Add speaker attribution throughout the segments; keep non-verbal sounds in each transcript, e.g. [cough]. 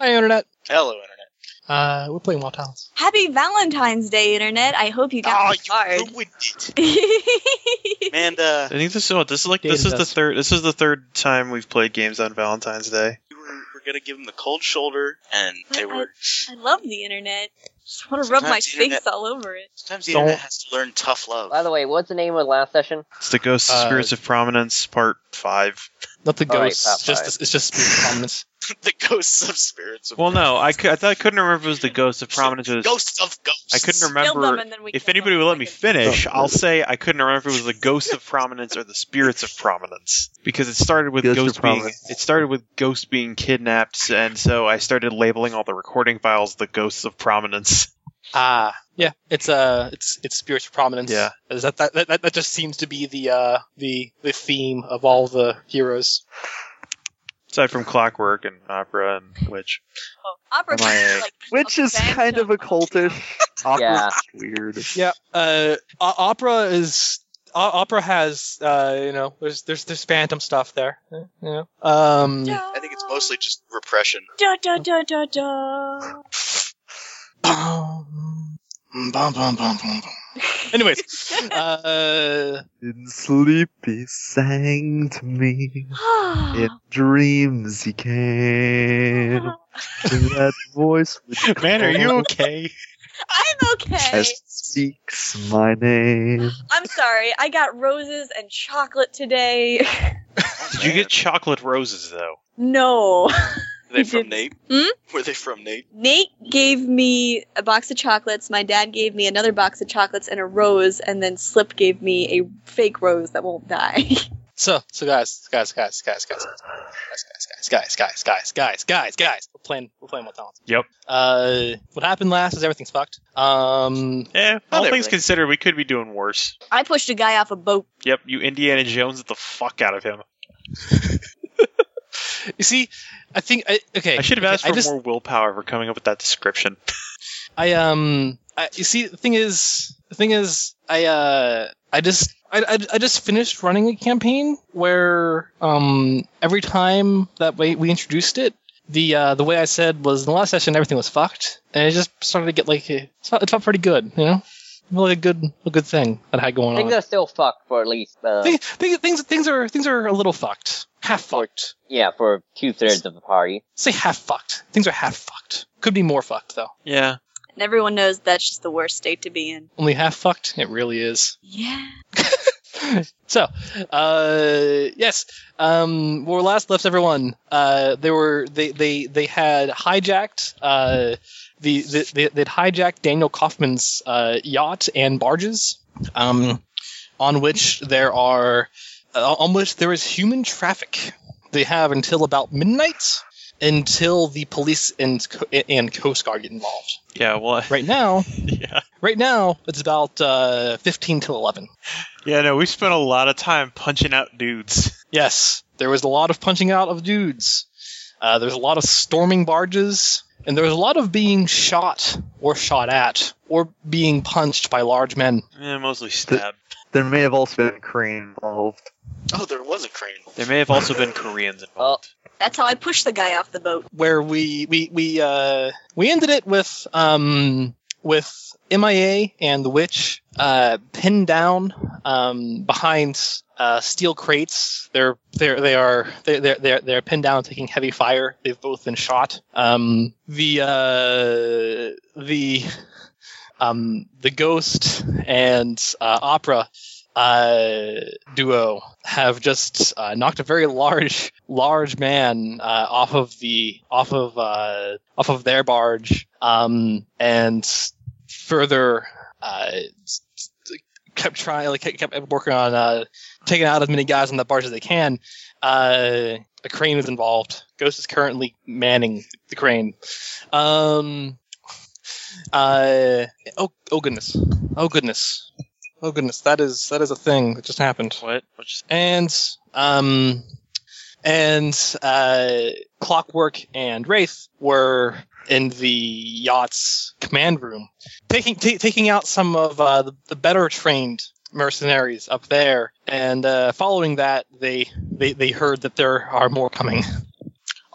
Speaker 1: Hey, internet.
Speaker 2: Hello, internet.
Speaker 1: Uh, we're playing Wild Towns.
Speaker 3: Happy Valentine's Day, Internet. I hope you
Speaker 2: Aw,
Speaker 3: got my
Speaker 2: Ah, you ruined it,
Speaker 3: [laughs]
Speaker 2: uh,
Speaker 3: card.
Speaker 4: [laughs]
Speaker 2: Amanda.
Speaker 4: I think this is what this is like.
Speaker 1: Data
Speaker 4: This is the
Speaker 1: dust.
Speaker 4: third. This is the third time we've played games on Valentine's Day.
Speaker 2: We were, we're gonna give them the cold shoulder, and they were.
Speaker 3: I love the Internet. Just want to rub my
Speaker 2: Sometimes the internet-
Speaker 3: face all over it.
Speaker 2: Sometimes the
Speaker 1: Don't-
Speaker 2: internet has to learn tough love. [laughs]
Speaker 5: By the way, what's the name of last session?
Speaker 4: It's the Ghost
Speaker 1: Uh,
Speaker 4: Spirits of Prominence Part Five.
Speaker 1: Not the
Speaker 5: All right,
Speaker 1: ghosts.
Speaker 5: top five.
Speaker 1: just it's just [laughs] spirit prominence.
Speaker 2: the ghosts of spirits. Of
Speaker 4: Well, no, I, cou- I thought I couldn't remember if it was the Ghost of Prominence. It was-
Speaker 2: ghosts of ghosts.
Speaker 4: I couldn't
Speaker 3: Kill them
Speaker 4: remember.
Speaker 3: and then we
Speaker 4: If
Speaker 3: kill
Speaker 4: anybody
Speaker 3: them.
Speaker 4: would let me
Speaker 3: Like a-
Speaker 4: finish, I'll say I couldn't remember if it was the Ghost of Prominence or the Spirits of Prominence because it started with
Speaker 6: Ghost of
Speaker 4: Ghost being
Speaker 6: Prominence.
Speaker 4: it started with Ghost being kidnapped, and so I started labeling all the recording files the Ghosts of Prominence.
Speaker 1: Ah, yeah. It's uh, it's it's spirits of prominence.
Speaker 4: Yeah.
Speaker 1: Is that that, that that just seems to be the uh the the theme of all the heroes.
Speaker 4: Aside from Clockwork and Opera and Witch.
Speaker 3: Oh, opera
Speaker 4: Am I-
Speaker 3: is like
Speaker 6: Which is
Speaker 3: Okay.
Speaker 6: kind of occultish. Awkward.
Speaker 5: Yeah.
Speaker 6: Weird.
Speaker 1: Yeah. Uh, o- opera is. o- Opera has, uh, you know, there's there's there's phantom stuff there, you know. Um,
Speaker 2: I think it's mostly just repression.
Speaker 3: Da, da, da, da, da.
Speaker 1: Bum, bum, bum, bum, bum. [clears throat] [laughs] Anyways, uh,
Speaker 6: In sleep he sang to me.
Speaker 3: [gasps]
Speaker 6: In dreams he came.
Speaker 3: [laughs]
Speaker 6: And that voice which
Speaker 4: Man, are you okay?
Speaker 3: [sighs] I'm okay.
Speaker 6: as seeks my name.
Speaker 3: I'm sorry. I got roses and chocolate today. [laughs]
Speaker 2: Oh,
Speaker 4: Did you get chocolate roses though?
Speaker 3: no.
Speaker 2: Were they
Speaker 3: You
Speaker 2: from
Speaker 3: did- Hmm?
Speaker 2: Nate? Were they from Nate?
Speaker 3: Nate gave me a box of chocolates. My dad gave me another box of chocolates and a rose, and then Slip gave me a fake rose that won't die. [laughs]
Speaker 1: So, so guys, guys, guys, guys, guys, guys, guys, guys, guys, guys, guys, guys, guys, guys. We're playing, we're playing with talents.
Speaker 4: Yep.
Speaker 1: Uh, what happened last is everything's fucked. Um,
Speaker 4: Eh, all things
Speaker 2: everything.
Speaker 4: considered, we could be doing worse.
Speaker 3: I pushed a guy off a boat.
Speaker 4: Yep, you Indiana Jones the fuck out of him.
Speaker 1: you see, I think I okay.
Speaker 4: I should have
Speaker 1: okay,
Speaker 4: asked for
Speaker 1: I just,
Speaker 4: more willpower for coming up with that description.
Speaker 1: I um, I, you see, the thing is, the thing is, I uh, I just. I, I, I just finished running a campaign where um, every time that we, we introduced it, the uh, the way I said was in the last session everything was fucked, and it just started to get like it felt, it felt pretty good, you know, really a good a good thing that I had going on.
Speaker 5: Things are still fucked for at least, uh,
Speaker 1: Thi- thi- things things are things are a little fucked, half fucked.
Speaker 5: yeah, for two thirds of the party.
Speaker 1: Say half fucked. Things are half fucked. Could be more fucked though.
Speaker 4: Yeah.
Speaker 3: And everyone knows that's just the worst state to be in.
Speaker 1: Only half fucked. It really is.
Speaker 3: Yeah.
Speaker 1: So, uh, yes, um, where we last left everyone, uh, they were they they they had hijacked uh, the, the they, they'd hijacked Daniel Kaufman's uh, yacht and barges, um, on which there are uh, on which there is human traffic. They have until about midnight until the police and co- and Coast Guard get involved.
Speaker 4: Yeah, well, [laughs]
Speaker 1: Right now,
Speaker 4: yeah.
Speaker 1: right now it's about uh, fifteen till eleven.
Speaker 4: Yeah, no, we spent a lot of time punching out dudes.
Speaker 1: Yes, there was a lot of punching out of dudes. Uh, there was a lot of storming barges, and there was a lot of being shot or shot at or being punched by large men.
Speaker 4: Yeah, mostly stabbed.
Speaker 6: There may have also been Crane involved.
Speaker 2: Oh, there was a crane.
Speaker 4: There may have also been Koreans involved.
Speaker 3: That's how I pushed the guy off the boat.
Speaker 1: Where we we we uh, we ended it with um with MIA and the witch uh, pinned down um, behind uh, steel crates. They're they're they are they're they're they're, they're pinned down, taking heavy fire. They've both been shot. Um, the uh, the um, the ghost and uh, opera uh, duo have just uh, knocked a very large large man uh, off of the off of uh, off of their barge um, and further uh, s- s- kept trying like kept- kept working on uh, taking out as many guys on the barge as they can uh, a crane is involved ghost is currently manning the crane um, uh, oh, oh goodness oh goodness oh goodness that is that is a thing that just happened
Speaker 4: What? What just-
Speaker 1: and um and uh clockwork and wraith were in the yacht's command room taking ta taking out some of uh, the, the better trained mercenaries up there and uh, following that they, they they heard that there are more coming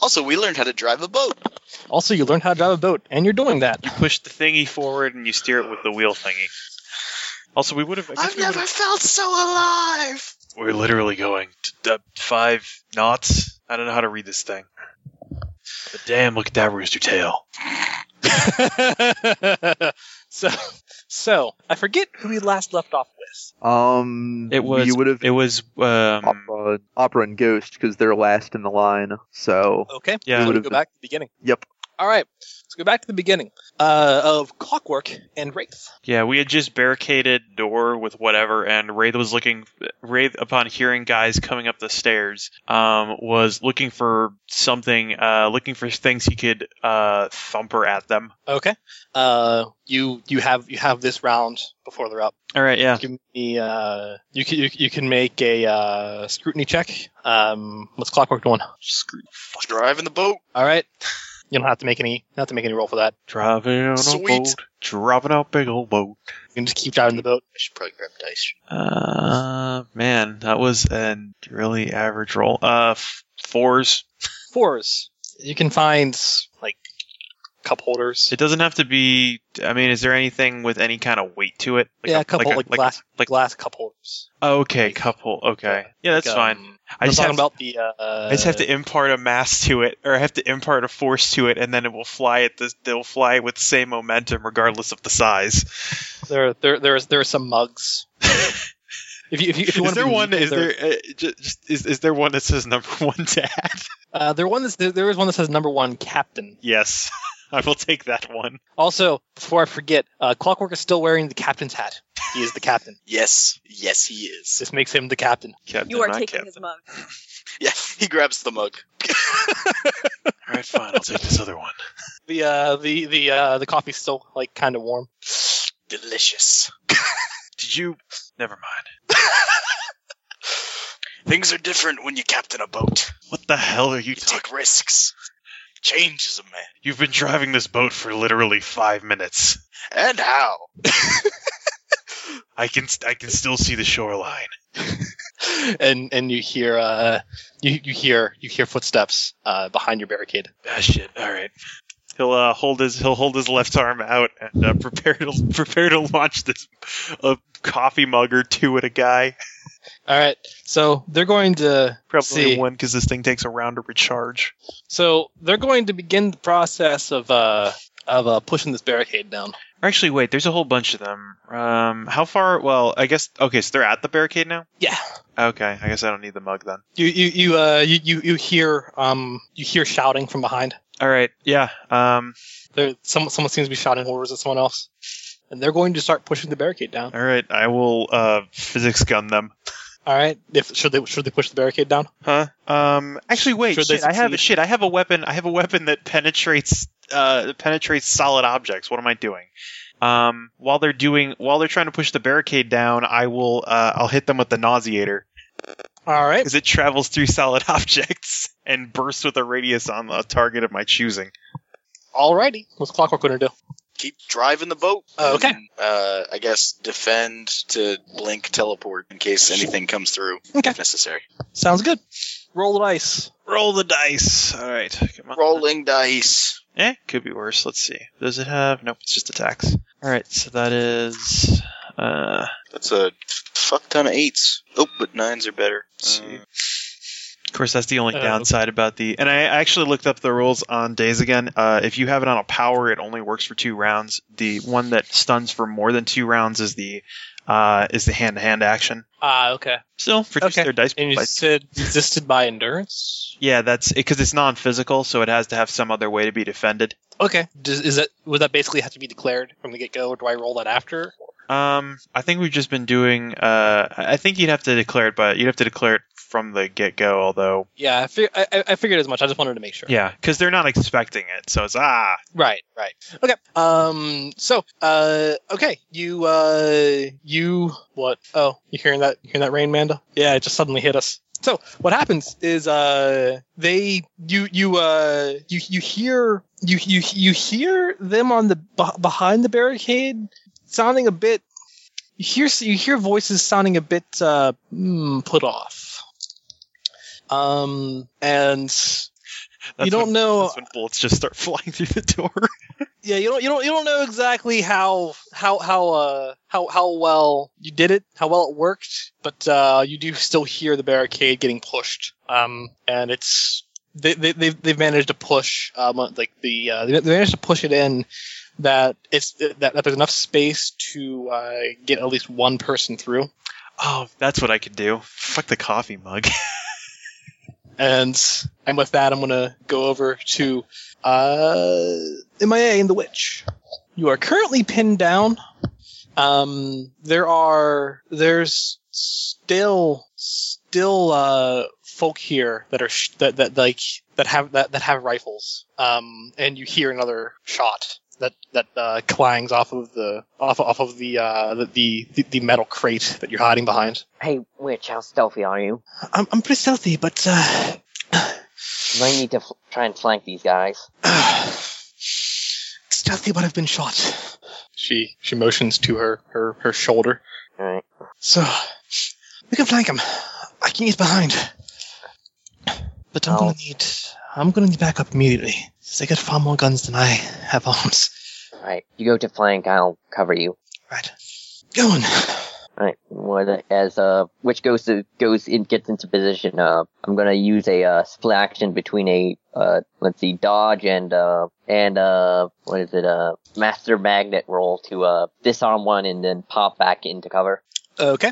Speaker 2: Also, we learned how to drive a boat.
Speaker 1: Also, you learn how to drive a boat, and you're doing that. [laughs]
Speaker 4: Push the thingy forward and you steer it with the wheel thingy. Also, we would have.
Speaker 2: I've never felt so alive.
Speaker 4: We're literally going to, uh, five knots. I don't know how to read this thing. But damn, look at that rooster tail.
Speaker 1: so, so I forget who we last left off with.
Speaker 6: Um,
Speaker 4: It was.
Speaker 6: you would have
Speaker 4: It was. Um,
Speaker 6: opera, opera and ghost because they're last in the line. So
Speaker 1: Okay,
Speaker 4: Yeah.
Speaker 1: so we
Speaker 6: Would've
Speaker 1: go
Speaker 6: been-
Speaker 1: back to the beginning.
Speaker 6: Yep.
Speaker 1: All right, let's go back to the beginning uh, of Clockwork and Wraith.
Speaker 4: yeah, we had just barricaded door with whatever, and Wraith was looking. Wraith, upon hearing guys coming up the stairs, um, was looking for something. Uh, looking for things he could uh, thumper at them.
Speaker 1: Okay, uh, you you have you have this round before they're up.
Speaker 4: All right, yeah.
Speaker 1: Give me, uh, you can you, you can make a uh, scrutiny check. Um, what's Clockwork doing?
Speaker 2: Screw driving the boat.
Speaker 1: All right, you don't have to make any you don't have to make any roll for that.
Speaker 4: Driving on a
Speaker 2: Sweet.
Speaker 4: boat. Driving on a big old boat.
Speaker 1: You can just keep driving the boat.
Speaker 2: I should probably grab dice.
Speaker 4: Uh, man, that was an really average roll. Uh, f- fours.
Speaker 1: Fours. You can find like cup holders.
Speaker 4: It doesn't have to be. I mean, is there anything with any kind of weight to it? Like
Speaker 1: yeah,
Speaker 4: a-
Speaker 1: a couple like, glass
Speaker 4: like-
Speaker 1: like glass cup holders.
Speaker 4: Okay, couple. Okay, yeah, that's
Speaker 1: Like,
Speaker 4: fine.
Speaker 1: um,
Speaker 4: I
Speaker 1: I'm
Speaker 4: just have
Speaker 1: talking about the. Uh,
Speaker 4: I just have to impart a mass to it, or I have to impart a force to it, and then it will fly at this. They'll fly with the same momentum, regardless of the size.
Speaker 1: There, there, there's there are some
Speaker 4: [laughs]
Speaker 1: mugs. if you if you, if you want
Speaker 4: Is there
Speaker 1: to be
Speaker 4: one?
Speaker 1: neat,
Speaker 4: Is there uh, ju- just is, is there one that says number [laughs] one dad?
Speaker 1: Uh, there one that's, there, there is one that says number one captain.
Speaker 4: Yes, [laughs] I will take that one.
Speaker 1: Also, before I forget, uh, Clockwork is still wearing the captain's hat. He is the captain.
Speaker 2: Yes, yes, he is. [laughs]
Speaker 1: This makes him the captain.
Speaker 4: Captain,
Speaker 3: You are
Speaker 4: not
Speaker 3: taking
Speaker 4: captain.
Speaker 3: his mug.
Speaker 2: Yeah, he grabs the mug.
Speaker 4: All right, fine. I'll take this other one.
Speaker 1: The uh, the the uh, the coffee's still like kind of warm.
Speaker 2: Delicious.
Speaker 4: Did you? Never mind.
Speaker 2: Things are different when you captain a boat.
Speaker 4: What the hell are you
Speaker 2: You
Speaker 4: talking?
Speaker 2: take risks. Changes a man.
Speaker 4: You've been driving this boat for literally five minutes.
Speaker 2: And how?
Speaker 4: I can I can still see the shoreline.
Speaker 1: And and you hear uh, you you hear you hear footsteps uh, behind your barricade.
Speaker 4: Ah, shit. All right. He'll uh, hold his he'll hold his left arm out and uh, prepare to [laughs] prepare to launch this a coffee mug or two at a guy.
Speaker 1: All right, so they're going to
Speaker 4: Probably
Speaker 1: See.
Speaker 4: one because this thing takes a round to recharge.
Speaker 1: so they're going to begin the process of uh of uh, pushing this barricade down.
Speaker 4: Actually, wait. There's a whole bunch of them. Um, how far? Well, I guess okay. So they're at the barricade now.
Speaker 1: Yeah.
Speaker 4: Okay, I guess I don't need the mug then.
Speaker 1: You you you uh you, you you hear um you hear shouting from behind.
Speaker 4: All right. Yeah. Um.
Speaker 1: There someone someone seems to be shouting orders at someone else, and they're going to start pushing the barricade down.
Speaker 4: All right. I will uh physics gun them.
Speaker 1: All right, if should they should they push the barricade down?
Speaker 4: Huh? Um. Actually, wait.
Speaker 1: Should they
Speaker 4: shit, I have
Speaker 1: succeed?
Speaker 4: shit. I have a weapon. I have a weapon that penetrates uh penetrates solid objects. What am I doing? Um. While they're doing while they're trying to push the barricade down, I will uh I'll hit them with the nauseator
Speaker 1: All right,
Speaker 4: because it travels through [laughs] solid objects and bursts with a radius on a target of my choosing.
Speaker 1: alrighty. What's Clockwork going to do?
Speaker 2: Keep driving the boat.
Speaker 1: Oh, okay.
Speaker 2: And, uh, I guess defend to blink teleport in case anything comes through
Speaker 1: Okay.
Speaker 2: if necessary.
Speaker 1: Sounds good. Roll the dice.
Speaker 4: Roll the dice. All right. Come on.
Speaker 2: Rolling dice.
Speaker 4: Eh, could be worse. Let's see. Does it have? Nope, it's just attacks. All right, so that is. Uh,
Speaker 2: That's a fuck ton of eights. Oh, but nines are better.
Speaker 4: let's see. Uh,
Speaker 1: Mm.
Speaker 4: Of course, that's the only
Speaker 1: Uh,
Speaker 4: downside about the. And I actually looked up the rules on days again. Uh, if you have it on a power, it only works for two rounds. The one that stuns for more than two rounds is the uh, is the hand to hand action.
Speaker 1: Ah, okay.
Speaker 4: Still, reduce
Speaker 1: Okay.
Speaker 4: their dice.
Speaker 1: And you
Speaker 4: by-
Speaker 1: said resisted by endurance.
Speaker 4: yeah, that's because it's non physical, so it has to have some other way to be defended.
Speaker 1: Okay. Does, is that would that basically have to be declared from the get go, or do I roll that after?
Speaker 4: Um, I think we've just been doing. Uh, I I think you'd have to declare it, but you'd have to declare it from the get go. Although,
Speaker 1: Yeah, I, fig- I, I- I figured as much. I just wanted to make sure.
Speaker 4: yeah, because they're not expecting it, so it's ah.
Speaker 1: Right, right. Okay. Um so uh okay, you uh you what? Oh, you hearing that you hearing that rain, Manda? Yeah, it just suddenly hit us. So what happens is uh they you you uh you you hear you you you hear them on the beh- behind the barricade sounding a bit you hear you hear voices sounding a bit uh hmm, put off. Um and
Speaker 4: That's
Speaker 1: you don't
Speaker 4: when-
Speaker 1: know.
Speaker 4: That's when bullets just start [laughs] flying through the door.
Speaker 1: yeah, you don't you don't you don't know exactly how how how uh how how well you did it, how well it worked, but uh, you do still hear the barricade getting pushed. Um, and it's they, they they've they've managed to push um like the uh, they they managed to push it in that it's that, that there's enough space to uh, get at least one person through.
Speaker 4: Oh, that's what I could do. Fuck the coffee mug. [laughs]
Speaker 1: And and with that, I'm gonna go over to uh, MIA and the witch. You are currently pinned down. Um, there are there's still still uh, folk here that are sh- that that like that have that, that have rifles. Um, and you hear another shot that that uh, clangs off of the off off of the uh, the, the the metal crate that you're hiding behind.
Speaker 5: Hey, witch, how stealthy are you?
Speaker 1: I'm I'm pretty stealthy, but. Uh,
Speaker 5: 'Cause I need to fl- try and flank these guys.
Speaker 1: Stealthy, but I've been shot. She she motions to her her her shoulder.
Speaker 5: All right.
Speaker 1: So we can flank him. I can get behind, but I'm
Speaker 5: Ow.
Speaker 1: gonna need I'm gonna need backup immediately. 'cause They got far more guns than I have arms.
Speaker 5: All right. You go to flank. I'll cover you.
Speaker 1: Right, go on.
Speaker 5: All right. What as uh, which goes to goes in gets into position. Uh, I'm gonna use a uh, split action between a uh, let's see, dodge and uh, and uh, what is it? Uh, master magnet roll to uh, disarm one and then pop back into cover.
Speaker 1: Okay,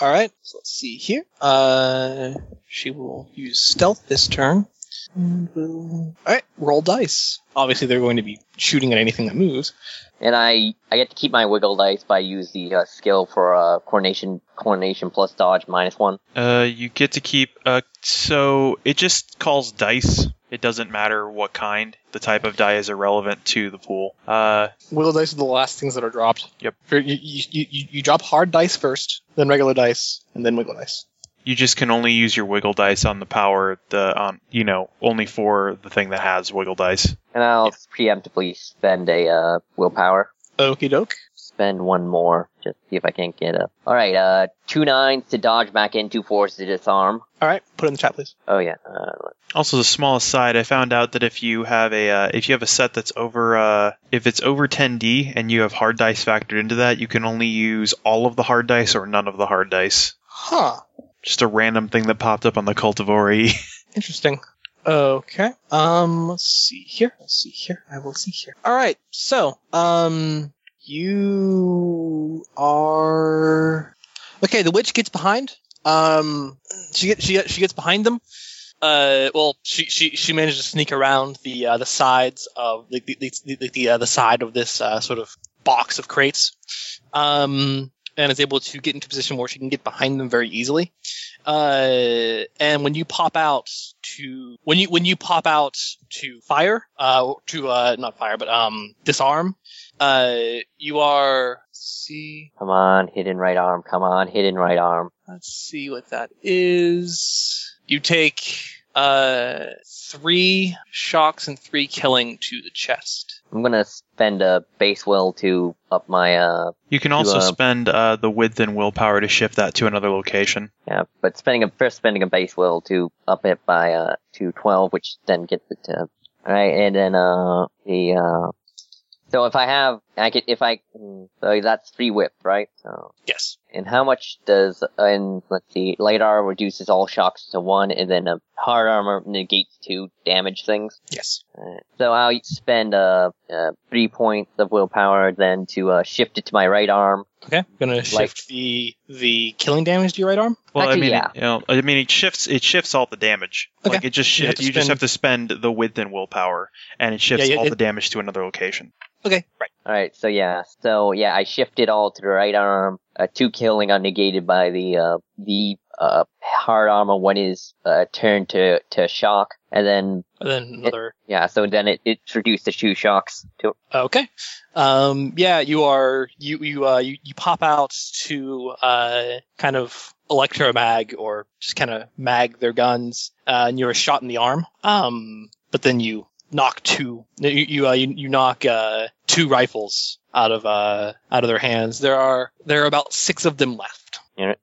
Speaker 1: all right. So let's see here. Uh, she will use stealth this turn. And will- All right, roll dice. Obviously, they're going to be shooting at anything that moves.
Speaker 5: And I I get to keep my wiggle dice by use the uh, skill for uh, coordination coordination plus dodge minus one.
Speaker 4: Uh, you get to keep. Uh, so it just calls dice. It doesn't matter what kind. The type of die is irrelevant to the pool. Uh,
Speaker 1: Wiggle dice are the last things that are dropped.
Speaker 4: Yep.
Speaker 1: You, you, you, you- you drop hard dice first, then regular dice, and then wiggle dice.
Speaker 4: you just can only use your wiggle dice on the power. The on you know only for the thing that has wiggle dice.
Speaker 5: And I'll preemptively spend a uh, willpower.
Speaker 1: Okie doke.
Speaker 5: Spend one more, just see if I can't get up. All right, uh, two nines to dodge back in, two fours to disarm.
Speaker 1: All right, put it in the chat, please.
Speaker 5: Oh yeah, uh,
Speaker 4: Also, the small aside, I found out that if you have a uh, if you have a set that's over uh, if it's over 10d and you have hard dice factored into that, you can only use all of the hard dice or none of the hard dice.
Speaker 1: Huh.
Speaker 4: Just a random thing that popped up on the cult of Ori.
Speaker 1: Interesting. Okay. Um. Let's see here. Let's see here. I will see here. All right. So, um, you are okay. The witch gets behind. Um, she gets she get- she gets behind them. Uh, well, she she she manages to sneak around the uh, the sides of like the the the, the, uh, the side of this uh, sort of box of crates. Um. And is able to get into a position where she can get behind them very easily uh, and when you pop out to when you when you pop out to fire uh, to uh, not fire but um disarm uh, you are let's see
Speaker 5: come on, hidden right arm, come on, hidden right arm.
Speaker 1: let's see what that is you take uh three shocks and three killing to the chest
Speaker 5: I'm gonna spend a base will to up my uh,
Speaker 4: [laughs] You can also
Speaker 5: uh,
Speaker 4: spend uh, the width and willpower to shift that to another location.
Speaker 5: yeah, but spending a first spending a base will to up it by uh to twelve, which then gets it to all right, and then uh the uh. So if I have, I could, if I, mm, so that's free whip, right? So,
Speaker 1: yes
Speaker 5: And how much does and let's see, light armor reduces all shocks to one, and then a hard armor negates two damage things.
Speaker 1: yes
Speaker 5: Alright. So I'll spend uh, uh three points of willpower then to uh, shift it to my right arm.
Speaker 1: okay gonna shift the the killing damage to your right arm
Speaker 4: Well, I
Speaker 5: Actually,
Speaker 4: mean,
Speaker 5: yeah.
Speaker 4: it, you know, I mean, it shifts. It shifts all the damage.
Speaker 1: Okay.
Speaker 4: Like it just
Speaker 1: You have
Speaker 4: shifts.
Speaker 1: to
Speaker 4: You, just
Speaker 1: spend-
Speaker 4: have to spend the width and willpower, and it shifts
Speaker 1: Yeah, yeah,
Speaker 4: all
Speaker 1: it-
Speaker 4: the damage to another location.
Speaker 1: okay right
Speaker 5: All right. So yeah. So yeah, I shift it all to the right arm. Uh, two killing are negated by the uh the uh hard armor. One is uh turned to to shock, and then
Speaker 1: and then another
Speaker 5: yeah. So then it it's reduced to two shocks to
Speaker 1: Okay. Um, yeah, you are you you uh you, you pop out to uh kind of electromag or just kind of mag their guns, uh, and you're shot in the arm. Um, but then you knock two you you uh, you, you knock uh two rifles out of uh out of their hands. There are there are about six of them left.
Speaker 5: Alright.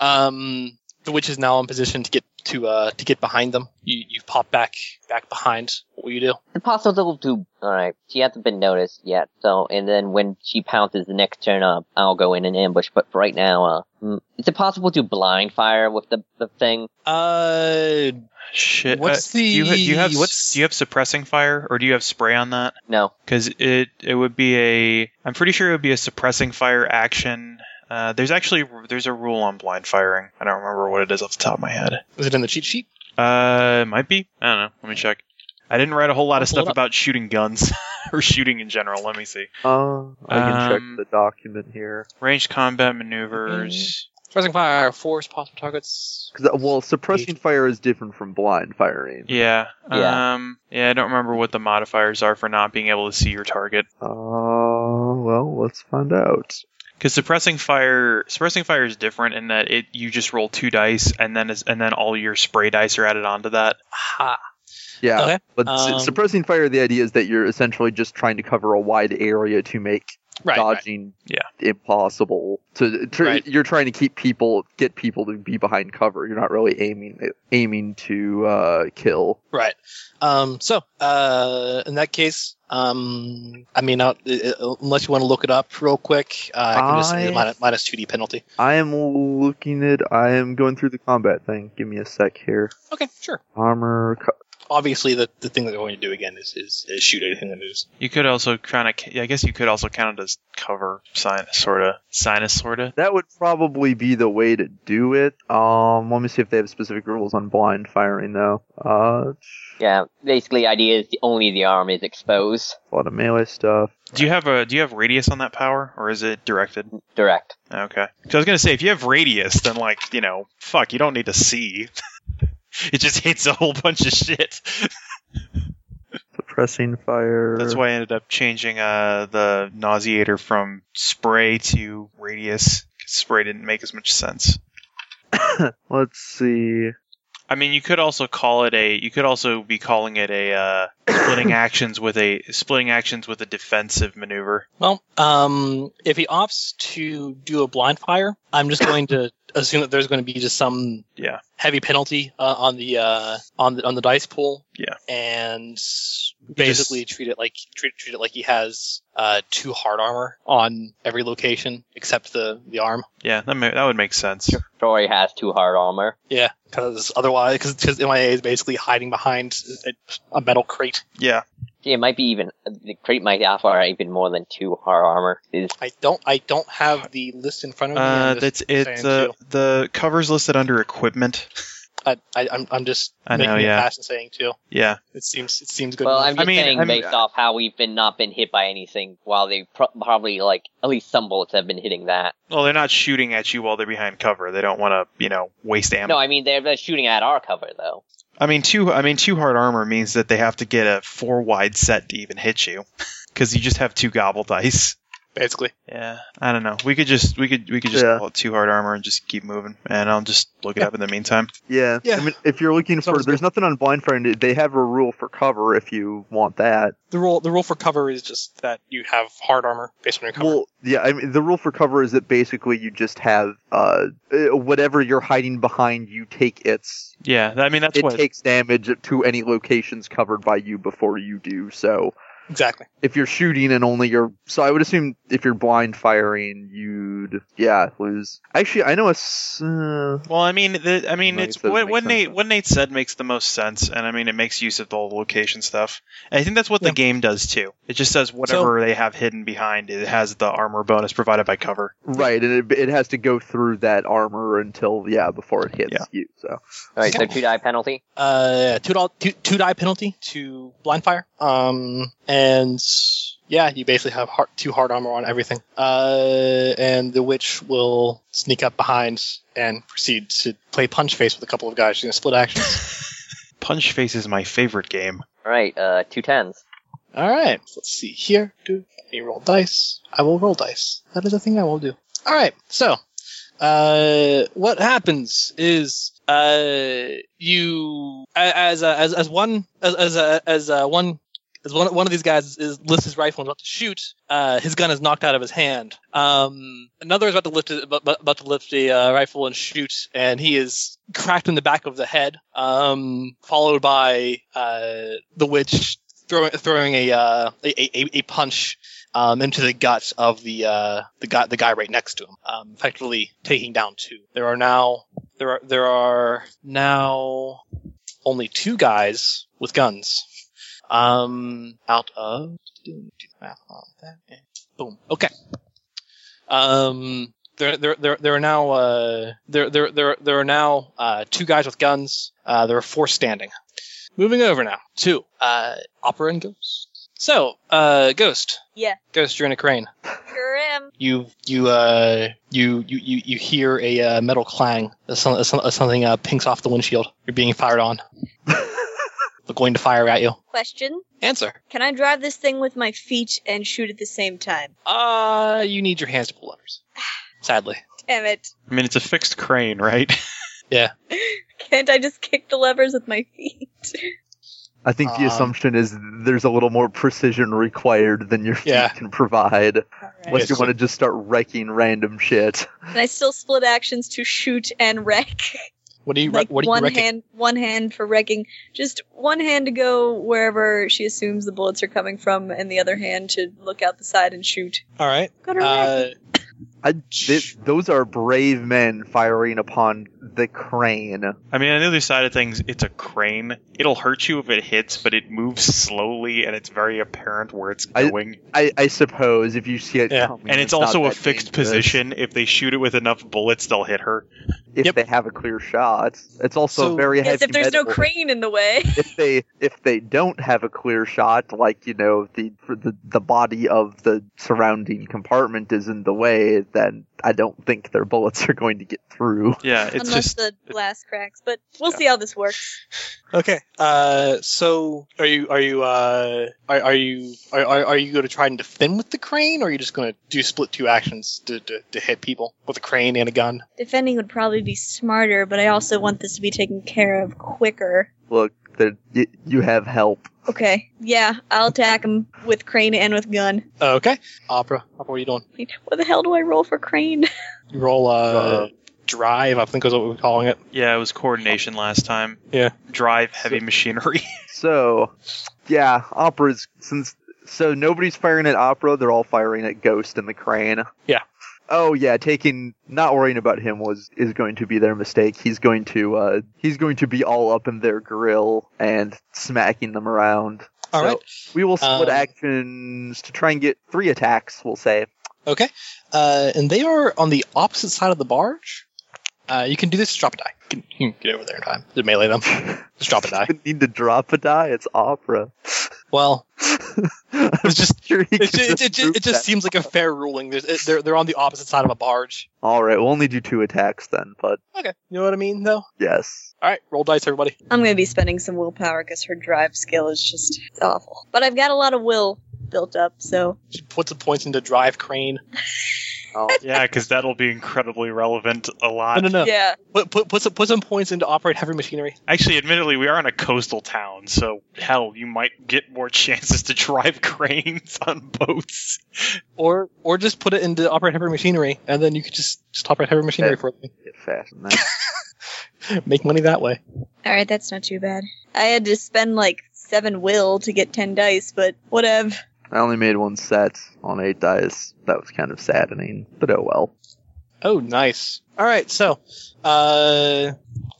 Speaker 1: Um, the witch is now in position to get to uh, to get behind them. You you pop back back behind. What will you do?
Speaker 5: Impossible to. Alright, she hasn't been noticed yet, so, and then when she pounces the next turn up, I'll go in and ambush, but for right now, uh, mm, is it possible to blind fire with the, the thing?
Speaker 1: Uh,
Speaker 4: Shit.
Speaker 1: What's
Speaker 4: uh, do you, ha- do you
Speaker 1: the-
Speaker 4: have s-
Speaker 1: what's-
Speaker 4: do you have suppressing fire or do you have spray on that?
Speaker 5: No.
Speaker 4: Because it it would be a I'm pretty sure it would be a suppressing fire action. Uh, there's actually there's a rule on blind firing. I don't remember what it is off the top of my head.
Speaker 1: is it in the cheat sheet?
Speaker 4: Uh, it might be. I don't know. Let me check. I didn't write a whole lot of
Speaker 1: I'll pull
Speaker 4: stuff
Speaker 1: it up.
Speaker 4: about shooting guns [laughs] or shooting in general. Let me see.
Speaker 6: Uh, I can
Speaker 4: Um,
Speaker 6: check the document here.
Speaker 4: Ranged combat maneuvers.
Speaker 1: Suppressing fire, force possible targets.
Speaker 6: 'Cause, uh, well, suppressing fire is different from blind firing.
Speaker 4: Yeah.
Speaker 5: Yeah.
Speaker 4: Um. Yeah. I don't remember what the modifiers are for not being able to see your target.
Speaker 6: Uh, well, let's find out.
Speaker 4: Because suppressing fire, suppressing fire is different in that it you just roll two dice and then is, and then all your spray dice are added onto that.
Speaker 1: Ha.
Speaker 6: Yeah,
Speaker 1: Okay.
Speaker 6: but su-
Speaker 1: um,
Speaker 6: suppressing fire, the idea is that you're essentially just trying to cover a wide area to make
Speaker 1: Right. right.
Speaker 6: dodging
Speaker 4: Yeah.
Speaker 6: impossible. To tr-
Speaker 1: Right.
Speaker 6: you're trying to keep people, get people to be behind cover. You're not really aiming aiming to uh, kill.
Speaker 1: Right. Um, so, uh, in that case, um, I mean, uh, uh, unless you want to look it up real quick, uh, I can just say
Speaker 6: I-
Speaker 1: minus, minus 2d penalty.
Speaker 6: I am looking at. I am going through the combat thing. Give me a sec here.
Speaker 1: Okay, sure.
Speaker 6: Armor. Co-
Speaker 1: Obviously, the, the thing that they're going to do again is, is, is shoot anything that moves.
Speaker 4: You could also kind of, I guess you could also count it as cover, sorta, sinus sorta.
Speaker 6: that would probably be the way to do it. Um, let me see if they have specific rules on blind firing though. Uh,
Speaker 5: Yeah, basically, the idea is the, only the arm is exposed.
Speaker 6: a lot of melee stuff.
Speaker 4: Do you have a do you have radius on that power or is it directed?
Speaker 5: Direct.
Speaker 4: Okay. So I was gonna say if you have radius, then like you know, fuck, you don't need to see. [laughs] it just hits a whole bunch of shit.
Speaker 6: Suppressing fire.
Speaker 4: That's why I ended up changing uh, the nauseator from spray to radius. 'cause Spray didn't make as much sense.
Speaker 6: Let's see.
Speaker 4: I mean, you could also call it a. You could also be calling it a uh, splitting actions with a splitting actions with a defensive maneuver.
Speaker 1: Well, um, if he opts to do a blind fire, I'm just going
Speaker 4: [coughs]
Speaker 1: to assume that there's going to be just some
Speaker 4: Yeah.
Speaker 1: heavy penalty uh, on the uh, on the on the dice pool.
Speaker 4: Yeah.
Speaker 1: and basically treat it like treat, treat it like he has uh, two hard armor on every location except the the arm.
Speaker 4: Yeah, that ma- that would make sense.
Speaker 5: Troy has two hard armor.
Speaker 1: Yeah, because otherwise, because MIA is basically hiding behind a, a metal crate.
Speaker 4: Yeah,
Speaker 5: Gee, it might be even, the crate might offer even more than two hard armor. Is
Speaker 1: I don't I don't have the list in front of me. I'm
Speaker 4: uh,
Speaker 1: just
Speaker 4: that's
Speaker 1: saying
Speaker 4: it's uh,
Speaker 1: too.
Speaker 4: the covers listed under equipment.
Speaker 1: I, I I'm I'm just
Speaker 4: I know,
Speaker 1: making it
Speaker 4: yeah.
Speaker 1: fast and saying too.
Speaker 4: Yeah,
Speaker 1: It seems it seems good.
Speaker 5: Well,
Speaker 1: enough.
Speaker 5: I'm just
Speaker 4: mean, uh,
Speaker 5: saying,
Speaker 4: I'm-
Speaker 5: based off how we've been not been hit by anything, while they pro- probably like at least some bullets have been hitting that.
Speaker 4: well, they're not shooting at you while they're behind cover. They don't want to, you know, waste ammo.
Speaker 5: No, I mean they're, they're shooting at our cover though.
Speaker 4: I mean, two. I mean, two hard armor means that they have to get a four wide set to even hit you, [laughs] because you just have two gobble dice.
Speaker 1: basically.
Speaker 4: Yeah, I don't know. We could just we could we could just
Speaker 6: Yeah.
Speaker 4: call it two hard armor and just keep moving, and I'll just look it up in the meantime.
Speaker 6: Yeah.
Speaker 1: Yeah.
Speaker 6: I mean, if you're looking for,
Speaker 1: Sounds
Speaker 6: there's nothing on blind firing. They have a rule for cover if you want that.
Speaker 1: The rule the rule for cover is just that you have hard armor based on your cover.
Speaker 6: Well, yeah. I mean, the rule for cover is that basically you just have uh, uh, whatever you're hiding behind, you take its.
Speaker 4: Yeah, I mean that's
Speaker 6: it
Speaker 4: what.
Speaker 6: takes damage to any locations covered by you before you do. So
Speaker 1: exactly.
Speaker 6: if you're shooting and only you're, so I would assume if you're blind firing, you'd yeah lose. Actually, I know a. s- Uh,
Speaker 4: well, I mean, the, I mean,
Speaker 6: Like,
Speaker 4: it's
Speaker 6: it doesn't
Speaker 4: what,
Speaker 6: make
Speaker 4: what
Speaker 6: sense,
Speaker 4: Nate
Speaker 6: though.
Speaker 4: what Nate said makes the most sense, and I mean, it makes use of the location stuff. And I think that's what
Speaker 1: Yeah.
Speaker 4: the game does too. It just says whatever they have hidden behind, it has the armor bonus provided by cover.
Speaker 6: right, and it, it has to go through that armor until yeah before it hits
Speaker 4: Yeah.
Speaker 6: you. So
Speaker 5: All right, so
Speaker 1: Okay.
Speaker 5: two die penalty.
Speaker 1: Uh, two, doll- two, two die penalty to blind fire. Um, and yeah, you basically have hard, two hard armor on everything. Uh, and the witch will sneak up behind and proceed to play punch face with a couple of guys. She's gonna split actions.
Speaker 4: Punch Face is my favorite game.
Speaker 5: All right, uh, two tens.
Speaker 1: All right, let's see here. Do you roll dice? I will roll dice. That is a thing I will do. All right, so uh, what happens is uh, you a- as a, as as one as as a, as a one is one one of these guys is lifts his rifle and about to shoot. Uh, his gun is knocked out of his hand. Um, another is about to lift it- about, about to lift the uh, rifle and shoot, and he is cracked in the back of the head. Um, followed by uh, the witch throwing throwing a uh, a, a, a punch um, into the guts of the uh, the guy the guy right next to him, um, effectively taking down two. There are now there are there are now only two guys with guns. Um, out of do the math on that and boom. Okay. Um, there there there there are now uh there there there there are now uh two guys with guns. Uh, there are four standing. Moving over now to uh opera and ghost. So uh ghost.
Speaker 3: Yeah.
Speaker 1: Ghost, you're in a crane.
Speaker 3: Grim.
Speaker 1: You you uh you you you, you hear a uh, metal clang. As some- as some- as Something uh, pinks off the windshield. You're being fired on. They're going to fire at you.
Speaker 3: Question:
Speaker 1: Answer.
Speaker 3: Can I drive this thing with my feet and shoot at the same time?
Speaker 1: Uh, you need your hands to pull levers. Sadly.
Speaker 3: Damn it!
Speaker 4: I mean, it's a fixed crane, right? [laughs]
Speaker 3: Can't I just kick the levers with my feet?
Speaker 6: I think the
Speaker 1: Um,
Speaker 6: assumption is there's a little more precision required than your feet
Speaker 1: Yeah.
Speaker 6: can provide. Unless
Speaker 1: Yes.
Speaker 6: you want to just start wrecking random shit.
Speaker 3: And I still split actions to shoot and wreck.
Speaker 1: What do you
Speaker 3: like
Speaker 1: what do you
Speaker 3: one
Speaker 1: reckon?
Speaker 3: hand, one hand for wrecking, just one hand to go wherever she assumes the bullets are coming from, and the other hand to look out the side and shoot.
Speaker 1: All right.
Speaker 3: Gotta wreck.
Speaker 1: Uh,
Speaker 6: I, thi- those are brave men firing upon the crane.
Speaker 4: I mean, on the other side of things, it's a crane. It'll hurt you if it hits, but it moves slowly and it's very apparent where it's
Speaker 6: I-
Speaker 4: going.
Speaker 6: I, I suppose if you see it
Speaker 1: Yeah,
Speaker 6: coming,
Speaker 4: and it's,
Speaker 6: not
Speaker 4: also a
Speaker 6: that
Speaker 4: fixed
Speaker 6: dangerous
Speaker 4: position. If they shoot it with enough bullets, they'll hit her.
Speaker 6: If
Speaker 1: Yep.
Speaker 6: they have a clear shot, it's also
Speaker 1: So-
Speaker 6: very
Speaker 3: yes,
Speaker 6: heavy.
Speaker 3: if there's no
Speaker 6: metal.
Speaker 3: crane in the way.
Speaker 6: if they if they don't have a clear shot, like you know the for the the body of the surrounding compartment is in the way, then I don't think their bullets are going to get through.
Speaker 4: Yeah, it's
Speaker 3: Unless
Speaker 4: just.
Speaker 3: the blast cracks, but we'll
Speaker 4: Yeah.
Speaker 3: see how this works.
Speaker 1: okay. Uh, so are you are you uh are, are you are, are are you going to try and defend with the crane, or are you just going to do split two actions to, to to hit people with a crane and a gun?
Speaker 3: Defending would probably be smarter, but I also want this to be taken care of quicker.
Speaker 6: Look, that y- you have help.
Speaker 3: Okay, yeah, I'll attack him with crane and with gun.
Speaker 1: Okay. Opera. Opera, what are you doing?
Speaker 3: Wait, What the hell do I roll for crane?
Speaker 1: You roll uh,
Speaker 6: Uh,
Speaker 1: drive. I think is what we're calling it.
Speaker 4: Yeah, it was coordination last time.
Speaker 1: Yeah.
Speaker 4: Drive heavy machinery.
Speaker 6: So, yeah, opera's since so nobody's firing at opera, they're all firing at Ghost and the Crane.
Speaker 1: Yeah.
Speaker 6: Oh yeah, taking not worrying about him was is going to be their mistake. He's going to uh he's going to be all up in their grill and smacking them around.
Speaker 1: All
Speaker 6: So,
Speaker 1: right.
Speaker 6: We will split
Speaker 1: Um,
Speaker 6: actions to try and get three attacks, we'll say.
Speaker 1: Okay. Uh, and they are on the opposite side of the barge. Uh, you can do this. Drop a die. You can, you can get over there in time to melee
Speaker 6: [laughs]
Speaker 1: them. Just drop a die.
Speaker 6: Didn't need to drop a die, it's opera.
Speaker 1: Well,
Speaker 6: [laughs] I'm
Speaker 1: it's [laughs] just.
Speaker 6: sure he
Speaker 1: It
Speaker 6: could
Speaker 1: just, it, ju-
Speaker 6: prove
Speaker 1: it just
Speaker 6: that.
Speaker 1: seems like a fair ruling. There's, it, they're, they're on the opposite side of a barge.
Speaker 6: All right, we'll only do two attacks then, but
Speaker 1: Okay. You know what I mean, though? All
Speaker 6: yes.
Speaker 1: right. Roll dice, everybody.
Speaker 3: I'm gonna be spending some willpower because her drive skill is just awful. But I've got a lot of will built up, so
Speaker 1: She puts the points into drive crane.
Speaker 6: Oh,
Speaker 4: [laughs] yeah, because that'll be incredibly relevant a
Speaker 1: No,
Speaker 4: lot.
Speaker 1: no, no.
Speaker 3: yeah.
Speaker 1: Uh, Put, put, put, some, put some points into operate heavy machinery.
Speaker 4: Actually, admittedly, we are in a coastal town, so hell, you might get more [laughs] chances to drive [laughs] cranes on boats.
Speaker 1: Or or just put it into operate heavy machinery, and then you could just, just operate heavy machinery
Speaker 6: Yeah.
Speaker 1: for them.
Speaker 6: get fast in that.
Speaker 1: Make money that way.
Speaker 3: All right, that's not too bad. I had to spend like seven will to get ten dice, but whatever.
Speaker 6: I only made one set on eight dice. That was kind of saddening, but oh well. [laughs]
Speaker 1: Oh, nice. All right, so, uh,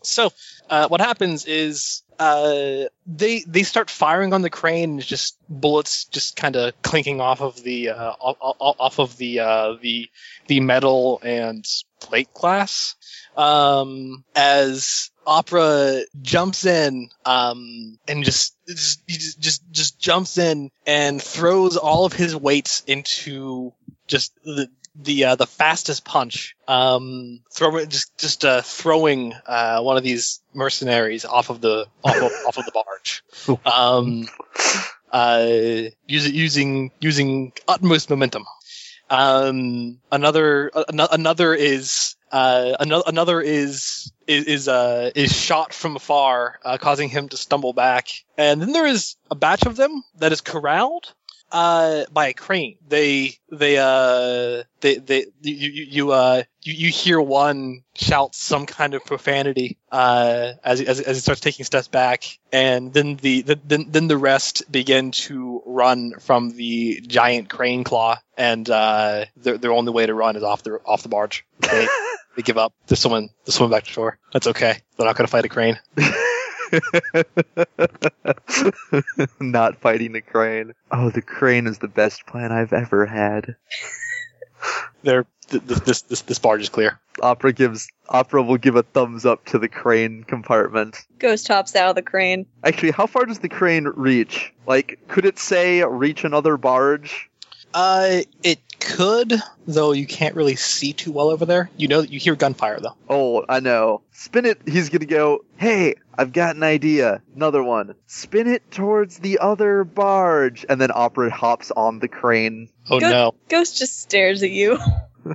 Speaker 1: so uh, what happens is uh, they they start firing on the crane, and it's just bullets just kind of clinking off of the uh, off, off off of the uh, the the metal and plate glass. Um, as Opera jumps in, um, and just, just he just just just jumps in and throws all of his weights into just the the uh, the fastest punch, um, throwing just just uh, throwing uh, one of these mercenaries off of the off of, off of the barge, um, uh, using using using utmost momentum. Um, another uh, ano- another is Uh, another another is is is, uh, is shot from afar, uh, causing him to stumble back. And then there is a batch of them that is corralled uh, by a crane. They they uh they they you you, you uh you, you hear one shout some kind of profanity uh as as as it starts taking steps back, and then the, the then then the rest begin to run from the giant crane claw, and uh their their only way to run is off the off the barge. They, they give up. They swim they swim back to shore. That's okay. They're not gonna fight a crane.
Speaker 6: Not fighting the crane. Oh, the crane is the best plan I've ever had.
Speaker 1: They're th- th- this this this barge is clear.
Speaker 6: Opera gives Opera will give a thumbs up to the crane compartment.
Speaker 3: Ghost hops out of the crane.
Speaker 6: Actually, how far does the crane reach? Like, could it say reach another barge?
Speaker 1: Uh, it could, though you can't really see too well over there. You know that you hear gunfire though.
Speaker 6: Oh, I know. Spin it. He's gonna go. Hey, I've got an idea. Another one. Spin it towards the other barge, and then Opera hops on the crane.
Speaker 1: Oh
Speaker 3: Good.
Speaker 1: no!
Speaker 3: Ghost just stares at you. [sighs]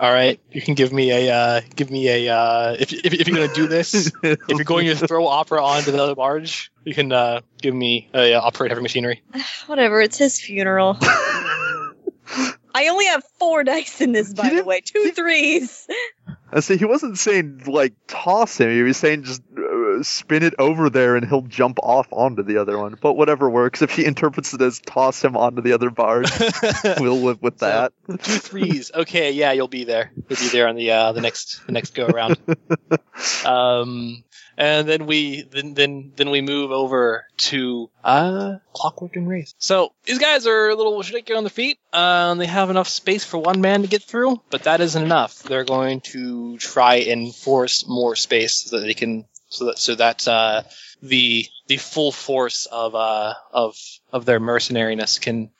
Speaker 1: All right, you can give me a uh, give me a uh, if, if if you're gonna do [laughs] this, if you're going to throw opera onto the other barge, you can uh, give me a uh, operate heavy [laughs] machinery.
Speaker 3: Whatever, it's his funeral.
Speaker 6: [laughs]
Speaker 3: I only have four dice in this, by
Speaker 6: You
Speaker 3: the
Speaker 6: didn't-
Speaker 3: way. Two threes. [laughs]
Speaker 6: I see. He wasn't saying like toss him. He was saying just uh, spin it over there, and he'll jump off onto the other one. But whatever works. If he [laughs] interprets it as toss him onto the other [laughs] barge,
Speaker 1: Two
Speaker 6: we'll live with
Speaker 1: So-
Speaker 6: that.
Speaker 1: threes. Okay, yeah, you'll be there. You'll be there on the uh, the next the next go around. Um, and then we then then then we move over to uh Clockwork and Wraith. So these guys are a little shaky on their feet. Um, they have enough space for one man to get through, but that isn't enough. They're going to try and force more space so that they can so that so that uh the the full force of uh of of their mercenariness can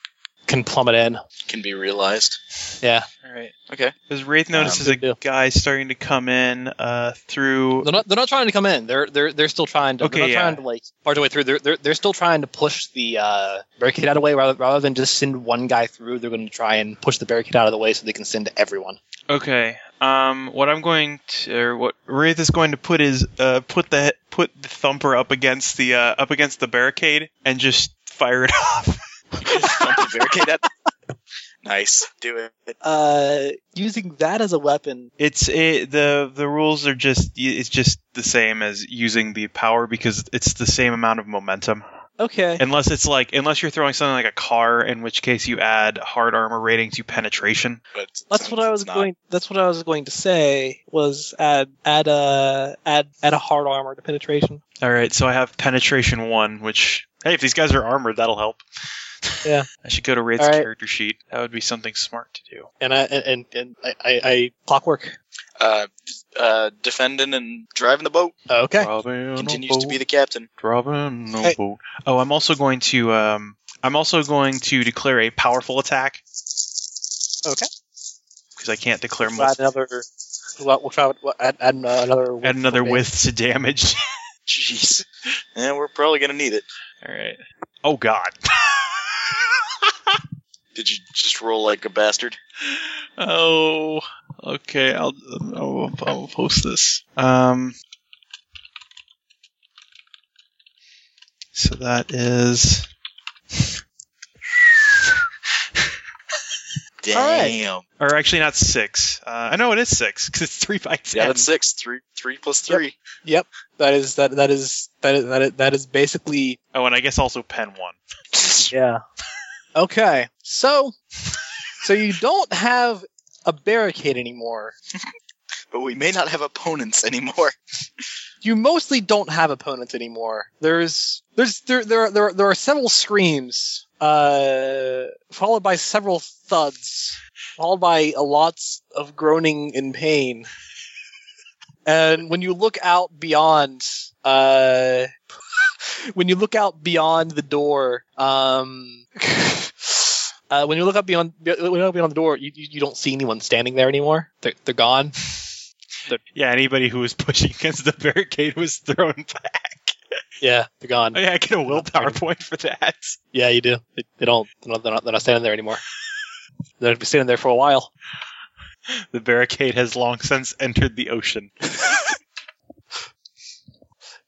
Speaker 1: can plummet in.
Speaker 2: Can be realized.
Speaker 1: [laughs] Yeah. All right.
Speaker 2: Okay.
Speaker 4: As Wraith notices
Speaker 1: good
Speaker 4: a
Speaker 1: deal.
Speaker 4: guy starting to come in uh, through.
Speaker 1: They're not, they're not trying to come in. They're they're they're still trying to.
Speaker 4: Okay,
Speaker 1: they're not
Speaker 4: yeah.
Speaker 1: trying to like barge their way through. They're, they're they're still trying to push the uh, barricade out of the way rather rather than just send one guy through. They're going to try and push the barricade out of the way so they can send everyone.
Speaker 4: Okay. Um, what I'm going to, or what Wraith is going to put is uh, put the put the thumper up against the uh, up against the barricade and just fire it [laughs] off.
Speaker 2: Dump the barricade at- Nice. Do it.
Speaker 1: Uh, using that as a weapon.
Speaker 4: It's it, the the rules are just it's just the same as using the power because it's the same amount of momentum.
Speaker 1: Okay.
Speaker 4: Unless it's like unless you're throwing something like a car, in which case you add hard armor rating to penetration.
Speaker 2: But
Speaker 1: That's
Speaker 2: since
Speaker 1: what I was
Speaker 2: it's not-
Speaker 1: going. That's what I was going to say. Was add add a add add a hard armor to penetration.
Speaker 4: All right, so I have penetration one, which hey, if these guys are armored, that'll help.
Speaker 1: Yeah.
Speaker 4: [laughs] I should go to Wraith's
Speaker 1: All right.
Speaker 4: character sheet. That would be something smart to do.
Speaker 1: And I and and I, I, I clockwork.
Speaker 2: Uh, uh, defending and driving the boat
Speaker 1: Okay.
Speaker 4: Robin
Speaker 2: continues to be the captain.
Speaker 4: Robin no
Speaker 1: Hey.
Speaker 4: boat. Oh, I'm also going to um, I'm also going to declare a powerful attack.
Speaker 1: Okay.
Speaker 4: Because I can't declare
Speaker 1: We'll add
Speaker 4: multiple.
Speaker 1: another. We'll, we'll try. We'll add, add uh, another.
Speaker 4: Add another
Speaker 1: with.
Speaker 4: with to damage. [laughs]
Speaker 2: Jeez. Yeah, we're probably gonna need it.
Speaker 4: All right. Oh God.
Speaker 2: Did you just roll like a bastard?
Speaker 4: oh. Okay. I'll I'll, I'll post this. Um. So that is
Speaker 1: right.
Speaker 2: Damn.
Speaker 4: Or actually, not six. Uh, I know it is six because it's three by ten.
Speaker 2: Yeah, that's six. Three, three plus
Speaker 1: Yep.
Speaker 2: three.
Speaker 1: That is that that is that is that is, that is basically
Speaker 4: Oh, and I guess also pen one.
Speaker 1: yeah. Okay, so so you don't have a barricade anymore.
Speaker 2: But we may not have opponents [laughs] anymore.
Speaker 1: You mostly don't have opponents anymore. There's there's there there are- there are, there are several screams, uh, followed by several thuds, followed by a lots of groaning in pain. And when you look out beyond, uh, [laughs] when you look out beyond the door, um, [laughs] uh, when you look up beyond, when you look up beyond the door, you, you, you don't see anyone standing there anymore. They're, they're gone. [laughs]
Speaker 4: Yeah, anybody who was [laughs] pushing against the barricade was thrown back.
Speaker 1: Yeah, they're gone.
Speaker 4: Oh, yeah, I get a willpower point for that.
Speaker 1: Yeah, you do. They, they don't. They're not, they're not. They're not standing there anymore. They're gonna be standing there for a while.
Speaker 7: The barricade has long since entered the ocean.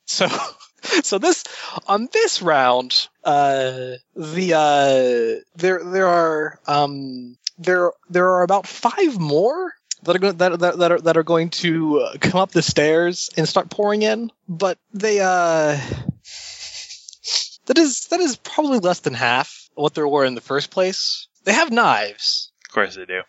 Speaker 1: So, [laughs] so this on this round, uh, the uh, there there are um, there there are about five more that are going that, that that are that are going to uh, come up the stairs and start pouring in, but they uh, that is that is probably less than half what there were in the first place. They have knives
Speaker 7: Of course they do.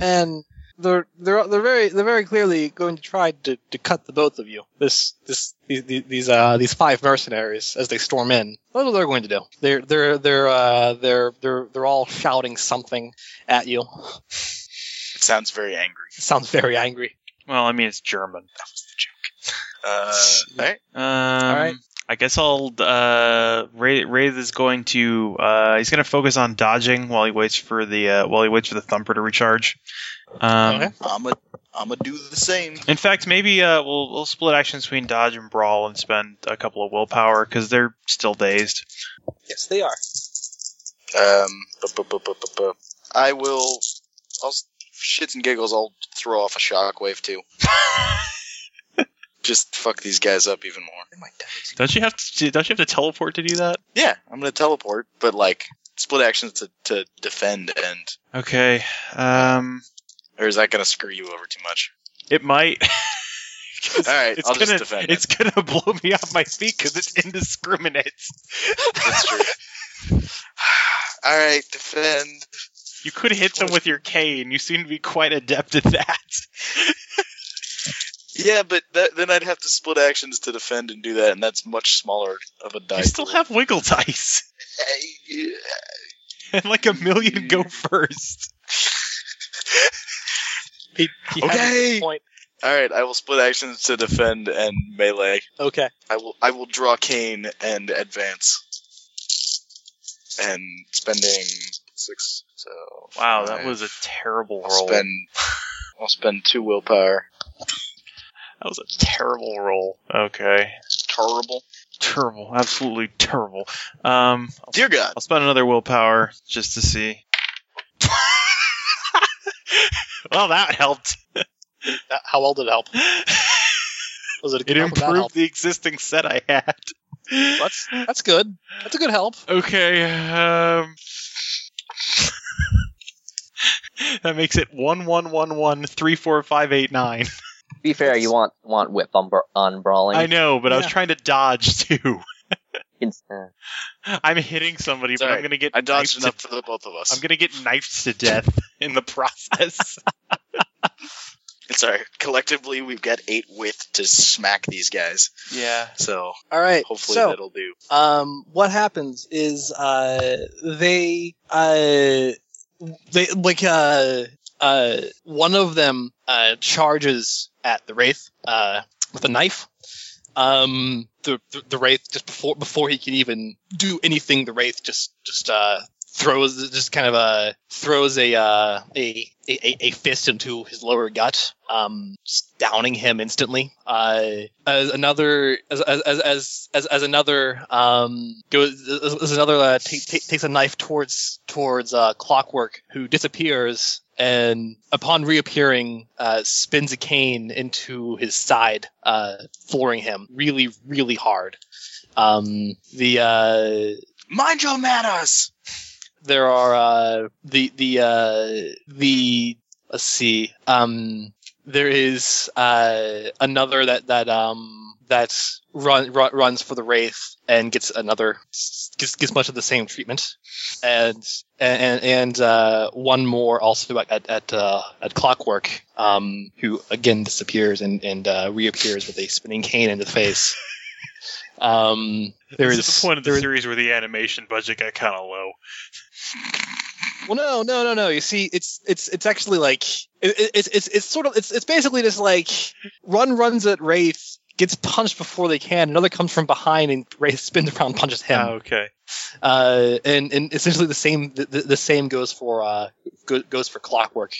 Speaker 1: and they're they're they're very they're very clearly going to try to, to cut the both of you. This this these these uh these five mercenaries as they storm in. That's what they're going to do. They're they're they're uh they're they're they're all shouting something at you. [laughs]
Speaker 2: It sounds very angry.
Speaker 1: Sounds very angry.
Speaker 4: Well, I mean, it's German.
Speaker 2: That was the joke. Uh, all right.
Speaker 4: Um,
Speaker 1: right.
Speaker 4: I guess I'll. Uh, Wraith, Wraith is going to. Uh, he's going to focus on dodging while he waits for the uh, while he waits for the thumper to recharge. Um,
Speaker 1: Okay.
Speaker 2: I'm gonna I'm gonna do the same.
Speaker 4: In fact, maybe uh, we'll we'll split actions between dodge and brawl and spend a couple of willpower because they're still dazed.
Speaker 1: Yes, they are.
Speaker 2: Um, bu- bu- bu- bu- bu- bu. I will. I'll s- shits and giggles. I'll throw off a shockwave too. Just fuck these guys up even more.
Speaker 4: Don't you have to? Don't you have to teleport to do that?
Speaker 2: Yeah, I'm gonna teleport, but like split actions to, to defend and
Speaker 4: Okay. Um,
Speaker 2: or is that gonna screw you over too much?
Speaker 4: it might. [laughs]
Speaker 2: All right,
Speaker 4: It's
Speaker 2: I'll just
Speaker 4: gonna,
Speaker 2: defend.
Speaker 4: it's gonna [laughs] blow me off my feet because it indiscriminates.
Speaker 2: That's true. [sighs] All right, defend.
Speaker 4: You could hit them with your cane. You seem to be quite adept at that.
Speaker 2: Yeah, but that, then I'd have to split actions to defend and do that, and that's much smaller of a die.
Speaker 4: you still
Speaker 2: pool.
Speaker 4: have wiggle dice [laughs] and like a million go first.
Speaker 1: He, he has
Speaker 2: Okay.
Speaker 1: a Point.
Speaker 2: All right, I will split actions to defend and melee.
Speaker 1: Okay.
Speaker 2: I will I will draw cane and advance. And spending six. So
Speaker 4: Wow, that
Speaker 2: five.
Speaker 4: was a terrible
Speaker 2: I'll
Speaker 4: roll.
Speaker 2: spend. I'll spend two willpower.
Speaker 4: That was a terrible roll. Okay.
Speaker 2: It's terrible.
Speaker 4: Terrible. Absolutely terrible. Um,
Speaker 2: Dear God.
Speaker 4: I'll spend another willpower just to see. [laughs] well, that helped.
Speaker 1: That- Uh, How well did it help? Was it a
Speaker 4: It
Speaker 1: good help or bad help?
Speaker 4: improved the existing set I had.
Speaker 1: That's that's good. That's a good help.
Speaker 4: Okay. Um, [laughs] that makes it one one one one three four five eight nine.
Speaker 5: Be fair, you want want whip on, bra- on brawling.
Speaker 4: I know, but I was
Speaker 1: Yeah.
Speaker 4: trying to dodge [laughs] too.
Speaker 5: It's, uh,
Speaker 4: I'm hitting somebody,
Speaker 2: It's
Speaker 4: but I'm
Speaker 2: alright.
Speaker 4: gonna get
Speaker 2: I dodged
Speaker 4: knifed
Speaker 2: enough for the both of
Speaker 4: To,
Speaker 2: us.
Speaker 4: I'm gonna get knifed to death [laughs] in the process.
Speaker 2: [laughs] It's all right. Collectively, we've got eight width to smack these guys.
Speaker 4: yeah.
Speaker 2: So
Speaker 1: All right.
Speaker 2: hopefully
Speaker 1: so,
Speaker 2: that'll do.
Speaker 1: um, what happens is uh, they uh, they like uh, uh, one of them uh, charges at the wraith uh, with a knife. Um, the, the the wraith just before before he can even do anything, the wraith just just uh, throws just kind of uh, throws a, uh, a a a- a fist into his lower gut, um, just downing him instantly. Uh, as another as as as as, as, as another um goes as, as another uh, ta ta takes a knife towards towards uh, Clockwork, who disappears and upon reappearing uh, spins a cane into his side, uh, flooring him really really hard. Um, the uh,
Speaker 2: Mind your manners.
Speaker 1: there are uh, the the uh, the let's see um, there is uh, another that that um that run, run runs for the wraith and gets another gets, gets much of the same treatment and and and uh, one more also at at at, uh, at clockwork um, who again disappears and and uh, reappears with a spinning cane into the face [laughs] um there
Speaker 7: This
Speaker 1: is
Speaker 7: is the point of the
Speaker 1: there-
Speaker 7: series where the animation budget got kind of low.
Speaker 1: Well, no, no, no, no. You see, it's it's it's actually like it, it, it's it's it's sort of it's it's basically just like run runs at Wraith, gets punched before they can. Another comes from behind and Wraith spins around, punches
Speaker 4: Oh,
Speaker 7: Ah,
Speaker 1: him.
Speaker 7: okay.
Speaker 1: Uh, and and essentially the same the, the, the same goes for uh go, goes for Clockwork.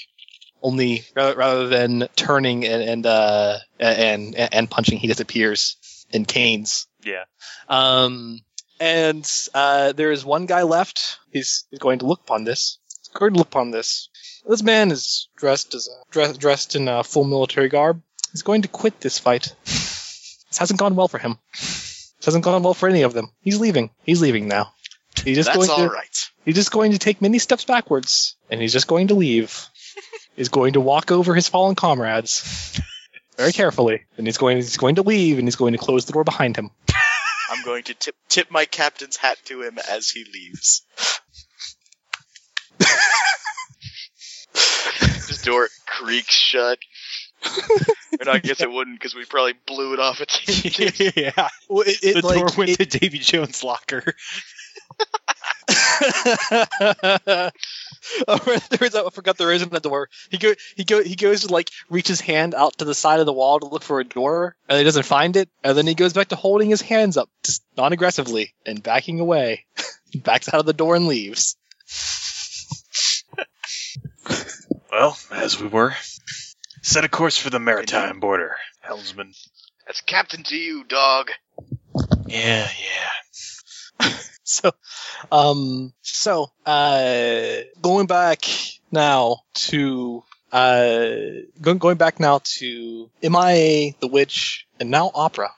Speaker 1: Only rather, rather than turning and and uh and and, and punching, he disappears and canes.
Speaker 7: Yeah.
Speaker 1: Um, and uh, there is one guy left. He's, he's going to look upon this. He's girdle upon this. This man is dressed as a, dress, dressed in uh, full military garb. He's going to quit this fight. This hasn't gone well for him. This hasn't gone well for any of them. He's leaving. He's leaving now. He's just
Speaker 2: That's
Speaker 1: going to
Speaker 2: all right.
Speaker 1: he's just going to take many steps backwards, and he's just going to leave. he's going to walk over his fallen comrades very carefully, and he's going he's going to leave, and he's going to close the door behind him.
Speaker 2: I'm going to tip tip my captain's hat to him as he leaves. [laughs] This door creaks shut. and I guess it wouldn't because we probably blew it off its [laughs]
Speaker 4: [laughs]
Speaker 2: hinges.
Speaker 7: yeah.
Speaker 1: Well, it,
Speaker 7: The door went to Davy Jones' locker.
Speaker 1: [laughs] Oh, there is, I forgot there isn't a door. He go, he go, he goes to like reach his hand out to the side of the wall to look for a door, and he doesn't find it. And then he goes back to holding his hands up, just non-aggressively, and backing away. [laughs] Backs out of the door and leaves.
Speaker 7: Well, as we were. Set a course for the maritime border, helmsman.
Speaker 2: That's captain to you, dog.
Speaker 7: Yeah, yeah.
Speaker 1: [laughs] So, um, so uh, going back now to uh, going going back now to MIA, the witch, and now Opera.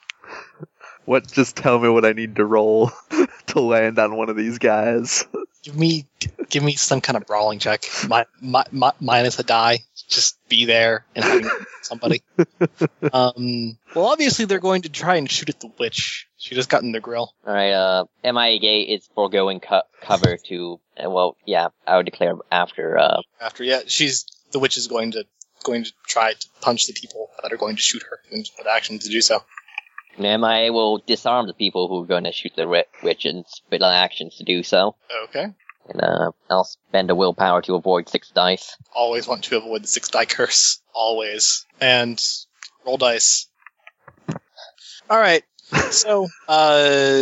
Speaker 6: What? Just tell me what I need to roll [laughs] to land on one of these guys.
Speaker 1: give me give me some kind of brawling check my, my, my, minus a die just be there and hang somebody um, well obviously they're going to try and shoot at the witch she just got in the grill
Speaker 5: All right. Uh, MIA Gay is foregoing co- cover to. Uh, well, yeah, I would declare after. Uh,
Speaker 1: after yeah she's the witch is going to going to try to punch the people that are going to shoot her and put action to do so
Speaker 5: MIA will disarm the people who are going to shoot the ri- witch and spit on actions to do so.
Speaker 1: okay
Speaker 5: And uh, I'll spend a willpower to avoid six dice.
Speaker 1: always want to avoid the six die curse always and roll dice all right so uh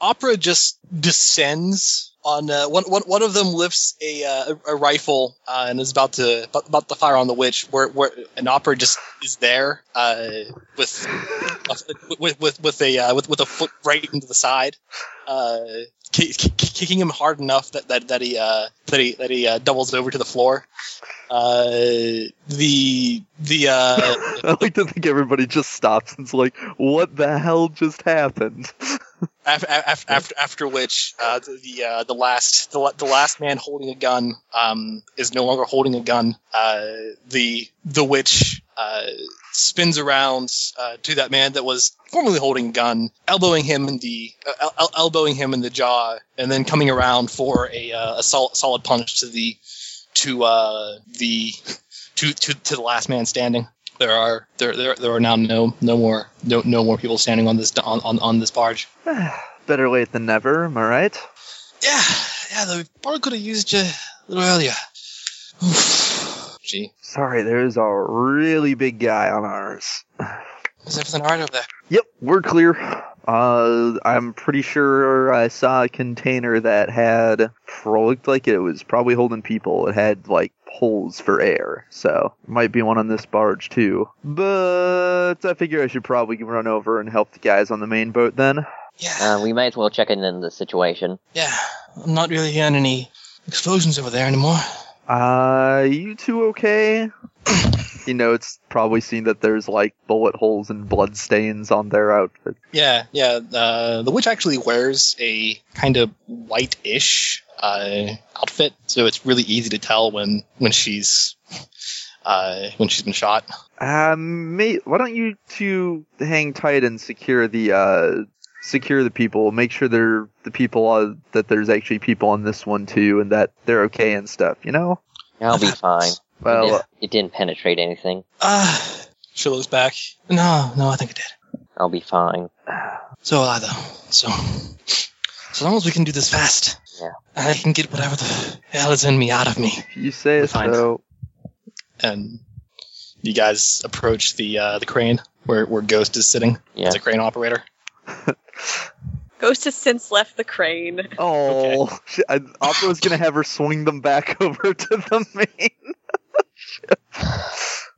Speaker 1: opera just descends on uh, one, one one of them lifts a uh, a a rifle uh, and is about to about, about to fire on the witch where where an opera just is there uh with a, with with with a uh, with with a foot right into the side uh ki- ki- kicking him hard enough that that that he uh that he that he uh, doubles over to the floor uh the the uh
Speaker 6: [laughs] I like to think everybody just stops and's like, "What the hell just happened?" [sighs]
Speaker 1: After, after, after, after which uh, the the, uh, the last the, la- the last man holding a gun um, is no longer holding a gun. Uh, the the witch uh, spins around uh, to that man that was formerly holding a gun, elbowing him in the uh, el- el- elbowing him in the jaw, and then coming around for a, uh, a sol- solid punch to the to uh, the to, to to the last man standing. There are there, there there are now no no more no no more people standing on this on, on, on this barge.
Speaker 6: Better late than never, am I right?
Speaker 1: Yeah, yeah, they probably could have used you a little earlier. Oof. Gee,
Speaker 6: Sorry, there's a really big guy on ours.
Speaker 1: is everything alright over there?
Speaker 6: Yep, we're clear. Uh, I'm pretty sure I saw a container that had pro- looked like it was probably holding people. It had like holes for air, so might be one on this barge too. But I figure I should probably run over and help the guys on the main boat then.
Speaker 1: Yeah,
Speaker 5: Uh, we might as well check in on the situation.
Speaker 1: yeah. I'm not really hearing any explosions over there anymore.
Speaker 6: Uh, you two okay? you know, it's probably seen that there's like bullet holes and blood stains on their outfit.
Speaker 1: Yeah, yeah. Uh, the witch actually wears a kind of whitish uh, outfit, so it's really easy to tell when when she's uh, when she's been shot.
Speaker 6: Um, may- why don't you two hang tight and secure the uh secure the people? Make sure they're the people uh, that there's actually people on this one too, and that they're okay and stuff. You know.
Speaker 1: [laughs]
Speaker 5: I'll be fine. it,
Speaker 6: Well,
Speaker 1: uh,
Speaker 5: didn't, it didn't penetrate anything.
Speaker 1: Ah, she looks back. No, no, I think it did.
Speaker 5: I'll be fine.
Speaker 1: So will I, though. So, as long as we can do this fast,
Speaker 5: Yeah.
Speaker 1: and I can get whatever the hell is in me out of me,
Speaker 6: if you say
Speaker 1: we're
Speaker 6: it
Speaker 1: fine.
Speaker 6: so.
Speaker 1: and you guys approach the uh, the crane where where Ghost is sitting.
Speaker 5: Yeah.
Speaker 1: It's a crane operator.
Speaker 3: Ghost has since left the crane.
Speaker 6: Oh, [laughs] she- I, Opera's gonna have her swing them back [laughs] over to the main.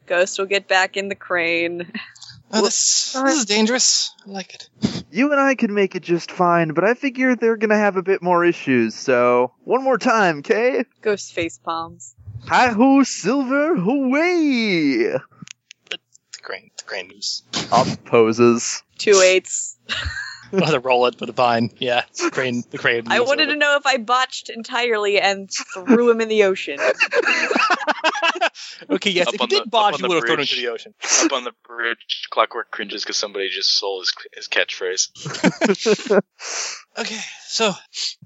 Speaker 3: Ghost will get back in the crane. [sighs]
Speaker 1: Oh, this, this is dangerous. I like it.
Speaker 6: You and I could make it just fine, but I figure they're gonna have a bit more issues, so one more time, okay?
Speaker 3: Ghost face palms.
Speaker 6: Hi ho, Silver, away!
Speaker 1: The crane, the crane moves.
Speaker 6: Up poses.
Speaker 3: Two eights.
Speaker 1: Rather roll it, but fine. Yeah, the crane, the crane.
Speaker 3: I
Speaker 1: moves
Speaker 3: wanted to
Speaker 1: over.
Speaker 3: know if I botched entirely and threw him in the ocean.
Speaker 1: [laughs] Okay, yes.
Speaker 2: Up
Speaker 1: if you
Speaker 2: on the-
Speaker 1: did
Speaker 2: up
Speaker 1: botch,
Speaker 2: on
Speaker 1: you
Speaker 2: the
Speaker 1: would have thrown
Speaker 2: bridge.
Speaker 1: into the ocean.
Speaker 2: Up on the bridge, Clockwork cringes because somebody just stole his, his catchphrase.
Speaker 1: Okay, so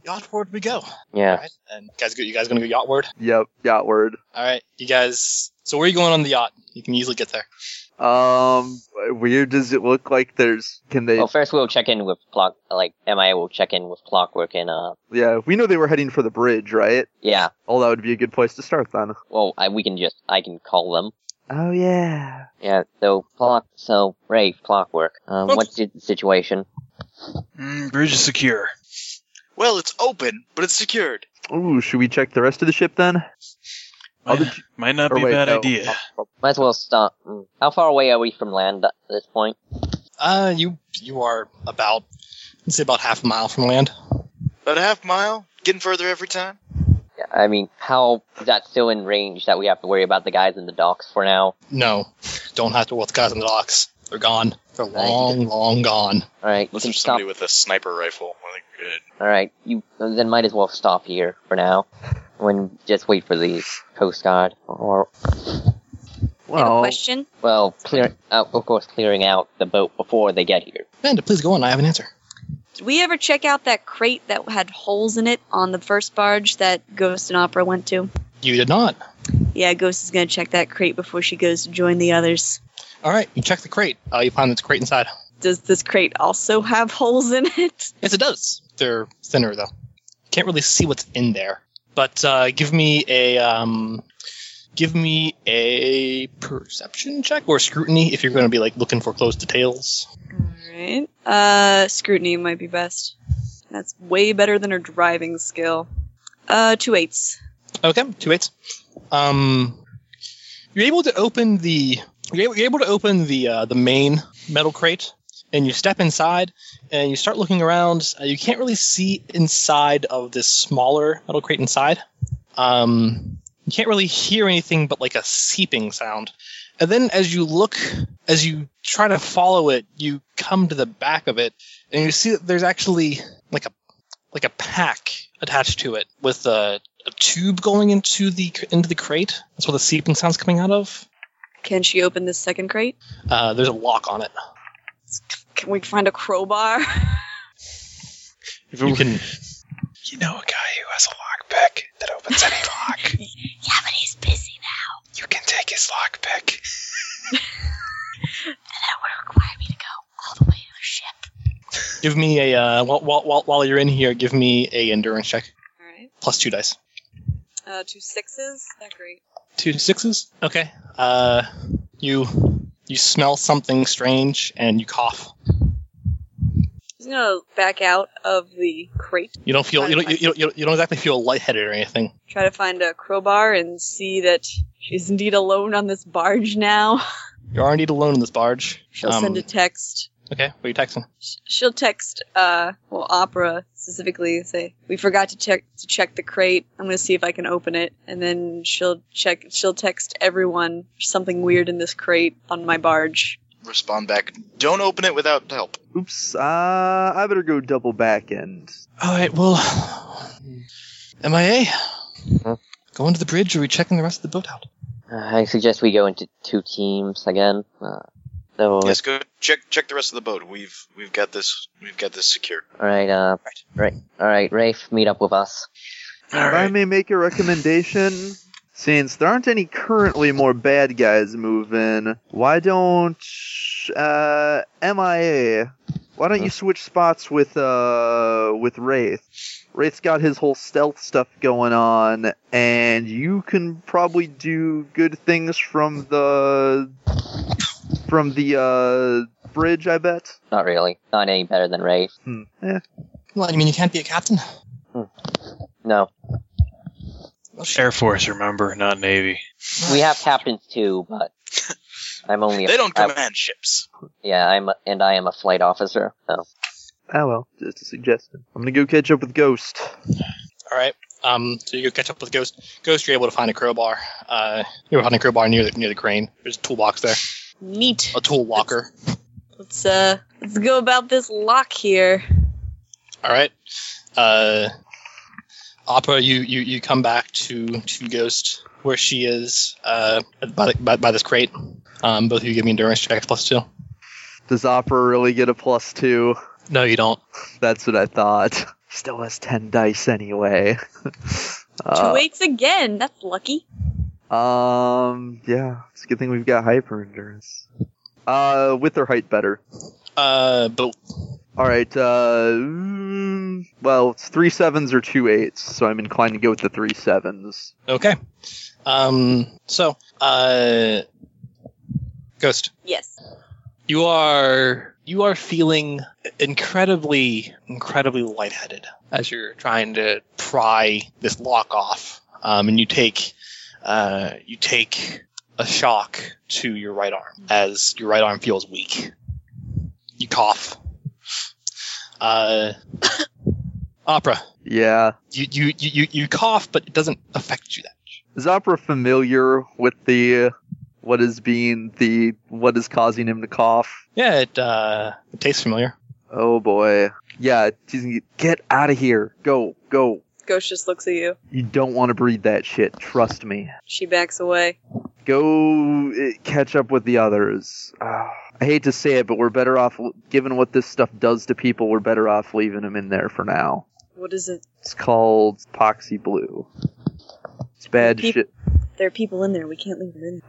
Speaker 1: yachtward we go.
Speaker 5: Yeah.
Speaker 1: Alright, and you guys, go- you guys gonna go yachtward?
Speaker 6: Yep, yacht word.
Speaker 1: All right, you guys. So where are you going on the yacht? You can easily get there.
Speaker 6: Um, weird does it look like there's, can they,
Speaker 5: Well, first we'll check in with clock. Like MIA will check in with clockwork and uh,
Speaker 6: yeah, we know they were heading for the bridge, right?
Speaker 5: yeah.
Speaker 6: Oh, that would be a good place to start then.
Speaker 5: Well, I, we can just I can call them.
Speaker 6: Oh yeah.
Speaker 5: Yeah. So clock. So Ray, clockwork. Um,
Speaker 1: Well-
Speaker 5: what's the situation?
Speaker 7: Mm, bridge is secure.
Speaker 2: Well, it's open, but it's secured.
Speaker 6: Ooh, should we check the rest of the ship then?
Speaker 4: Oh,
Speaker 7: Might,
Speaker 6: Other-
Speaker 7: might not
Speaker 6: or
Speaker 7: be a
Speaker 6: wait,
Speaker 7: bad
Speaker 6: no.
Speaker 7: idea.
Speaker 5: Might as well stop. mm. How far away are we from land at this point?
Speaker 1: Uh, you you are about let's say about half a mile from land.
Speaker 2: About a half mile, getting further every time.
Speaker 5: Yeah, I mean, how is that still in range that we have to worry about the guys in the docks for now?
Speaker 1: No, don't have to worry about the guys on the docks. They're gone. They're long, long gone.
Speaker 5: All right, you
Speaker 2: Unless
Speaker 5: can
Speaker 2: there's
Speaker 5: stop.
Speaker 2: somebody with a sniper rifle. I think we're good.
Speaker 5: All right, you then might as well stop here for now. When just wait for the coast guard or
Speaker 6: Well,
Speaker 3: Question?
Speaker 5: well, clear out of course clearing out the boat before they get here.
Speaker 1: Amanda, please go on. I have an answer.
Speaker 3: Did we ever check out that crate that had holes in it on the first barge that Ghost and Opera went to?
Speaker 1: You did not.
Speaker 3: Yeah, Ghost is gonna check that crate before she goes to join the others.
Speaker 1: All right, you check the crate. Uh, you find that the crate inside.
Speaker 3: Does this crate also have holes in it?
Speaker 1: Yes, it does. They're thinner though. Can't really see what's in there. But uh, give me a um, give me a perception check or scrutiny if you're going to be like looking for close details.
Speaker 3: Alright. Uh scrutiny might be best. That's way better than her driving skill. Uh two eights.
Speaker 1: Okay, two eights. Um, you're able to open the you're able, you're able to open the uh, the main metal crate, and you step inside and you start looking around. Uh, you can't really see inside of this smaller metal crate inside. Um, you can't really hear anything but like a seeping sound. And then as you look, as you try to follow it, you come to the back of it, and you see that there's actually like a like a pack attached to it with uh, a a tube going into the into the crate. That's where the seeping sounds coming out of.
Speaker 3: Can she open this second crate?
Speaker 1: Uh, there's a lock on it.
Speaker 3: Can we find a crowbar? [laughs]
Speaker 4: If it
Speaker 1: You
Speaker 4: were-
Speaker 1: can.
Speaker 7: You know a guy who has a lockpick that opens any lock.
Speaker 3: yeah, but he's busy now.
Speaker 7: You can take his [laughs] lockpick.
Speaker 3: [laughs] That would require me to go all the way to the ship.
Speaker 1: Give me a uh, while, while, while while you're in here. Give me a endurance check
Speaker 3: Alright.
Speaker 1: plus two dice.
Speaker 3: Uh two sixes? Not great.
Speaker 1: Two sixes. Okay. Uh, you you smell something strange and you cough.
Speaker 3: She's gonna back out of the crate,
Speaker 1: You don't feel you don't you, you, don't- you don't exactly feel lightheaded or anything.
Speaker 3: try to find a crowbar, and see that she's indeed alone on this barge now.
Speaker 1: You're already alone in this barge.
Speaker 3: [laughs] She'll
Speaker 1: Um,
Speaker 3: send a text.
Speaker 1: Okay. What are you texting?
Speaker 3: Sh- She'll text, uh, well, Opera specifically, say, "We forgot to check to check the crate. I'm gonna see if I can open it." And then she'll check. She'll text everyone something weird in this crate on my barge.
Speaker 2: Respond back. Don't open it without help.
Speaker 6: oops. Uh, I better go double back and
Speaker 1: All right. Well, MIA.
Speaker 5: Huh?
Speaker 1: Going to the bridge. Or are we checking the rest of the boat out?
Speaker 5: Uh, I suggest we go into two teams again. Uh, so
Speaker 2: Yes, go check check the rest of the boat. We've we've got this we've got this secure.
Speaker 5: all right, uh, right, all right, Rafe, meet up with us.
Speaker 7: All
Speaker 6: If I
Speaker 7: right.
Speaker 6: may make a recommendation, since there aren't any currently more bad guys moving, why don't uh, MIA? Why don't you switch spots with uh with Wraith? Wraith's got his whole stealth stuff going on, and you can probably do good things from the from the uh bridge. I bet.
Speaker 5: Not really, not any better than Rafe.
Speaker 6: Hmm. Eh,
Speaker 1: Well, you mean you can't be a captain?
Speaker 5: No,
Speaker 1: Well, shit.
Speaker 7: Air Force, remember, not Navy.
Speaker 5: we have captains too,
Speaker 2: [laughs]
Speaker 5: but I'm only a,
Speaker 2: They don't
Speaker 5: I-
Speaker 2: command ships.
Speaker 5: yeah, I'm a, and I am a flight officer. So
Speaker 6: Ah, well, just a suggestion. I'm gonna go catch up with Ghost.
Speaker 1: All right. Um, so you catch up with Ghost. Ghost, you're able to find a crowbar. Uh, you're finding a crowbar near the near the crane. There's a toolbox there,
Speaker 3: Neat.
Speaker 1: a tool locker.
Speaker 3: Let's uh let's go about this lock here.
Speaker 1: All right. Uh, Opera, you, you you come back to to Ghost where she is uh by the, by, by this crate. Um, both of you give me endurance checks plus two.
Speaker 6: Does Opera really get a plus two?
Speaker 1: No, you don't.
Speaker 6: That's what I thought. [laughs] Still has ten dice anyway. [laughs]
Speaker 3: Two
Speaker 6: uh,
Speaker 3: eights again. That's lucky.
Speaker 6: um, yeah, it's a good thing we've got hyper endurance. Uh, with her height better.
Speaker 1: Uh, but
Speaker 6: All right. Uh, mm, well, it's three sevens or two eights, so I'm inclined to go with the three sevens.
Speaker 1: okay. Um, so uh, Ghost.
Speaker 3: Yes.
Speaker 1: You are you are feeling incredibly incredibly lightheaded as you're trying to pry this lock off, um, and you take uh, you take a shock to your right arm as your right arm feels weak. You cough. Uh, [coughs] opera.
Speaker 6: Yeah.
Speaker 1: You, you you you you cough, but it doesn't affect you that. much.
Speaker 6: Is Opera familiar with the uh, what is being the what is causing him to cough?
Speaker 1: Yeah, it uh, it tastes familiar.
Speaker 6: Oh boy. Yeah. She's gonna get- get out of here. Go. Go.
Speaker 3: Ghost just looks at you.
Speaker 6: You don't want to breathe that shit. Trust me.
Speaker 3: She backs away.
Speaker 6: Go uh, catch up with the others. Ah, I hate to say it, but we're better off, given what this stuff does to people, we're better off leaving them in there for now.
Speaker 3: What is it?
Speaker 6: It's called Poxy Blue. It's bad
Speaker 3: Peep-
Speaker 6: shit.
Speaker 3: There are people in there. We can't leave them in.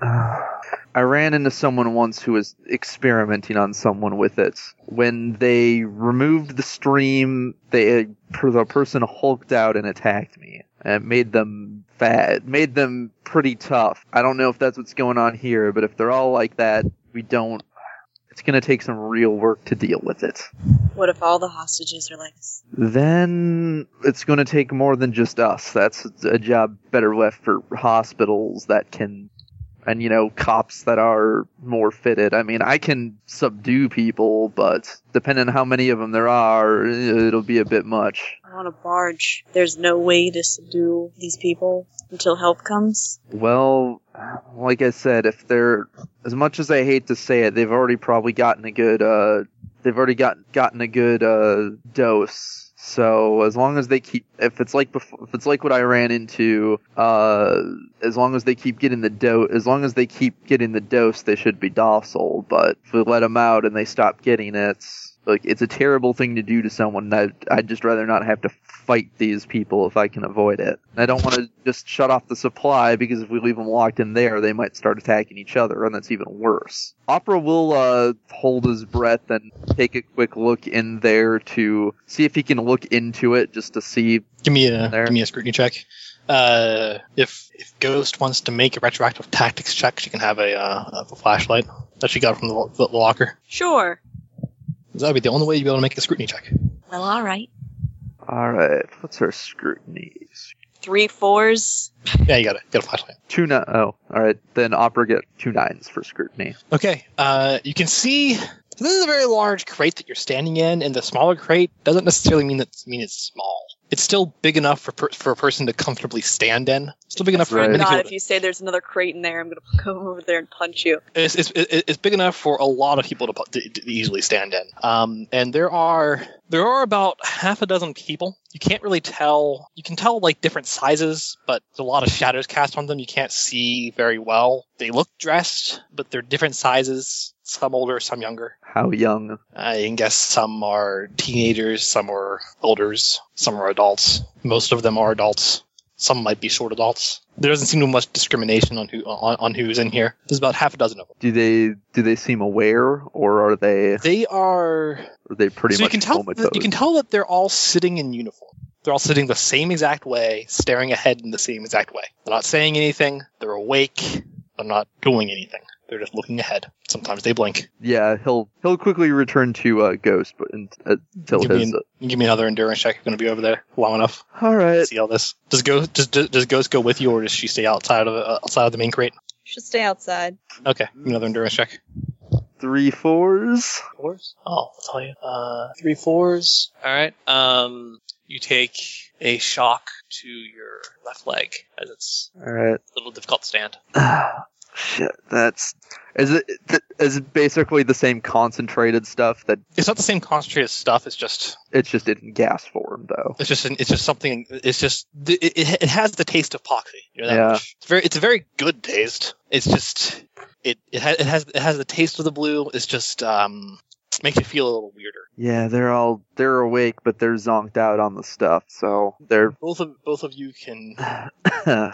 Speaker 6: I ran into someone once who was experimenting on someone with it. When they removed the stream, they per- the person hulked out and attacked me. And it made them fat. It made them pretty tough. I don't know if that's what's going on here, but if they're all like that, we don't. It's gonna take some real work to deal with it.
Speaker 3: What if all the hostages are like this?
Speaker 6: then it's going to take more than just us. That's a job better left for hospitals that can, and you know, cops that are more fitted. I mean, I can subdue people, but depending on how many of them there are, it'll be a bit much.
Speaker 3: I'm on a barge. There's no way to subdue these people until help comes.
Speaker 6: Well, like I said, if they're as much as I hate to say it, they've already probably gotten a good uh they've already got gotten a good uh dose. So as long as they keep if it's like before, if it's like what I ran into, uh as long as they keep getting the dose, as long as they keep getting the dose, they should be docile, but if we let them out and they stop getting it, like it's a terrible thing to do to someone. I I'd just rather not have to fight these people if I can avoid it. And I don't want to just shut off the supply because if we leave them locked in there, they might start attacking each other, and that's even worse. Opera will uh, hold his breath and take a quick look in there to see if he can look into it, just to see.
Speaker 1: Give me a
Speaker 6: There.
Speaker 1: give me a scrutiny check. Uh, if if Ghost wants to make a retroactive tactics check, she can have a, uh, a flashlight that she got from the, lo- the locker.
Speaker 3: Sure.
Speaker 1: That'd be the only way you'd be able to make a scrutiny check.
Speaker 3: Well, all right.
Speaker 6: All right, what's her scrutiny?
Speaker 3: Three fours.
Speaker 1: Yeah, you got it. Get a flashlight.
Speaker 6: Two nine. Oh, all right. Then Opera get two nines for scrutiny.
Speaker 1: Okay. Uh, you can see so this is a very large crate that you're standing in, and the smaller crate doesn't necessarily mean that mean it's small. It's still big enough for per, for a person to comfortably stand in. Still big enough for
Speaker 6: Right.
Speaker 1: many
Speaker 3: God,
Speaker 1: people.
Speaker 3: if you say there's another crate in there, I'm gonna [laughs] come over there and punch you.
Speaker 1: it's, it's, it- it's big enough for a lot of people to, pu- to, to easily stand in. Um, and there are there are about half a dozen people. You can't really tell. You can tell like different sizes, but there's a lot of shadows cast on them. You can't see very well. They look dressed, but they're different sizes. Some older, some younger.
Speaker 6: How young?
Speaker 1: I can guess some are teenagers, some are elders, some are adults. Most of them are adults. Some might be short adults. There doesn't seem to be much discrimination on who on, on who's in here. There's about half a dozen of them.
Speaker 6: Do they do they seem aware, or are they are
Speaker 1: They are.
Speaker 6: they pretty
Speaker 1: so you
Speaker 6: much
Speaker 1: can tell
Speaker 6: comatose?
Speaker 1: that, you can tell that they're all sitting in uniform. They're all sitting the same exact way, staring ahead in the same exact way. They're not saying anything. They're awake. They're not doing anything. They're just looking ahead. Sometimes they blink.
Speaker 6: Yeah, he'll he'll quickly return to uh, Ghost, but un- uh, until
Speaker 1: Give me
Speaker 6: his. uh,
Speaker 1: an- You give me another endurance check. You're going to be over there long enough
Speaker 6: all
Speaker 1: to
Speaker 6: right,
Speaker 1: see all this. Does Ghost does, does, does Ghost go with you, or does she stay outside of the- uh, outside of the main crate?
Speaker 3: Should stay outside.
Speaker 1: Okay, give me another endurance check.
Speaker 6: three fours.
Speaker 1: Fours? Oh, I'll tell you. Uh, three fours. All right. Um, you take a shock to your left leg as it's
Speaker 6: All right.
Speaker 1: a little difficult to stand.
Speaker 6: [sighs] Shit, that's is it th- is it basically the same concentrated stuff that
Speaker 1: It's not the same concentrated stuff. It's just
Speaker 6: it's just in gas form though.
Speaker 1: It's just an, it's just something. It's just it, it, it has the taste of poxy. You know that
Speaker 6: Yeah.
Speaker 1: much. It's very it's a very good taste. It's just it it, ha- it has it has the taste of the blue. It's just um makes you feel a little weirder.
Speaker 6: Yeah, they're all they're awake, but they're zonked out on the stuff, so they're
Speaker 1: Both of both of you can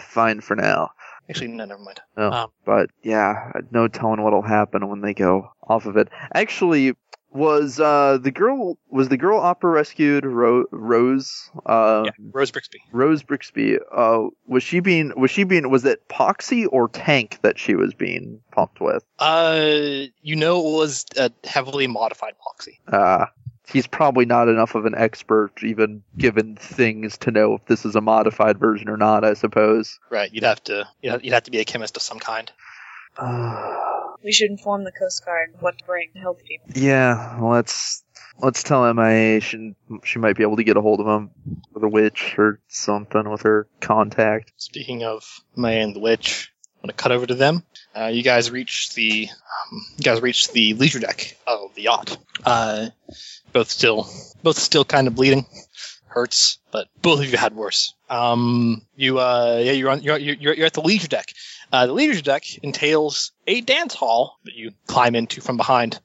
Speaker 6: [laughs] fine for now.
Speaker 1: actually no never mind.
Speaker 6: Oh.
Speaker 1: Um,
Speaker 6: But yeah, no telling what'll happen when they go off of it. Actually, was uh the girl was the girl opera rescued Ro- Rose uh
Speaker 1: yeah, Rose Brixby.
Speaker 6: Rose Brixby, uh, was she being was she being was it Poxy or Tank that she was being pumped with?
Speaker 1: Uh, you know it was a heavily modified poxy.
Speaker 6: Uh, he's probably not enough of an expert, even given things, to know if this is a modified version or not. I suppose. [sighs]
Speaker 1: Right, you'd have to you'd have, you'd have to be a chemist of some kind.
Speaker 8: We should inform the Coast Guard what to bring to help people.
Speaker 6: yeah, let's let's tell MIA she, she might be able to get a hold of him with a witch or something with her contact.
Speaker 1: Speaking of Maya and the Witch, I'm gonna cut over to them. Uh, you guys reach the um, you guys reach the leisure deck of the yacht. Uh, both still both still kind of bleeding, hurts, but both of you had worse. Um, you uh, yeah you're on you're, you're you're at the leisure deck. Uh, the leisure deck entails a dance hall that you climb into from behind.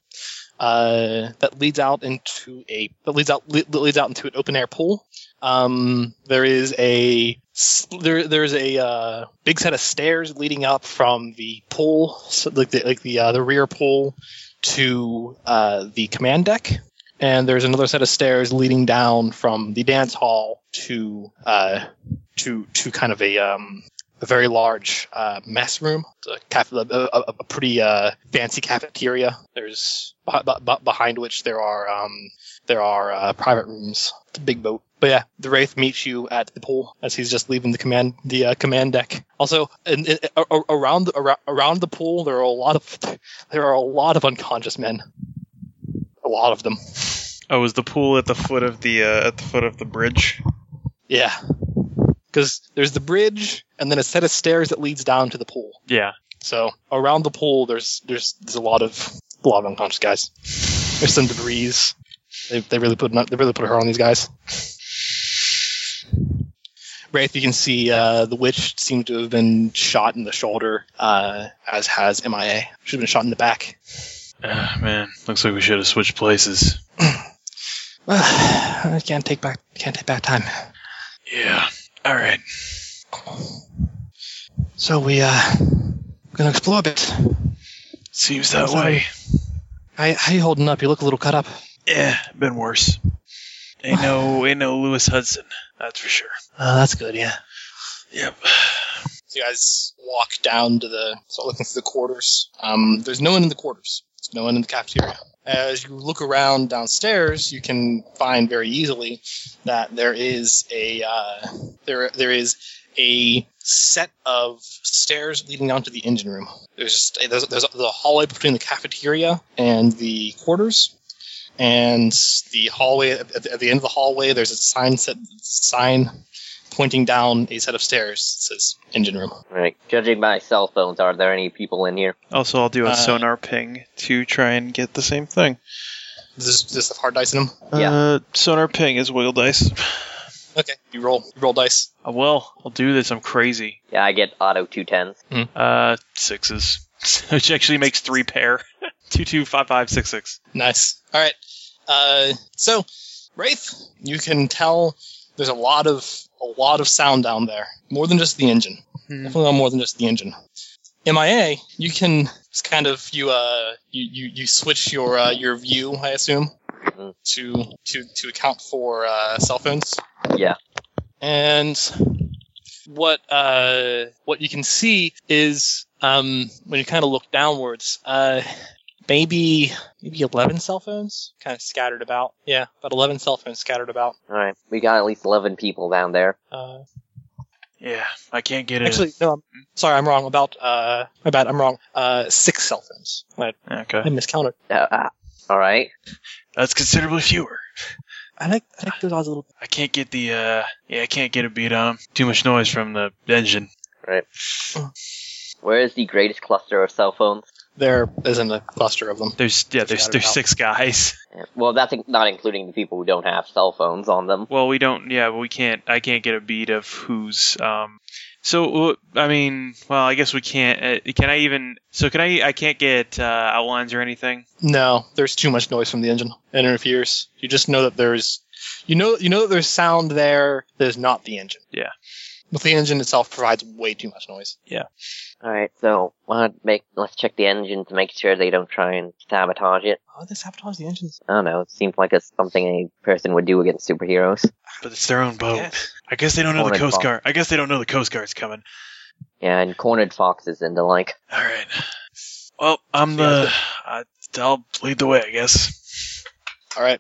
Speaker 1: Uh, that leads out into a that leads out le- leads out into an open air pool um, there is a s- there there's a uh, big set of stairs leading up from the pool, so like the like the uh, the rear pool to uh, the command deck, and there's another set of stairs leading down from the dance hall to uh, to to kind of a um, a very large uh, mess room, It's a, caf- a, a, a pretty uh, fancy cafeteria. There's beh- beh- behind which there are um, there are uh, private rooms. It's a big boat. But yeah, the wraith meets you at the pool as he's just leaving the command the uh, command deck. Also, in, in, a- a- around the around, around the pool, there are a lot of [laughs] there are a lot of unconscious men. A lot of them.
Speaker 4: Oh, is the pool at the foot of the uh, at the foot of the bridge?
Speaker 1: Yeah, because there's the bridge and then a set of stairs that leads down to the pool.
Speaker 4: Yeah.
Speaker 1: So around the pool, there's there's there's a lot of a lot of unconscious guys. There's some debris. They, they really put they really put her on these guys. Wraith, you can see uh, the witch seemed to have been shot in the shoulder, uh, as has MIA. She's been shot in the back. [sighs]
Speaker 7: Ah, man, looks like we should have switched places.
Speaker 1: I can't take back can't take back time.
Speaker 7: Yeah. All right.
Speaker 1: So we uh, gonna explore a bit.
Speaker 7: Seems that
Speaker 1: I'm sorry.
Speaker 7: way.
Speaker 1: How, how you holding up? You look a little cut up.
Speaker 7: Yeah, Eh, been worse. Ain't no, ain't no Lewis Hudson. That's for sure.
Speaker 1: Uh, that's good, yeah.
Speaker 7: Yep.
Speaker 1: So you guys walk down to the start looking through the quarters. Um, there's no one in the quarters. There's no one in the cafeteria. As you look around downstairs, you can find very easily that there is a uh, there there is a set of stairs leading down to the engine room. There's just there's, there's the hallway between the cafeteria and the quarters, and the hallway at the, at the end of the hallway there's a sign set sign pointing down a set of stairs. It says engine room.
Speaker 5: Right. Judging by cell phones, are there any people in here?
Speaker 4: Also, I'll do a
Speaker 1: Uh,
Speaker 4: sonar ping to try and get the same thing.
Speaker 1: Is this, is this the hard dice in them?
Speaker 5: Yeah.
Speaker 4: Uh, sonar ping is
Speaker 7: [sighs]
Speaker 4: wheel dice.
Speaker 1: Okay, you roll. You roll dice.
Speaker 4: Uh, well, I'll do this. I'm crazy.
Speaker 5: Yeah, I get auto two tens.
Speaker 4: Uh, sixes, [laughs] which actually makes three pair. [laughs] two two five five six six.
Speaker 1: Nice. All right. Uh, so, Wraith, you can tell there's a lot of a lot of sound down there. More than just the engine.
Speaker 4: Hmm.
Speaker 1: Definitely more than just the engine. MIA, you can just kind of you uh you you, you switch your uh, your view, I assume,
Speaker 5: Mhm.
Speaker 1: to to to account for uh, cell phones.
Speaker 5: Yeah.
Speaker 1: and what uh, what you can see is um, when you kind of look downwards, uh, maybe maybe eleven cell phones kind of scattered about. Yeah, about eleven cell phones scattered about.
Speaker 5: All right. We got at least eleven people down there.
Speaker 1: Uh,
Speaker 7: Yeah, I can't get it.
Speaker 1: actually, no, I'm, Sorry, I'm wrong. About uh, my bad. I'm wrong. Uh, six Selfims. I,
Speaker 4: Okay.
Speaker 1: I miscounted.
Speaker 5: Uh, uh, all right.
Speaker 7: That's considerably fewer.
Speaker 1: I like I like those odds a little bit.
Speaker 7: I can't get the uh yeah, I can't get a beat on 'em. Too much noise from the engine.
Speaker 5: Where is the greatest cluster of cell phones?
Speaker 1: There isn't a cluster of them.
Speaker 7: There's yeah, there's
Speaker 1: Scattered
Speaker 7: there's
Speaker 1: out.
Speaker 7: six guys. [laughs]
Speaker 5: Yeah, Well, that's not including the people who don't have cell phones on them.
Speaker 7: Well, we don't yeah, we can't I can't get a beat of who's um so uh, I mean, well, I guess we can't uh, can I even so can I I can't get uh, outlines or anything?
Speaker 1: No, there's too much noise from the engine. It interferes. You just know that there's, you know, you know that there's sound there. There's not the engine.
Speaker 7: Yeah.
Speaker 1: But the engine itself provides way too much noise.
Speaker 5: All right, so uh, make let's check the engine to make sure they don't try and sabotage it.
Speaker 1: Oh, they sabotage the engines.
Speaker 5: I don't know. It seems like it's something a person would do against superheroes.
Speaker 7: But it's their own boat.
Speaker 1: Yes.
Speaker 7: I guess they don't know
Speaker 5: Or
Speaker 7: the
Speaker 5: a
Speaker 7: Coast
Speaker 5: bomb.
Speaker 7: Guard. I guess they don't know the Coast Guard's coming.
Speaker 5: Yeah, and cornered foxes and the like.
Speaker 7: All right. Well, I'm the I, I'll lead the way, I guess.
Speaker 1: All right.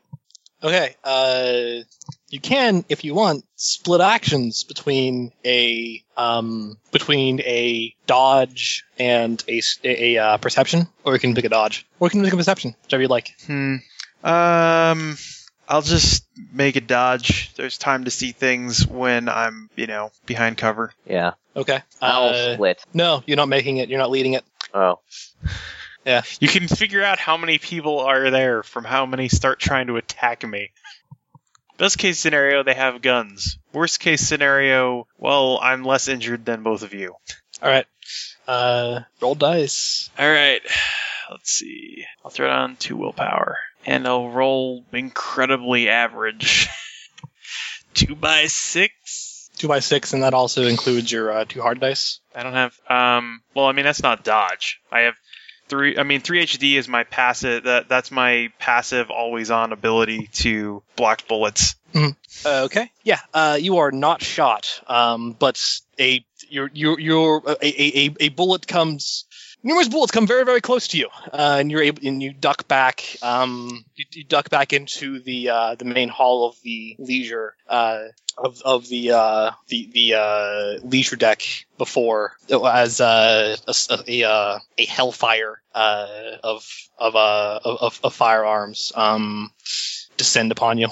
Speaker 1: Okay. Uh, you can, if you want, split actions between a um, between a dodge and a s- a- a, uh, perception, or you can pick a dodge, or you can pick a perception, whichever you like.
Speaker 4: Hmm. Um, I'll just make a dodge. There's time to see things when I'm, you know, behind cover.
Speaker 5: Yeah,
Speaker 1: Okay.
Speaker 5: I'll
Speaker 1: Uh,
Speaker 5: split.
Speaker 1: no, you're not making it. You're not leading it.
Speaker 5: Oh,
Speaker 4: You can figure out how many people are there from how many start trying to attack me. Best case scenario, they have guns. Worst case scenario, well, I'm less injured than both of you.
Speaker 1: All right. Uh, roll dice.
Speaker 7: All right.
Speaker 4: [sighs] Let's see. I'll throw down two willpower. And I'll roll incredibly average. [laughs] two by six?
Speaker 1: Two by six, and that also includes your uh, two hard dice.
Speaker 4: I don't have. Um. Well, I mean that's not dodge. I have three. I mean three HD is my passive. That that's my passive always on ability to block bullets.
Speaker 1: Uh, okay. Yeah. Uh, you are not shot. Um, but a your your your uh, a, a, a- a bullet comes. Numerous bullets come very very close to you, uh, and you're able and you duck back. Um, you, you duck back into the uh, the main hall of the leisure uh, of of the uh, the the uh, leisure deck before as uh, a s- a a, a hellfire uh, of of uh of, of, of firearms um, descend upon you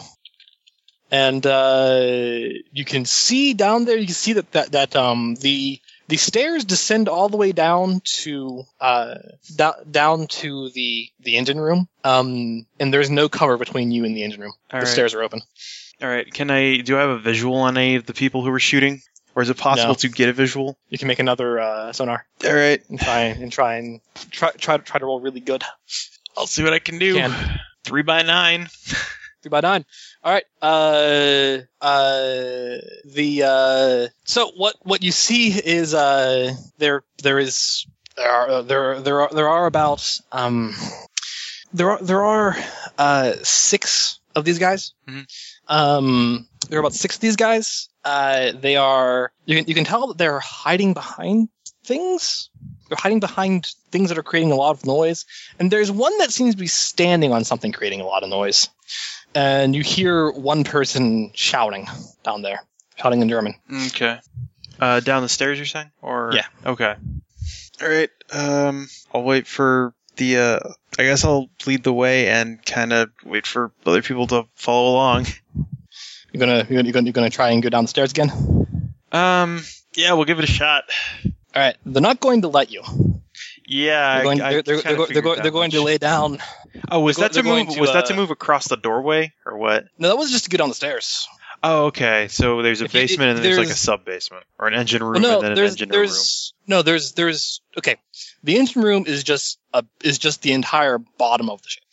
Speaker 1: and uh, you can see down there. You can see that that, that um, the the stairs descend all the way down to uh, do- down to the the engine room. Um, and there's no cover between you and the engine room.
Speaker 4: All
Speaker 1: the
Speaker 4: right.
Speaker 1: stairs are open.
Speaker 4: All right. Can I? Do I have a visual on any of the people who were shooting, or is it possible
Speaker 1: No.
Speaker 4: to get a visual?
Speaker 1: You can make another uh, sonar
Speaker 4: All right.
Speaker 1: and try and try and try try to try to roll really good.
Speaker 4: I'll see what I can do.
Speaker 1: Can.
Speaker 4: Three by nine.
Speaker 1: Three by nine. All right. Uh, uh, the uh, so what what you see is uh, there there is there are uh, there there are there are about um there are there are uh six of these guys.
Speaker 4: Mhm.
Speaker 1: Um, there are about six of these guys. Uh, they are you can you can tell that they're hiding behind things. They're hiding behind things that are creating a lot of noise, and there's one that seems to be standing on something creating a lot of noise and you hear one person shouting down there, shouting in German.
Speaker 4: Okay. Uh, down the stairs, you're saying? Or
Speaker 1: Yeah.
Speaker 4: Okay. All right. Um, I'll wait for the. Uh, I guess I'll lead the way and kind of wait for other people to follow along.
Speaker 1: You're gonna you're gonna you're gonna, you're gonna try and go down the stairs again. All
Speaker 4: [laughs] Um, yeah, we'll give it a shot.
Speaker 1: right, they're not going to let you.
Speaker 4: Yeah,
Speaker 1: They're going,
Speaker 4: I- I
Speaker 1: they're, they're,
Speaker 4: kinda
Speaker 1: they're, go- they're,
Speaker 4: figured
Speaker 1: go-
Speaker 4: that
Speaker 1: they're going to
Speaker 4: much.
Speaker 1: lay down.
Speaker 4: Oh, was
Speaker 1: they're
Speaker 4: that
Speaker 1: go-
Speaker 4: to
Speaker 1: they're
Speaker 4: move?
Speaker 1: going to,
Speaker 4: was that to
Speaker 1: uh,
Speaker 4: move across the doorway or what?
Speaker 1: No, that was just to go down the stairs.
Speaker 4: Oh, okay. So there's a
Speaker 1: If you-
Speaker 4: basement and then there's, like a
Speaker 1: there's-
Speaker 4: sub basement or an engine
Speaker 1: Well,
Speaker 4: room
Speaker 1: no,
Speaker 4: and then an
Speaker 1: there's
Speaker 4: engine
Speaker 1: there's no there's there's okay. The engine room is just a is just the entire bottom of the ship.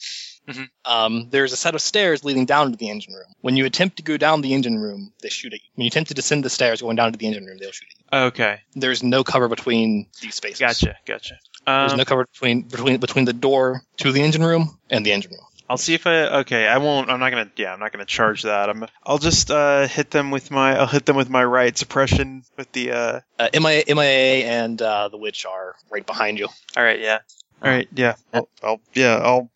Speaker 4: Mhm.
Speaker 1: Um, there's a set of stairs leading down to the engine room. When you attempt to go down the engine room, they shoot at you. When you attempt to descend the stairs going down to the engine room, they'll shoot at you.
Speaker 4: room. Okay,
Speaker 1: There's no cover between these spaces.
Speaker 4: gotcha, gotcha.
Speaker 1: There's
Speaker 4: Um,
Speaker 1: no cover between between between the door to the engine room and the engine room.
Speaker 4: I'll see if I okay. I won't. I'm not gonna. Yeah, I'm not gonna charge that. I'm. I'll just uh, hit them with my. I'll hit them with my right suppression with the. Uh,
Speaker 1: Uh, MIA, MIA and uh, the witch are right behind you.
Speaker 4: all right. Yeah. All right. Yeah. I'll, I'll. Yeah. I'll.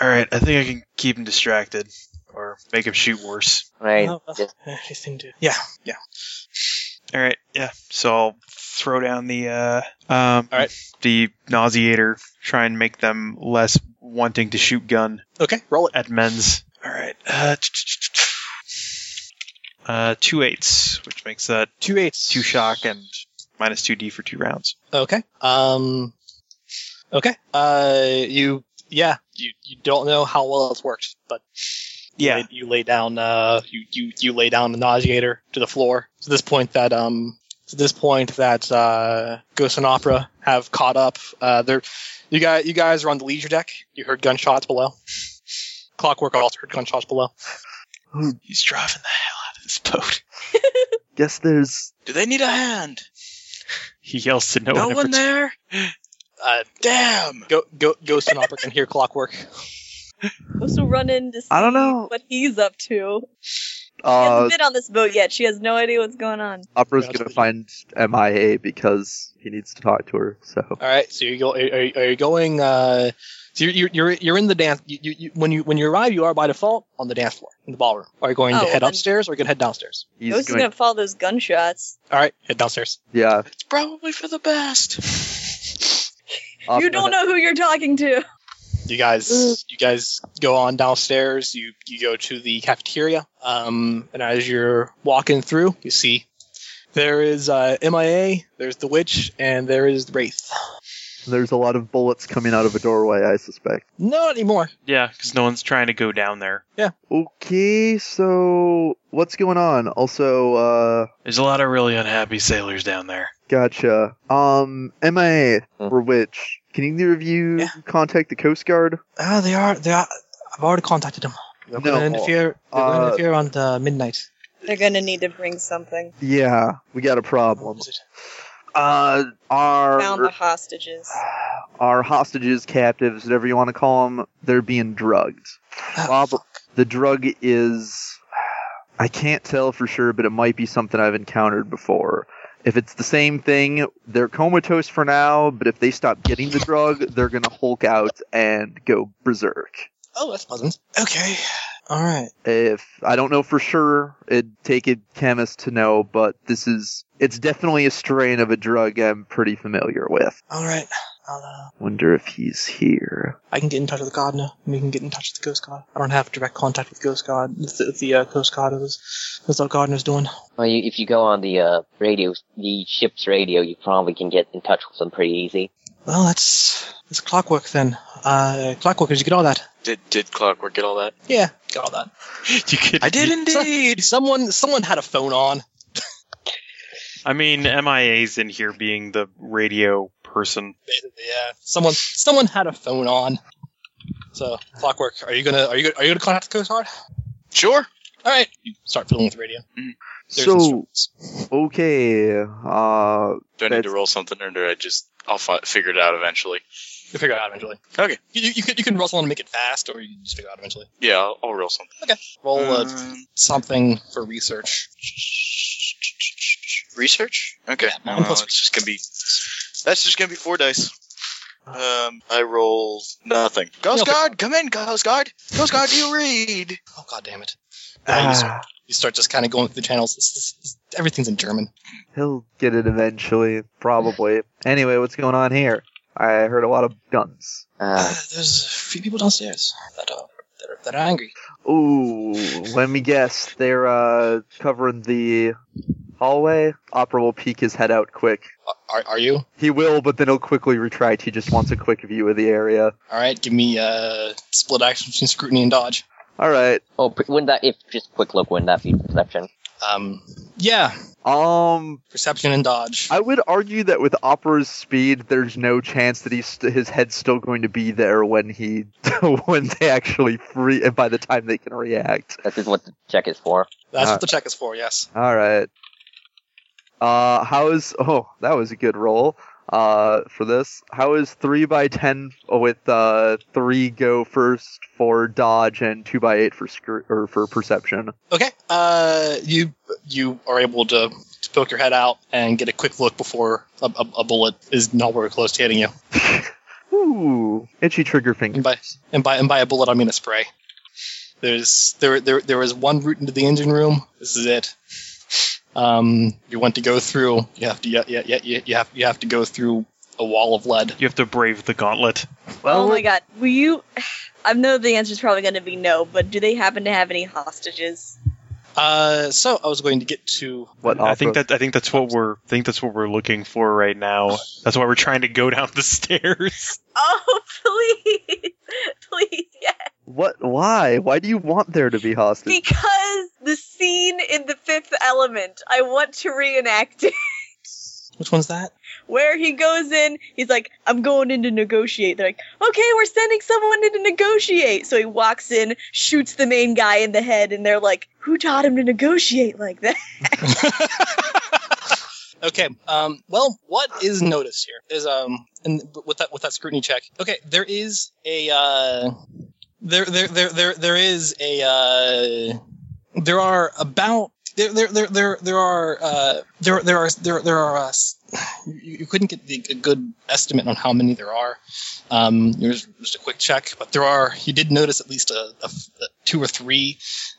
Speaker 4: All right. I think I can keep them distracted or make them shoot worse.
Speaker 5: all right.
Speaker 1: No, uh,
Speaker 5: Just
Speaker 1: anything to- yeah, yeah.
Speaker 7: All right. Yeah. So I'll throw down the uh, um,
Speaker 1: All right.
Speaker 7: the nauseator. Try and make them less wanting to shoot gun
Speaker 1: Okay, roll it.
Speaker 7: at men's. All right. Uh, uh, two eights, which makes that
Speaker 1: Two eights.
Speaker 7: two shock and minus two D for two rounds.
Speaker 1: Okay. Um. Okay. Uh. You. Yeah. You. You don't know how well it's worked, but
Speaker 7: Yeah.
Speaker 1: you lay down. Uh. You. You. You lay down the nauseator to the floor. To this point, that um. To this point, that uh, Ghost and Opera have caught up. Uh, they're. You guys. You guys are on the leisure deck. You heard gunshots below. Clockwork also heard gunshots below.
Speaker 7: He's driving the hell out of this boat.
Speaker 6: Guess there's
Speaker 2: Do they need a hand?
Speaker 7: He yells to no,
Speaker 2: No,
Speaker 7: one. in
Speaker 2: one
Speaker 7: particular.
Speaker 2: there?
Speaker 1: Uh,
Speaker 2: Damn!
Speaker 1: go, go, Ghost and Opera can hear Clockwork.
Speaker 3: Supposed to run in to see
Speaker 6: I don't know.
Speaker 3: what he's up to. She
Speaker 6: uh
Speaker 3: hasn't been on this boat yet. She has no idea what's going on.
Speaker 6: Opera's
Speaker 1: Gotcha.
Speaker 6: gonna find MIA because he needs to talk to her. So
Speaker 1: All right. So you go. Are, are are you going? Uh, so you're, you're you're you're in the dance. You, you, you, when you when you arrive, you are by default on the dance floor in the ballroom. Are you going
Speaker 3: Oh,
Speaker 1: to head
Speaker 3: then-
Speaker 1: upstairs or are you going to head downstairs?
Speaker 6: he's
Speaker 3: Ghost is
Speaker 6: going-
Speaker 3: gonna follow those gunshots.
Speaker 1: All right, head downstairs.
Speaker 6: yeah.
Speaker 2: It's probably for the best.
Speaker 6: Opera-
Speaker 3: you don't know who you're talking to.
Speaker 1: You guys you guys go on downstairs. You you go to the cafeteria. Um, and as you're walking through, you see there is uh, Mia. There's the witch, and there is Wraith.
Speaker 6: There's a lot of bullets coming out of a doorway, I suspect.
Speaker 1: Not anymore.
Speaker 7: Yeah, because no one's trying to go down there.
Speaker 6: Okay, so what's going on? Also, uh
Speaker 7: There's a lot of really unhappy sailors down
Speaker 4: [laughs]
Speaker 7: there.
Speaker 6: gotcha. Um MIA
Speaker 5: Hmm.
Speaker 6: or which? Can either of you
Speaker 1: Yeah.
Speaker 6: contact the Coast Guard?
Speaker 1: Ah, they are. They are. I've already contacted them. They're
Speaker 6: No.
Speaker 1: going to interfere. They're going to
Speaker 6: Uh,
Speaker 1: interfere on the midnight.
Speaker 3: They're gonna need to bring something.
Speaker 6: Yeah, we got a problem.
Speaker 1: What is it?
Speaker 6: Uh our
Speaker 3: Found the hostages.
Speaker 6: our hostages, captives, whatever you want to call them, they're being drugged. Prob- the drug is. I can't tell for sure, but it might be something I've encountered before. If it's the same thing, they're comatose for now, but if they stop getting the drug, they're going to hulk out and go berserk.
Speaker 1: Oh, that's pleasant. Okay. All right.
Speaker 6: If I don't know for sure, it'd take a chemist to know, but this is. It's definitely a strain of a drug I'm pretty familiar with.
Speaker 1: All right. I'll, uh,
Speaker 6: Wonder if he's here.
Speaker 1: I can get in touch with the god now. We can get in touch with the ghost god. I don't have direct contact with ghost god. With the, with the uh, ghost god. It was that's what Gardner's doing.
Speaker 5: Well, you, if you go on the uh, radio, the ship's radio, you probably can get in touch with them pretty easy.
Speaker 1: Well, that's that's clockwork then. Uh, clockwork, did you get all that?
Speaker 2: Did, did Clockwork get all that?
Speaker 1: Yeah, got all that.
Speaker 7: you could.
Speaker 2: I did indeed!
Speaker 1: Someone someone had a phone on.
Speaker 7: I mean, MIA's in here being the radio person.
Speaker 1: Yeah, someone someone had a phone on. So clockwork, are you gonna are you gonna, are you gonna contact the ghost god?
Speaker 2: Sure.
Speaker 1: All right. You start fiddling with the radio. There's
Speaker 6: so,
Speaker 1: instructions.
Speaker 6: okay, uh,
Speaker 2: Do I need to
Speaker 6: That's-
Speaker 2: roll something or do I just. I'll fi- figure it out eventually.
Speaker 1: You'll figure it out eventually.
Speaker 2: Okay.
Speaker 1: You, you, you, can, you can rustle and make it fast, or you can just figure it out eventually.
Speaker 2: Yeah, I'll, I'll roll something.
Speaker 1: Roll uh,
Speaker 2: Um,
Speaker 1: something for research.
Speaker 2: research? Okay.
Speaker 1: Yeah,
Speaker 2: No,
Speaker 1: one
Speaker 2: no,
Speaker 1: plus-
Speaker 2: it's just gonna be. That's just gonna be four dice. Um, I roll nothing. Ghost
Speaker 1: Okay.
Speaker 2: Guard, come in, Ghost Guard. Ghost Guard, do you read?
Speaker 1: Oh god damn it! Yeah, you, start, you start just kind of going through the channels. This, this, this, everything's in German.
Speaker 6: he'll get it eventually, probably. [laughs] anyway, what's going on here? I heard a lot of guns.
Speaker 5: Uh,
Speaker 1: there's a few people downstairs that are that are, that are angry.
Speaker 6: Ooh, let me guess. They're uh, covering the hallway. Opera will peek his head out quick.
Speaker 1: Are, are you
Speaker 6: He will, but then he'll quickly retract. He just wants a quick view of the area.
Speaker 1: all right? Give me uh, split action between scrutiny and dodge.
Speaker 6: All right.
Speaker 5: oh, pre- wouldn't that if just quick look? Wouldn't that be perception?
Speaker 1: Um, yeah,
Speaker 6: Um,
Speaker 1: perception and dodge.
Speaker 6: I would argue that with Opera's speed, there's no chance that he's st- his head's still going to be there when he [laughs] when they actually free and by the time they can react.
Speaker 5: This is what the check is for.
Speaker 1: That's
Speaker 6: uh,
Speaker 1: what the check is for. Yes.
Speaker 6: All right. Uh, how is oh that was a good roll. Uh, for this, how is three by ten with uh three go first for dodge and two by eight for screw or for perception?
Speaker 1: Okay. Uh, you you are able to, to poke your head out and get a quick look before a, a, a bullet is nowhere close to hitting you.
Speaker 6: Ooh, itchy trigger
Speaker 1: And
Speaker 6: finger.
Speaker 1: by and by and by a bullet, I mean a spray. There's there there there is one route into the engine room. This is it. Um, you want to go through. You have to. Yeah, yeah, yeah, yeah, you have. You have to go through a wall of lead.
Speaker 4: You have to brave the gauntlet.
Speaker 3: oh my god. Will you? [sighs] I know the answer's probably going to be no, but do they happen to have any hostages?
Speaker 1: Uh, so I was going to get to.
Speaker 6: What
Speaker 4: I think
Speaker 6: opera-
Speaker 4: that I think that's what we're I think that's what we're looking for right now. That's why we're trying to go [laughs] down the stairs.
Speaker 3: Oh [laughs] please, please, yes.
Speaker 6: What? Why? Why do you want there to be hostages?
Speaker 3: Because the scene in The Fifth Element, I want to reenact it. [laughs]
Speaker 1: Which one's that?
Speaker 3: Where he goes in, he's like, I'm going in to negotiate. They're like, okay, we're sending someone in to negotiate. So he walks in, shoots the main guy in the head, and they're like, who taught him to negotiate like that?
Speaker 1: [laughs] okay. Um, well, what is noticed here is um, and with that with that scrutiny check. Okay, there is a uh, there there there there there is a uh, there are about there there there there, there are uh, there there are there there are uh, s- you, you couldn't get the, a good estimate on how many there are. Um, here's just a quick check, but there are. You did notice at least a, a f- a two or three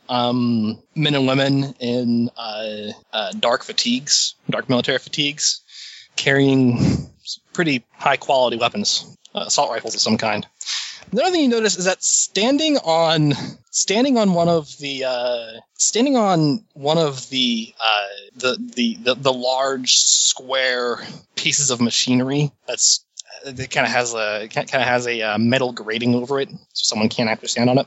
Speaker 1: um, men and women in uh, uh, dark fatigues, dark military fatigues, carrying pretty high quality weapons, uh, assault rifles of some kind. The other thing you notice is that standing on standing on one of the uh, standing on one of the, uh, the, the the the large square pieces of machinery that's it kind of has a kind of has a uh, metal grating over it, so someone can't actually stand on it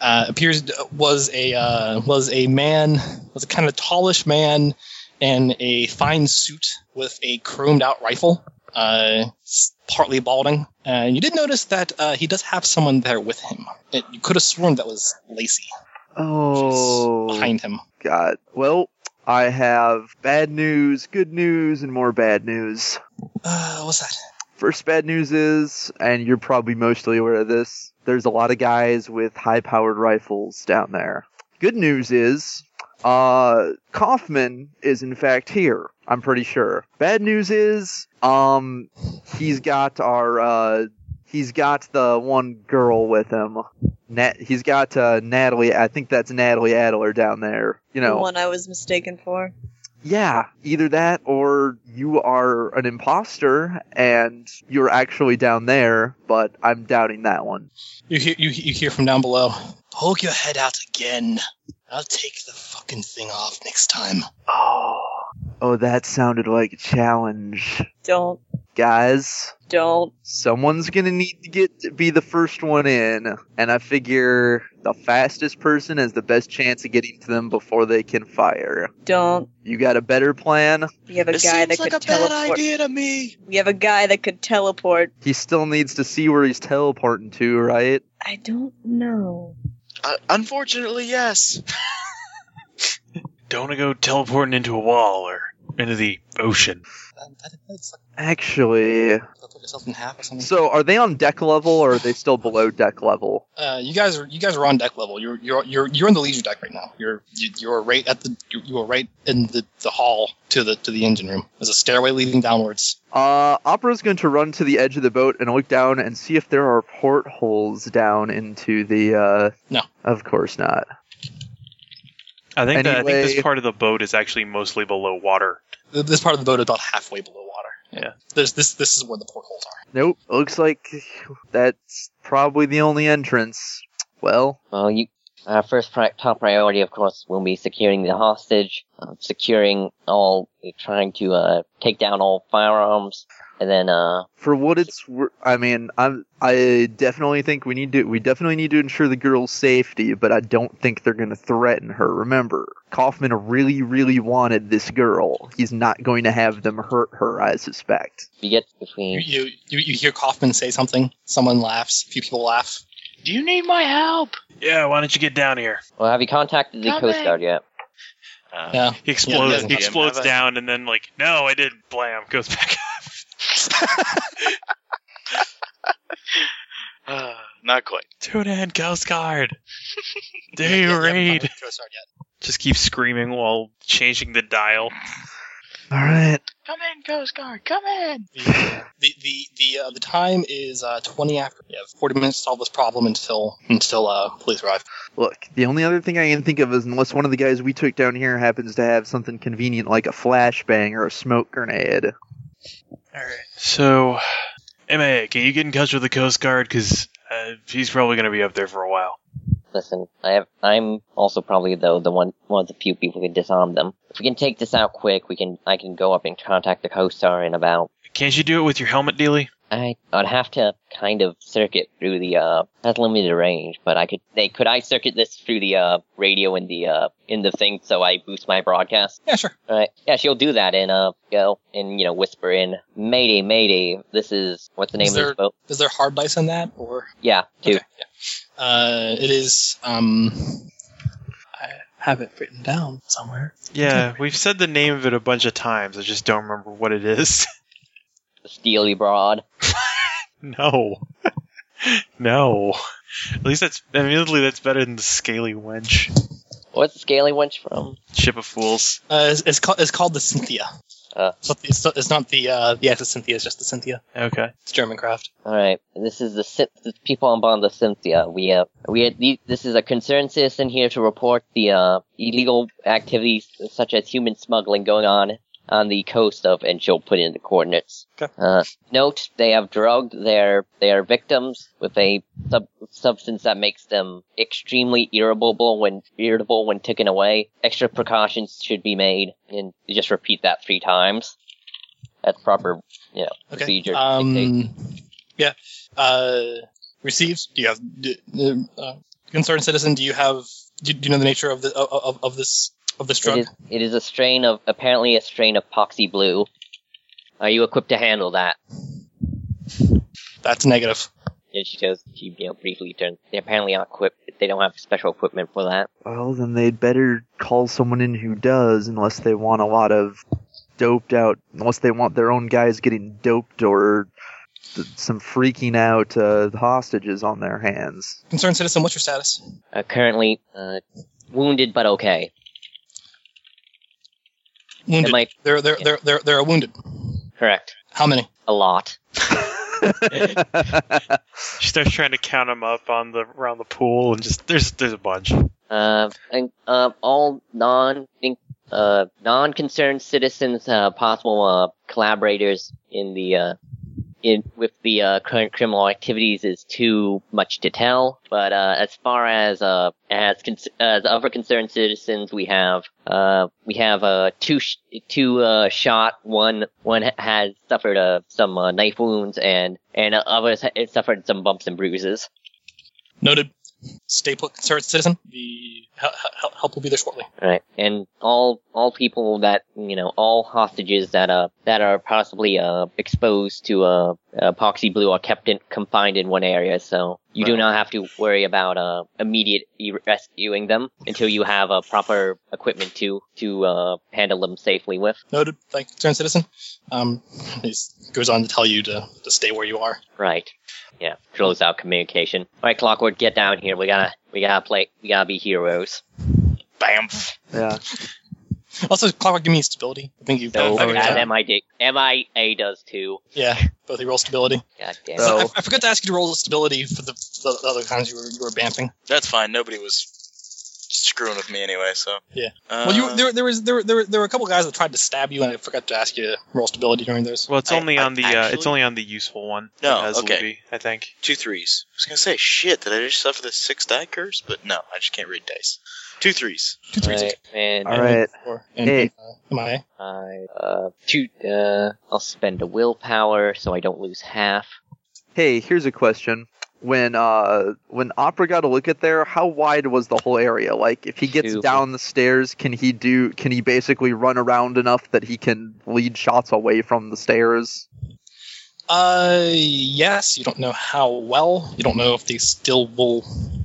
Speaker 1: uh, appears was a uh, was a man was a kind of tallish man in a fine suit with a chromed out rifle, uh, s- partly balding. And you did notice that uh, he does have someone there with him. It, you could have sworn that was Lacey
Speaker 6: oh,
Speaker 1: behind him.
Speaker 6: God. Well, I have bad news, good news, and more bad news.
Speaker 1: Uh, what's that?
Speaker 6: First bad news is, and you're probably mostly aware of this, there's a lot of guys with high powered rifles down there. Good news is, uh, Kaufman is in fact here. I'm pretty sure. Bad news is, um, he's got our, uh, he's got the one girl with him. Nat- he's got, uh, Natalie, I think that's Natalie Adler down there. You know,
Speaker 3: The one I was mistaken for.
Speaker 6: yeah, either that or you are an imposter and you're actually down there, but I'm doubting that one.
Speaker 1: You hear you, you hear from down below. Poke your head out again. I'll take the fucking thing off next time.
Speaker 6: Oh, oh, that sounded like a challenge.
Speaker 3: Don't,
Speaker 6: Guys,
Speaker 3: don't.
Speaker 6: someone's gonna need to get to be the first one in, and I figure the fastest person has the best chance of getting to them before they can fire.
Speaker 3: Don't.
Speaker 6: You got a better plan?
Speaker 3: You have a guy that could teleport.
Speaker 1: idea to me.
Speaker 3: You have a guy that could teleport.
Speaker 6: He still needs to see where he's teleporting to, right?
Speaker 3: I don't know.
Speaker 2: Uh, unfortunately, yes.
Speaker 4: Don't wanna go teleporting into a wall or into the ocean.
Speaker 1: That, that, that's like,
Speaker 6: Actually,
Speaker 1: cut yourself in half or something.
Speaker 6: So are they on deck level or are they still below deck level?
Speaker 1: Uh, you guys are you guys are on deck level. You're you're you're you're in the leisure deck right now. You're you- you're right at the you you are right in the, the hall to the to the engine room. There's a stairway leading downwards.
Speaker 6: Uh, Opera's going to run to the edge of the boat and look down and see if there are portholes down into the. Uh...
Speaker 1: No.
Speaker 6: Of course not.
Speaker 4: I think that, I think
Speaker 6: Anyway-
Speaker 4: this part of the boat is actually mostly below water.
Speaker 1: Th- This part of the boat is about halfway below water.
Speaker 4: Yeah.
Speaker 1: There's this this is where the portholes are.
Speaker 6: Nope. Looks like that's probably the only entrance. Well,
Speaker 5: Well, you, our first pri- top priority, of course, will be securing the hostage, uh, securing all, trying to uh, take down all firearms, and then uh,
Speaker 6: for what it's, wor- I mean, I'm, I definitely think we need to, we definitely need to ensure the girl's safety, but I don't think they're going to threaten her. Remember, Kaufman really, really wanted this girl. He's not going to have them hurt her, I suspect.
Speaker 5: we get
Speaker 1: You
Speaker 5: between.
Speaker 1: you, you, you hear Kaufman say something. Someone laughs. A few people laugh.
Speaker 7: Do you need my help?
Speaker 4: Yeah, why don't you get down here?
Speaker 5: Well, have you contacted the Coast Guard yet?
Speaker 7: Uh,
Speaker 1: Yeah.
Speaker 4: He explodes.
Speaker 1: Yeah,
Speaker 4: he
Speaker 1: yeah.
Speaker 4: explodes
Speaker 2: Yeah.
Speaker 4: down and then like, no, I did. Blam, goes back up. [laughs]
Speaker 2: Uh, not quite.
Speaker 4: Tune Coast Guard.
Speaker 7: [laughs]
Speaker 4: They
Speaker 1: You haven't
Speaker 4: raid.
Speaker 1: talked to Cosard yet.
Speaker 4: Just keep screaming while changing the dial.
Speaker 6: All right.
Speaker 9: Come in, Coast Guard. Come in.
Speaker 1: The the the the, uh, the time is uh, twenty after. You have forty minutes to solve this problem until until uh, police arrive.
Speaker 6: [sighs] Look, the only other thing I can think of is unless one of the guys we took down here happens to have something convenient like a flashbang or a smoke grenade.
Speaker 1: All right.
Speaker 7: So, MA, can you get in touch with the Coast Guard? Because uh, he's probably going to be up there for a while.
Speaker 5: Listen, I have, I'm also probably though the one one of the few people who can disarm them. If we can take this out quick, we can I can go up and contact the co-star in about.
Speaker 7: Can't you do it with your helmet, Dealey?
Speaker 5: I I'd have to kind of circuit through the uh that's limited range, but I could they could I circuit this through the uh radio in the uh in the thing so I boost my broadcast.
Speaker 1: Yeah, sure.
Speaker 5: All right, yeah, she'll do that and uh go and you know whisper in Mayday Mayday. This is what's the name
Speaker 1: Is
Speaker 5: of
Speaker 1: there-
Speaker 5: this boat?
Speaker 1: Is there hard dice on that or?
Speaker 5: Yeah, two.
Speaker 1: Okay, yeah. Uh, it is. Um, I have it written down somewhere.
Speaker 7: Yeah, we've said the name of it a bunch of times. I just don't remember what it is.
Speaker 5: Steely Broad.
Speaker 7: no. [laughs] no. At least that's admittedly that's better than the scaly wench.
Speaker 5: What's the scaly wench from?
Speaker 7: Ship of Fools.
Speaker 1: Uh, it's, it's, called, it's called the Cynthia.
Speaker 5: Uh.
Speaker 1: It's not- it's, not, it's not the uh, the actual Cynthia. It's just the Cynthia.
Speaker 7: Okay.
Speaker 1: It's German craft.
Speaker 5: All right, this is the Syn- the people on bond the Cynthia. We uh, we uh, the- this is a concerned citizen here to report the uh, illegal activities such as human smuggling going on on the coast of, and she'll put in the coordinates.
Speaker 1: Okay.
Speaker 5: Uh, note they have drugged their their victims with a sub- substance that makes them extremely irritable when irritable when taken away. Extra precautions should be made, and you just repeat that three times. That's proper, you know,
Speaker 1: Okay.
Speaker 5: procedure. dictates.
Speaker 1: Um, yeah. Uh, received. Do you have do, uh, concerned citizen? Do you have? Do, do you know the nature of the of, of this of this drug?
Speaker 5: It is, it is a strain of apparently a strain of poxy blue. Are you equipped to handle that?
Speaker 1: That's negative.
Speaker 5: And she goes, she you know, briefly turns. They apparently aren't equipped. They don't have special equipment for that.
Speaker 6: Well, then they'd better call someone in who does, unless they want a lot of doped out, unless they want their own guys getting doped or th- some freaking out uh, hostages on their hands. [laughs]
Speaker 1: Concerned citizen, what's your status?
Speaker 5: Uh, currently uh, wounded but okay.
Speaker 1: Wounded.
Speaker 5: Am I
Speaker 1: they're they're
Speaker 5: yeah.
Speaker 1: they're they're they're wounded.
Speaker 5: correct?
Speaker 1: How many?
Speaker 5: A lot.
Speaker 7: She starts trying to count them up on the around the pool and just there's there's a bunch.
Speaker 5: Uh, and, uh, all non uh, non concerned citizens, uh, possible uh, collaborators in the uh, in with the uh, current criminal activities is too much to tell. But uh, as far as uh, as con- as other concerned citizens, we have uh, we have uh, two sh- two uh, shot. One one ha- has suffered uh, some uh, knife wounds, and and others ha- suffered some bumps and bruises.
Speaker 1: Noted. Stay put, concerned citizen. The hel- hel- help will be there shortly.
Speaker 5: Right, and all all people that you know, all hostages that uh that are possibly uh exposed to uh, uh poxy blue are kept in confined in one area, so you do not have to worry about uh immediate e- rescuing them until you have uh, proper equipment to to uh handle them safely with.
Speaker 1: Noted. Thank you, concerned citizen. Um, he s- goes on to tell you to, to stay where you are.
Speaker 5: Right, yeah, close out communication. All right, Clockwork, get down here. We gotta we gotta play. We gotta be heroes.
Speaker 2: Bam.
Speaker 6: Yeah.
Speaker 1: Also, Clockwork, give me stability. I think you've
Speaker 5: So
Speaker 1: done
Speaker 5: as MID, MIA does too.
Speaker 1: Yeah, both of you roll stability.
Speaker 5: God damn.
Speaker 1: So,
Speaker 6: So-
Speaker 1: I, I forgot to ask you to roll stability for the, the other times you were, you were bamfing.
Speaker 2: That's fine. Nobody was screwing with me anyway, so.
Speaker 1: Yeah.
Speaker 2: Uh,
Speaker 1: well, you there there was there were, there were, there were a couple guys that tried to stab you, and I forgot to ask you to roll stability during those.
Speaker 7: Well, it's
Speaker 2: I-
Speaker 7: only
Speaker 2: I
Speaker 7: on the uh, it's
Speaker 2: actually-
Speaker 7: only on the useful one.
Speaker 2: No,
Speaker 7: that has
Speaker 2: okay.
Speaker 7: Luby, I think.
Speaker 2: Two threes. I was going to say, shit, did I just suffer the six die curse? But no, I just can't read dice. Two threes.
Speaker 1: Two threes.
Speaker 5: Right, man.
Speaker 6: All right.
Speaker 1: Four, and,
Speaker 6: Hey.
Speaker 1: uh, MIA.
Speaker 5: I uh two uh I'll spend a willpower so I don't lose half.
Speaker 6: Hey, here's a question. When uh when Opera got a look at there, how wide was the whole area? Like if he gets
Speaker 5: Two.
Speaker 6: down the stairs, can he do can he basically run around enough that he can lead shots away from the stairs?
Speaker 1: Uh, yes. You don't know how well. You don't know if they still will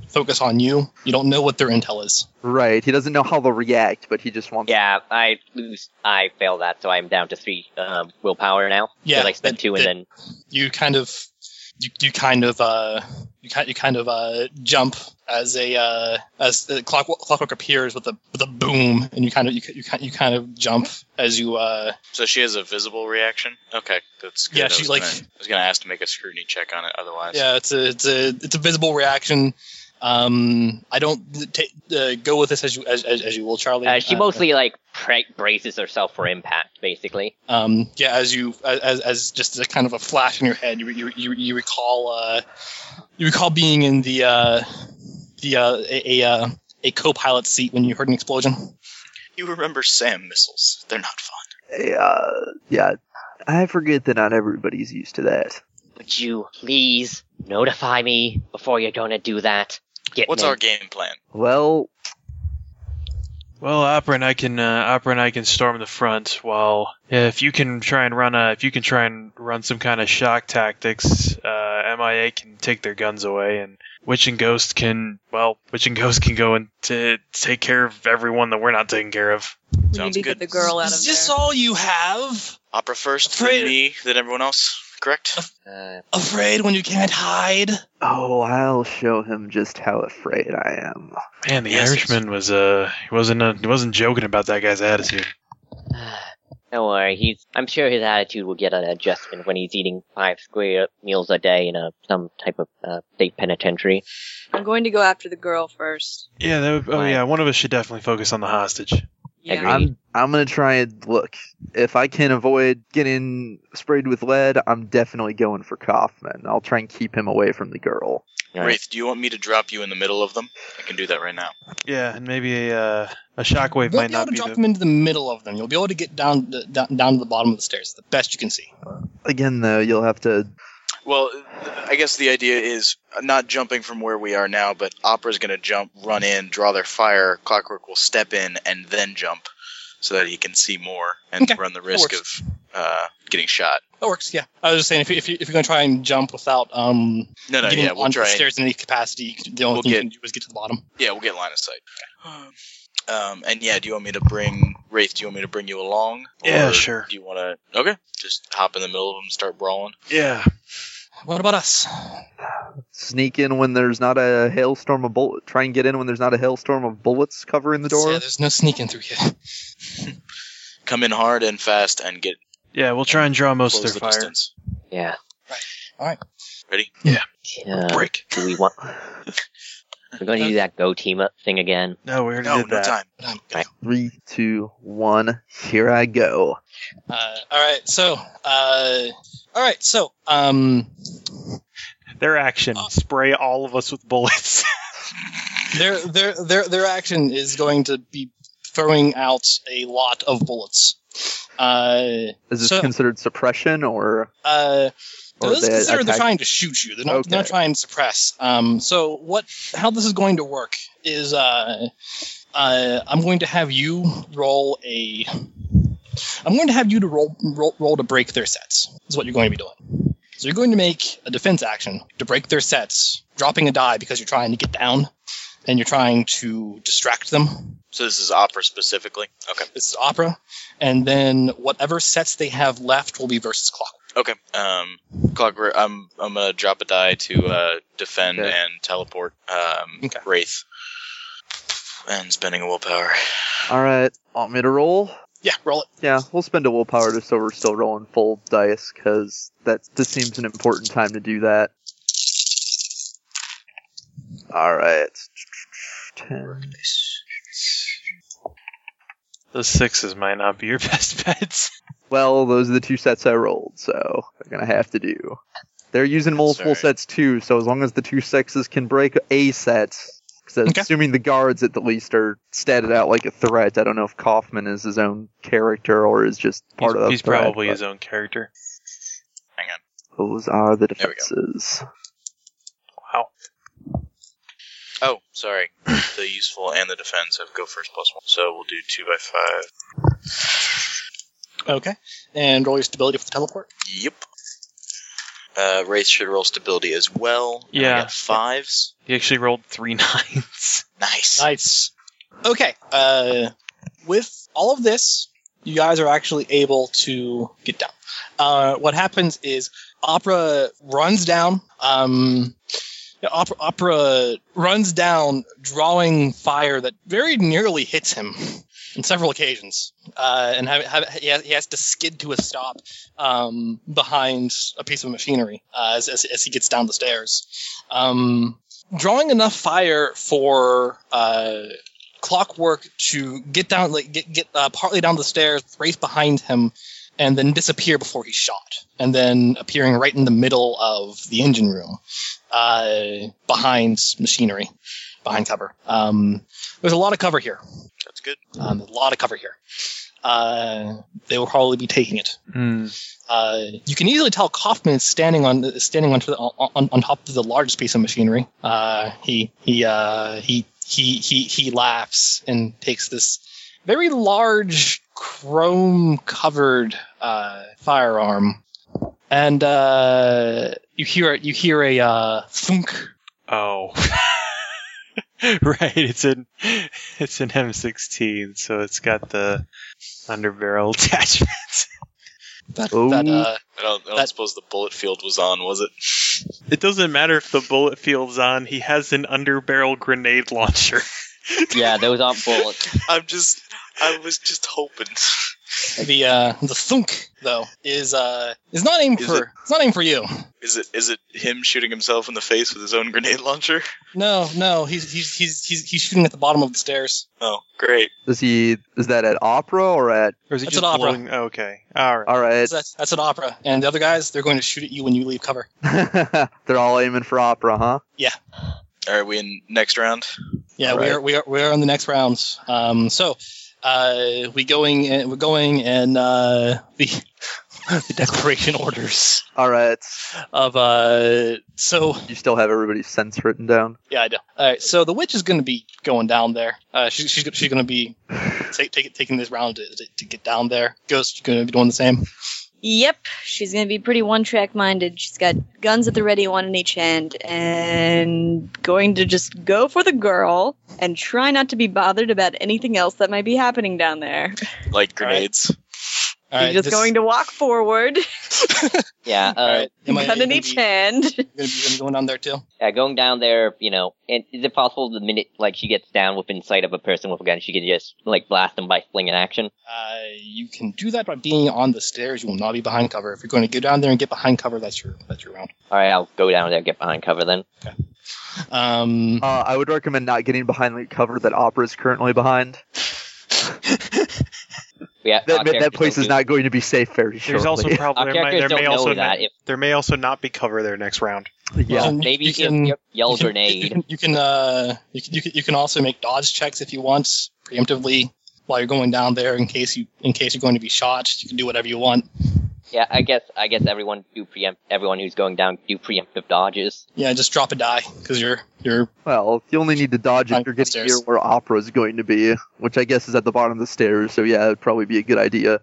Speaker 1: focus on you. You don't know what their intel is.
Speaker 6: Right. He doesn't know how they'll react, but he just wants
Speaker 5: Yeah, I lose I fail that, so I'm down to three um willpower now. 'cause
Speaker 1: Yeah,
Speaker 5: I spent
Speaker 1: that-
Speaker 5: two and
Speaker 1: that-
Speaker 5: then
Speaker 1: You kind of, you, you kind of, uh, you kind you kind of uh, jump as a uh, as the clock, clockwork appears with a with a boom, and you kind of you you, you kind of jump as you. Uh,
Speaker 2: So she has a visible reaction. Okay, that's good.
Speaker 1: Yeah,
Speaker 2: I was
Speaker 1: she's like-
Speaker 2: gonna- I was gonna ask to make a scrutiny check on it. Otherwise,
Speaker 1: yeah, it's a it's a it's a visible reaction. Um, I don't t- uh, go with this as you as, as, as you will, Charlie.
Speaker 5: Uh, she mostly like pra- braces herself for impact, basically.
Speaker 1: um, yeah, as you as as just a kind of a flash in your head, you you you, you recall uh, you recall being in the uh, the uh, a, a uh, a co-pilot seat when you heard an explosion.
Speaker 2: you remember SAM missiles? They're not fun.
Speaker 6: Uh, yeah, I forget that not everybody's used to that.
Speaker 5: Would you please notify me before you're gonna do that? Get
Speaker 2: What's
Speaker 5: me.
Speaker 2: our game plan?
Speaker 6: Well,
Speaker 7: Well, Opera and I can uh, Opera and I can storm the front. While if you can try and run a if you can try and run some kind of shock tactics, uh, MIA can take their guns away, and Witch and Ghost can well Witch and Ghost can go and to take care of everyone that we're not taking care of.
Speaker 3: We
Speaker 2: Sounds
Speaker 3: need to get
Speaker 2: good.
Speaker 3: the girl out
Speaker 1: Is
Speaker 3: of
Speaker 1: this
Speaker 3: there.
Speaker 1: all you have?
Speaker 2: Opera first,
Speaker 1: Afraid-
Speaker 2: then me, then everyone else.
Speaker 1: [laughs]
Speaker 2: Correct.
Speaker 5: Uh,
Speaker 1: Afraid when you can't hide?
Speaker 6: oh, I'll show him just how afraid I am.
Speaker 7: Man, the
Speaker 2: Yes, it's-
Speaker 7: Irishman was uh he wasn't uh, he wasn't joking about that guy's attitude.
Speaker 5: Uh, [sighs] don't worry, he's. I'm sure his attitude will get an adjustment when he's eating five square meals a day in a some type of uh, state penitentiary.
Speaker 3: I'm going to go after the girl first.
Speaker 7: Yeah, that would, oh
Speaker 5: Right.
Speaker 7: yeah, one of us should definitely focus on the hostage.
Speaker 3: Yeah.
Speaker 5: Agreed.
Speaker 6: I'm I'm gonna try and look. If I can avoid getting sprayed with lead, I'm definitely going for Kaufman. I'll try and keep him away from the girl.
Speaker 5: Alright.
Speaker 2: Wraith, do you want me to drop you in the middle of them? I can do that right now.
Speaker 7: Yeah, and maybe a uh, a shockwave
Speaker 1: You'll
Speaker 7: might
Speaker 1: be able
Speaker 7: not
Speaker 1: to
Speaker 7: be
Speaker 1: drop
Speaker 7: the
Speaker 1: them into the middle of them. You'll be able to get down to, down, down to the bottom of the stairs, the best you can see.
Speaker 6: Again, though, you'll have to.
Speaker 2: Well, I guess the idea is not jumping from where we are now, but Opera's going to jump, run in, draw their fire. Clockwork will step in and then jump, so that he can see more and
Speaker 1: Okay,
Speaker 2: run the risk of
Speaker 1: works.
Speaker 2: uh, getting shot.
Speaker 1: That works. Yeah, I was just saying if, you, if, you, if you're going to try and jump without um
Speaker 2: No, no,
Speaker 1: getting
Speaker 2: Uh, yeah, we'll
Speaker 1: onto
Speaker 2: try.
Speaker 1: the
Speaker 2: and-
Speaker 1: stairs in any capacity, you can- the only
Speaker 2: We'll
Speaker 1: thing
Speaker 2: get-
Speaker 1: you can do is get to the bottom.
Speaker 2: Yeah, we'll get line of sight. Um, and yeah, do you want me to bring Wraith? Do you want me to bring you along?
Speaker 7: Yeah,
Speaker 2: Or
Speaker 7: sure.
Speaker 2: Do you want to? Okay, just hop in the middle of them, and start brawling.
Speaker 7: yeah.
Speaker 1: What about us?
Speaker 6: Sneak in when there's not a hailstorm of bullet. Try and get in when there's not a hailstorm of bullets covering the door.
Speaker 1: Yeah, there's no sneaking through here.
Speaker 2: Come in hard and fast and get
Speaker 7: Yeah, we'll try and draw most of
Speaker 2: close
Speaker 7: their
Speaker 2: the
Speaker 7: fire.
Speaker 2: distance.
Speaker 5: Yeah.
Speaker 2: Ready?
Speaker 5: Uh,
Speaker 7: Break.
Speaker 5: do we want? We're going to do that go team up thing again.
Speaker 7: No, we already
Speaker 2: No,
Speaker 7: did
Speaker 2: no
Speaker 7: that.
Speaker 2: time.
Speaker 1: Um,
Speaker 6: Three, two, one. Here I go.
Speaker 1: uh, all right, so uh, all right, so um,
Speaker 7: Their action: spray all of us with bullets. [laughs]
Speaker 1: their their their their action is going to be throwing out a lot of bullets. Uh,
Speaker 6: Is this
Speaker 1: So-
Speaker 6: considered suppression or?
Speaker 1: uh,
Speaker 6: Or
Speaker 1: those
Speaker 6: they
Speaker 1: consider they're
Speaker 6: attack-
Speaker 1: trying to shoot you. They're not, they're not
Speaker 6: Okay.
Speaker 1: trying to suppress. Um, so what? How this is going to work is uh, uh, I'm going to have you roll a. I'm going to have you to roll, roll roll to break their sets. Is what you're going to be doing. So you're going to make a defense action to break their sets, dropping a die because you're trying to get down, and you're trying to distract them.
Speaker 2: So this is opera specifically. Okay.
Speaker 1: This is opera, and then whatever sets they have left will be versus clock.
Speaker 2: Okay. Um, Clockwork. I'm I'm gonna drop a die to uh, defend
Speaker 6: Okay.
Speaker 2: and teleport. Um,
Speaker 1: Okay.
Speaker 2: Wraith. And spending a willpower.
Speaker 6: All right. Want me to roll?
Speaker 1: Yeah, roll it.
Speaker 6: Yeah, we'll spend a willpower just so we're still rolling full dice because that this seems an important time to do that. All right. Ten.
Speaker 7: Those sixes might not
Speaker 4: [laughs]
Speaker 7: be your best bets.
Speaker 6: Well, those are the two sets I rolled, so they're gonna have to do. They're using multiple
Speaker 2: Sorry.
Speaker 6: sets too, so as long as the two sexes can break a set, 'cause
Speaker 1: Okay.
Speaker 6: assuming the guards at the least are statted out like a threat, I don't know if Kaufman is his own character or is just part
Speaker 7: he's,
Speaker 6: of the
Speaker 7: he's
Speaker 6: threat,
Speaker 7: probably
Speaker 6: but
Speaker 7: his own character.
Speaker 2: Hang on.
Speaker 6: Those are the
Speaker 2: There we go.
Speaker 6: defenses.
Speaker 7: Wow.
Speaker 2: Oh,
Speaker 7: [clears throat]
Speaker 2: sorry. the useful and the defense have go first plus one. So we'll do two by five.
Speaker 1: Okay, and roll your stability for the teleport.
Speaker 2: Yep. Uh, Wraith should roll stability as well. And I
Speaker 7: Yeah.
Speaker 2: got fives.
Speaker 7: He actually rolled three [laughs] nines.
Speaker 2: Nice.
Speaker 1: Nice. Okay. Uh, with all of this, you guys are actually able to get down. Uh, what happens is Opera runs down. Um, Yeah, Opera, Opera runs down, drawing fire that very nearly hits him on several occasions, uh, and have, have, he, has, he has to skid to a stop um, behind a piece of machinery uh, as, as, as he gets down the stairs. Um, drawing enough fire for uh, Clockwork to get down, like get, get uh, partly down the stairs, race behind him, and then disappear before he's shot, and then appearing right in the middle of the engine room, uh, behind machinery, behind cover. Um, there's a lot of cover here.
Speaker 2: That's good.
Speaker 1: Um, a lot of cover here. Uh, they will probably be taking it.
Speaker 4: Hmm.
Speaker 1: Uh, you can easily tell Kaufman is standing on is standing on, on on top of the largest piece of machinery. Uh, he he uh, he he he he laughs and takes this very large chrome covered uh, firearm, and uh, you hear you hear a uh, thunk.
Speaker 4: Oh.
Speaker 7: [laughs]
Speaker 4: right, it's an it's an M16, so it's got the
Speaker 7: [laughs]
Speaker 4: underbarrel attachment.
Speaker 1: That,
Speaker 2: Oh.
Speaker 6: Ooh.
Speaker 1: that, uh,
Speaker 2: I don't, I don't
Speaker 1: That-
Speaker 2: suppose the bullet field was on, was it? [laughs]
Speaker 4: It doesn't matter if the bullet field's on, he has an underbarrel grenade launcher.
Speaker 5: Yeah, those aren't bullets.
Speaker 2: I'm just, I was just hoping.
Speaker 1: the uh, the thunk though is uh is not aimed
Speaker 2: Is
Speaker 1: for
Speaker 2: it-
Speaker 1: it's not aimed for you.
Speaker 2: Is it is it him shooting himself in the face with his own grenade launcher?
Speaker 1: No, no, he's he's he's he's, he's shooting at the bottom of the stairs.
Speaker 2: Oh, great.
Speaker 6: Is he? Is that at opera or at?
Speaker 4: Or is he
Speaker 1: That's an
Speaker 4: just
Speaker 1: opera.
Speaker 4: blowing? oh, okay, all right.
Speaker 6: All right, [laughs]
Speaker 1: So that's that's an opera, and the other guys they're going to shoot at you when you leave cover.
Speaker 6: they're all aiming for opera, huh?
Speaker 2: Are we in next round?
Speaker 1: Yeah,
Speaker 6: All
Speaker 1: we
Speaker 6: right.
Speaker 1: are we are we are on the next rounds. Um, so uh, we going and we're going and uh, [laughs] the the declaration orders
Speaker 6: All right,
Speaker 1: of uh, so
Speaker 6: you still have everybody's sense written down.
Speaker 1: yeah I do. All right, so the witch is going to be going down there. Uh, she's she's she's going to be take, take, taking this round to, to, to get down there. Ghost, going to be doing the same.
Speaker 3: Yep, she's gonna be pretty one track minded. She's got guns at the ready, one in each hand, and going to just go for the girl and try not to be bothered about anything else that might be happening down there. [laughs]
Speaker 2: Like grenades.
Speaker 1: All right,
Speaker 3: she's just
Speaker 1: this- [laughs]
Speaker 3: going to walk forward,
Speaker 5: Yeah, uh,
Speaker 1: All right, am I
Speaker 3: [laughs] gun in
Speaker 1: gonna
Speaker 3: each
Speaker 1: be-
Speaker 3: hand. [laughs]
Speaker 1: gonna be gonna be going down there too.
Speaker 5: yeah, going down there, you know, and is it possible the minute like she gets down within sight of a person with a gun, she can just like blast them by fling an action?
Speaker 1: Uh, you can do that by being on the stairs. You will not be behind cover. If you're going to go down there and get behind cover, that's your that's your round.
Speaker 5: All right, I'll go down there, get behind cover then.
Speaker 1: Um,
Speaker 6: Uh, I would recommend not getting behind the cover that opera is currently behind.
Speaker 5: Yeah, our
Speaker 6: That that
Speaker 5: characters
Speaker 6: place
Speaker 5: Ah, don't
Speaker 6: is
Speaker 5: do-
Speaker 6: not going to be safe very shortly.
Speaker 4: There's also
Speaker 5: Our
Speaker 4: probably there, might, there
Speaker 5: characters don't
Speaker 4: may also
Speaker 5: know
Speaker 4: not,
Speaker 5: that. If
Speaker 4: there may also not be cover there next round.
Speaker 6: [laughs] yeah.
Speaker 1: um,
Speaker 5: maybe
Speaker 1: you
Speaker 5: if
Speaker 1: can,
Speaker 5: you yell
Speaker 1: you can- You
Speaker 5: grenade.
Speaker 1: can you can, uh, you can, you can you can also make dodge checks if you want preemptively while you're going down there in case you in case you're going to be shot. You can do whatever you want.
Speaker 5: Yeah, I guess I guess everyone do preempt. Everyone who's going down do preemptive dodges.
Speaker 1: Yeah, just drop a die because you're you're
Speaker 6: Well, you only need to dodge
Speaker 1: Fine,
Speaker 6: if you're getting
Speaker 1: upstairs.
Speaker 6: near where opera's going to be, which I guess is at the bottom of the stairs. So yeah, it'd probably be a good idea.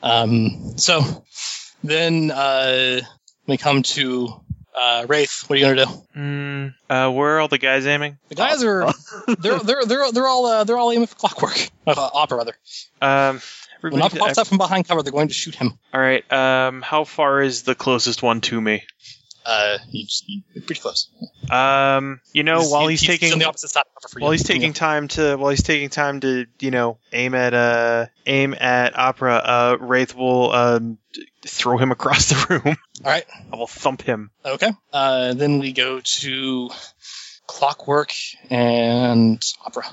Speaker 1: um. So then uh, we come to uh, Wraith. What are you gonna do?
Speaker 4: Mm, uh, where are all the guys aiming?
Speaker 1: The guys are they're they're they're they're all uh, they're all aiming for clockwork, uh, opera rather.
Speaker 4: Um,
Speaker 1: When
Speaker 4: everybody-
Speaker 1: opera pops up from behind cover, they're going to shoot him.
Speaker 4: all right. Um, how far is the closest one to me?
Speaker 1: Uh, he's, he's pretty close.
Speaker 4: Um, you know, while he's, taking
Speaker 1: on the opposite side of cover for you.
Speaker 4: while he's taking
Speaker 1: Yeah.
Speaker 4: time to while he's taking time to you know aim at uh aim at opera uh wraith will um d- throw him across the room [laughs]
Speaker 1: All right.
Speaker 4: i will thump him
Speaker 1: Okay. Uh, then we go to clockwork and opera.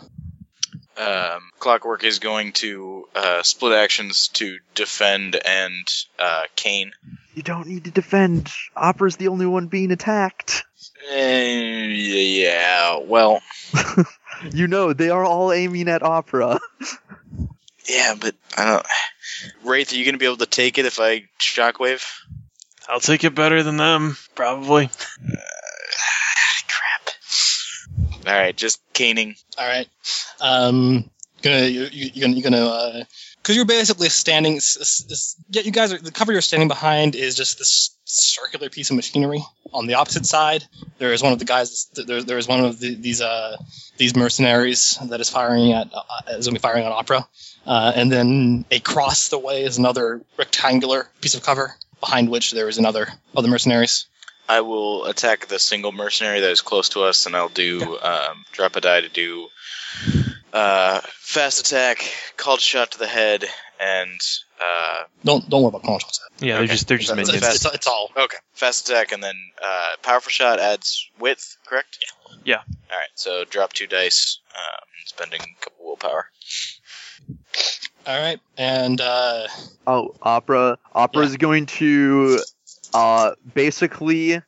Speaker 2: Um, Clockwork is going to uh, split actions to defend and uh, Kane.
Speaker 6: [laughs] You don't need to defend. Opera's the only one being attacked.
Speaker 2: Uh, yeah. Well.
Speaker 6: You know they are all aiming at opera. [laughs]
Speaker 2: Yeah, but I don't. Wraith, are you going to be able to take it if I shockwave?
Speaker 4: i'll take it better than them probably
Speaker 2: All right, just caning.
Speaker 1: All right. Um, gonna you, you, you're gonna you're gonna uh, because you're basically standing. s- s- s- Yeah, you guys are the cover you're standing behind is just this circular piece of machinery. On the opposite side, there is one of the guys. There, there is one of the, these uh these mercenaries that is firing at uh, is gonna be firing on Opera. Uh, and then across the way is another rectangular piece of cover behind which there is another other mercenaries.
Speaker 2: I will attack the single mercenary that is close to us, and I'll do um, drop a die to do uh, fast attack, called shot to the head, and uh,
Speaker 1: Don't don't worry about control.
Speaker 4: Yeah,
Speaker 2: Okay.
Speaker 4: they're just they're just
Speaker 1: It's, it's,
Speaker 4: minions.
Speaker 1: it's, it's all.
Speaker 2: okay, fast attack, and then uh, powerful shot adds width, correct?
Speaker 4: Yeah.
Speaker 2: All right, so drop two dice, um, spending a couple willpower.
Speaker 1: All right, and uh,
Speaker 6: Oh, opera. Opera's going to uh basically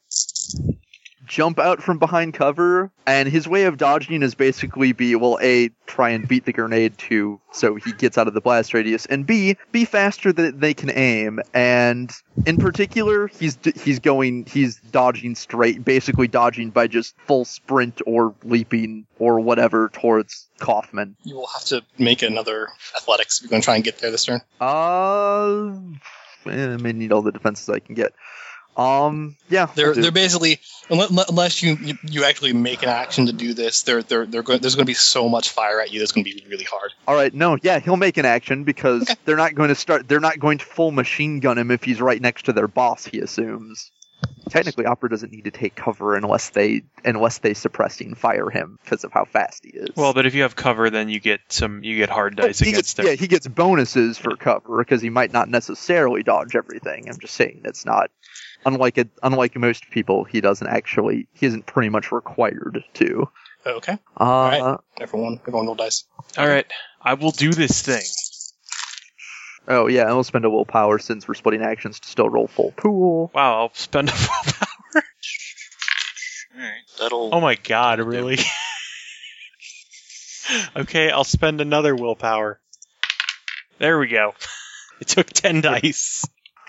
Speaker 6: jump out from behind cover, and his way of dodging is basically be well, a try and beat the grenade to so he gets out of the blast radius, and b be faster than they can aim. And in particular, he's d- he's going he's dodging straight, basically dodging by just full sprint or leaping or whatever towards Kaufman.
Speaker 1: you will have to make another athletics. If you're going to try and get there this turn.
Speaker 6: Uh, eh, I may need all the defenses I can get. Um, yeah,
Speaker 1: They're
Speaker 6: I'll do.
Speaker 1: they're basically unle- unless you you- you actually make an action to do this, they're they're they're going, there's going to be so much fire at you that's going to be really hard.
Speaker 6: all right. No, yeah, he'll make an action because
Speaker 1: Okay.
Speaker 6: they're not going to start. They're not going to full machine gun him if he's right next to their boss. He assumes. Technically, Opera doesn't need to take cover unless they unless they suppressing fire him because of how fast he is.
Speaker 4: Well, but if you have cover, then you get some you get hard
Speaker 6: Oh,
Speaker 4: dice
Speaker 6: he
Speaker 4: against
Speaker 6: gets,
Speaker 4: them.
Speaker 6: yeah, he gets bonuses for cover because he might not necessarily dodge everything. I'm just saying it's not unlike it, unlike most people. He doesn't actually he isn't pretty much required to.
Speaker 1: Okay,
Speaker 6: Uh,
Speaker 1: Alright. everyone, everyone roll dice.
Speaker 4: All right, I will do this thing.
Speaker 6: Oh yeah, and we'll spend a willpower since we're splitting actions to still roll full pool.
Speaker 4: Wow, I'll spend a full power.
Speaker 2: All right, that'll
Speaker 4: Oh my god, really? [laughs] okay, I'll spend another willpower. There we go. It took ten dice.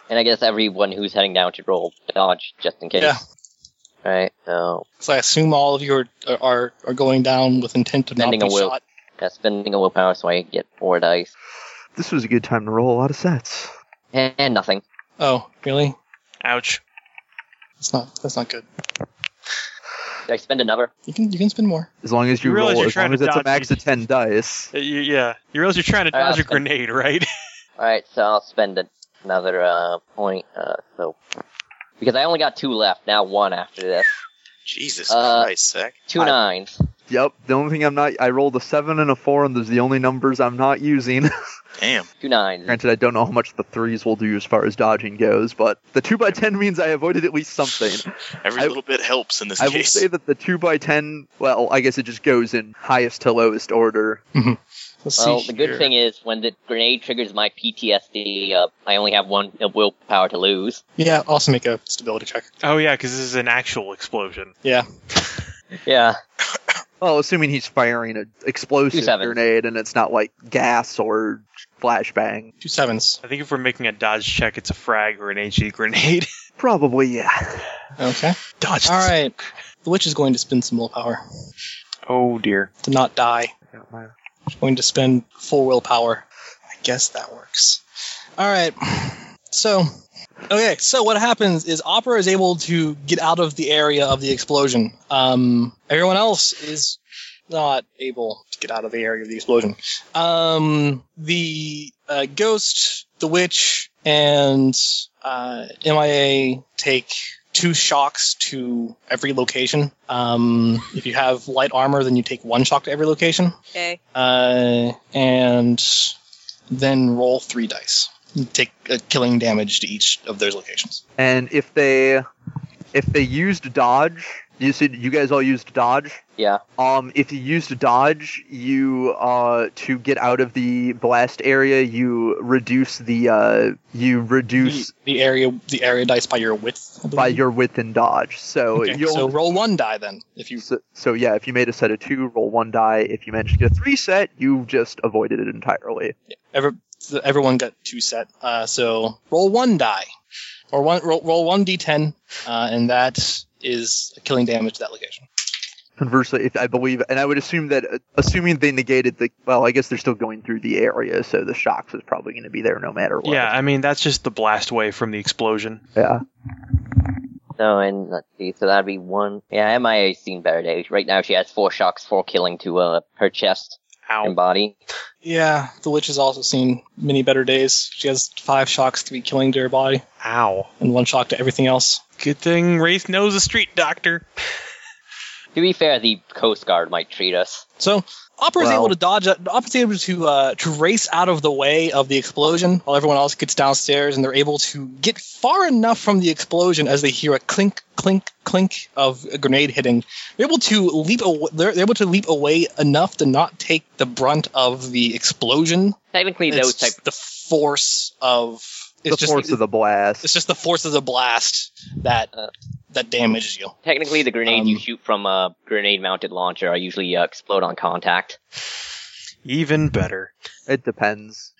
Speaker 5: And I guess everyone who's heading down should roll dodge just in case.
Speaker 1: Yeah.
Speaker 5: Right. So
Speaker 1: So I assume all of you are are, are going down with intent to not be
Speaker 5: Bending a will.
Speaker 1: shot.
Speaker 5: yeah, spending a willpower so I get four dice
Speaker 6: This was a good time to roll a lot of sets.
Speaker 5: and nothing.
Speaker 1: Oh, really?
Speaker 4: Ouch.
Speaker 1: That's not that's not good.
Speaker 5: Did I spend another?
Speaker 1: You can you can spend more.
Speaker 6: As long as you,
Speaker 4: You realize
Speaker 6: roll,
Speaker 4: you're
Speaker 6: as
Speaker 4: trying
Speaker 6: long as
Speaker 4: to
Speaker 6: it's a
Speaker 4: dodge
Speaker 6: max of
Speaker 4: these-
Speaker 6: ten dice.
Speaker 4: Uh, you- yeah, you realize you're trying to
Speaker 5: I
Speaker 4: dodge a
Speaker 5: spent-
Speaker 4: grenade, right? [laughs]
Speaker 5: All right. So I'll spend an- another uh, point. Uh, so because I only got two left now, one after this.
Speaker 2: Jesus
Speaker 5: Uh,
Speaker 2: Christ, Zach.
Speaker 5: Two
Speaker 6: I-
Speaker 5: nines.
Speaker 6: Yep. The only thing I'm not I rolled a seven and a four, and those are the only numbers I'm not using.
Speaker 2: Damn.
Speaker 5: Two nines.
Speaker 6: Granted, I don't know how much the threes will do as far as dodging goes, but the two by ten means I avoided at least something.
Speaker 2: Every
Speaker 6: I-
Speaker 2: little bit helps in this
Speaker 6: I will
Speaker 2: case.
Speaker 6: say that the two by ten, well, I guess it just goes in highest to lowest order.
Speaker 1: Let's
Speaker 5: Well,
Speaker 1: see.
Speaker 5: the good
Speaker 1: here.
Speaker 5: thing is when the grenade triggers my PTSD, uh, I only have one willpower to lose.
Speaker 1: Yeah, also make a stability check.
Speaker 4: Oh yeah, because this is an actual explosion.
Speaker 5: Yeah.
Speaker 6: Well, assuming he's firing an explosive
Speaker 5: Two sevens.
Speaker 6: grenade and it's not like gas or flashbang.
Speaker 1: Two sevens.
Speaker 4: I think if we're making a dodge check, it's a frag or an HE [laughs] grenade.
Speaker 6: Probably, yeah.
Speaker 5: [laughs]
Speaker 1: Okay.
Speaker 4: dodge.
Speaker 1: All right. The witch is going to spend some willpower
Speaker 4: Oh dear.
Speaker 1: to not die. She's going to spend full willpower. I guess that works. All right. So, okay. So what happens is Opera is able to get out of the area of the explosion. Um, everyone else is not able to get out of the area of the explosion. Um, the uh, ghost, the witch, and uh, MIA take two shocks to every location. Um, if you have light armor, then you take one shock to every location,
Speaker 3: Okay.
Speaker 1: uh, and then roll three dice. You take uh, killing damage to each of those locations.
Speaker 6: And if they if they used dodge, you said you guys all used dodge.
Speaker 5: Yeah.
Speaker 6: Um, if you used dodge, you uh to get out of the blast area, you reduce the uh you reduce
Speaker 1: The, the area, the area dice by your width. I
Speaker 6: by
Speaker 1: believe.
Speaker 6: your width and dodge. So
Speaker 1: Okay,
Speaker 6: you'll
Speaker 1: so roll one die then. If you
Speaker 6: so, so yeah, if you made a set of two, roll one die. If you managed to get a three set, you just avoided it entirely.
Speaker 1: ever so everyone got two set. Uh, so roll one die, or one roll, roll one d10, uh, and that is killing damage to that location.
Speaker 6: Conversely, if I believe, and I would assume that uh, assuming they negated the well, I guess they're still going through the area, so the shocks is probably going to be there no matter what.
Speaker 4: Yeah, I mean that's just the blast wave from the explosion.
Speaker 6: yeah.
Speaker 5: So and let's see. So that'd be one. Yeah, MIA's seen better days. Right now she has four shocks, four killing to uh, her chest.
Speaker 4: Ow.
Speaker 5: and body.
Speaker 1: Yeah, the witch has also seen many better days. She has five shocks, three killing to her body,
Speaker 4: Ow.
Speaker 1: and one shock to everything else.
Speaker 4: Good thing Wraith knows a street doctor.
Speaker 5: To be fair, the Coast Guard might treat us.
Speaker 1: So Opera's
Speaker 6: Well-
Speaker 1: able to dodge. Opera's able to uh, to race out of the way of the explosion while everyone else gets downstairs, and they're able to get far enough from the explosion as they hear a clink, clink, clink of a grenade hitting. They're able to leap. Aw- they're, they're able to leap away enough to not take the brunt of the explosion.
Speaker 5: Technically,
Speaker 1: It's
Speaker 5: those type.
Speaker 1: just the force of it's
Speaker 6: the
Speaker 1: just
Speaker 6: force of the blast.
Speaker 1: it's just the force of the blast that
Speaker 5: Uh.
Speaker 1: that damages you.
Speaker 5: Technically, the grenades you
Speaker 1: Um,
Speaker 5: shoot from a grenade-mounted launcher are usually uh, explode on contact.
Speaker 4: Even better.
Speaker 6: It depends.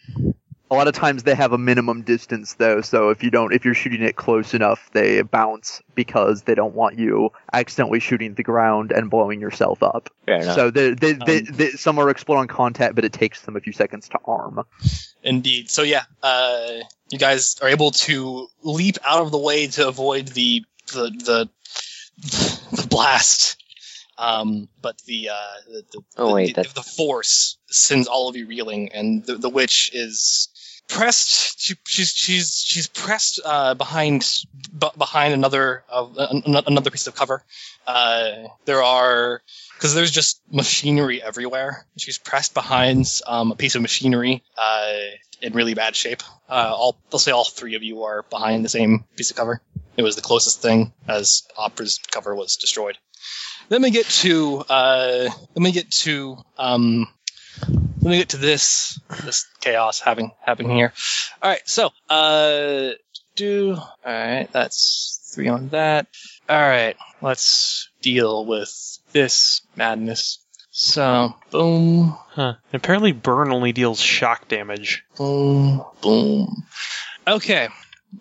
Speaker 6: A lot of times they have a minimum distance though, so if you don't, if you're shooting it close enough, they bounce because they don't want you accidentally shooting the ground and blowing yourself up.
Speaker 5: Fair enough.
Speaker 6: So they, they, they,
Speaker 1: Um,
Speaker 6: they, some are explode on contact, but it takes them a few seconds to arm.
Speaker 1: Indeed. So yeah, uh, you guys are able to leap out of the way to avoid the the the, the blast. Um, but the, uh, the, the,
Speaker 5: Oh, wait,
Speaker 1: the,
Speaker 5: that's-
Speaker 1: the force sends all of you reeling, and the, the witch is pressed. She, she's she's she's pressed uh, behind b- behind another of an- an- another piece of cover. Uh, there are because there's just machinery everywhere. She's pressed behind um, a piece of machinery uh, in really bad shape. Uh, all, I'll say all three of you are behind the same piece of cover. It was the closest thing as Opera's cover was destroyed. Let me get to uh, let me get to um, let me get to this this chaos having happening here. All right, so uh, do all right. That's three on that. All right let's deal with this madness. So, boom,
Speaker 4: Huh. Apparently, burn only deals shock damage.
Speaker 1: boom, boom. Okay.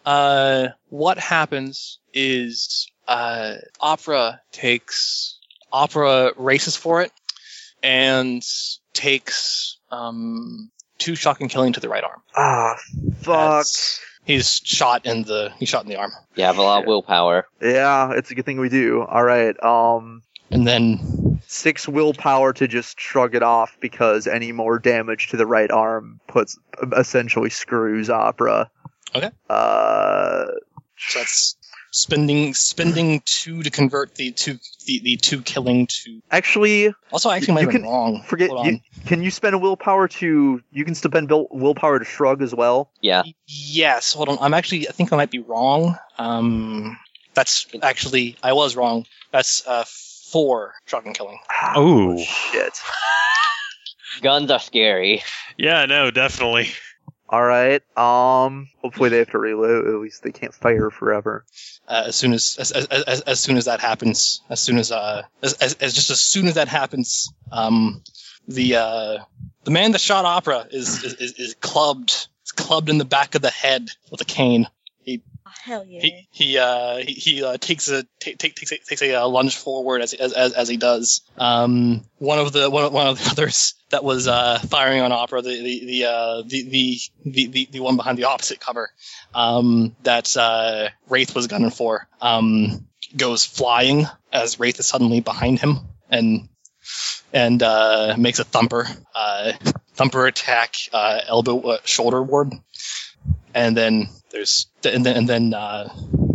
Speaker 1: Uh, what happens is uh, Opera takes Opera races for it and takes um, two shock and killing to the right arm.
Speaker 6: Ah, fuck.
Speaker 1: That's- He's shot in the he's shot in the arm,
Speaker 5: You have a lot of willpower.
Speaker 6: Yeah, it's a good thing we do. All right, um,
Speaker 1: and then
Speaker 6: six willpower to just shrug it off because any more damage to the right arm puts essentially screws Opera.
Speaker 1: Okay.
Speaker 6: Uh,
Speaker 1: so that's spending spending two to convert the two the, the two killing to
Speaker 6: actually,
Speaker 1: Also, I actually might
Speaker 6: You
Speaker 1: have been
Speaker 6: can
Speaker 1: wrong.
Speaker 6: forget
Speaker 1: Hold
Speaker 6: you,
Speaker 1: on.
Speaker 6: can you spend willpower to you can spend bill, willpower to shrug as well
Speaker 5: Yeah.
Speaker 1: Yes, hold on. I'm actually. I think I might be wrong. Um, that's actually. I was wrong. That's uh four shotgun killing.
Speaker 4: Ooh.
Speaker 6: shit
Speaker 5: Guns are scary.
Speaker 4: Yeah, no, definitely.
Speaker 6: all right um hopefully they have to reload at least they can't fire forever
Speaker 1: Uh, as soon as as, as as as soon as that happens, as soon as uh as, as, as just as soon as that happens, um, the uh the man that shot Opera is is is, is clubbed. Is clubbed in the back of the head with a cane.
Speaker 8: Hell yeah.
Speaker 1: He he uh, he, he uh, takes a take take takes a, takes a uh, lunge forward as, as as as he does. Um, one of the one of, one of the [laughs] others that was uh, firing on opera, the the the, uh, the, the the the the one behind the opposite cover, um, that uh, Wraith was gunning for, um, goes flying as Wraith is suddenly behind him and and uh, makes a thumper uh, thumper attack uh, elbow uh, shoulder ward and then there's and then and then uh,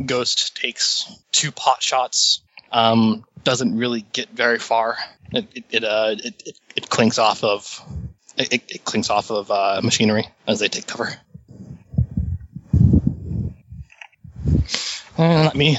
Speaker 1: Ghost takes two pot shots. Um, doesn't really get very far. It it it, uh, it, it, it clinks off of it, it, it clinks off of uh, machinery as they take cover. Uh, not me.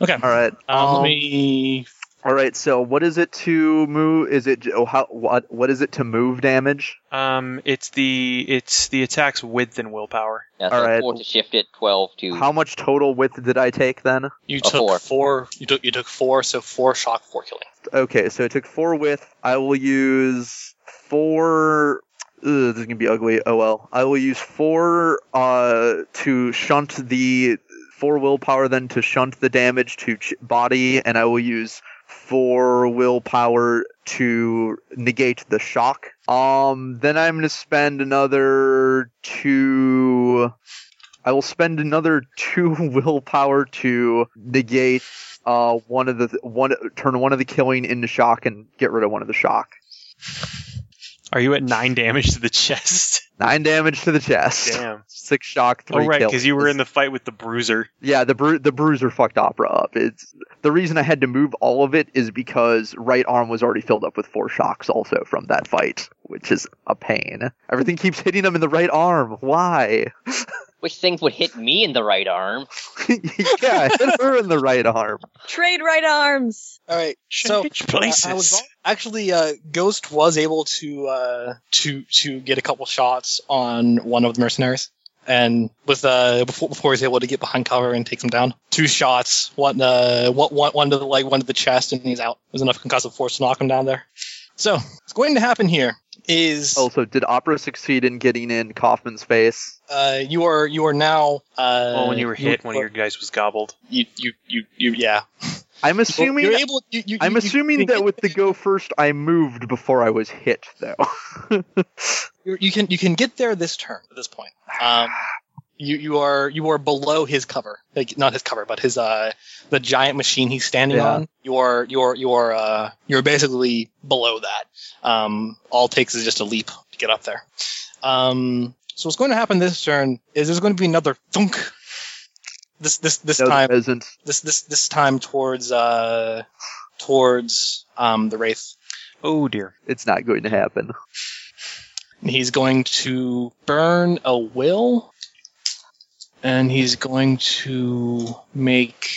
Speaker 1: Okay.
Speaker 6: all right
Speaker 1: Um, let
Speaker 6: um,
Speaker 1: me.
Speaker 6: all right so what is it to move is it oh, how what what is it to move damage
Speaker 4: Um, it's the it's the attacks with and willpower.
Speaker 5: Yeah, so
Speaker 6: Alright.
Speaker 5: four to shift it, twelve to.
Speaker 6: how much total width did i take then
Speaker 1: You
Speaker 5: a
Speaker 1: took
Speaker 5: four.
Speaker 1: four. You took you took four. So four shock, four killing.
Speaker 6: okay so it took four width i will use four Ugh, this is gonna be ugly oh well i will use four uh to shunt the four willpower then to shunt the damage to ch- body and i will use four willpower to negate the shock um then i'm gonna spend another two I will spend another two [laughs] willpower to negate uh, one of the one turn one of the killing into shock and get rid of one of the shock.
Speaker 4: Are you at nine damage to the chest?
Speaker 6: Nine damage to the
Speaker 4: [laughs]
Speaker 6: chest.
Speaker 4: Damn.
Speaker 6: [laughs] Six shock,
Speaker 4: Oh
Speaker 6: three
Speaker 4: right,
Speaker 6: kills.
Speaker 4: because you were in the fight with the bruiser.
Speaker 6: Yeah, the bru- the bruiser fucked Opera up. It's the reason I had to move all of it is because right arm was already filled up with four shocks also from that fight, which is a pain. Everything keeps hitting him in the right arm. Why? [laughs]
Speaker 5: Which things would hit me in the right arm?
Speaker 6: yeah, [laughs] hit her in the right arm.
Speaker 3: Trade right arms.
Speaker 1: All right. So
Speaker 4: Change
Speaker 1: Uh, I was
Speaker 4: places.
Speaker 1: wrong. Actually, uh, Ghost was able to uh, to to get a couple shots on one of the mercenaries, and with uh, before before he was able to get behind cover and take them down. Two shots, one uh, one one one to the leg, one to the chest, and he's out. There's enough concussive force to knock him down there. So what's going to happen here is
Speaker 4: Oh.
Speaker 6: Also, did Opera succeed in getting in Kaufman's face?
Speaker 1: uh, you are you are now. Uh,
Speaker 4: well, Oh, when you were hit, one of your guys was gobbled.
Speaker 1: you you you, you yeah.
Speaker 6: I'm assuming
Speaker 1: you're able. You, you,
Speaker 6: [laughs] I'm
Speaker 1: you- you
Speaker 6: assuming
Speaker 1: can
Speaker 6: that
Speaker 1: get-
Speaker 6: with the go first, I moved before I was hit, though. [laughs]
Speaker 1: you you can you can get there this turn at this point. Um, you you are you are below his cover, like not his cover, but his uh the giant machine he's standing
Speaker 6: Yeah.
Speaker 1: on. You are you are you are uh you're basically below that. Um, all it takes is just a leap to get up there. Um, so what's going to happen this turn is there's going to be another thunk. This this this
Speaker 6: no, there
Speaker 1: time
Speaker 6: isn't.
Speaker 1: this this this time towards uh towards um the wraith.
Speaker 4: Oh dear.
Speaker 6: It's not going to happen.
Speaker 1: He's going to burn a will, and he's going to make.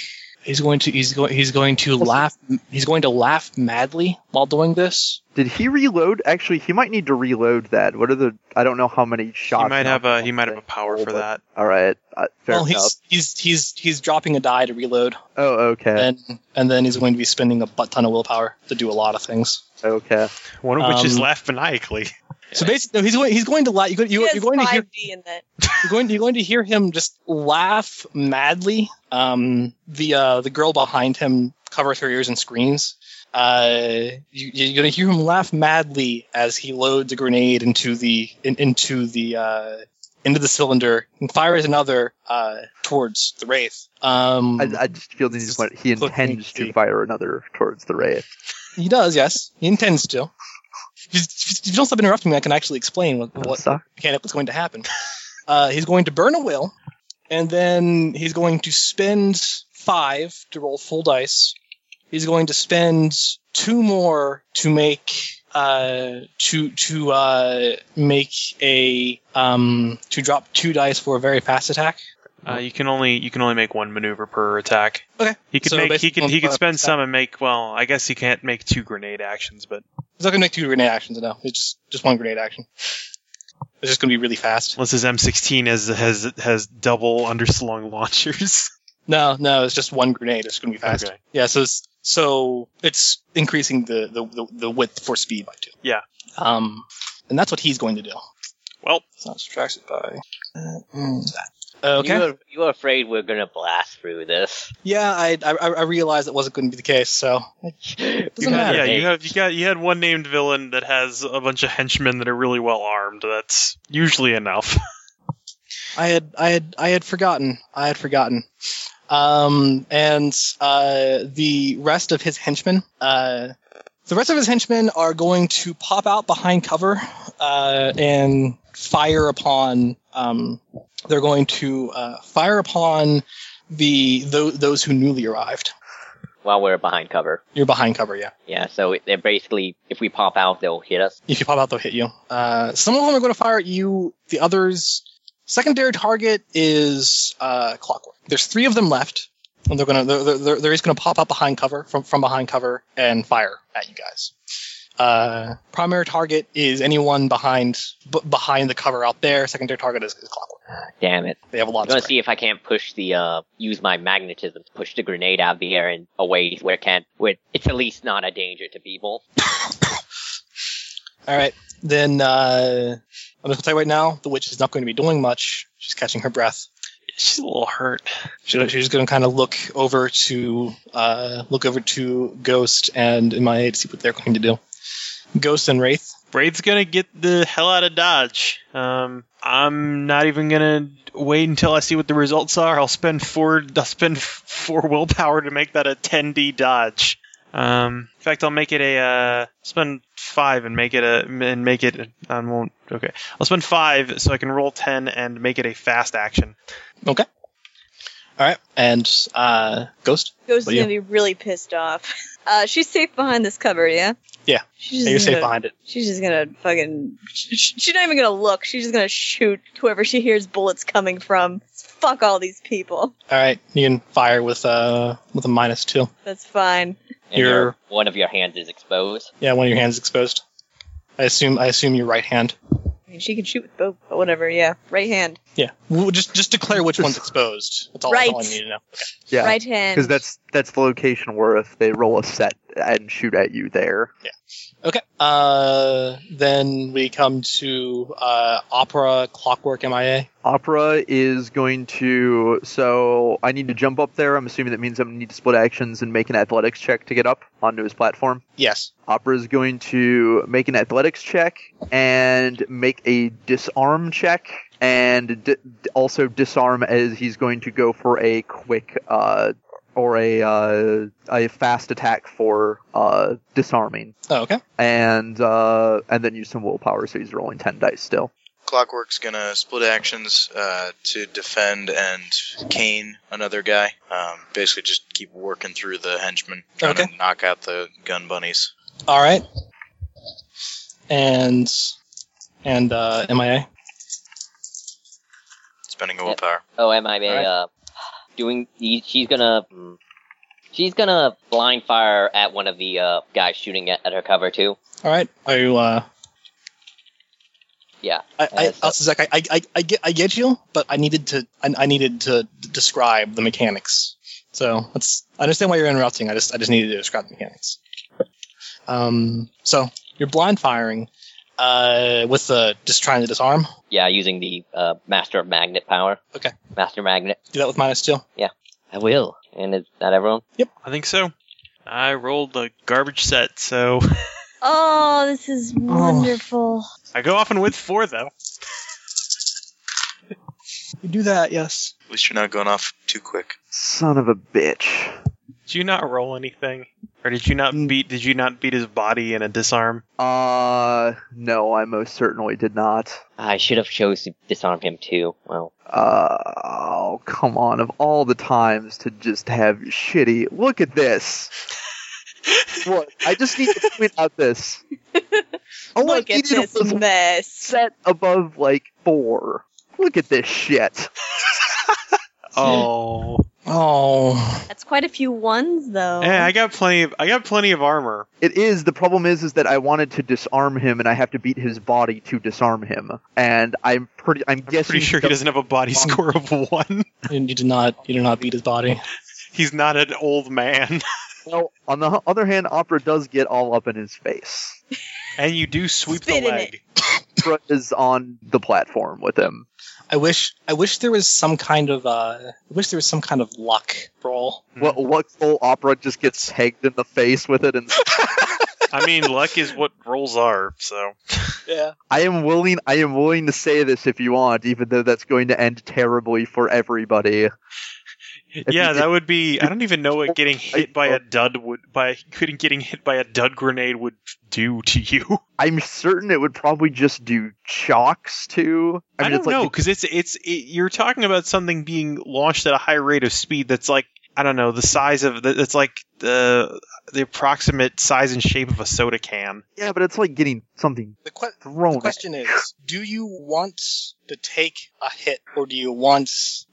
Speaker 1: He's going to he's going he's going to laugh he's going to laugh madly while doing this.
Speaker 6: Did he reload? Actually, he might need to reload that. What are the? I don't know how many shots.
Speaker 4: He might have a he
Speaker 6: knocked
Speaker 4: might have a
Speaker 6: off.
Speaker 4: power for that.
Speaker 6: All right, uh, fair
Speaker 1: well,
Speaker 6: enough.
Speaker 1: he's he's he's he's dropping a die to reload,
Speaker 6: Oh, okay,
Speaker 1: and and then he's going to be spending a butt ton of willpower to do a lot of things.
Speaker 6: okay.
Speaker 4: One of which is
Speaker 1: Um,
Speaker 4: laugh maniacally.
Speaker 1: So basically, no, he's going he's going to laugh. You're,
Speaker 8: he
Speaker 1: you're,
Speaker 8: has
Speaker 1: you're going to hear
Speaker 8: 5D in that.
Speaker 1: you're going to, you're going to hear him just laugh madly. Um, the uh, the girl behind him covers her ears and screams. Uh, you, you're going to hear him laugh madly as he loads a grenade into the in, into the uh, into the cylinder and fires another uh, towards the wraith. Um,
Speaker 6: I, I just feel that he's what he
Speaker 1: Look,
Speaker 6: intends
Speaker 1: see.
Speaker 6: to fire another towards the wraith.
Speaker 1: he does, yes, he intends to. If you- If you don't stop interrupting me, I can actually explain what,
Speaker 6: That
Speaker 1: what
Speaker 6: sucks.
Speaker 1: mechanic what's going to happen. Uh, he's going to burn a will, and then he's going to spend five to roll full dice. He's going to spend two more to make uh, to to uh, make a um, to drop two dice for a very fast attack.
Speaker 4: Uh, you can only you can only make one maneuver per attack.
Speaker 1: Okay.
Speaker 4: He could
Speaker 1: So
Speaker 4: make he could
Speaker 1: basically
Speaker 4: he could
Speaker 1: one
Speaker 4: spend
Speaker 1: attack.
Speaker 4: some and make well. I guess he can't make two grenade actions, but
Speaker 1: He's not going to make two grenade actions. No, it's just just one grenade action. It's just going to be really fast.
Speaker 4: unless his M16 has has has double underslung launchers. [laughs]
Speaker 1: No, no, it's just one grenade. It's going to be fast.
Speaker 4: Okay.
Speaker 1: Yeah, so it's, so it's increasing the, the, the, the width for speed by two.
Speaker 4: Yeah.
Speaker 1: Um, and that's what he's going to do.
Speaker 4: Well.
Speaker 1: it's not subtracted by. Uh, mm, that. Okay.
Speaker 5: You were, you were afraid we are gonna blast through this. [laughs]
Speaker 1: yeah, I, I I realized that wasn't going to be the case. So
Speaker 5: You
Speaker 1: Doesn't
Speaker 5: had-
Speaker 1: matter.
Speaker 4: yeah,
Speaker 5: Hey,
Speaker 4: you have you got you had one named villain that has a bunch of henchmen that are really well armed. That's usually enough. [laughs]
Speaker 1: I had I had I had forgotten. I had forgotten. Um, and uh, the rest of his henchmen, uh, the rest of his henchmen are going to pop out behind cover uh, and fire upon. Um, they're going to uh, fire upon the tho- those who newly arrived.
Speaker 5: While we're behind cover.
Speaker 1: You're behind cover, yeah.
Speaker 5: Yeah, so it- they're basically, if we pop out, they'll hit us.
Speaker 1: If you pop out, they'll hit you. Uh, some of them are going to fire at you. The others, secondary target is uh, clockwork. There's three of them left, and they're going to they're, they're, they're just going to pop up behind cover from from behind cover and fire at you guys. Uh, primary target is anyone behind b- behind the cover out there. Secondary target is, is clockwork.
Speaker 5: Damn it.
Speaker 1: They have a lot
Speaker 5: I'm gonna
Speaker 1: of. Spray.
Speaker 5: see if I can't push the, uh, use my magnetism to push the grenade out of the air and away where it can, where it's at least not a danger to people.
Speaker 1: All right, then uh, I'm going to tell you right now, the witch is not going to be doing much. She's catching her breath.
Speaker 4: She's a little hurt.
Speaker 1: She, she's going to kind of look over to uh, look over to Ghost and MIA to see what they're going to do. Ghost and Wraith.
Speaker 4: Braid's gonna get the hell out of dodge. Um, I'm not even gonna wait until I see what the [laughs] results are. I'll spend four. I'll spend f- four willpower to make that a 10d dodge. Um, in fact, I'll make it a uh, spend five and make it a and make it. I won't. Okay, I'll spend five so I can roll ten and make it a fast action.
Speaker 1: All right, and uh, Ghost.
Speaker 3: Ghost
Speaker 1: What
Speaker 3: is
Speaker 1: do you-
Speaker 3: gonna be really pissed off. [laughs] Uh, she's safe behind this cover, yeah.
Speaker 1: Yeah.
Speaker 3: She's
Speaker 1: Yeah, you're
Speaker 3: just
Speaker 1: safe
Speaker 3: gonna-
Speaker 1: behind it.
Speaker 3: She's just gonna fucking. [laughs] sh- sh- She's not even gonna look. She's just gonna shoot whoever she hears bullets coming from. Fuck all these people.
Speaker 1: All right, you can fire with uh with a minus two.
Speaker 3: That's fine.
Speaker 5: And
Speaker 1: Your-
Speaker 5: your one of your hands is exposed.
Speaker 1: Yeah, one of your hands exposed. I assume I assume your right hand.
Speaker 3: I mean, she can shoot with both, but whatever. Yeah, right hand,
Speaker 1: Yeah, Well, just just declare which
Speaker 3: [laughs]
Speaker 1: one's exposed. That's all, that's all I
Speaker 3: Right.
Speaker 1: need to know.
Speaker 6: Yeah.
Speaker 3: right hand.
Speaker 6: Because that's that's the location where if they roll a set and shoot at you there.
Speaker 1: Okay. Uh, then we come to uh, Opera Clockwork MIA.
Speaker 6: Opera is going to. So I need to jump up there. I'm assuming that means I'm going to need to split actions and make an athletics check to get up onto his platform.
Speaker 1: Yes.
Speaker 6: Opera is going to make an athletics check and make a disarm check and d- d- also disarm as he's going to go for a quick uh, or a uh, a fast attack for uh, disarming
Speaker 1: Oh, okay.
Speaker 6: and uh, and then use some willpower so he's rolling 10 dice still.
Speaker 2: Clockwork's gonna split actions uh, to defend and cane another guy. Um, basically, just keep working through the henchmen, trying
Speaker 1: Okay.
Speaker 2: to knock out the gun bunnies.
Speaker 1: All right. And and uh, MIA.
Speaker 2: Spending a willpower.
Speaker 5: Oh, am I
Speaker 1: Alright.
Speaker 5: uh, doing? She's gonna. hmm, She's gonna blind fire at one of the uh, guys shooting at, at her cover too.
Speaker 1: All right. Are you? Uh,
Speaker 5: Yeah.
Speaker 1: I, I,
Speaker 5: Yeah, so-
Speaker 1: also, Zach, I, I- I, I get I get you, but I needed to I, I needed to d- describe the mechanics. So let's. I understand why you're interrupting. I just I just needed to describe the mechanics. Um. So you're blind firing. Uh, with the just trying to disarm.
Speaker 5: Yeah, using the uh, master of magnet power.
Speaker 1: Okay.
Speaker 5: Master magnet.
Speaker 1: Do that with minus two.
Speaker 5: I will. And is that everyone?
Speaker 4: I think so. I rolled a garbage set, so [laughs]
Speaker 3: Oh, this is wonderful.
Speaker 4: I go off and with four though.
Speaker 1: You do that, yes.
Speaker 2: At least you're not going off too quick.
Speaker 6: Son of a bitch.
Speaker 4: Did you not roll anything, or did you not
Speaker 6: Mm.
Speaker 4: beat? Did you not beat his body in a disarm?
Speaker 6: Uh, no, I most certainly did not.
Speaker 5: I should have chose to disarm him too. Well,
Speaker 6: Uh, oh, come on, of all the times to just have shitty. Look at
Speaker 3: [laughs]
Speaker 6: this. Look, I just need to point
Speaker 3: [laughs]
Speaker 6: out this. All
Speaker 3: Look
Speaker 6: I
Speaker 3: at
Speaker 6: needed
Speaker 3: this
Speaker 6: was
Speaker 3: mess.
Speaker 6: set above like four. Look at this shit.
Speaker 4: Oh,
Speaker 1: Oh.
Speaker 3: That's quite a few ones, though.
Speaker 4: yeah, I got plenty. Of, I got plenty of armor.
Speaker 6: It is the problem is is that I wanted to disarm him and I have to beat his body to disarm him. And I'm pretty I'm,
Speaker 4: I'm pretty sure he doesn't have a body score of one. [laughs]
Speaker 1: You, you did not. You did not beat his body.
Speaker 4: He's not an old man,
Speaker 6: Well, on the h- other hand, Opera does get all up in his face.
Speaker 4: [laughs] and you do sweep
Speaker 3: Spit
Speaker 4: the
Speaker 3: in
Speaker 4: leg.
Speaker 6: Opera is on the platform with him.
Speaker 1: I wish. I wish there was some kind of. Uh, I wish there was some kind of luck roll.
Speaker 6: What what full Opera just gets pegged in the face with it, and
Speaker 4: I mean, luck is what rolls are. So
Speaker 1: Yeah.
Speaker 6: I am willing I am willing to say this if you want, even though that's going to end terribly for everybody. If
Speaker 4: yeah,
Speaker 6: you-
Speaker 4: that would be. I don't even know what getting hit by a dud would by couldn't getting hit by a dud grenade would do to you.
Speaker 6: I'm certain it would probably just do chocks too.
Speaker 4: I,
Speaker 6: mean,
Speaker 4: don't
Speaker 6: it's like
Speaker 4: know because it's it's it, you're talking about something being launched at a high rate of speed that's like I don't know the size of the- that's like the the approximate size and shape of a soda can.
Speaker 6: Yeah, but it's like getting something
Speaker 1: The, que-
Speaker 6: thrown.
Speaker 1: the question is: Do you want to take a hit, or do you want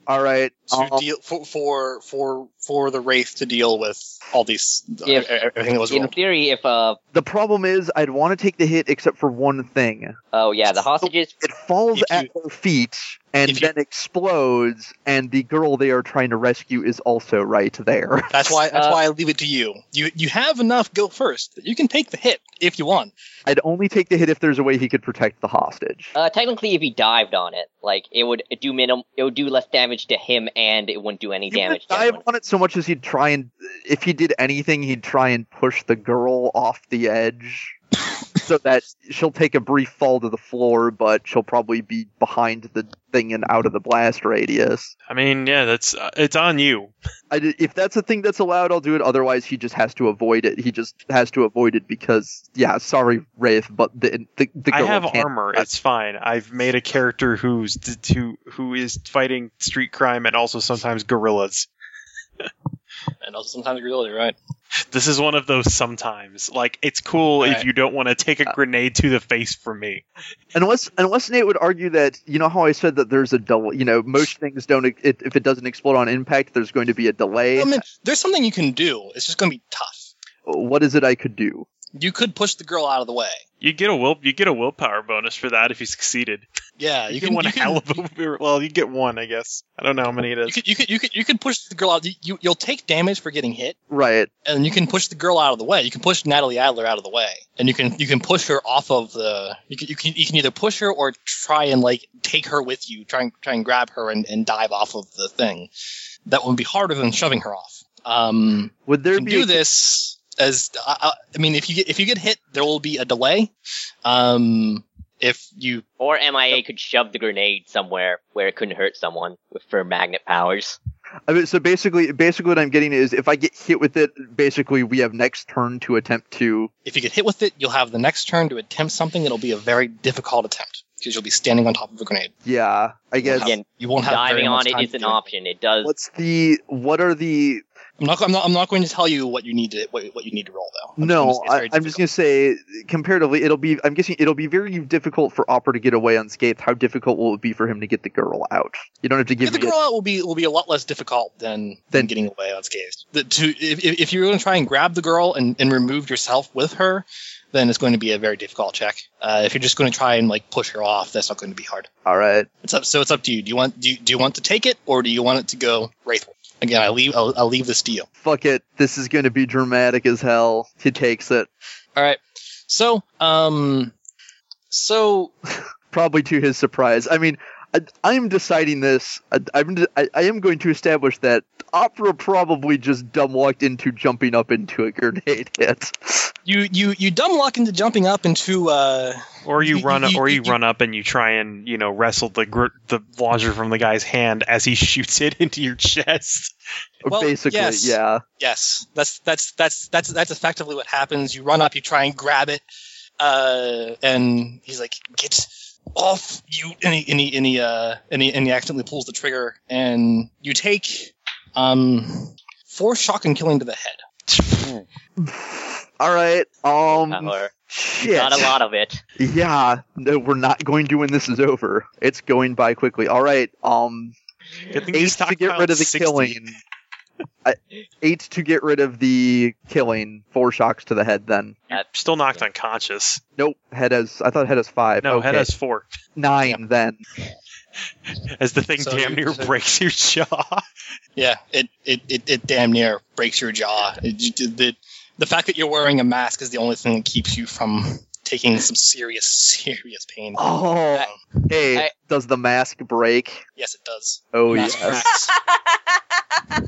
Speaker 6: All right.
Speaker 1: to
Speaker 6: um,
Speaker 1: deal for, for for for the wraith to deal with all these
Speaker 5: If-
Speaker 1: e- e- everything that was
Speaker 5: in
Speaker 1: rolled?
Speaker 5: theory, if uh,
Speaker 6: the problem is, I'd want to take the hit except for one thing.
Speaker 5: oh yeah, the hostages.
Speaker 6: It falls
Speaker 1: If
Speaker 6: at her feet and
Speaker 1: if you-
Speaker 6: then explodes, and the girl they are trying to rescue is also right there.
Speaker 1: That's why. That's
Speaker 5: Uh,
Speaker 1: why I leave it to you. You you have enough go first that you can take the hit if you want.
Speaker 6: I'd only take the hit if there's a way he could protect the hostage.
Speaker 5: Uh, technically, if he dived on it, like it would do minim, it would do less damage to him, and it wouldn't do any
Speaker 6: He
Speaker 5: damage.
Speaker 6: wouldn't
Speaker 5: To
Speaker 6: dive
Speaker 5: anyone.
Speaker 6: on it so much as he'd try and, if he did anything, he'd try and push the girl off the edge. so that she'll take a brief fall to the floor, but she'll probably be behind the thing and out of the blast radius.
Speaker 4: I mean, yeah, that's uh, it's on you.
Speaker 6: I d if that's a thing that's allowed, I'll do it. Otherwise, he just has to avoid it. He just has to avoid it because, yeah, sorry, Wraith, but the the, the
Speaker 4: I
Speaker 6: girl
Speaker 4: have
Speaker 6: can't-
Speaker 4: armor. It's fine. I've made a character who's d- who who is fighting street crime and also sometimes gorillas.
Speaker 1: [laughs] and also sometimes reality, right?
Speaker 4: This is one of those sometimes. Like it's cool if
Speaker 1: Right.
Speaker 4: you don't want to take a
Speaker 6: Uh,
Speaker 4: grenade to the face from me.
Speaker 6: Unless unless Nate would argue that you know how I said that there's a delay. You know, most things don't. It, if it doesn't explode on impact, there's going to be a delay.
Speaker 1: I mean, there's something you can do. It's just going to be tough.
Speaker 6: what is it I could do?
Speaker 1: You could push the girl out of the way.
Speaker 4: You get a will you get a willpower bonus for that if you succeeded.
Speaker 1: Yeah,
Speaker 4: You,
Speaker 1: you,
Speaker 4: get
Speaker 1: can.
Speaker 4: one
Speaker 1: you, can
Speaker 4: hell of a well, you get one, I guess. I don't know how many it
Speaker 1: you
Speaker 4: is.
Speaker 1: could you could you could you could push the girl out. You- You you'll take damage for getting hit,
Speaker 6: Right.
Speaker 1: and you can push the girl out of the way. You can push Natalie Adler out of the way, and you can you can push her off of the. You can you can, you can either push her or try and like take her with you. Try and try and grab her and, and dive off of the thing. That would be harder than shoving her off. Um,
Speaker 6: Would there
Speaker 1: can
Speaker 6: be
Speaker 1: do
Speaker 6: a-
Speaker 1: this as I, I- I mean, if you get if you get hit, there will be a delay. Um, if you
Speaker 5: Or MIA could shove the grenade somewhere where it couldn't hurt someone with for magnet powers.
Speaker 6: I mean, so basically, basically, what I'm getting is if I get hit with it, basically we have next turn to attempt to.
Speaker 1: if you get hit with it, you'll have the next turn to attempt something. It'll be a very difficult attempt because you'll be standing on top of a grenade.
Speaker 6: Yeah, I guess.
Speaker 5: Again,
Speaker 1: You won't have very
Speaker 5: diving
Speaker 1: much
Speaker 5: on it
Speaker 1: time
Speaker 5: is
Speaker 1: to
Speaker 5: an
Speaker 1: do it.
Speaker 5: option. It does.
Speaker 6: What's the? What are the?
Speaker 1: I'm not, I'm not. I'm not going to tell you what you need to what, what you need to roll though. I'm
Speaker 6: No,
Speaker 1: just- it's
Speaker 6: I,
Speaker 1: very
Speaker 6: I'm
Speaker 1: difficult.
Speaker 6: just gonna say comparatively, it'll be. I'm guessing it'll be very difficult for Opera to get away unscathed. How difficult will it be for him to get the girl out? You don't have to give
Speaker 1: Get the
Speaker 6: me. a-
Speaker 1: girl out will be will be a lot less difficult than
Speaker 6: Then-
Speaker 1: than getting away unscathed. The, to if, if if you're going to try and grab the girl and, and remove yourself with her, then it's going to be a very difficult check. Uh, if you're just going to try and like push her off, that's not going to be hard.
Speaker 6: All right.
Speaker 1: It's up. So it's up to you. Do you want do you, do you want to take it or do you want it to go wraith? Again, I leave. I'll, I'll leave this to you.
Speaker 6: Fuck it. This is gonna be dramatic as hell. He takes it.
Speaker 1: All right. So um, so
Speaker 6: probably to his surprise. I mean, I, I'm deciding this. I, I'm de- I, I am going to establish that Opera probably just dumb walked into jumping up into a grenade hit. [laughs]
Speaker 1: you you you dumb luck into jumping up into uh.
Speaker 4: Or you
Speaker 1: You-
Speaker 4: run
Speaker 1: you-
Speaker 4: or you
Speaker 1: you-
Speaker 4: run up and you try and, you know, wrestle the gr- the launcher from the guy's hand as he [laughs] shoots it into your chest.
Speaker 1: Well,
Speaker 6: Basically,
Speaker 1: yes.
Speaker 6: yeah.
Speaker 1: Yes, that's that's that's that's that's effectively what happens. You run up, you try and grab it, uh, and he's like, "Get off you!" And he and he and he, uh, and he and he accidentally pulls the trigger, and you take um four shock and killing to the head.
Speaker 6: All right. Um.
Speaker 5: power.
Speaker 6: Shit.
Speaker 5: Not a lot of it.
Speaker 6: Yeah. No, we're not going to when this is over. It's going by quickly. All right. Um.
Speaker 4: Good thing you
Speaker 6: Eight to get rid of
Speaker 4: stockpiled
Speaker 6: the
Speaker 4: 60.
Speaker 6: killing. I- Eight to get rid of the killing. Four shocks to the head. Then
Speaker 4: Still knocked unconscious.
Speaker 6: nope. Head has. I thought head has five.
Speaker 4: No, head
Speaker 6: Okay.
Speaker 4: has four.
Speaker 6: nine. Then
Speaker 4: As the thing
Speaker 1: So
Speaker 4: damn
Speaker 1: you-
Speaker 4: near
Speaker 1: so-
Speaker 4: breaks your jaw.
Speaker 1: Yeah, it it it, it damn near breaks your jaw. It, it, the the fact that you're wearing a mask is the only thing that keeps you from taking some serious serious pain.
Speaker 6: Oh, hey,
Speaker 5: I-
Speaker 6: does the mask break?
Speaker 1: Yes, it does.
Speaker 6: Oh
Speaker 1: Mask
Speaker 6: yes.
Speaker 1: cracks.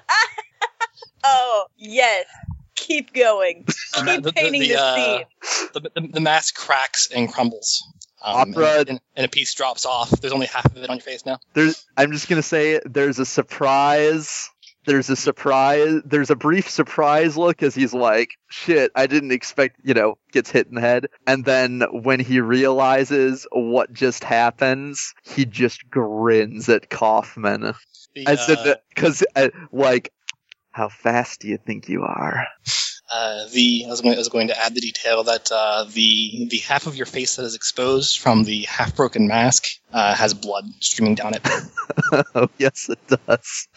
Speaker 3: [laughs]
Speaker 8: oh, yes. Keep
Speaker 1: [laughs]
Speaker 8: going.
Speaker 1: And
Speaker 8: [laughs]
Speaker 1: that-
Speaker 8: Keep painting
Speaker 1: the,
Speaker 8: the,
Speaker 1: uh,
Speaker 8: scene.
Speaker 1: the, the, the mask cracks and crumbles. Um,
Speaker 6: Opera-
Speaker 1: and, and a piece drops off. There's only half of it on your face now.
Speaker 6: There's. I'm just gonna say there's a surprise. There's a surprise. There's a brief surprise look as he's like, "Shit, I didn't expect." You know, gets hit in the head, and then when he realizes what just happens, he just grins at Kaufman.
Speaker 1: The,
Speaker 6: I said
Speaker 1: uh,
Speaker 6: that because, like, how fast do you think you are? [laughs]
Speaker 1: uh, the I was, going, I was going to add the detail that uh, the the half of your face that is exposed from the half broken mask uh, has blood streaming down it.
Speaker 6: oh yes, it does.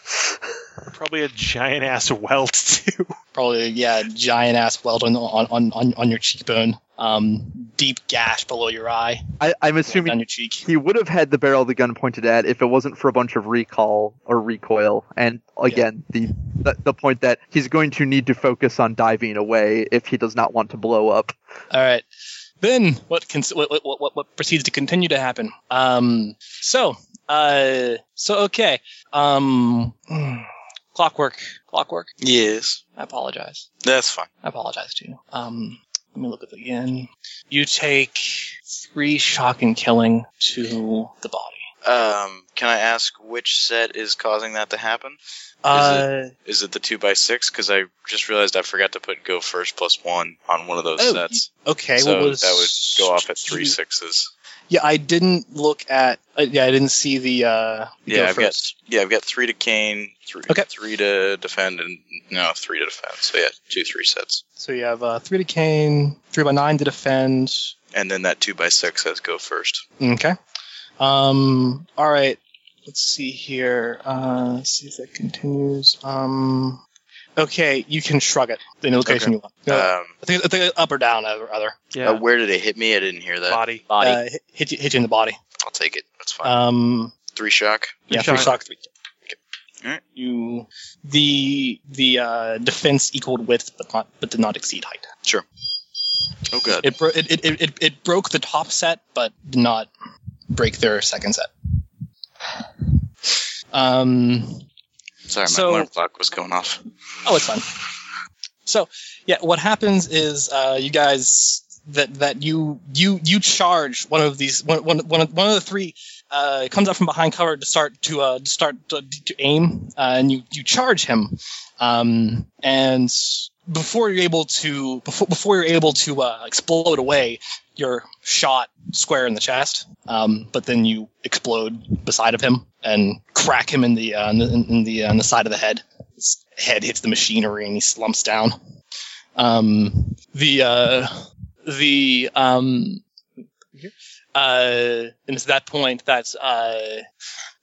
Speaker 4: Probably a giant ass welt too.
Speaker 1: Probably yeah, giant ass welt on on, on, on, on your cheekbone. Um, deep gash below your eye,
Speaker 6: I, I'm
Speaker 1: on
Speaker 6: assuming
Speaker 1: down your cheek.
Speaker 6: he would have had the barrel of the gun pointed at if it wasn't for a bunch of recall or recoil and again the, the the point that he's going to need to focus on diving away if he does not want to blow up
Speaker 1: All right. Then what, cons- what, what, what, what proceeds to continue to happen? Um, so, uh, so okay. Um, clockwork, clockwork.
Speaker 2: Yes,
Speaker 1: I apologize.
Speaker 2: that's fine.
Speaker 1: I apologize to you. Um, Let me look at it again. You take three shock and killing to the body.
Speaker 2: Um, can I ask which set is causing that to happen?
Speaker 1: Uh,
Speaker 2: Is it the two by six? Because I just realized I forgot to put go first plus one on one of those
Speaker 1: Oh,
Speaker 2: sets,
Speaker 1: okay.
Speaker 2: so
Speaker 1: what was
Speaker 2: that would go off at three sixes.
Speaker 1: Yeah, I didn't look at. Uh, yeah, I didn't see the. Uh, the
Speaker 2: Yeah,
Speaker 1: go
Speaker 2: I've got-
Speaker 1: first.
Speaker 2: Yeah, I've got three to cane, three,
Speaker 1: Okay.
Speaker 2: three to defend, and no, three to defend. So yeah, two three sets,
Speaker 1: So you have uh, three to cane, three by nine to defend.
Speaker 2: and then that two by six says go first.
Speaker 1: Okay. Um. All right. Let's see here. Uh, let's see if that continues. Um. Okay, you can shrug it in the location
Speaker 2: Okay.
Speaker 1: you want. Uh,
Speaker 2: Um,
Speaker 1: I think, I think up or down, either. either.
Speaker 4: Yeah.
Speaker 2: uh, where did it hit me? I didn't hear that.
Speaker 4: Body.
Speaker 5: Body.
Speaker 1: Uh, hit- hit you, hit you in the body.
Speaker 2: I'll take it. That's fine.
Speaker 1: Um,
Speaker 2: three shock.
Speaker 1: yeah,
Speaker 4: shock.
Speaker 1: three shock, three.
Speaker 2: Alright.
Speaker 1: You the the uh, defense equaled width, but not but did not exceed height.
Speaker 2: Oh god.
Speaker 1: It, bro- it, it, it, it it broke the top set, but did not break their second set. Um,
Speaker 2: Sorry, my
Speaker 1: so-
Speaker 2: alarm clock was going off.
Speaker 1: Oh, it's fun. So, yeah, what happens is uh, you guys that that you you you charge one of these one one one of, one of the three uh, comes up from behind cover to start to uh, to start to, to aim, uh, and you you charge him, um, and before you're able to before before you're able to uh, explode away, you're shot square in the chest, um, but then you explode beside of him and crack him in the uh, in the in the, uh, in the side of the head his head hits the machinery and he slumps down. Um, the uh, the um, uh, and it's at that point that's uh,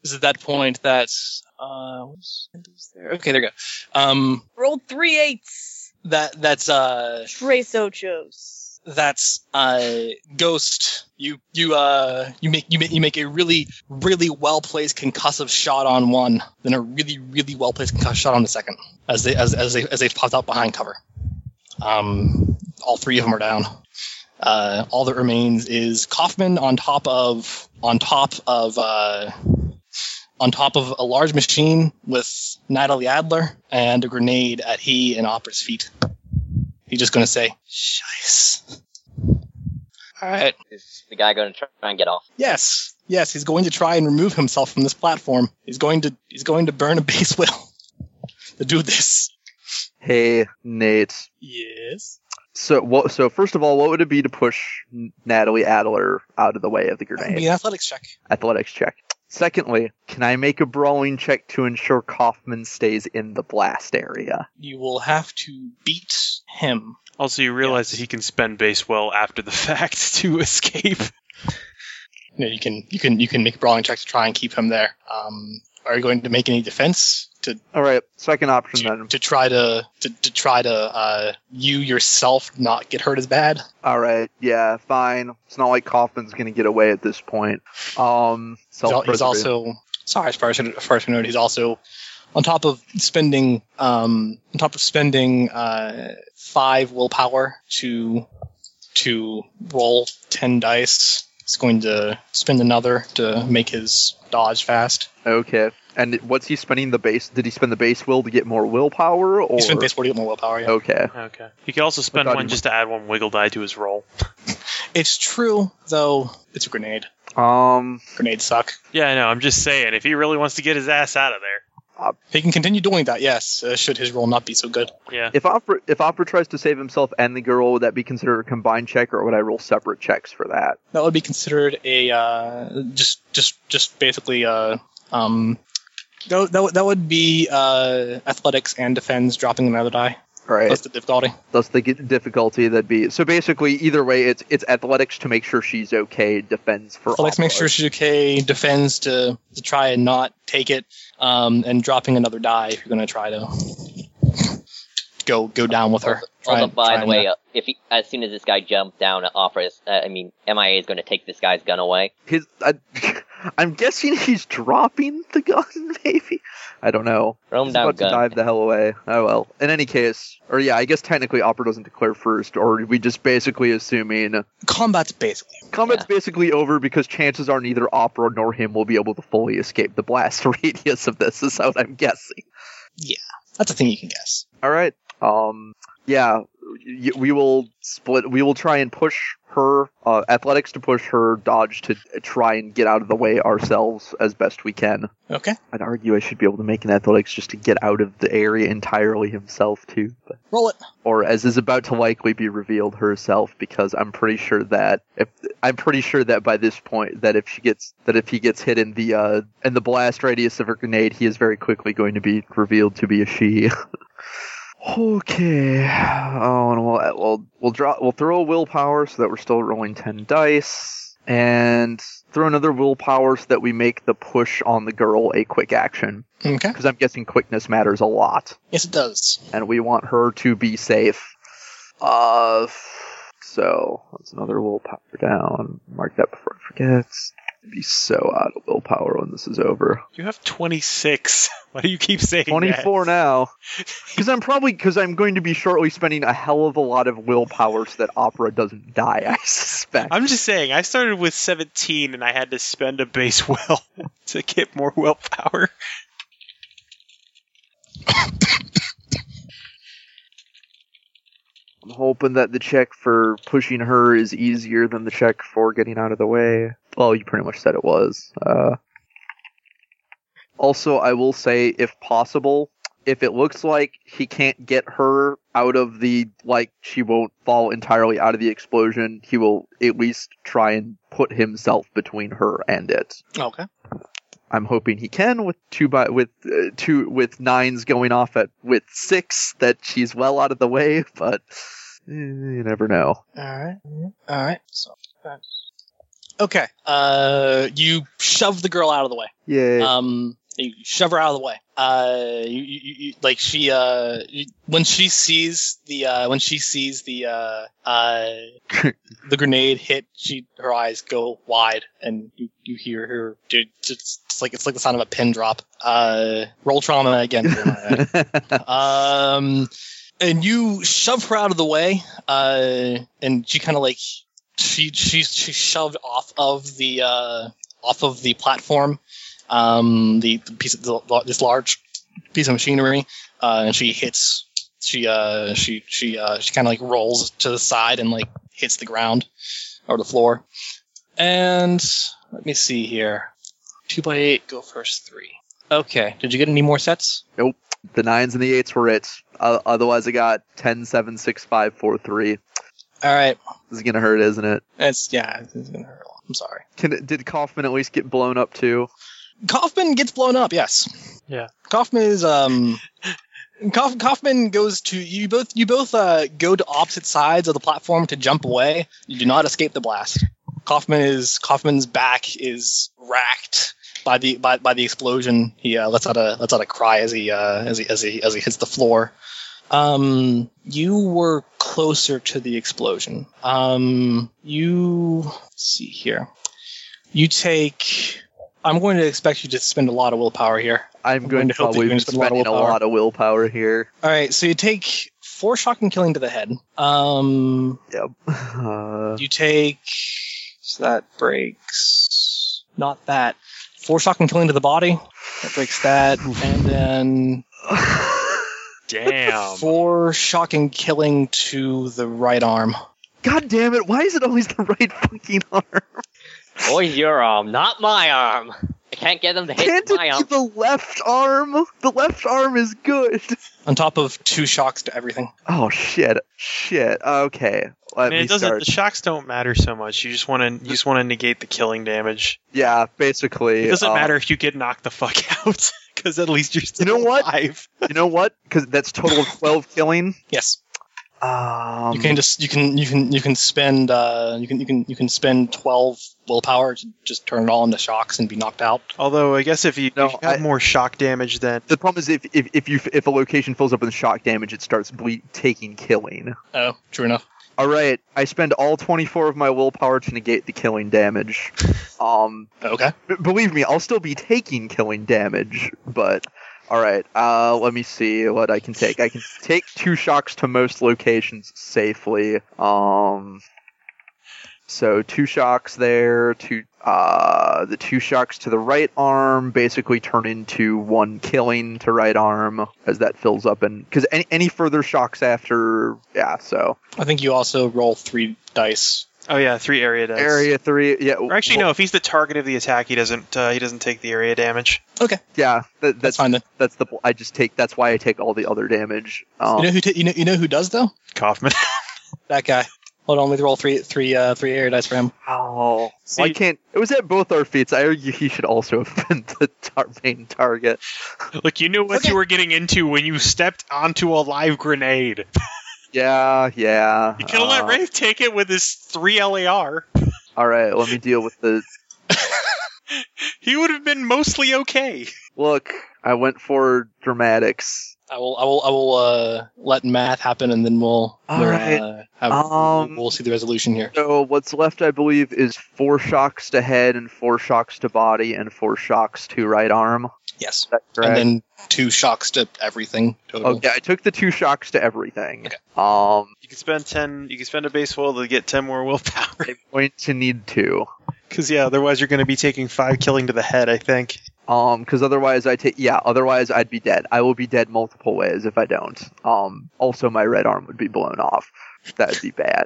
Speaker 1: it's at that point that's uh, what's- is there? okay. There you go. Um,
Speaker 8: Rolled three eights.
Speaker 1: that that's uh,
Speaker 8: Trace Ochos.
Speaker 1: that's uh, ghost. You you uh, you make you make you make a really really well placed concussive shot on one, then a really really well placed concussive shot on the second as they as as they as they've popped out behind cover. Um, all three of them are down. Uh, all that remains is Kaufman on top of on top of uh, on top of a large machine with Natalie Adler and a grenade at he and Opera's feet. He's just gonna say, "Shice." All right.
Speaker 5: Is the guy going to try and get off?
Speaker 1: Yes, yes, he's going to try and remove himself from this platform. He's going to he's going to burn a [laughs] base will to do this.
Speaker 6: Hey, Nate.
Speaker 1: Yes.
Speaker 6: So, what, so first of all, what would it be to push N- Natalie Adler out of the way of the
Speaker 1: That would
Speaker 6: grenade?
Speaker 1: be an athletics check.
Speaker 6: Athletics check. Secondly, can I make a brawling check to ensure Kaufman stays in the blast area?
Speaker 1: You will have to beat him.
Speaker 4: Also, you realize
Speaker 1: Yes.
Speaker 4: that he can spend base well after the [laughs] fact to escape.
Speaker 1: You, know, you can you can you can make a brawling check to try and keep him there. Um, are you going to make any defense to
Speaker 6: All right, second option
Speaker 1: to,
Speaker 6: then.
Speaker 1: to try to, to to try to uh, you yourself not get hurt as bad?
Speaker 6: All right, yeah, fine. It's not like Kaufman's gonna get away at this point. Um,
Speaker 1: He's, al-
Speaker 6: self
Speaker 1: he's also sorry, as far as, as far as I know, he's also on top of spending um, on top of spending uh, five willpower to to roll ten dice. He's going to spend another to make his dodge fast.
Speaker 6: okay. And what's he spending the base? Did he spend the base will to get more willpower, or
Speaker 1: He spent base forty to get more willpower. Yeah.
Speaker 6: okay?
Speaker 4: Okay. He could also spend
Speaker 6: God,
Speaker 4: one
Speaker 6: you-
Speaker 4: just to add one wiggle die to his roll.
Speaker 1: It's true though. It's a grenade.
Speaker 6: Um,
Speaker 1: Grenades suck.
Speaker 4: Yeah, I know. I'm just saying, if he really wants to get his ass out of there.
Speaker 1: He can continue doing that. Yes, uh, should his roll not be so good.
Speaker 4: Yeah.
Speaker 6: if Opera if Opera tries to save himself and the girl, would that be considered a combined check, or would I roll separate checks for that?
Speaker 1: That would be considered a uh, just just just basically uh, um that, would- that, would- that would be uh, athletics and defense dropping another die.
Speaker 6: All right.
Speaker 1: That's the difficulty.
Speaker 6: Thus the g- difficulty that'd be. So basically, either way, it's it's athletics to make sure she's okay, defends for
Speaker 1: athletics
Speaker 6: Opera.
Speaker 1: makes sure she's okay. Defense to, to try and not take it, um, and dropping another die if you're going to try to go go down with her. Try
Speaker 5: Also,
Speaker 1: and- try
Speaker 5: by the
Speaker 1: and-
Speaker 5: way, uh, if he, as soon as this guy jumps down, Opera is, uh, I mean, MIA is going to take this guy's gun away.
Speaker 6: his I, [laughs] I'm guessing he's dropping the gun, [laughs] maybe. I don't know.
Speaker 5: Rome
Speaker 6: He's
Speaker 5: down
Speaker 6: about to
Speaker 5: gun.
Speaker 6: dive the hell away. Oh well. In any case, or yeah, I guess technically Opera doesn't declare first, or we just basically assuming
Speaker 1: combat's basically
Speaker 6: combat's basically over because chances are neither Opera nor him will be able to fully escape the blast [laughs] radius of this. Is what I'm guessing.
Speaker 1: that's a thing you can guess.
Speaker 6: All right. Um. Yeah. y- we will split. We will try and push her uh, athletics to push her dodge to try and get out of the way ourselves as best we can.
Speaker 1: Okay.
Speaker 6: I'd argue I should be able to make an athletics just to get out of the area entirely himself too. But
Speaker 1: Roll it.
Speaker 6: or as is about to likely be revealed herself because I'm pretty sure that if I'm pretty sure that by this point that if she gets that if he gets hit in the uh in the blast radius of her grenade he is very quickly going to be revealed to be a she. [laughs] okay. Oh, and we'll we'll we'll draw we'll throw a willpower so that we're still rolling 10 dice and throw another willpower so that we make the push on the girl a quick action
Speaker 1: Okay.
Speaker 6: because I'm guessing quickness matters a lot
Speaker 1: Yes, it does.
Speaker 6: and we want her to be safe. Uh, so that's another willpower down. Mark that before it forgets. It'd be so out of willpower when this is over.
Speaker 7: You have 26. [laughs] Why do you keep saying that?
Speaker 6: Twenty-four now, because I'm probably because I'm going to be shortly spending a hell of a lot of willpower so that Opera doesn't die. [laughs] I suspect.
Speaker 7: I'm just saying, I started with 17 and I had to spend a base [laughs] will to get more willpower.
Speaker 6: I'm hoping that the check for pushing her is easier than the check for getting out of the way. Well, you pretty much said it was. Uh, also, I will say, if possible, if it looks like he can't get her out of the, like, she won't fall entirely out of the explosion, he will at least try and put himself between her and it.
Speaker 1: Okay.
Speaker 6: I'm hoping he can with two by with uh, two with nines going off at with six that she's well out of the way, [laughs] but eh, you never know.
Speaker 1: All right. All right. So. Okay. Uh, you shove the girl out of the way.
Speaker 6: Yay!
Speaker 1: Um, you shove her out of the way. Uh, you, you, you- you, like she uh, you, when she sees the uh, when she sees the uh, uh, the grenade hit, she her eyes go wide, and you, you hear her. Dude, it's, it's like it's like the sound of a pin drop. Uh, roll trauma again.
Speaker 6: [laughs]
Speaker 1: um, and you shove her out of the way, uh, and she kind of like she she's she's shoved off of the uh, off of the platform, um, the, the piece of the, this large piece of machinery, uh, and she hits she uh she she uh she kind of like rolls to the side and like hits the ground or the floor, and let me see here, two by eight go first three. Okay, did you get any more sets?
Speaker 6: [laughs] the nines and the eights were it. Uh, otherwise, I got ten, seven, six, five, four, three.
Speaker 1: All right.
Speaker 6: This is gonna hurt, isn't it?
Speaker 1: That's yeah, it's gonna hurt a lot. I'm sorry.
Speaker 6: Can it- did Kaufman at least get blown up too?
Speaker 1: Kaufman gets blown up. Yes.
Speaker 7: Yeah.
Speaker 1: Kaufman is um. Kauf, Kaufman goes to you both. You both uh, go to opposite sides of the platform to jump away. You do not escape the blast. Kaufman is Kaufman's back is racked by the by, by the explosion. He uh, lets out a lets out a cry as he uh, as he as he as he hits the floor. Um, you were closer to the explosion. Um, you let's see here. You take I'm going to expect you to spend a lot of willpower here.
Speaker 6: I'm going, to
Speaker 1: to hope that
Speaker 6: probably
Speaker 1: you're
Speaker 6: be
Speaker 1: gonna spend a lot of
Speaker 6: spending a
Speaker 1: willpower.
Speaker 6: lot of willpower here.
Speaker 1: All right, so you take four shocking killing to the head. Um,
Speaker 6: Yep. [laughs] Uh,
Speaker 1: you take so that breaks not that four shocking killing to the body. That breaks that, and then
Speaker 4: Um,
Speaker 7: Damn.
Speaker 1: four shocking killing to the right arm.
Speaker 6: God damn it! Why is it always the right fucking arm?
Speaker 5: Always your arm, not my arm. I can't get them to hit
Speaker 6: Can't
Speaker 5: my
Speaker 6: it
Speaker 5: arm.
Speaker 6: be the left arm? The left arm is good.
Speaker 1: On top of two shocks to everything.
Speaker 6: Oh shit! Shit. Okay. Let
Speaker 7: I mean,
Speaker 6: me
Speaker 7: it doesn't.
Speaker 6: start.
Speaker 7: The shocks don't matter so much. You just want to. You just want to negate the killing damage.
Speaker 6: yeah, basically.
Speaker 7: It doesn't
Speaker 6: uh,
Speaker 7: matter if you get knocked the fuck [laughs] out because at least you're still
Speaker 6: You know what?
Speaker 7: alive.
Speaker 6: You know what? Because that's total of twelve killing.
Speaker 1: Yes,
Speaker 6: Um,
Speaker 1: you can just you can you can you can spend uh, you can you can you can spend twelve willpower to just turn it all into shocks and be knocked out.
Speaker 7: Although I guess if you,
Speaker 6: No,
Speaker 7: if you have
Speaker 6: I-
Speaker 7: more shock damage, then
Speaker 6: The problem is if if if you if a location fills up with shock damage, it starts ble- taking killing.
Speaker 1: Oh, true enough.
Speaker 6: All right, I spend all twenty four of my willpower to negate the killing damage. Um,
Speaker 1: Okay.
Speaker 6: B- believe me, I'll still be taking killing damage, but all right. Uh, let me see what I can take. I can take two shocks to most locations safely. Um, So two shocks there. Two uh, the two shocks to the right arm basically turn into one killing to right arm as that fills up, and because any, any further shocks after yeah, so
Speaker 1: I think you also roll three dice.
Speaker 4: Oh yeah, three area dice.
Speaker 6: area three yeah.
Speaker 4: Or actually, no. If he's the target of the attack, he doesn't. Uh, he doesn't take the area damage.
Speaker 6: yeah, that,
Speaker 1: That's
Speaker 6: that's
Speaker 1: fine then.
Speaker 6: that's the I just take that's why I take all the other damage.
Speaker 1: You
Speaker 6: Um,
Speaker 1: know who ta you know you know who does though?
Speaker 7: [laughs]
Speaker 4: Kaufman.
Speaker 1: That guy. Hold on, let me roll three three uh three air dice for him.
Speaker 6: oh,
Speaker 4: See-
Speaker 6: why can't it was at both our feet? So I argue he should also [laughs] have been the tar- main target.
Speaker 4: Look, you knew what
Speaker 1: Okay.
Speaker 4: you were getting into when you stepped onto a live grenade.
Speaker 6: Yeah, yeah.
Speaker 4: You could have let
Speaker 6: uh,
Speaker 4: Wraith take it with his three LAR.
Speaker 6: All right, let me deal with the
Speaker 4: He would have been mostly okay.
Speaker 6: look. I went for dramatics.
Speaker 1: I will I will I will uh let math happen and then we'll
Speaker 6: All
Speaker 1: we'll,
Speaker 6: right.
Speaker 1: uh, have,
Speaker 6: Um,
Speaker 1: we'll see the resolution here.
Speaker 6: So what's left, I believe, is four shocks to head and four shocks to body and four shocks to right arm. Is
Speaker 1: Yes.
Speaker 6: that
Speaker 1: And
Speaker 6: correct?
Speaker 1: then two shocks to everything total.
Speaker 6: okay, I took the two shocks to everything.
Speaker 1: Okay.
Speaker 6: Um,
Speaker 4: You can spend ten. You can spend a base will to get ten more willpower. [laughs]
Speaker 6: I'm going to need two.
Speaker 4: Because yeah, otherwise you're going to be taking five killing to the head. I think.
Speaker 6: Um, because otherwise I take yeah, otherwise I'd be dead. I will be dead multiple ways if I don't. Um, also my right arm would be blown off. That'd be bad.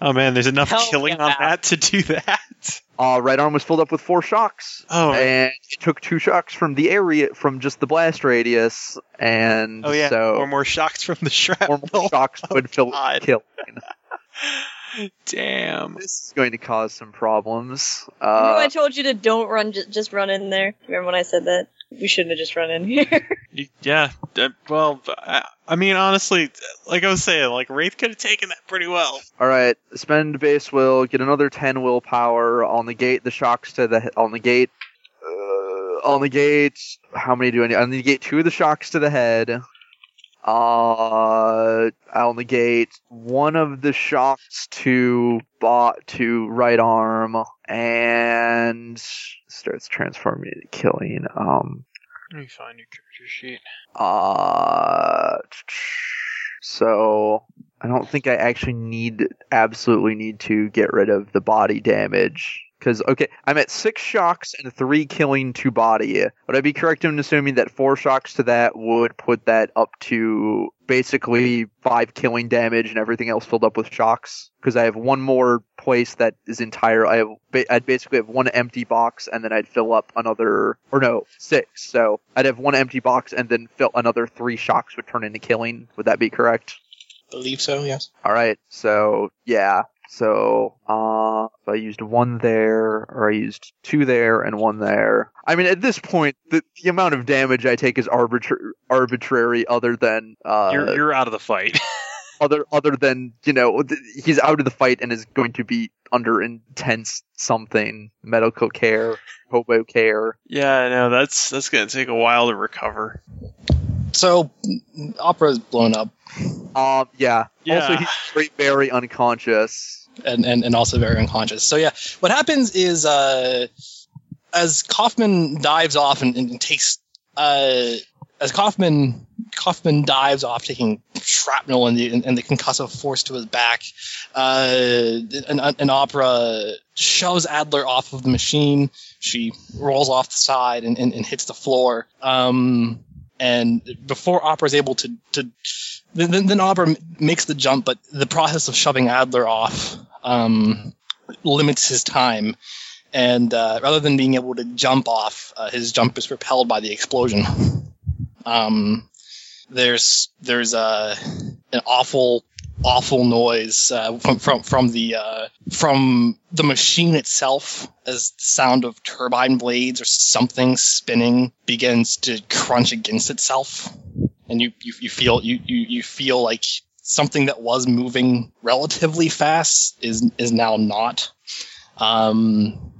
Speaker 4: Oh man, there's enough
Speaker 5: Hell
Speaker 4: killing
Speaker 5: yeah.
Speaker 4: on that to do that. [laughs]
Speaker 6: Uh, right arm was filled up with four shocks.
Speaker 4: Oh.
Speaker 6: and it took two shocks from the area from just the blast radius, and
Speaker 4: Oh yeah.
Speaker 6: so
Speaker 4: Or more shocks from the
Speaker 6: four
Speaker 4: shrapnel. [laughs]
Speaker 6: more shocks would fill,
Speaker 4: God.
Speaker 6: kill.
Speaker 4: Damn.
Speaker 6: This is going to cause some problems.
Speaker 3: Remember I
Speaker 6: Uh,
Speaker 3: told you to don't run, ju- just run in there? Remember when I said that? We shouldn't have just run in
Speaker 1: [laughs]
Speaker 3: here.
Speaker 4: You- Yeah. uh, Well, I, I mean, honestly, like I was saying, like Wraith could have taken that pretty well.
Speaker 6: all right, spend base will get another ten willpower. I'll negate the shocks to the I'll negate. Uh, I'll negate. How many do I need? I'll negate two of the shocks to the head. Uh, I'll negate one of the shocks to bot to right arm and starts transforming into killing. Um,
Speaker 7: Let me find your character sheet.
Speaker 6: uh, so I don't think I actually need absolutely need to get rid of the body damage because okay, I'm at six shocks and three killing to body. Would I be correct in assuming that four shocks to that would put that up to basically five killing damage and everything else filled up with shocks? Because I have one more place that is entire. I have, ba- I'd basically have one empty box and then I'd fill up another, or no, six. So I'd have one empty box and then fill another three shocks would turn into killing. Would that be correct?
Speaker 1: believe so, yes.
Speaker 6: All right. So yeah. So uh, if I used one there, or I used two there and one there. I mean, at this point, the, the amount of damage I take is arbitra- arbitrary, other than uh,
Speaker 4: you're you're out of the fight.
Speaker 6: other other than you know th- he's out of the fight and is going to be under intense something medical care, hobo care.
Speaker 4: yeah, no, that's that's gonna take a while to recover.
Speaker 1: So mm, opera's blown up
Speaker 6: Um, yeah. Also,
Speaker 4: Yeah.
Speaker 6: he's very, very unconscious.
Speaker 1: and, and, and also very unconscious. So yeah, what happens is uh, as Kaufman dives off and, and takes uh, as Kaufman Kaufman dives off, taking shrapnel and the and the concussive force to his back, uh, an, an opera shoves Adler off of the machine. She rolls off the side and, and, and hits the floor. Um, and before Opera's able to, to then, then, then Opera m- makes the jump, but the process of shoving Adler off um, limits his time. And uh, rather than being able to jump off, uh, his jump is repelled by the explosion. Um, there's there's uh, an awful awful noise uh, from from from the uh, from the machine itself as the sound of turbine blades or something spinning begins to crunch against itself and you you, you feel you, you you feel like something that was moving relatively fast is is now not. Um,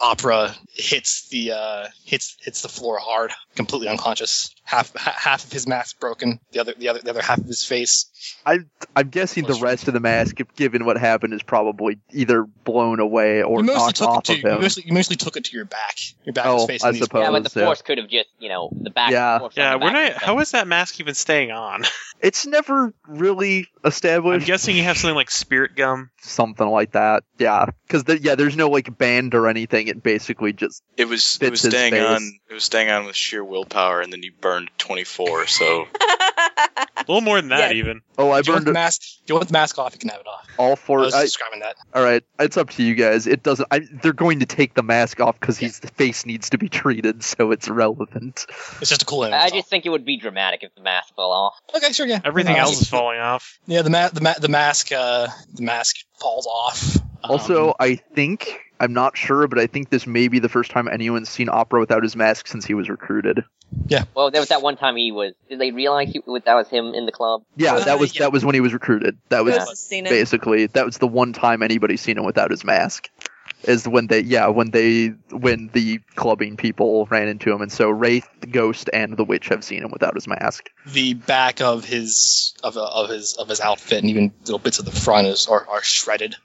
Speaker 1: opera hits the uh, hits hits the floor hard, completely unconscious. half h- half of his mask broken, the other the other the other half of his face.
Speaker 6: I'm guessing the
Speaker 1: Close
Speaker 6: rest of the mask, given what happened, is probably either blown away or
Speaker 1: you mostly
Speaker 6: knocked
Speaker 1: took it
Speaker 6: off
Speaker 1: to
Speaker 6: of
Speaker 1: you
Speaker 6: him.
Speaker 1: mostly, you mostly took it to your back, your back
Speaker 6: Oh,
Speaker 1: was facing
Speaker 6: I
Speaker 1: these.
Speaker 6: suppose.
Speaker 5: yeah, but the
Speaker 6: yeah.
Speaker 5: force could have just, you know, the back.
Speaker 6: Yeah.
Speaker 5: force on
Speaker 4: Yeah,
Speaker 5: the
Speaker 4: we're
Speaker 5: back
Speaker 4: not.
Speaker 5: was
Speaker 4: How is that mask even staying
Speaker 6: [laughs]
Speaker 4: on?
Speaker 6: It's never really
Speaker 4: I'm
Speaker 6: established
Speaker 4: guessing you have something like spirit gum.
Speaker 6: something like that. Yeah, because yeah, there's no like band or anything. It basically just
Speaker 2: It was it
Speaker 6: Fits
Speaker 2: was
Speaker 6: his
Speaker 2: staying
Speaker 6: face.
Speaker 2: on it was staying on with sheer willpower, and then you burned twenty four. So
Speaker 4: A little more than that,
Speaker 3: Yeah.
Speaker 4: even.
Speaker 6: oh, I
Speaker 1: If you want
Speaker 6: burned
Speaker 1: the mask? If you want the mask off? You can have it off.
Speaker 6: all
Speaker 1: I
Speaker 6: four.
Speaker 1: was
Speaker 6: I-
Speaker 1: describing that.
Speaker 6: all right, it's up to you guys. It doesn't. I, they're going to take the mask off because his face needs to be treated, so it's relevant.
Speaker 1: It's just a cool image.
Speaker 5: I
Speaker 1: that's
Speaker 5: just think it would be dramatic if the mask fell off.
Speaker 1: all. okay, sure, yeah.
Speaker 4: Everything
Speaker 1: Uh,
Speaker 4: else is falling off.
Speaker 1: Yeah, the ma- the ma- the mask uh, the mask falls off. Um,
Speaker 6: Also, I think I'm not sure, but I think this may be the first time anyone's seen Opera without his mask since he was recruited.
Speaker 5: Well, there was that one time he was. Did they realize he, that was him in the club?
Speaker 6: Yeah,
Speaker 1: Uh,
Speaker 6: that was
Speaker 1: yeah.
Speaker 6: that was when he was recruited. That was
Speaker 3: Ghost has seen it.
Speaker 6: basically that was the one time anybody's seen him without his mask. Is when they yeah when they when the clubbing people ran into him, and so Wraith, the Ghost, and the Witch have seen him without his mask.
Speaker 1: the back of his of, uh, of his of his outfit and even little bits of the front is are, are shredded.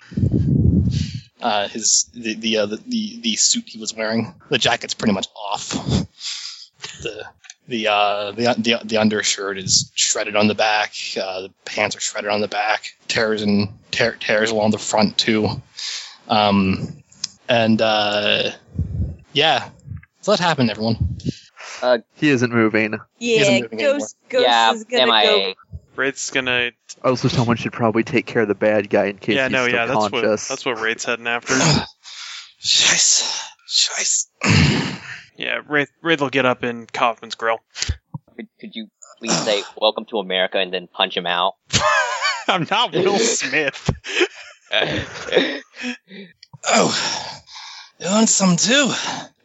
Speaker 1: Uh, his the the, uh, the the the suit he was wearing, the jacket's pretty much off. The the uh, the the the undershirt is shredded on the back. Uh, the pants are shredded on the back. Tears and tear, tears along the front too. Um, and uh, yeah, so that happened, everyone.
Speaker 6: He isn't moving.
Speaker 3: yeah,
Speaker 1: isn't moving
Speaker 3: Ghost, Ghost
Speaker 5: yeah,
Speaker 3: is gonna go.
Speaker 5: MIA.
Speaker 4: Wraith's gonna.
Speaker 6: Also, someone should probably take care of the bad guy in case
Speaker 4: yeah,
Speaker 6: he's
Speaker 4: no,
Speaker 6: still
Speaker 4: yeah, that's what
Speaker 6: conscious.
Speaker 4: that's what Wraith's heading
Speaker 6: [sighs]
Speaker 4: after.
Speaker 1: Scheiße. Scheiße.
Speaker 4: yeah, Wraith Wraith will get up in Kaufman's grill.
Speaker 5: Could, could you please say "Welcome to America" and then punch him out?
Speaker 4: [laughs]
Speaker 5: [laughs]
Speaker 4: I'm not Will Smith. [laughs]
Speaker 1: Oh, you want some too?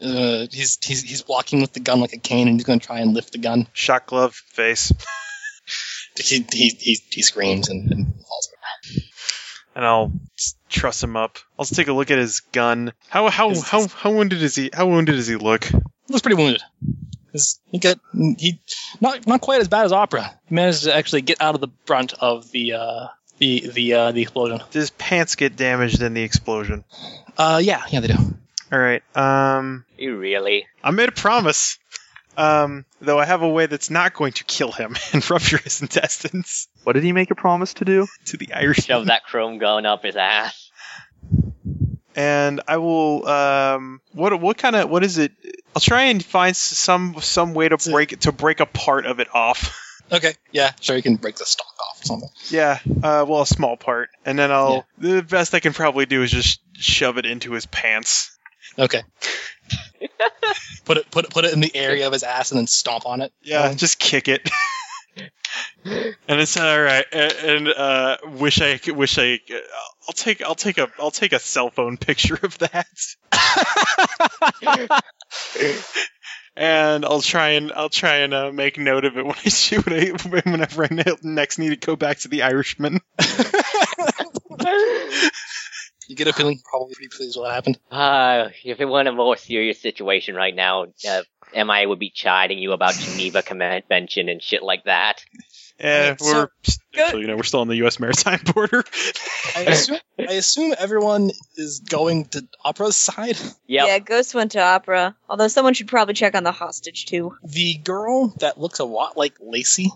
Speaker 1: Uh, he's he's he's walking with the gun like a cane, and he's going to try and lift the gun.
Speaker 4: Shock glove face,
Speaker 1: He he he, he screams and, and falls.
Speaker 4: and I'll s- truss him up. I'll just take a look at his gun. How how
Speaker 1: Is-
Speaker 4: how how wounded is he? How wounded does he look?
Speaker 1: Looks pretty wounded. He's- He got he not not quite as bad as Opera. He managed to actually get out of the brunt of the uh, the the uh, the explosion.
Speaker 4: Did his pants get damaged in the explosion?
Speaker 1: Uh, yeah, yeah, they do.
Speaker 4: All right. Um,
Speaker 5: You really?
Speaker 4: I made a promise. Um, though I have a way that's not going to kill him [laughs] and rupture his intestines [laughs]
Speaker 6: What did he make a promise to do?
Speaker 4: to the Irish.
Speaker 5: Shove that chrome gun up his ass.
Speaker 4: And I will. Um, what what kind of what is it? I'll try and find s- some some way to
Speaker 1: a-
Speaker 4: break to break a part of it off. [laughs]
Speaker 1: Okay, yeah, sure. You can break the stock off or something.
Speaker 4: yeah. Uh, well, a small part, and then I'll. The best I can probably do is just shove it into his pants.
Speaker 1: [laughs] Okay. put it put it put it in the area of his ass and then stomp on it.
Speaker 4: Yeah,
Speaker 1: Um,
Speaker 4: just kick it. [laughs] and it's all right. And, and uh, wish I could- wish I. I'll take I'll take a I'll take a cell phone picture of that. [laughs] and I'll try and I'll try and uh, make note of it when I [laughs] shoot it whenever I ne- next need to go back to the Irishman.
Speaker 1: You get a feeling you're probably pretty pleased with what happened.
Speaker 5: Uh, if it weren't a more serious situation right now, uh, MIA would be chiding you about Geneva Convention and shit like that.
Speaker 4: Eh,
Speaker 3: Alright, so-
Speaker 4: we're
Speaker 3: Go-
Speaker 4: actually, you know we're still on the U.S. maritime [laughs] border.
Speaker 1: I assume, I assume everyone is going to Opera's side.
Speaker 5: Yep.
Speaker 3: Yeah, Ghost went to opera. Although someone should probably check on the hostage too.
Speaker 1: The girl that looks a lot like Lacey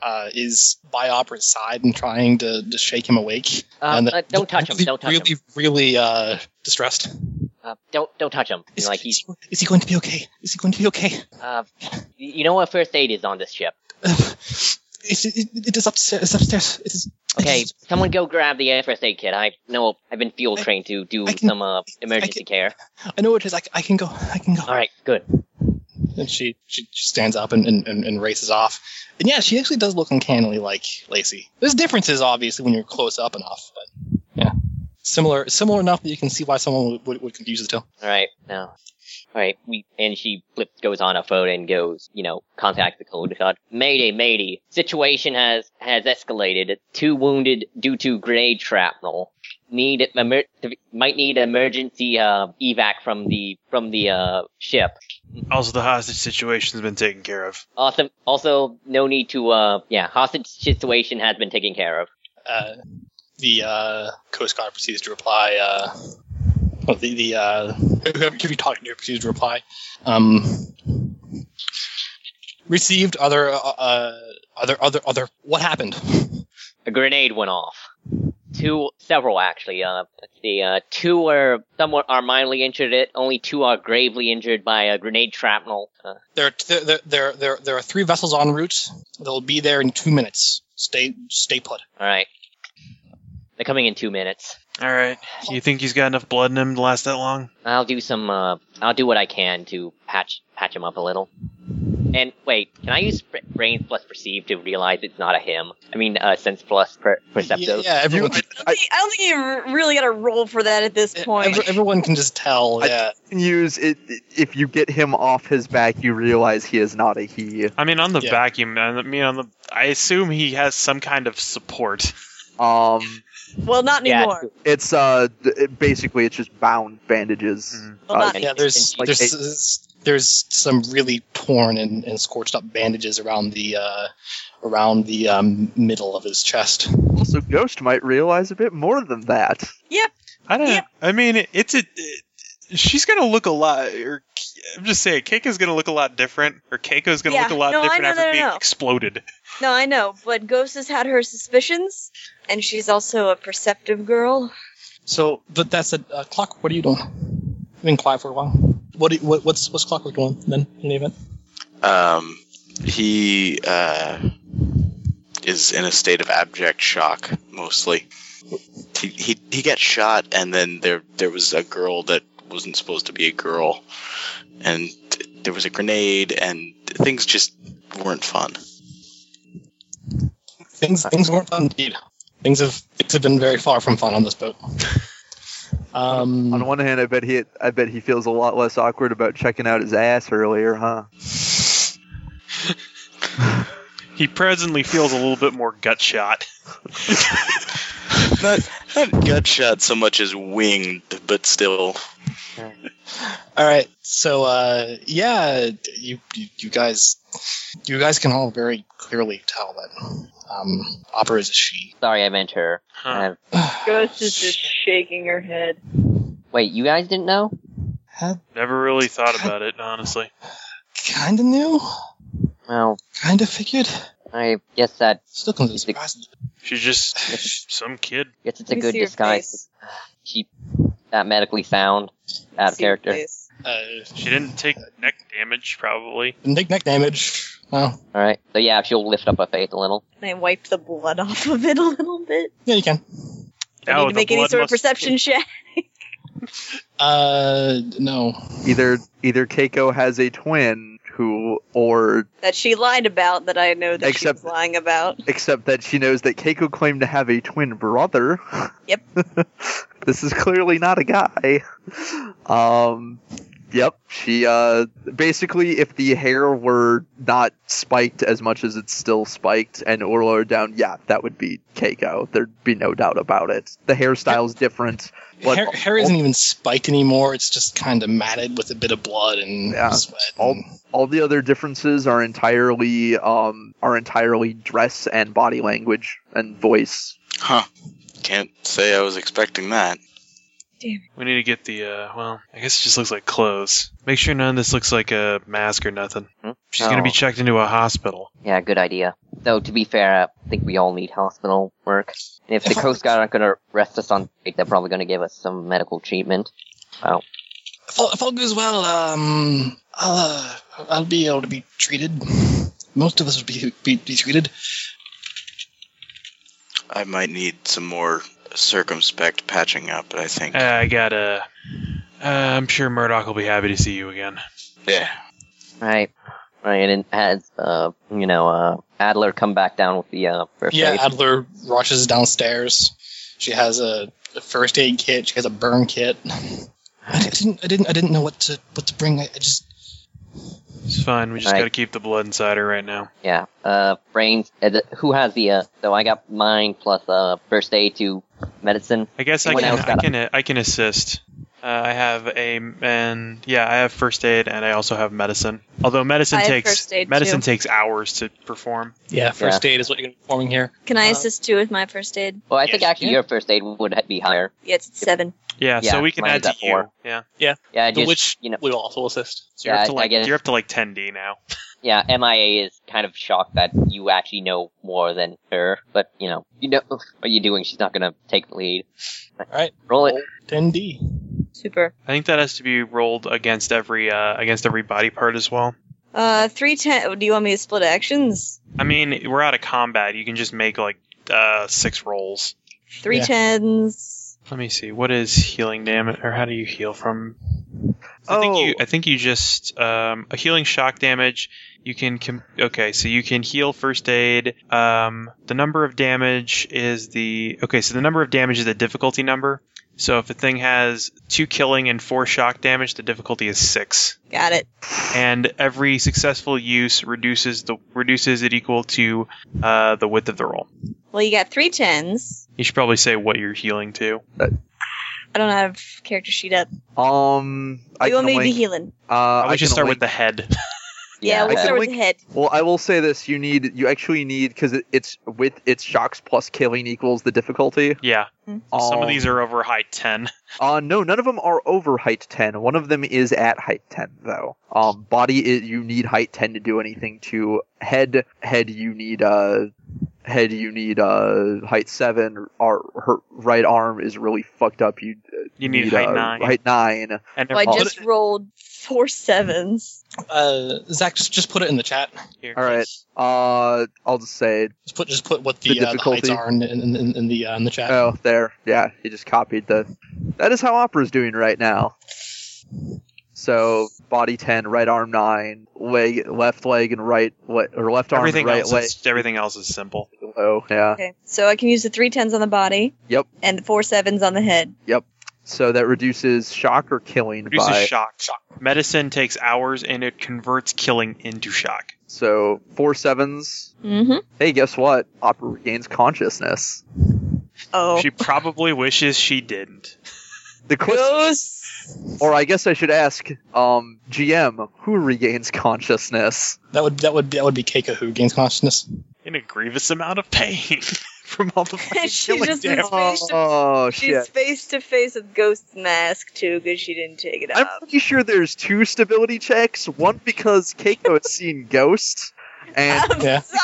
Speaker 1: uh, is by Opera's side and trying to, to shake him awake.
Speaker 5: Um,
Speaker 1: and
Speaker 5: uh, don't touch him.
Speaker 1: really,
Speaker 5: Don't touch
Speaker 1: really,
Speaker 5: him.
Speaker 1: Really, uh, distressed.
Speaker 5: Uh, don't don't touch him. You
Speaker 1: Is,
Speaker 5: know, like
Speaker 1: is
Speaker 5: he's.
Speaker 1: he, is he going to be okay? Is he going to be okay?
Speaker 5: Uh, you know what first aid is on this ship.
Speaker 1: Uh, It, it, it is upstairs. It's upstairs. It is. it [laughs]
Speaker 5: Okay,
Speaker 1: is-
Speaker 5: someone go grab the air first aid kit. I know I've been field
Speaker 1: I-
Speaker 5: trained to do
Speaker 1: I can-
Speaker 5: some uh, emergency
Speaker 1: [laughs] can-
Speaker 5: care.
Speaker 1: I know it is. I, c- I can go. I can go.
Speaker 5: All right, good.
Speaker 1: And she, she she stands up and, and, and, and races off. And yeah, she actually does look uncannily like Lacey. There's differences, obviously, when you're close up enough, but yeah. Similar similar enough that you can see why someone would, would, would confuse the two.
Speaker 5: All right, now. All right, we and she flips, goes on her phone and goes, you know, contact the code card. Mayday, mayday. Situation has has escalated. Two wounded due to grenade shrapnel. need it emer- to- might need emergency uh, evac from the from the uh, ship.
Speaker 4: Also, the hostage situation's been taken care of.
Speaker 5: Awesome. Also, no need to. Uh, yeah, hostage situation has been taken care of.
Speaker 1: Uh, the uh, Coast Guard proceeds to reply. Uh, well, the the uh, whoever you're talking to proceeds to reply. Um, received other uh, uh, other other other. What happened?
Speaker 5: A grenade went off. Two, several actually. Uh, let's see. Uh, two are somewhat are mildly injured. It only two are gravely injured by a grenade shrapnel. Uh,
Speaker 1: There are there there there there, there are three vessels en route. They'll be there in two minutes. Stay stay put.
Speaker 5: all right. They're coming in two minutes.
Speaker 4: All right. You think he's got enough blood in him to last that long?
Speaker 5: I'll do some. Uh, I'll do what I can to patch patch him up a little. And wait, can I use br- brains plus perceive to realize it's not a him? I mean, uh, sense plus per- perceptive.
Speaker 1: Yeah, everyone,
Speaker 6: You-
Speaker 3: I don't think, I don't think you r- really got to roll for that at this point.
Speaker 1: Eh, every- everyone can just tell.
Speaker 6: I-
Speaker 1: yeah.
Speaker 6: can use it if you get him off his back. You realize he is not a he.
Speaker 4: I mean, on the
Speaker 1: Yeah.
Speaker 4: vacuum. I mean, on the. I assume he has some kind of support.
Speaker 6: Um,
Speaker 3: well, not
Speaker 5: Yeah,
Speaker 3: anymore.
Speaker 6: it's uh d- it- basically it's just bound bandages.
Speaker 4: Mm.
Speaker 3: Well,
Speaker 6: Uh,
Speaker 3: not
Speaker 1: yeah, there's
Speaker 6: Like
Speaker 1: there's there's some really torn and, and scorched up bandages around the uh, around the um, middle of his chest.
Speaker 6: Also, Ghost might realize a bit more than that.
Speaker 4: I don't.
Speaker 3: Yeah.
Speaker 4: I mean, it's a. it- she's gonna look a lot. Or I'm just saying, Keiko's gonna look a lot different, or Keiko's gonna
Speaker 3: Yeah.
Speaker 4: look a lot
Speaker 3: No, I
Speaker 4: different
Speaker 3: know,
Speaker 4: after
Speaker 3: no, no,
Speaker 4: being
Speaker 3: no.
Speaker 4: exploded.
Speaker 3: No, I know, but Ghost has had her suspicions, and she's also a perceptive girl.
Speaker 1: So, but that's a uh, clock. What are you doing? You've been quiet for a while. What, do you, what what's what's clockwork doing then? In the event,
Speaker 2: Um, he uh, is in a state of abject shock, mostly. He, he he got shot, and then there there was a girl that wasn't supposed to be a girl, and there was a grenade, and things just weren't fun.
Speaker 1: things things weren't fun indeed. Things have things have been very far from fun on this boat.
Speaker 6: On
Speaker 1: Um,
Speaker 6: one hand, I bet he I bet he feels a lot less awkward about checking out his ass earlier, huh?
Speaker 4: He presently feels a little bit more gut shot.
Speaker 2: Not not gut shot so much as winged, but still.
Speaker 1: all right. So, uh, yeah, you, you you guys you guys can all very clearly tell that um, Opera is a she.
Speaker 5: Sorry, I meant her. Uh,
Speaker 4: Huh.
Speaker 8: Ghost is just shaking her head.
Speaker 5: Wait, you guys didn't know?
Speaker 4: Never
Speaker 3: [laughs]
Speaker 4: really thought about it, honestly.
Speaker 1: kind of knew,
Speaker 5: Well,
Speaker 1: kind of figured.
Speaker 5: I guess that
Speaker 1: Still comes as a surprise.
Speaker 4: She's just some kid.
Speaker 5: guess it's
Speaker 3: Let
Speaker 5: a
Speaker 3: me
Speaker 5: good
Speaker 3: see your
Speaker 5: disguise.
Speaker 3: face.
Speaker 5: She that medically sound that
Speaker 3: See your
Speaker 5: character.
Speaker 3: face.
Speaker 1: Uh,
Speaker 4: She didn't take neck damage, probably.
Speaker 1: Nick neck damage. Well,
Speaker 5: All right, so yeah, she'll lift up her face a little.
Speaker 3: And I wiped the blood [laughs] off of it a little bit.
Speaker 1: yeah, you can.
Speaker 3: I
Speaker 4: Oh,
Speaker 3: need to
Speaker 4: the
Speaker 3: make any
Speaker 4: blood
Speaker 3: sort of
Speaker 4: must-
Speaker 3: perception check.
Speaker 1: Uh, no.
Speaker 6: Either either Keiko has a twin who, or
Speaker 3: that she lied about that I know that
Speaker 6: Except-
Speaker 3: she was lying about.
Speaker 6: except that she knows that Keiko claimed to have a twin brother.
Speaker 3: Yep.
Speaker 6: [laughs] this is clearly not a guy. Um. Yep, she uh basically if the hair were not spiked as much as it's still spiked and or lower down, yeah, that would be Keiko. There'd be no doubt about it. The hairstyle's different. But
Speaker 1: hair, hair isn't even spiked anymore. It's just kind of matted with a bit of blood and
Speaker 6: Yeah.
Speaker 1: sweat.
Speaker 6: All-
Speaker 1: and-
Speaker 6: all the other differences are entirely um are entirely dress and body language and voice.
Speaker 2: Huh. Can't say I was expecting that.
Speaker 4: We need to get the. uh Well, I guess it just looks like clothes. Make sure none of this looks like a mask or nothing.
Speaker 5: Hmm?
Speaker 4: She's gonna be
Speaker 5: Oh.
Speaker 4: checked into a hospital.
Speaker 5: Yeah, good idea. Though to be fair, I think we all need hospital work. And if the Coast Guard aren't gonna arrest us on break, they're probably gonna give us some medical treatment.
Speaker 1: if, all, if all goes well, um, I'll, uh, I'll be able to be treated. Most of us will be, be, be treated.
Speaker 2: I might need some more circumspect patching up. I think.
Speaker 4: Uh, I got a. Uh, I'm sure Murdoch will be happy to see you again.
Speaker 2: yeah.
Speaker 5: Right. Right, and has uh you know, uh Adler come back down with the uh first
Speaker 1: Yeah,
Speaker 5: aid.
Speaker 1: Adler rushes downstairs. She has a, a first aid kit. She has a burn kit. I di- I didn't, I didn't, I didn't know what to, what to bring. I, I just,
Speaker 4: It's fine. We just
Speaker 5: Right.
Speaker 4: gotta keep the blood inside her right now.
Speaker 5: Yeah. Uh, brains. Uh, the, who has the? Uh, so I got mine plus uh first aid to medicine.
Speaker 4: I guess I
Speaker 5: What
Speaker 4: can
Speaker 5: else
Speaker 4: I
Speaker 5: got?
Speaker 4: can I can assist. Uh, I have a and yeah, I have first aid and I also have medicine. Although medicine
Speaker 3: I have
Speaker 4: takes
Speaker 3: first aid,
Speaker 4: medicine
Speaker 3: too.
Speaker 4: takes hours to perform.
Speaker 1: Yeah, first aid is what you're gonna be performing here.
Speaker 3: Can I
Speaker 8: Uh-huh.
Speaker 1: Uh,
Speaker 3: assist you with my first aid?
Speaker 5: Well, I think
Speaker 1: Yes,
Speaker 5: actually
Speaker 1: yeah.
Speaker 5: your first aid would be higher.
Speaker 3: Yeah, it's at seven.
Speaker 4: Yeah,
Speaker 5: Yeah,
Speaker 4: so we can
Speaker 5: mine
Speaker 4: add
Speaker 5: is
Speaker 4: to
Speaker 5: at
Speaker 4: you.
Speaker 5: four.
Speaker 4: Yeah,
Speaker 5: Yeah, yeah,
Speaker 1: the
Speaker 5: just
Speaker 1: witch
Speaker 5: you know,
Speaker 1: would also assist.
Speaker 4: so you're
Speaker 5: Yeah,
Speaker 4: up to
Speaker 5: I
Speaker 4: like
Speaker 5: guess-
Speaker 4: you're up to like 10d now.
Speaker 5: yeah. MIA is kind of shocked that you actually know more than her, but you know, you know what are you doing? She's not gonna take the lead.
Speaker 1: Alright.
Speaker 5: roll it.
Speaker 1: 10d.
Speaker 3: Super.
Speaker 4: I think that has to be rolled against every uh, against every body part as well.
Speaker 3: Uh, three ten. Do you want me to split actions?
Speaker 4: I mean, we're out of combat. You can just make like uh, six rolls.
Speaker 3: Three
Speaker 1: Yeah.
Speaker 3: tens.
Speaker 4: Let me see. What is healing damage, or how do you heal from? I think you.
Speaker 6: Oh.
Speaker 4: I think you just um, a healing shock damage. You can. Com- okay, so you can heal first aid. Um, the number of damage is the. Okay, so the number of damage is the difficulty number. So if a thing has two killing and four shock damage, the difficulty is six.
Speaker 3: Got it.
Speaker 4: And every successful use reduces the reduces it equal to uh, the width of the roll.
Speaker 3: Well, you got three tens.
Speaker 4: You should probably say what you're healing
Speaker 6: Uh,
Speaker 4: to.
Speaker 3: I don't have character sheet up.
Speaker 6: Um, I
Speaker 3: you want
Speaker 6: can
Speaker 3: me to be
Speaker 6: link,
Speaker 3: healing?
Speaker 6: uh, I
Speaker 4: Probably
Speaker 6: can
Speaker 4: should start
Speaker 6: link
Speaker 4: with the head. [laughs]
Speaker 3: Yeah, we'll
Speaker 6: I
Speaker 3: start
Speaker 6: can
Speaker 3: with the head.
Speaker 6: Well, I will say this: you need, you actually need, because it, it's with its shocks plus killing equals the difficulty.
Speaker 4: Yeah. Some
Speaker 6: Um,
Speaker 4: of these are over high 10.
Speaker 6: Uh, no, none of them are over height ten. One of them is at height ten, though. Um, body, i you need height ten to do anything. To head, head, you need uh, head, you need uh, height seven. Our her right arm is really fucked up. You
Speaker 4: You need height
Speaker 6: uh,
Speaker 4: 9.
Speaker 6: Height nine.
Speaker 4: and
Speaker 3: Well, I
Speaker 4: all-
Speaker 3: just rolled four sevens.
Speaker 1: Uh, Zach, just, just put it in the chat.
Speaker 4: here.
Speaker 6: All right. Uh, I'll just say.
Speaker 1: Just put just put what
Speaker 6: The
Speaker 1: the, uh, the heights
Speaker 6: difficulty.
Speaker 1: are in, in, in, in the uh, in the chat.
Speaker 6: Oh, there. Yeah, he just copied the. That is how opera's doing right now. So body ten, right arm nine, leg, left leg, and right le- or left arm,
Speaker 4: Everything,
Speaker 6: and right
Speaker 4: else
Speaker 6: leg.
Speaker 4: is, everything else is simple.
Speaker 6: Oh, yeah.
Speaker 3: Okay, so I can use the three tens on the body.
Speaker 6: Yep.
Speaker 3: And the four sevens on the head.
Speaker 6: So that reduces shock or killing
Speaker 4: Reduces
Speaker 6: by
Speaker 4: shock. Medicine takes hours and it converts killing into shock.
Speaker 6: so four sevens.
Speaker 3: Mm-hmm.
Speaker 6: Hey, guess what? Opera regains consciousness.
Speaker 3: Oh.
Speaker 4: She probably wishes she didn't.
Speaker 6: The question,
Speaker 3: Gross.
Speaker 6: or I guess I should ask, um, GM, who regains consciousness?
Speaker 1: That would that would that would be Keiko who gains consciousness.
Speaker 4: In a grievous amount of pain [laughs] from all the
Speaker 3: [laughs]
Speaker 4: fucking
Speaker 3: She
Speaker 4: killing
Speaker 3: just
Speaker 4: damage.
Speaker 3: was face to
Speaker 6: Oh
Speaker 3: She's
Speaker 6: shit!
Speaker 3: face to face with Ghost's mask too, because she didn't take it
Speaker 6: I'm [laughs]
Speaker 3: off.
Speaker 6: pretty sure there's two stability checks. One because Keiko has seen ghosts, and
Speaker 3: I'm
Speaker 1: Yeah.
Speaker 3: sorry.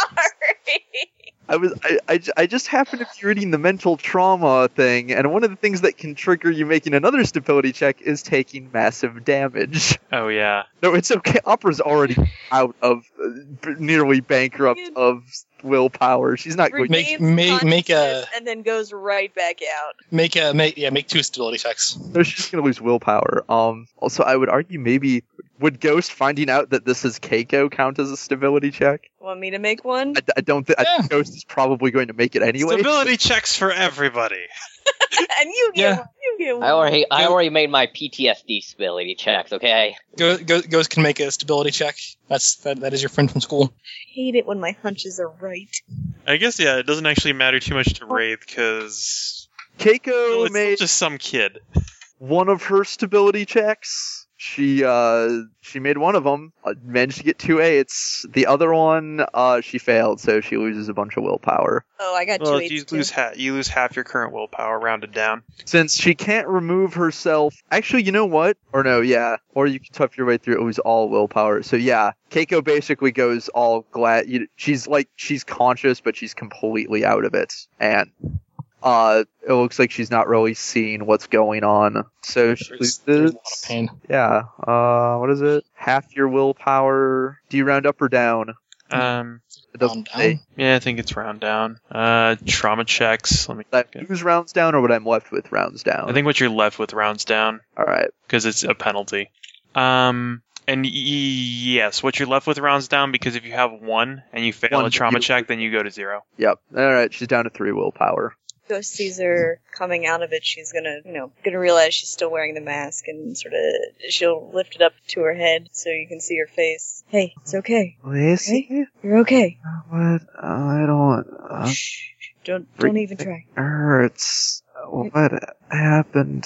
Speaker 6: I was I, I, ju- I just happened to be reading the mental trauma thing, and one of the things that can trigger you making another stability check is taking massive damage. [laughs]
Speaker 4: Oh, yeah.
Speaker 6: No, it's okay. Opera's already out of uh, b- nearly bankrupt
Speaker 3: Good.
Speaker 6: of willpower. She's not going.
Speaker 1: Make-
Speaker 3: Regains
Speaker 1: make- make a-
Speaker 3: consciousness and then goes right back out.
Speaker 1: Make uh make yeah make two stability checks.
Speaker 6: No, she's just gonna lose willpower. Um. Also, I would argue maybe would Ghost finding out that this is Keiko count as a stability check?
Speaker 3: Want me to make one?
Speaker 6: I, I don't think I
Speaker 1: Yeah.
Speaker 6: think Ghost is probably going to make it anyway.
Speaker 4: Stability checks for everybody.
Speaker 3: [laughs] and you get
Speaker 1: Yeah.
Speaker 3: one. You get one.
Speaker 5: I already, I already made my PTSD stability checks. Okay.
Speaker 1: Go, go, Ghost can make a stability check. That's that, that is your friend from school.
Speaker 3: hate it when my hunches are right.
Speaker 4: I guess, yeah, it doesn't actually matter too much to Wraith because
Speaker 6: Keiko made
Speaker 4: just some kid.
Speaker 6: one of her stability checks. She uh she made one of them, uh, managed to get two eights. The other one uh she failed, so she loses a bunch of willpower.
Speaker 3: Oh, I got
Speaker 4: Well,
Speaker 3: two eights.
Speaker 4: you
Speaker 3: too.
Speaker 4: lose, ha- you lose half your current willpower rounded down.
Speaker 6: Since she can't remove herself, actually, you know what? Or no, yeah. Or you can tough your way through. It was all willpower. So yeah, Keiko basically goes all glad. You, she's like she's conscious, but she's completely out of it, and uh, it looks like she's not really seeing what's going on. So she
Speaker 1: There's, there's a lot
Speaker 6: loses-
Speaker 1: of pain.
Speaker 6: Yeah. Uh, what is it? Half your willpower. Do you round up or down?
Speaker 4: Um,
Speaker 6: It
Speaker 1: Down,
Speaker 6: doesn't
Speaker 1: down.
Speaker 6: say.
Speaker 4: yeah, I think it's round down. Uh, trauma checks. Let me.
Speaker 6: Did I lose rounds down or what I'm left with rounds down?
Speaker 4: I think what you're left with rounds down
Speaker 6: All right.
Speaker 4: because it's a penalty. Um, and y- yes, what you're left with rounds down because if you have one and you fail
Speaker 6: One,
Speaker 4: a trauma
Speaker 6: you-
Speaker 4: check, then you go to zero.
Speaker 6: Yep. All right. She's down to three willpower.
Speaker 3: Ghost sees her coming out of it. She's gonna, you know, gonna realize she's still wearing the mask, and sort of she'll lift it up to her head so you can see her face. Hey, it's okay.
Speaker 6: Lacey,
Speaker 3: You're okay.
Speaker 6: what? I don't. Uh,
Speaker 3: Shh. Don't
Speaker 6: freak-
Speaker 3: don't even try.
Speaker 6: hurts. What happened?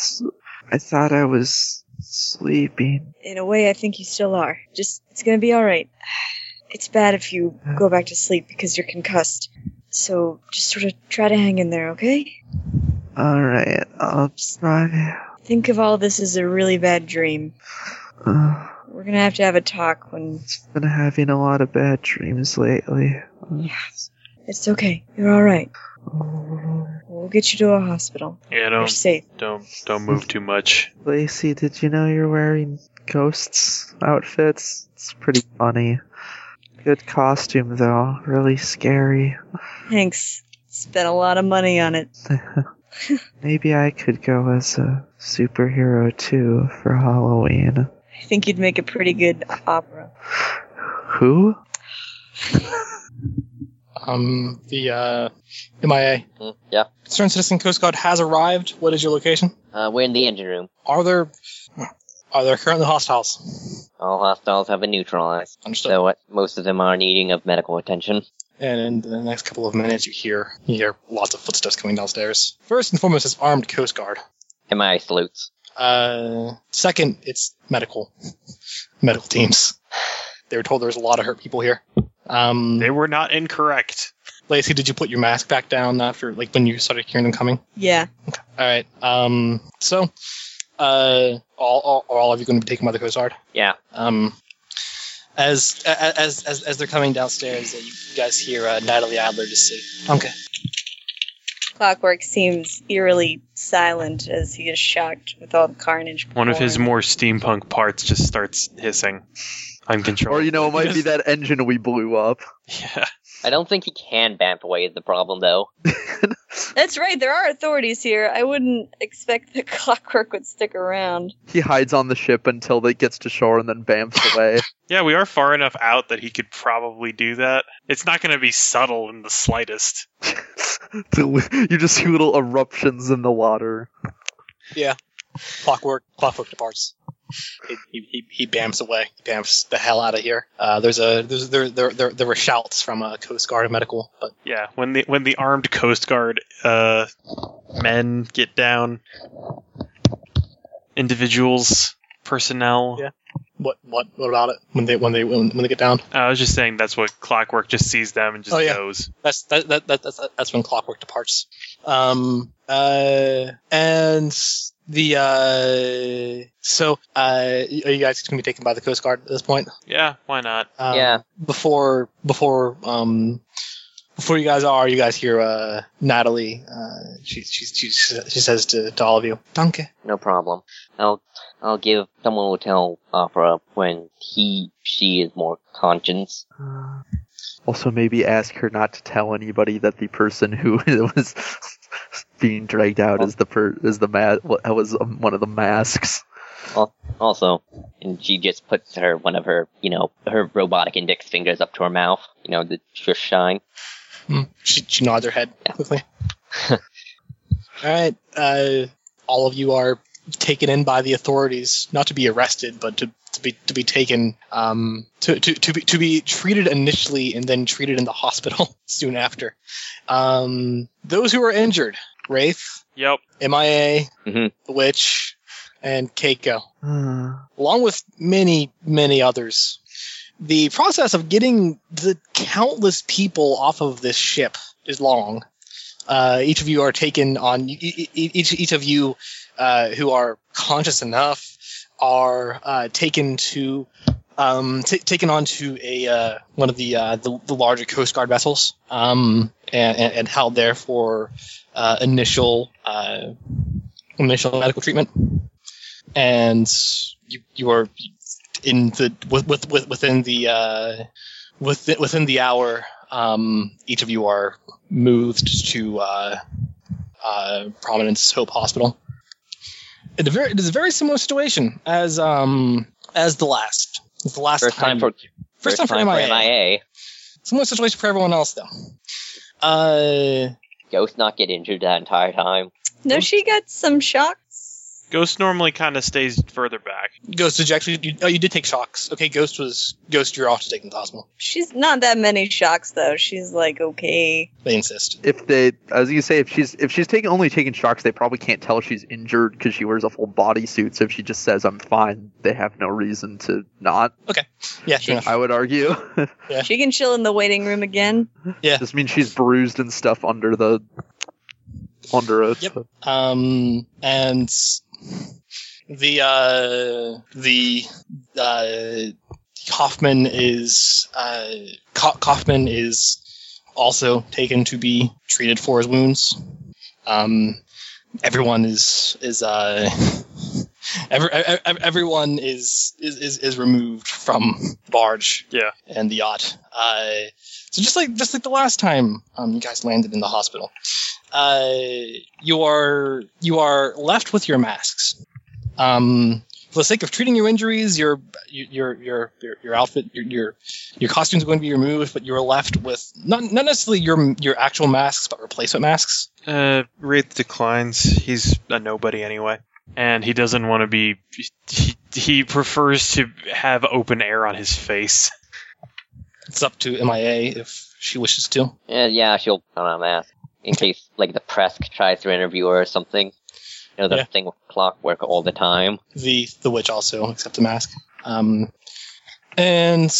Speaker 6: I thought I was sleeping.
Speaker 8: In a way, I think you still are. Just, it's gonna be alright. It's bad if you go back to sleep because you're concussed. So just sort of try to hang in there, okay?
Speaker 6: Alright, I'll try.
Speaker 8: Think of all this as a really bad dream.
Speaker 6: Uh,
Speaker 8: We're gonna have to have a talk when
Speaker 6: been having a lot of bad dreams lately.
Speaker 8: it's okay. You're alright.
Speaker 6: Oh.
Speaker 8: We'll get you to a hospital.
Speaker 7: Yeah,
Speaker 8: You're
Speaker 7: don't
Speaker 8: safe.
Speaker 7: don't don't move too much.
Speaker 6: Lacey, did you know you're wearing ghosts outfits? It's pretty funny. Good costume though, really scary.
Speaker 8: Thanks. Spent a lot of money on it.
Speaker 6: Maybe I could go as a superhero too for Halloween.
Speaker 8: I think you'd make a pretty good opera.
Speaker 6: Who?
Speaker 1: Um, the uh, MIA.
Speaker 5: Hmm, yeah.
Speaker 1: Concerned Citizen Coast Guard has arrived. What is your location?
Speaker 5: Uh, we're in the engine room.
Speaker 1: Are there are there currently hostiles?
Speaker 5: All hostiles have been neutralized,
Speaker 1: Understood.
Speaker 5: so uh, most of them are needing of medical attention.
Speaker 1: And in the next couple of minutes, you hear you hear lots of footsteps coming downstairs. First and foremost, it's armed Coast Guard.
Speaker 5: MI salutes.
Speaker 1: Uh, second, it's medical [laughs] medical teams. They were told there's a lot of hurt people here. Um,
Speaker 4: They were not incorrect.
Speaker 1: Lacey, did you put your mask back down after like when you started hearing them coming?
Speaker 8: Yeah.
Speaker 1: All right. Um, so, uh, all, all, are all of you going to be taken by the Coast Guard?
Speaker 5: Yeah.
Speaker 1: Um, as a- as as, as they're coming downstairs, uh, you guys hear uh, Natalie Adler just say, "Okay."
Speaker 8: Clockwork seems eerily silent as he is shocked with all the carnage.
Speaker 4: One of his
Speaker 8: before him.
Speaker 4: more steampunk parts just starts hissing uncontrollably.
Speaker 6: Or you know, it might be that engine we blew up.
Speaker 4: [laughs] Yeah.
Speaker 5: I don't think he can vamp away is the problem though.
Speaker 8: That's right. There are authorities here. I wouldn't expect that [laughs] Clockwork would stick around.
Speaker 6: He hides on the ship until it gets to shore and then bamps away. [laughs]
Speaker 4: Yeah, we are far enough out that he could probably do that. It's not going to be subtle in the slightest.
Speaker 6: you just see little eruptions in the water.
Speaker 1: Clockwork Clockwork departs. He he, he, he bamps away. He bamps the hell out of here. Uh, there's a there's there there there, there were shouts from uh, Coast Guard and medical, but
Speaker 4: Yeah, when the when the armed Coast Guard uh, men get down, individuals, personnel.
Speaker 1: Yeah. what what what about it when they when they when, when they get down?
Speaker 4: I was just saying that's what Clockwork just sees them and just
Speaker 1: Oh, yeah.
Speaker 4: goes.
Speaker 1: That's that, that, that that's that's when Clockwork departs. Um uh and the uh so uh y- are you guys gonna be taken by the Coast Guard at this point?
Speaker 4: Yeah, why not?
Speaker 1: Um,
Speaker 5: Yeah.
Speaker 1: Before before um before you guys are, you guys hear uh Natalie. Uh, she she she she says to, to all of you, "Danke."
Speaker 5: No problem. I'll I'll give someone will tell Opera when he she is more conscious.
Speaker 6: Also, maybe ask her not to tell anybody that the person who [laughs] was being dragged out is the per- is the ma- was um, one of the masks.
Speaker 5: Also, and she just puts her one of her you know her robotic index fingers up to her mouth. You know the just shine.
Speaker 1: Hmm. She, she nods her head
Speaker 5: Yeah.
Speaker 1: quickly. [laughs] all right. Uh, all of you are taken in by the authorities, not to be arrested, but to, to be to be taken um, to, to, to be to be treated initially and then treated in the [laughs] hospital soon after. Um, those who are injured, Wraith,
Speaker 4: Yep.
Speaker 1: MIA,
Speaker 5: Mhm.
Speaker 1: the Witch, and Keiko
Speaker 6: Uh,
Speaker 1: along with many, many others. The process of getting the countless people off of this ship is long. Uh, each of you are taken on. e- e- e- Each each of you uh, who are conscious enough are uh, taken to um, t- taken onto a uh, one of the, uh, the the larger Coast Guard vessels um, and, and and held there for uh, initial uh, initial medical treatment and you you are in the with, with, with within the uh, within within the hour. Um, each of you are moved to uh, uh, Providence Hope Hospital. It, very, it is a very similar situation as um as the last. It's the last
Speaker 5: First time for
Speaker 1: first, time, for MIA.
Speaker 5: MIA.
Speaker 1: Similar situation for everyone else though. Uh,
Speaker 5: Ghost not get injured that entire time.
Speaker 1: Hmm?
Speaker 3: No, she got some shocks.
Speaker 4: Ghost normally kind of stays further back.
Speaker 1: Ghost, did you actually? You, oh, you did take shocks. Okay, Ghost was Ghost. You're also taking plasma.
Speaker 3: She's not that many shocks though. She's like okay.
Speaker 1: They insist.
Speaker 6: If they, I was gonna say, if she's if she's taking only taking shocks, they probably can't tell she's injured because she wears a full body suit. So if she just says "I'm fine," they have no reason to not.
Speaker 1: Yeah, sure enough.
Speaker 6: I would argue. [laughs]
Speaker 1: Yeah.
Speaker 3: She can chill in the waiting room again.
Speaker 6: just means she's bruised and stuff under the under it.
Speaker 1: Yep. Um, and the uh, the uh, Kaufman is uh, Ka- Kaufman is also taken to be treated for his wounds. Um, everyone is is uh, [laughs] every, e- e- everyone is, is is is removed from the barge.
Speaker 4: Yeah.
Speaker 1: and the yacht. Uh, so just like just like the last time um, you guys landed in the hospital uh, you are you are left with your masks. Um, for the sake of treating your injuries, your your your your, your outfit, your, your your costumes are going to be removed, but you are left with not not necessarily your your actual masks, but replacement masks.
Speaker 4: Uh, Wraith declines. He's a nobody anyway, and he doesn't want to be. He, he prefers to have open air on his face. [laughs]
Speaker 1: It's up to MIA if she wishes to.
Speaker 5: Yeah, yeah, she'll put on a mask
Speaker 1: [laughs]
Speaker 5: in case like the press tries to interview her or something. You know the
Speaker 1: Yeah.
Speaker 5: thing with clockwork all the time.
Speaker 1: The the witch also accepts a mask. Um, and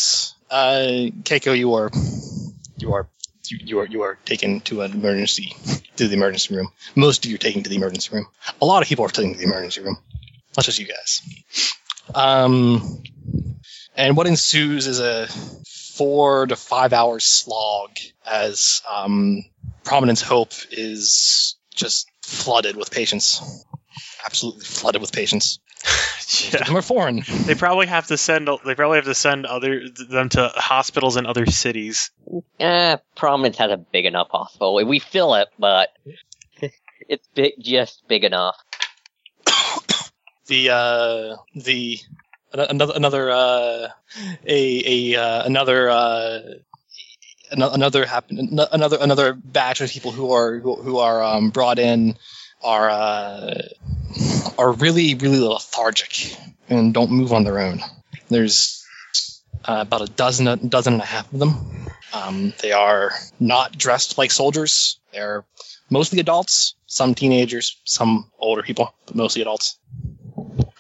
Speaker 1: uh, Keiko, you are you are you, you are you are taken to an emergency to the emergency room. Most of you are taken to the emergency room. A lot of people are taken to the emergency room. Not just you guys. Um, and what ensues is a four to five hour slog as um, Prominence Hope is just flooded with patients. Absolutely flooded with patients.
Speaker 4: yeah.
Speaker 1: Number foreign.
Speaker 4: They probably have to send. They probably have to send other them to hospitals in other cities.
Speaker 5: Eh, Prominence has a big enough hospital. We fill it,
Speaker 1: [laughs]
Speaker 5: but it's big, just big enough.
Speaker 1: the uh the ano- another another uh a a uh, another uh ano- another happen ano- another another batch of people who are who, who are um brought in are uh are really really lethargic and don't move on their own there's uh, about a dozen a dozen and a half of them um, they are not dressed like soldiers they're mostly adults some teenagers some older people but mostly adults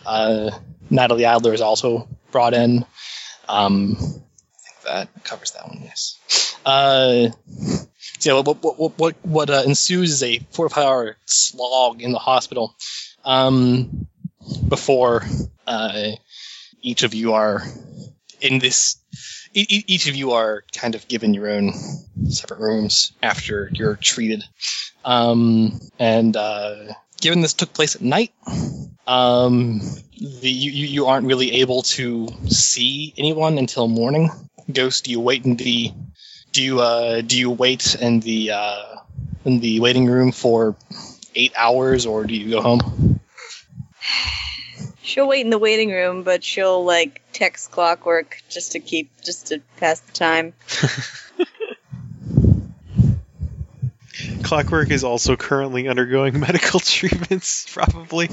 Speaker 1: uh, Natalie Adler is also brought in. Um, I think that covers that one, yes. Uh, so yeah, what what what what, what uh, ensues is a four or five hour slog in the hospital um, before uh, each of you are in this. e- e- Each of you are kind of given your own separate rooms after you're treated, um, and uh, given this took place at night, um, the, you, you you aren't really able to see anyone until morning. Ghost, do you wait in the do you uh, do you wait in the uh, in the waiting room for eight hours, or do you go home?
Speaker 3: She'll wait in the waiting room, but she'll like text clockwork just to keep just to pass the time.
Speaker 4: Clockwork is also currently undergoing [laughs] medical treatments. Probably.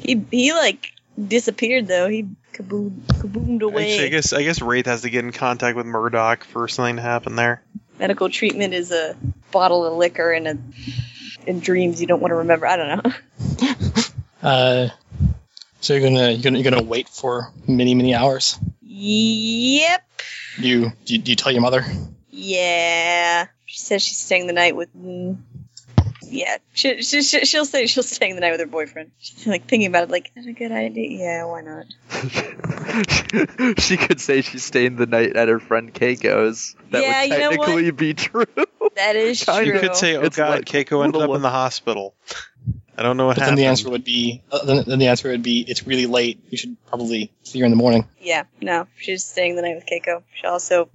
Speaker 3: He he like disappeared though. He kaboomed kaboomed away.
Speaker 4: Actually, I guess I guess Wraith has to get in contact with Murdoch for something to happen there.
Speaker 3: Medical treatment is a bottle of liquor and a and dreams you don't want to remember. I don't know. [laughs]
Speaker 1: Uh, so you're gonna you're gonna you're gonna wait for many many hours.
Speaker 3: yep.
Speaker 1: You do you, do you tell your mother?
Speaker 3: Yeah. She says she's staying the night with. mm, Yeah, she, she, she, she'll say she'll staying the night with her boyfriend. She's like thinking about it, like, is that a good idea? Yeah, why not?
Speaker 6: [laughs] she could say she's staying the night at her friend Keiko's. That
Speaker 3: Yeah,
Speaker 6: would
Speaker 3: you know what?
Speaker 6: technically be true. [laughs]
Speaker 3: That is
Speaker 6: Kinda.
Speaker 3: true.
Speaker 4: You could say, "Oh
Speaker 6: It's
Speaker 4: God,
Speaker 6: like-
Speaker 4: Keiko ended
Speaker 6: little
Speaker 4: up
Speaker 6: one-
Speaker 4: in the hospital." I don't know what
Speaker 1: But then
Speaker 4: happened.
Speaker 1: the answer would be uh, then, then the answer would be it's really late. You should probably see her in the morning.
Speaker 3: Yeah, no, she's staying the night with Keiko. She'll also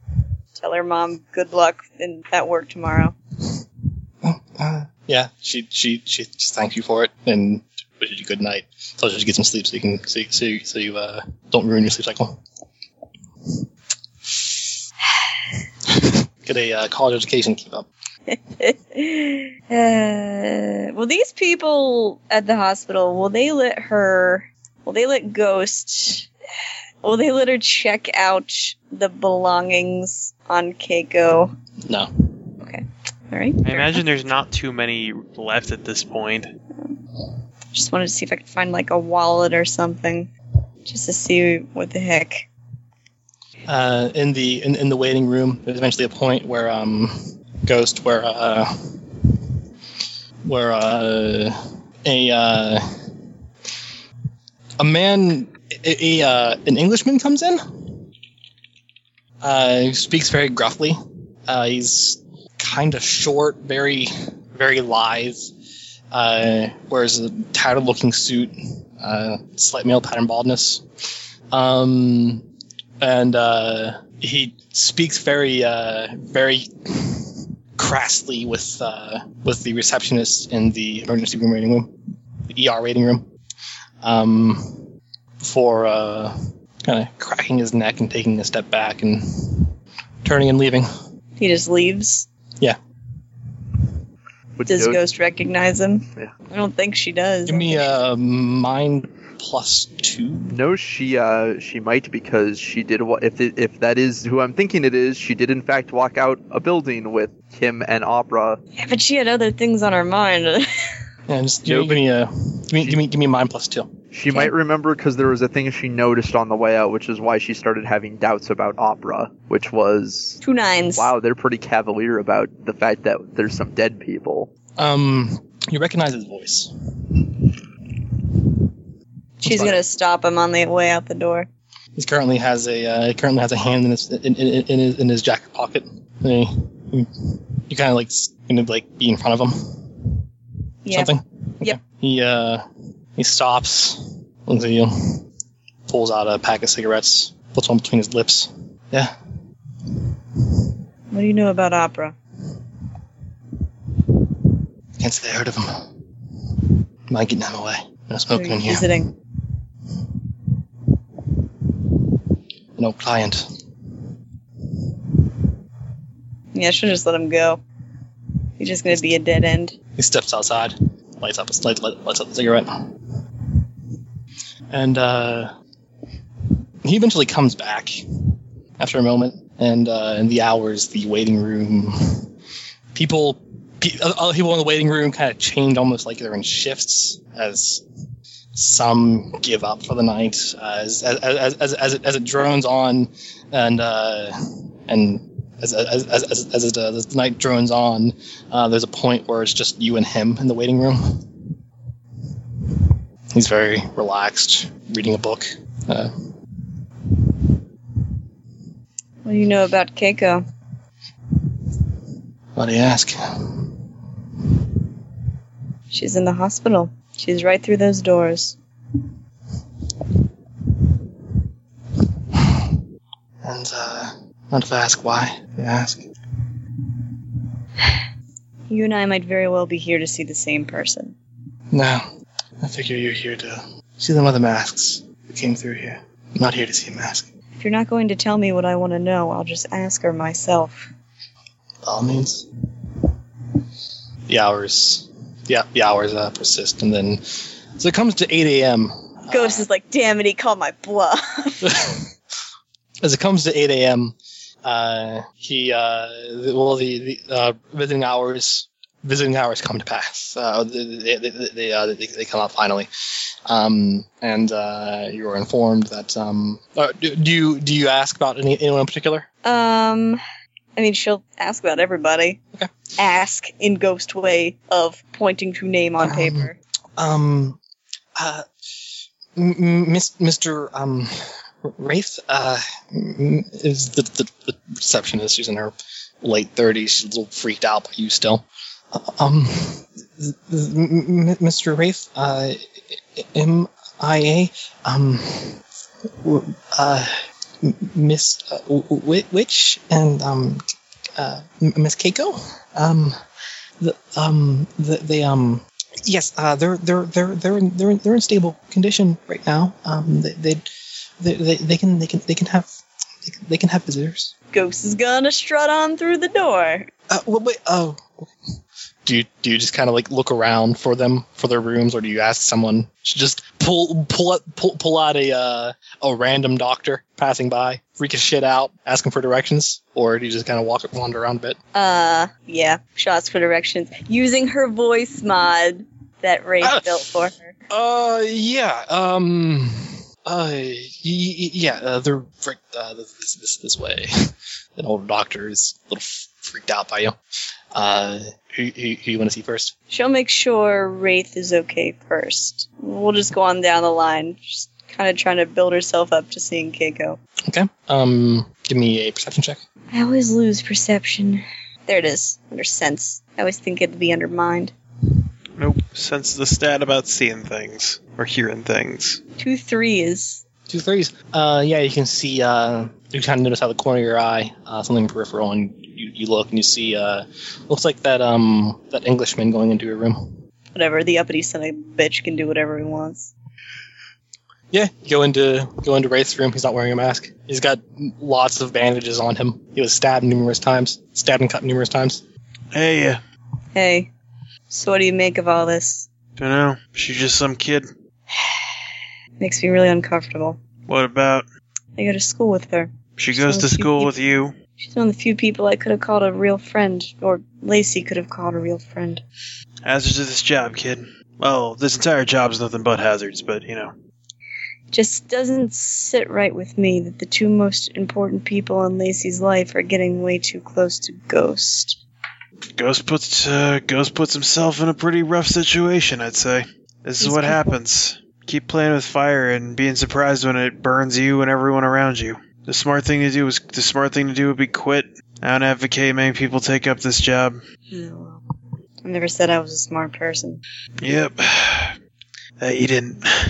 Speaker 3: tell her mom good luck in, at work tomorrow.
Speaker 1: uh, yeah, she she she just thanks you for it and wishes you good night. Tells you to get some sleep so you can so you- so you, so you uh, don't ruin your sleep cycle. [sighs] Get a uh, college education. Keep up.
Speaker 3: [laughs] uh, will these people at the hospital will they let her will they let ghost will they let her check out the belongings on keiko
Speaker 1: No.
Speaker 3: all right
Speaker 4: I imagine there's not too many left at this point.
Speaker 3: just wanted to see if i could find like a wallet or something just to see what the heck
Speaker 1: Uh, in the in, in the waiting room, there's eventually a point where um, Ghost, where uh, where uh, a uh, a man, a, a uh, an Englishman comes in. Uh, he speaks very gruffly. Uh, he's kind of short, very very lithe. Uh, wears a tattered-looking suit, uh, slight male pattern baldness. Um, and uh, he speaks very uh, very crassly with uh, with the receptionist in the emergency room waiting room, the ER waiting room, um, before uh, kind of cracking his neck and taking a step back and turning and leaving.
Speaker 3: he just leaves
Speaker 6: Would
Speaker 3: does
Speaker 6: Ghost-
Speaker 3: ghost recognize him
Speaker 6: Yeah.
Speaker 3: i don't think she does
Speaker 1: Give me a mind plus two.
Speaker 6: No, she uh, she might because she did. Wa- if it, if that is who I'm thinking it is, she did in fact walk out a building with him and Opera.
Speaker 3: yeah, but she had other things on her mind [laughs]
Speaker 1: Yeah, just give,
Speaker 6: Nope.
Speaker 1: give me a give me give me give me a mind plus two.
Speaker 6: She might remember because there was a thing she noticed on the way out, which is why she started having doubts about Opera, which was
Speaker 3: two nines
Speaker 6: wow, they're pretty cavalier about the fact that there's some dead people.
Speaker 1: Um, you recognize his voice.
Speaker 3: she's gonna stop him on the way out the door
Speaker 1: He currently has a uh, he currently has a hand in his in, in, in his in his jacket pocket. And he, you kind of like s- gonna like be in front of him.
Speaker 3: yeah
Speaker 1: Something.
Speaker 3: Yep.
Speaker 1: He uh he stops, looks at you, pulls out a pack of cigarettes, puts one between his lips. Yeah.
Speaker 3: what do you know about opera
Speaker 1: Can't say I heard of him. Mind getting him away. No smoking
Speaker 3: Are
Speaker 1: in
Speaker 3: you
Speaker 1: here.
Speaker 3: visiting
Speaker 1: No client.
Speaker 3: Yeah, she'll just let him go. He's just gonna be a dead end.
Speaker 1: He steps outside, lights up, lights, lights, lights up the cigarette, and uh, he eventually comes back after a moment. And uh, in the hours, the waiting room, people, pe- uh, other people in the waiting room kind of change almost like they're in shifts as some give up for the night as as as as, as, it, as it drones on, and uh, and. As, as, as, as, as, it, uh, as the night drones on, uh, there's a point where it's just you and him in the waiting room. He's very relaxed, reading a book. Uh,
Speaker 3: What do you know about Keiko?
Speaker 1: what do you ask?
Speaker 3: She's in the hospital. She's right through those doors.
Speaker 1: And uh, not if I ask why. You ask.
Speaker 3: You and I might very well be here to see the same person.
Speaker 1: No, I figure you're here to see the mother masks who came through here. I'm not here to see a mask.
Speaker 3: If you're not going to tell me what I want to know, I'll just ask her myself.
Speaker 1: By all means. The hours, yeah, the hours uh, persist, and then so it comes to 8 a.m.
Speaker 3: Ghost is like, damn it, he called my bluff. [laughs]
Speaker 1: [laughs] as it comes to 8 a.m., uh, he, uh, the- well, the, the uh, visiting hours, visiting hours come to pass. Uh, they, they, they, they, uh, they, they come up finally, um, and uh, you are informed that. Um, uh, do, do you do you ask about any, anyone in particular?
Speaker 3: um, I mean, she'll ask about everybody.
Speaker 1: Okay.
Speaker 3: Ask in ghost way of pointing to name on
Speaker 1: Um,
Speaker 3: paper.
Speaker 1: Um, uh, m- m- Miss- Mr. Um, Wraith uh, m- is the, the, the receptionist. She's in her late 30s. She's a little freaked out by you still. Uh, Um, th- th- m- m- Mr. Wraith, uh, M.I.A., um, w- uh, m- Miss uh, w- w- Witch and, um, uh, M- Miss Keiko, um, the, um, the, they, um, Yes, uh, they're they're they're they're in, they're in, they're in stable condition right now. Um, they they they, they, they can they can they can have they can, they can have visitors.
Speaker 3: Ghost is gonna strut on through the door.
Speaker 1: Uh, wait, wait, oh. Do you, do you just kind of like look around for them for their rooms, or do you ask someone to just pull pull up pull, pull out a uh, a random doctor passing by, freak his shit out, ask him for directions, or do you just kind of walk wander around a bit?
Speaker 3: Uh, yeah, shots for directions. Using her voice mod that Ray
Speaker 1: Ah.
Speaker 3: built for her.
Speaker 1: Uh, yeah. Um. Uh, y- y- yeah. Uh, they're freaked, uh, this, this this way. [laughs] An old doctor is a little freaked out by you. Uh, who who, who you want to see first?
Speaker 3: She'll make sure Wraith is okay first. We'll just go on down the line. Just kind of trying to build herself up to seeing Keiko.
Speaker 1: Okay. Um, give me a perception check.
Speaker 3: I always lose perception. There it is, under sense. I always think it'd be under mind.
Speaker 4: Nope. Sense the stat about seeing things or hearing things.
Speaker 3: Two threes.
Speaker 1: Two threes. Uh, yeah, you can see. Uh, you kind of notice out of the corner of your eye uh, something peripheral, and you, you look and you see. Uh, looks like that um that Englishman going into your room.
Speaker 3: Whatever, the uppity son of a bitch can do whatever he wants.
Speaker 1: Yeah, you go into go into Wraith's room. He's not wearing a mask. He's got lots of bandages on him. He was stabbed numerous times, stabbed and cut numerous times.
Speaker 4: Hey, uh,
Speaker 3: Hey, so what do you make of all this?
Speaker 4: don't know. She's just some kid.
Speaker 3: Makes me really uncomfortable.
Speaker 4: What about?
Speaker 3: I go to school with her.
Speaker 4: She goes to school with you.
Speaker 3: She's one of the few people I could have called a real friend, or Lacey could have called a real friend.
Speaker 4: Hazards to this job, kid. Well, this entire job's nothing but hazards, but you know.
Speaker 3: just doesn't sit right with me that the two most important people in Lacey's life are getting way too close to Ghost.
Speaker 4: Ghost puts uh, Ghost puts himself in a pretty rough situation, I'd say. This is
Speaker 3: These
Speaker 4: what
Speaker 3: people-
Speaker 4: happens. Keep playing with fire and being surprised when it burns you and everyone around you. The smart thing to do is the smart thing to do would be quit. I don't advocate many people take up this job.
Speaker 3: I never said I was a smart person.
Speaker 4: Yep. [sighs] That you didn't. [sighs]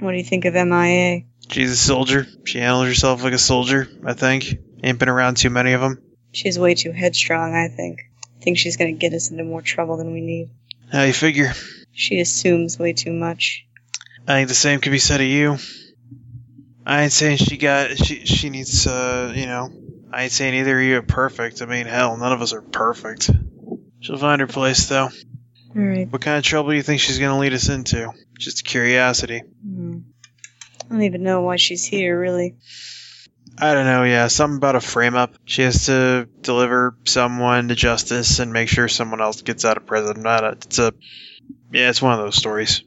Speaker 3: What do you think of MIA?
Speaker 4: She's a soldier. She handles herself like a soldier, I think. Ain't been around too many of them.
Speaker 3: She's way too headstrong, I think. I think she's gonna get us into more trouble than we need.
Speaker 4: How you figure?
Speaker 3: She assumes way too much.
Speaker 4: I think the same could be said of you. I ain't saying she got she she needs uh you know I ain't saying either of you are perfect. I mean hell, none of us are perfect. She'll find her place though.
Speaker 3: Alright.
Speaker 4: What kind of trouble do you think she's gonna lead us into? Just curiosity.
Speaker 3: hmm. I don't even know why she's here, really.
Speaker 4: I don't know, yeah, something about a frame up. She has to deliver someone to justice and make sure someone else gets out of prison. Not a, it's a yeah, it's one of those stories.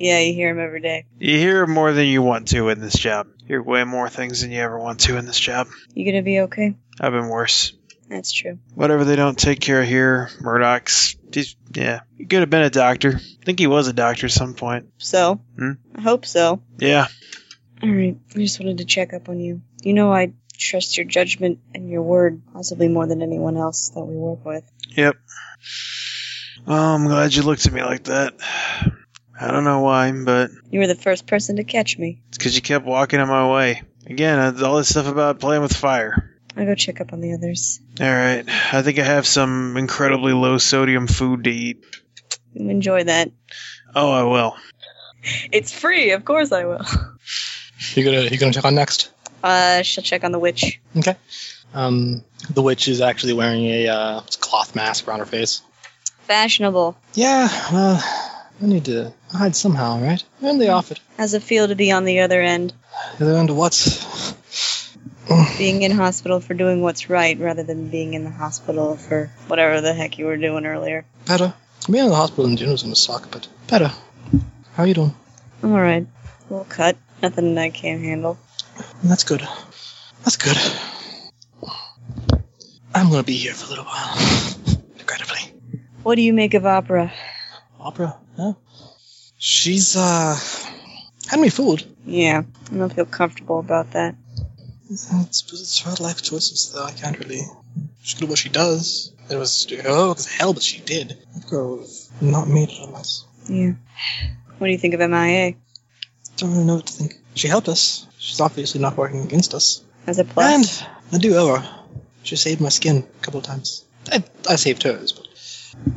Speaker 3: Yeah, you hear him every day.
Speaker 4: You hear more than you want to in this job. You hear way more things than you ever want to in this job.
Speaker 3: You gonna be okay?
Speaker 4: I've been worse.
Speaker 3: That's true.
Speaker 4: Whatever they don't take care of here, Murdoch's. He's, yeah, he could have been a doctor. I think he was a doctor at some point.
Speaker 3: So?
Speaker 4: Hmm?
Speaker 3: I hope so.
Speaker 4: Yeah,
Speaker 3: All right. I just wanted to check up on you. You know, I trust your judgment and your word possibly more than anyone else that we work with.
Speaker 4: yep. Well, Oh, I'm glad you looked at me like that. I don't know why, but
Speaker 3: You were the first person to catch me.
Speaker 4: it's because you kept walking on my way. Again, uh, all this stuff about playing with fire.
Speaker 3: I'll go check up on the others.
Speaker 4: Alright, I think I have some incredibly low sodium food to eat.
Speaker 3: You Enjoy that.
Speaker 4: Oh, I will.
Speaker 3: It's free, of course I will.
Speaker 1: You gonna you gonna check on next?
Speaker 3: [laughs] Uh, she'll check on the witch.
Speaker 1: Um, the witch is actually wearing a uh, cloth mask around her face.
Speaker 3: Fashionable.
Speaker 1: Yeah, well, I need to hide somehow, right? And they offered.
Speaker 3: How's it feel to be on the other end?
Speaker 1: They're into what?
Speaker 3: Being in hospital for doing what's right rather than being in the hospital for whatever the heck you were doing earlier.
Speaker 1: Better. Being in the hospital in general is gonna suck, but better. How you doing?
Speaker 3: Alright. We'll cut. Nothing I can't handle.
Speaker 1: That's good. That's good. I'm gonna be here for a little while. [laughs] Regrettably.
Speaker 3: What do you make of opera?
Speaker 1: Opera, huh? She's, uh, had me fooled.
Speaker 3: Yeah, I don't feel comfortable about that.
Speaker 1: It's, it's her life choices, though. I can't really. She could do what she does. It was oh, it's hell, but she did. That girl was not made it unless.
Speaker 3: Yeah. What do you think of MIA?
Speaker 1: Don't really know what to think. She helped us. She's obviously not working against us.
Speaker 3: As a plus?
Speaker 1: And I do owe her. She saved my skin a couple of times. I, I saved hers, but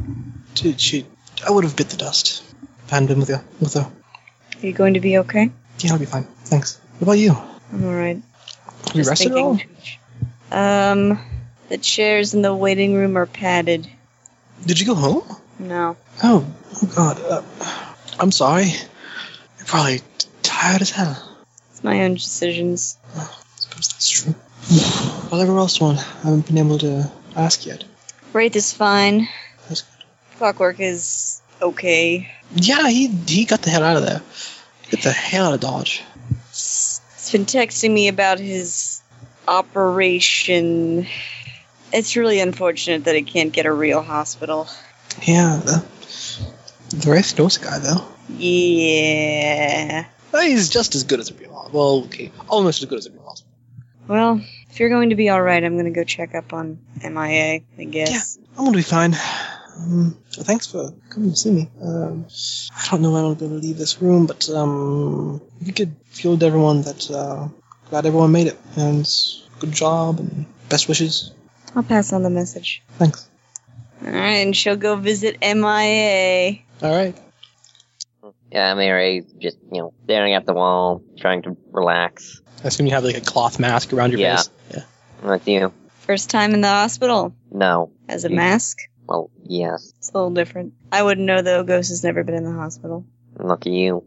Speaker 1: dude, she I would have bit the dust. If I hadn't been with her, with her.
Speaker 3: Are you going to be okay?
Speaker 1: Yeah, I'll be fine. Thanks. What about you? Have
Speaker 3: I'm alright.
Speaker 1: you rested at all?
Speaker 3: Um, the chairs in the waiting room are padded.
Speaker 1: Did you go home?
Speaker 3: No.
Speaker 1: Oh, oh God. Uh, I'm sorry. You're probably t- tired as hell.
Speaker 3: It's my own decisions.
Speaker 1: I suppose that's true. [sighs] Whatever else one, I haven't been able to ask yet.
Speaker 3: Wraith is fine.
Speaker 1: That's
Speaker 3: Clockwork is okay.
Speaker 1: Yeah, he he got the hell out of there. Get the hell out of Dodge.
Speaker 3: He's been texting me about his operation. It's really unfortunate that he can't get a real hospital.
Speaker 1: Yeah, the, the Wraith knows a guy though.
Speaker 3: Yeah.
Speaker 1: Uh, He's just as good as a real hospital. Well, okay, almost as good as a real hospital.
Speaker 3: Well, if you're going to be alright, I'm going to go check up on MIA, I guess.
Speaker 1: I'm gonna be fine. Um, thanks for coming to see me. Um, I don't know when I'll be able to leave this room, but um, you could feel to everyone that uh, glad everyone made it, and good job and best wishes.
Speaker 3: I'll pass on the message.
Speaker 1: Thanks.
Speaker 3: Alright, and she'll go visit MIA.
Speaker 1: All right.
Speaker 5: Yeah, Mary's just, you know, staring at the wall, trying to relax.
Speaker 1: I assume you have like a cloth mask around your
Speaker 5: Yeah.
Speaker 1: face. Yeah.
Speaker 5: That's you.
Speaker 3: First time in the hospital.
Speaker 5: No.
Speaker 3: As a
Speaker 5: Mm.
Speaker 3: mask.
Speaker 5: Well, yes.
Speaker 3: It's a little different. I wouldn't know though, Ghost has never been in the hospital.
Speaker 5: Lucky you.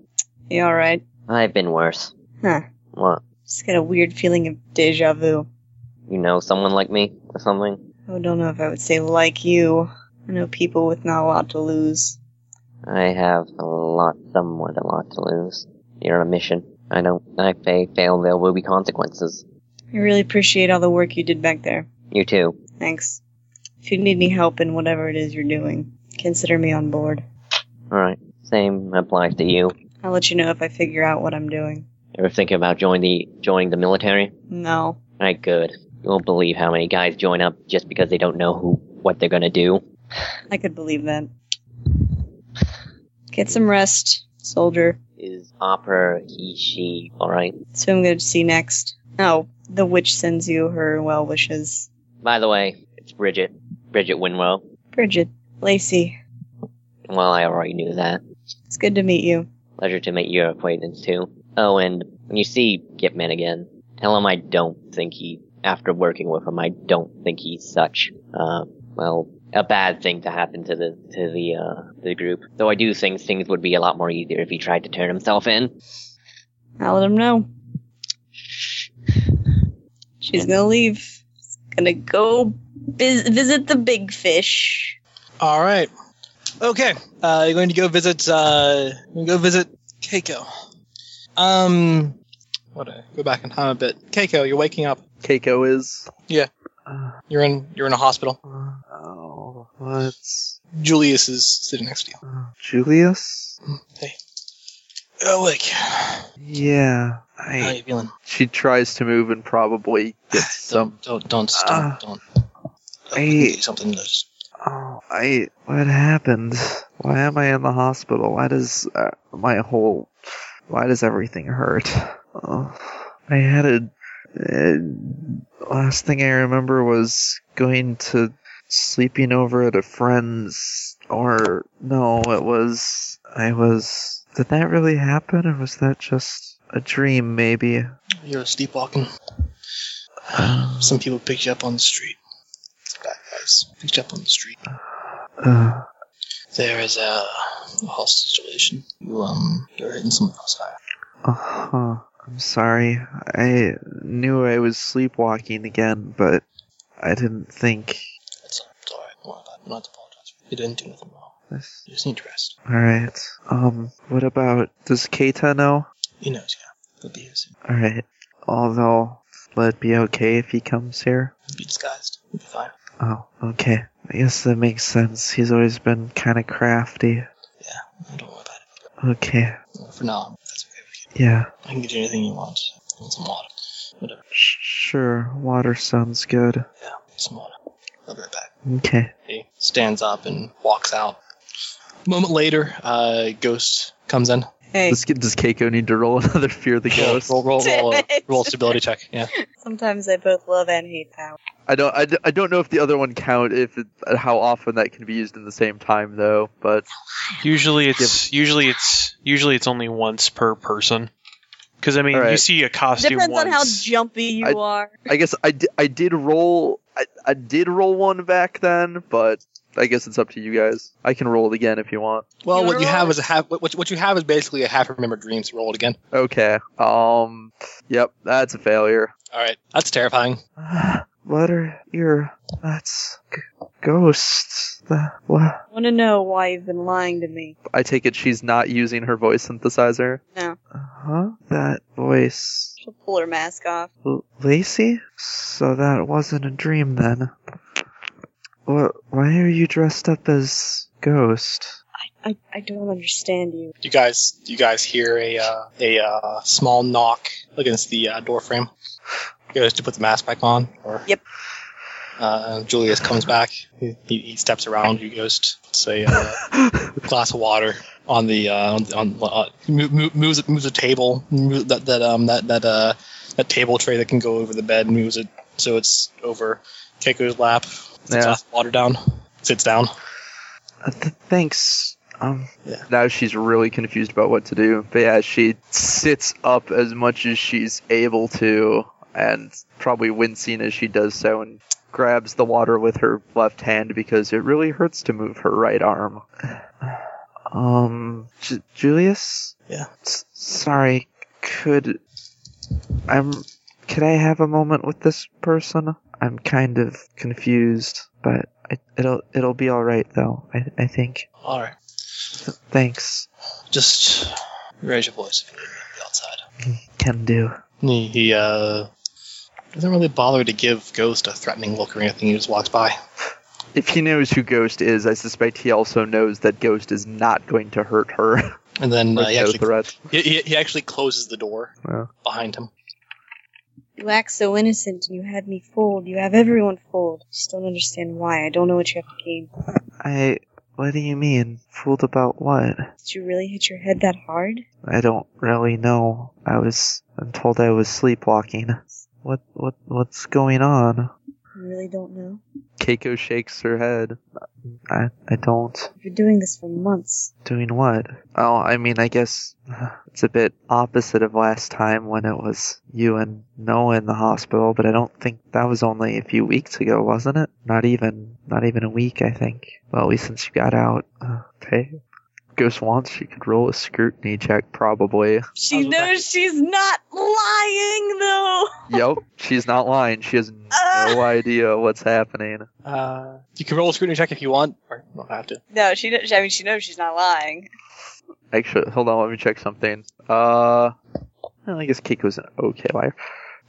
Speaker 3: You alright?
Speaker 5: I've been worse.
Speaker 3: Huh.
Speaker 5: What?
Speaker 3: Just got a weird feeling of deja vu.
Speaker 5: You know someone like me or something?
Speaker 3: I don't know if I would say like you. I know people with not a lot to lose.
Speaker 5: I have a lot, somewhat a lot to lose. You're on a mission. I don't, I fa fail, there will be consequences.
Speaker 3: I really appreciate all the work you did back there.
Speaker 5: You too.
Speaker 3: Thanks. If you need any help in whatever it is you're doing, consider me on board.
Speaker 5: Alright. Same applies to you.
Speaker 3: I'll let you know if I figure out what I'm doing.
Speaker 5: Ever thinking about joining the, joining the military?
Speaker 3: No.
Speaker 5: Alright, good. You won't believe how many guys join up just because they don't know who, what they're gonna do.
Speaker 3: I could believe that. Get some rest, soldier.
Speaker 5: Is opera he, she, alright?
Speaker 3: That's who I'm going to see next. Oh, the witch sends you her well wishes.
Speaker 5: By the way, it's Bridget. Bridget Winrow.
Speaker 3: Bridget, Lacey,
Speaker 5: Well, I already knew that.
Speaker 3: it's good to meet you.
Speaker 5: Pleasure to make your acquaintance too. Oh, and when you see Gipman again, tell him I don't think he, after working with him, I don't think he's such, uh, well, a bad thing to happen to the to the uh the group. Though I do think things would be a lot more easier if he tried to turn himself in.
Speaker 3: I'll let him know. She's going to leave. Going to go vis- visit the big fish.
Speaker 1: All right. Okay. Uh, you're going to go visit. Uh, you're going to go visit Keiko. Um, what? a- Go back in time a bit. Keiko, you're waking up.
Speaker 6: Keiko is.
Speaker 1: Yeah.
Speaker 6: Uh,
Speaker 1: You're in. You're in a hospital.
Speaker 6: oh, what's uh,
Speaker 1: Julius is sitting next to you.
Speaker 6: Julius?
Speaker 1: Oh, wake.
Speaker 6: Yeah.
Speaker 1: How are
Speaker 6: I,
Speaker 1: you feeling?
Speaker 6: she tries to move and probably gets some.
Speaker 1: Don't, don't, don't, don't,
Speaker 6: Ah.
Speaker 1: don't.
Speaker 6: I-
Speaker 1: Give you something that's
Speaker 6: Oh, I. What happened? Why am I in the hospital? Why does uh, my whole. Why does everything hurt? Oh, I had a. Uh, last thing I remember was going to sleeping over at a friend's. Or. No, it was. I was. Did that really happen, or was that just a dream, maybe?
Speaker 1: You're sleepwalking.
Speaker 6: Ah.
Speaker 1: Some people picked you up on the street. Black guys picked you up on the street.
Speaker 6: Uh,
Speaker 1: There is a, a hostage situation. You um, you're hitting someone else high.
Speaker 6: Uh-huh. I'm sorry. I knew I was sleepwalking again, but I didn't think.
Speaker 1: It's, it's alright. Well, I'm not to apologize. You didn't do nothing wrong.
Speaker 6: this-
Speaker 1: You just need to rest.
Speaker 6: Alright. Um, what about. Does Keita know?
Speaker 1: He knows, yeah. He'll be here soon.
Speaker 6: Alright. Although, will it be okay if he comes here?
Speaker 1: He'll be disguised. He'll be fine.
Speaker 6: Oh, okay. I guess that makes sense. He's always been kinda crafty.
Speaker 1: Don't worry about
Speaker 6: Okay.
Speaker 1: it. For now, that's okay with you.
Speaker 6: Yeah.
Speaker 1: I can get you anything you want. You want some water? Whatever.
Speaker 6: Sh- sure. Water sounds good.
Speaker 1: Yeah, some water. I'll be right back.
Speaker 6: Okay.
Speaker 1: He stands up and walks out. A moment later, uh, Ghost comes in.
Speaker 3: Hey.
Speaker 6: Does, does Keiko need to roll [laughs] another Fear the
Speaker 1: Roll,
Speaker 6: Ghost?
Speaker 1: roll, roll, roll, a-
Speaker 3: Yes.
Speaker 1: roll a stability check. Yeah.
Speaker 3: Sometimes I both love and hate power.
Speaker 6: I don't, I, d- I don't know if the other one count if it, how often that can be used in the same time though, but
Speaker 4: Usually it's usually it's usually it's only once per person. Because I mean,
Speaker 6: All right.
Speaker 4: you see a costume
Speaker 8: Depends
Speaker 4: once.
Speaker 8: on how jumpy you
Speaker 6: I-
Speaker 8: are.
Speaker 6: I guess I, di- I did roll I, I did roll one back then, but I guess it's up to you guys. I can roll it again if you want.
Speaker 1: Well,
Speaker 3: You
Speaker 1: what
Speaker 3: wanna
Speaker 1: you
Speaker 3: roll
Speaker 1: have
Speaker 3: it?
Speaker 1: is a half. What, what you have is basically a half remembered dreams rolled again.
Speaker 6: Okay. Um. Yep. That's a failure.
Speaker 1: All right, that's terrifying.
Speaker 6: Letter ear. That's g- ghosts. The, what?
Speaker 8: I want to know why you've been lying to me.
Speaker 6: I take it she's not using her voice synthesizer.
Speaker 8: No.
Speaker 6: Uh huh. That voice.
Speaker 8: She'll pull her mask off.
Speaker 6: L- Lacey? So that wasn't a dream then. What? Why are you dressed up as ghost? [gasps]
Speaker 8: I, I don't understand you.
Speaker 1: You guys, you guys hear a uh, a uh, small knock against the uh, door frame. He goes to put the mask back on. Or
Speaker 8: Yep.
Speaker 1: Uh, Julius comes back. He, he he steps around. You goes to say uh, glass of water on the uh, on, on uh, mo- mo- moves moves a table mo- that that um that that uh that table tray that can go over the bed moves it so it's over Keiko's lap. puts the
Speaker 6: Yeah.
Speaker 1: Glass of water down. Sits down.
Speaker 6: Uh, th- thanks. Um,
Speaker 1: Yeah.
Speaker 6: Now she's really confused about what to do. But yeah, she sits up as much as she's able to, and probably wincing as she does so, and grabs the water with her left hand because it really hurts to move her right arm. [sighs] Um, J- Julius?
Speaker 1: Yeah.
Speaker 6: S- sorry, could. I'm. Could I have a moment with this person? I'm kind of confused, but I, it'll it'll be all right though. I I think.
Speaker 1: All right.
Speaker 6: Thanks.
Speaker 1: Just raise your voice if you need to be outside.
Speaker 6: Can do.
Speaker 1: He, he uh, doesn't really bother to give Ghost a threatening look or anything. He just walks by.
Speaker 6: If he knows who Ghost is, I suspect he also knows that Ghost is not going to hurt her.
Speaker 1: And then
Speaker 6: [laughs]
Speaker 1: uh,
Speaker 6: with
Speaker 1: he,
Speaker 6: no
Speaker 1: actually,
Speaker 6: threat.
Speaker 1: he, he, he actually closes the door
Speaker 6: Wow.
Speaker 1: behind him.
Speaker 8: You act so innocent and you had me fooled. You have everyone fooled. Just don't understand why. I don't know what you have to gain.
Speaker 6: I. What do you mean? Fooled about what?
Speaker 8: Did you really hit your head that hard?
Speaker 6: I don't really know. I was. I'm told I was sleepwalking. What? What? What's going on?
Speaker 8: You really don't know?
Speaker 6: Keiko shakes her head. I. I don't.
Speaker 8: You've been doing this for months.
Speaker 6: Doing what? Oh, I mean, I guess it's a bit opposite of last time when it was you and Noah in the hospital, but I don't think that was only a few weeks ago, wasn't it? Not even, not even a week, I think. Well, at least since you got out. Uh, Okay. Ghost wants she could roll a scrutiny check, probably.
Speaker 1: I
Speaker 8: She
Speaker 1: was about
Speaker 8: knows she's not lying, though!
Speaker 6: yep, she's not lying. She has no idea what's happening.
Speaker 1: Uh, you can roll a scrutiny check if you want, or you don't have to.
Speaker 8: No, she knows. I mean, she knows she's not lying.
Speaker 6: Actually, hold on, let me check something. Uh, well, I guess Keiko's an okay liar.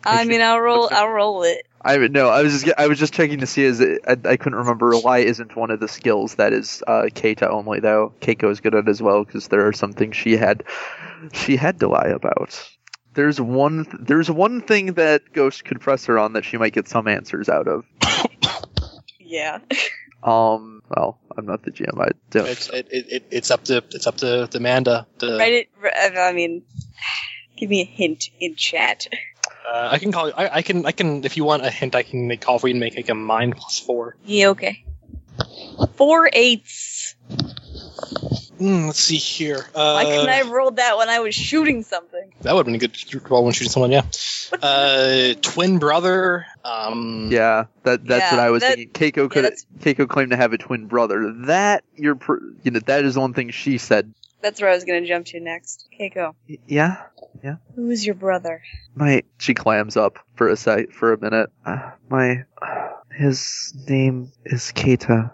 Speaker 8: I
Speaker 6: should-
Speaker 8: mean, I'll roll. I'll roll it.
Speaker 6: I would- no, I was just I was just checking to see is it, I, I couldn't remember why isn't one of the skills that is uh, Keita only though Keiko is good at it as well because there are some things she had she had to lie about. There's one there's one thing that Ghost could press her on that she might get some answers out of.
Speaker 8: Yeah.
Speaker 6: Um, well, I'm not the GM. I don't.
Speaker 1: It's, it, it, it, it's up to it's up to, to Amanda. To,
Speaker 8: Write it. I mean, give me a hint in chat.
Speaker 1: uh, I can call. I, I can. I can. If you want a hint, I can make call for you and make like a mind plus four.
Speaker 8: Yeah. Okay. Four eights.
Speaker 1: Mm, let's see here. Uh,
Speaker 8: Why couldn't I have rolled that when I was shooting something?
Speaker 1: That would have been a good roll when shooting someone. Yeah.
Speaker 8: What's
Speaker 1: Uh, twin brother. Um,
Speaker 6: Yeah, that that's
Speaker 8: Yeah,
Speaker 6: what I was
Speaker 8: that-
Speaker 6: thinking. Keiko could
Speaker 8: that's-
Speaker 6: Keiko claimed to have a twin brother. That you're pr- you know that is one thing she said.
Speaker 8: That's where I was gonna jump to next. Keiko,
Speaker 6: Y- Yeah.
Speaker 8: who's your brother?
Speaker 6: My she clams up for a sec for a minute. Uh, my his name is Keita.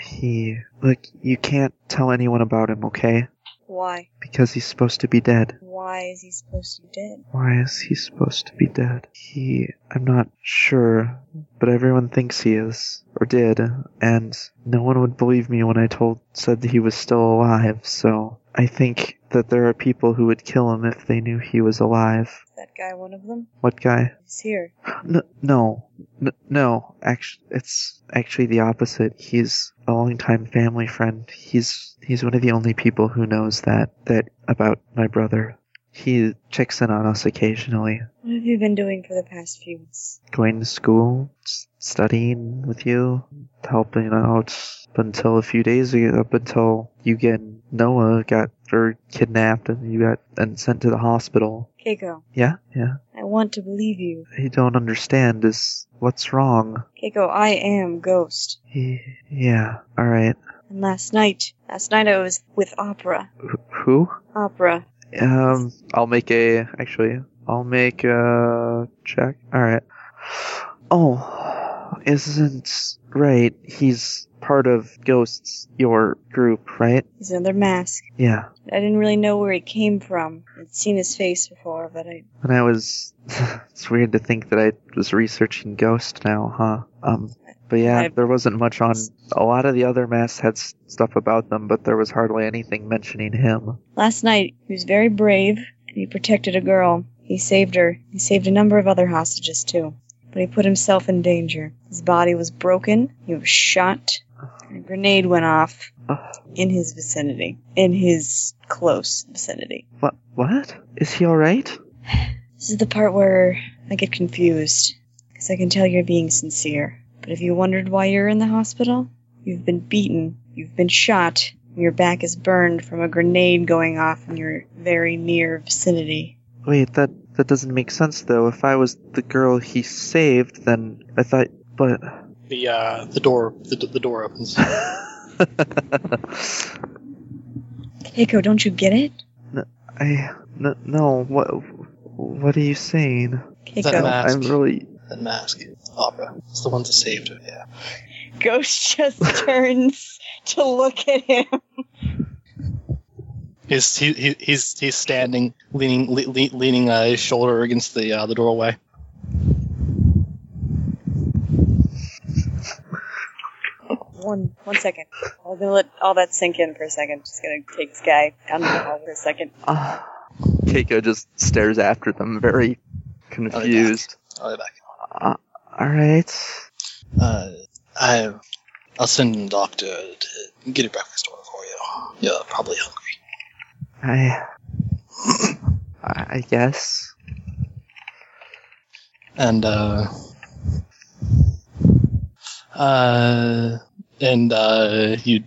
Speaker 6: He look you can't tell anyone about him, okay?
Speaker 8: Why?
Speaker 6: Because he's supposed to be dead.
Speaker 8: Why is he supposed to be dead?
Speaker 6: Why is he supposed to be dead? He I'm not sure, but everyone thinks he is or did, and no one would believe me when I told said that he was still alive. So I think that there are people who would kill him if they knew he was alive.
Speaker 8: Is that guy one of them?
Speaker 6: What guy?
Speaker 8: He's here.
Speaker 6: N- no, N- no. Actually, it's actually the opposite. He's a longtime family friend. He's he's one of the only people who knows that that about my brother. He checks in on us occasionally,
Speaker 8: What have you been doing for the past few months?
Speaker 6: going to school, s- studying with you, helping out. Up until a few days ago, up er, until you and Noah got or kidnapped and you got and sent to the hospital.
Speaker 3: Keiko,
Speaker 6: Yeah, yeah.
Speaker 3: I want to believe you.
Speaker 6: You don't understand. Is what's wrong?
Speaker 3: Keiko, I am Ghost.
Speaker 6: He, yeah. All right.
Speaker 3: And last night, last night I was with Opera.
Speaker 6: Who?
Speaker 3: Opera.
Speaker 6: Um, I'll make a. Actually, I'll make a check. All right. Oh, isn't right. He's part of Ghosts, your group, right?
Speaker 3: He's another mask.
Speaker 6: Yeah.
Speaker 3: I didn't really know where he came from. I'd seen his face before, but I
Speaker 6: And I was. [laughs] it's weird to think that I was researching Ghost now, huh? Um, but yeah,
Speaker 3: I-
Speaker 6: there wasn't much on. A lot of the other masks had s- stuff about them, but there was hardly anything mentioning him.
Speaker 3: Last night, he was very brave, and he protected a girl. He saved her. He saved a number of other hostages, too. But he put himself in danger. His body was broken, he was shot, and a grenade went off in his vicinity. In his close vicinity.
Speaker 6: What? What? Is he alright?
Speaker 3: This is the part where I get confused, because I can tell you're being sincere. But if you wondered why you're in the hospital, you've been beaten, you've been shot, and your back is burned from a grenade going off in your very near vicinity.
Speaker 6: Wait, that that doesn't make sense though. If I was the girl he saved, then I thought. [laughs] But
Speaker 1: The uh, the door the, the door opens.
Speaker 3: Keiko, don't you get it?
Speaker 6: I no, no what what are you saying?
Speaker 1: Is that a
Speaker 3: Keiko.
Speaker 1: mask?
Speaker 6: I'm really
Speaker 1: That mask. Opera. It's the one that saved her. Yeah.
Speaker 3: Ghost just [laughs] turns to look at him.
Speaker 1: He's he, he, he's he's standing, leaning le, le- leaning uh, his shoulder against the uh, the doorway.
Speaker 3: One, one second. I'm gonna let all that sink in for a second. Just gonna take this guy down the hall for a second.
Speaker 6: uh, Keiko just stares after them, very confused.
Speaker 1: I'll be Oh, back.
Speaker 6: All right.
Speaker 1: Uh, I I'll send the doctor to get a breakfast order for you. You're probably hungry.
Speaker 6: I I guess.
Speaker 1: And uh, uh, and uh, you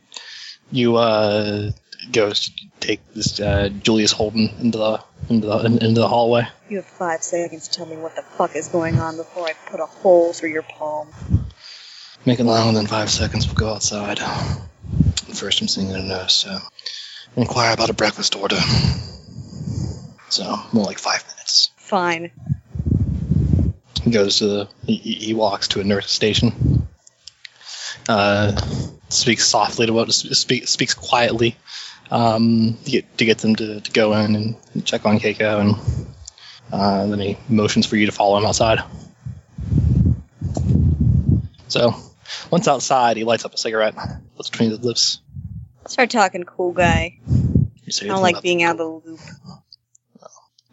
Speaker 1: you uh go s- take this uh, Julius Holden into the into the into the hallway.
Speaker 3: You have five seconds to tell me what the fuck is going on before I put a hole through your palm.
Speaker 1: Make it longer than five seconds, we'll go outside. First, I'm seeing a nurse, so inquire about a breakfast order. So, more like five minutes.
Speaker 3: Fine.
Speaker 1: He goes to the, he, he he walks to a nurse station. Uh, speaks softly to what, speak, speaks quietly um, to, get, to get them to, to go in and check on Keiko, and uh, then he motions for you to follow him outside. So, once outside, he lights up a cigarette, puts it between his lips.
Speaker 3: Start talking, cool guy.
Speaker 1: You say
Speaker 3: I don't
Speaker 1: anything
Speaker 3: like
Speaker 1: about-
Speaker 3: being out of the loop.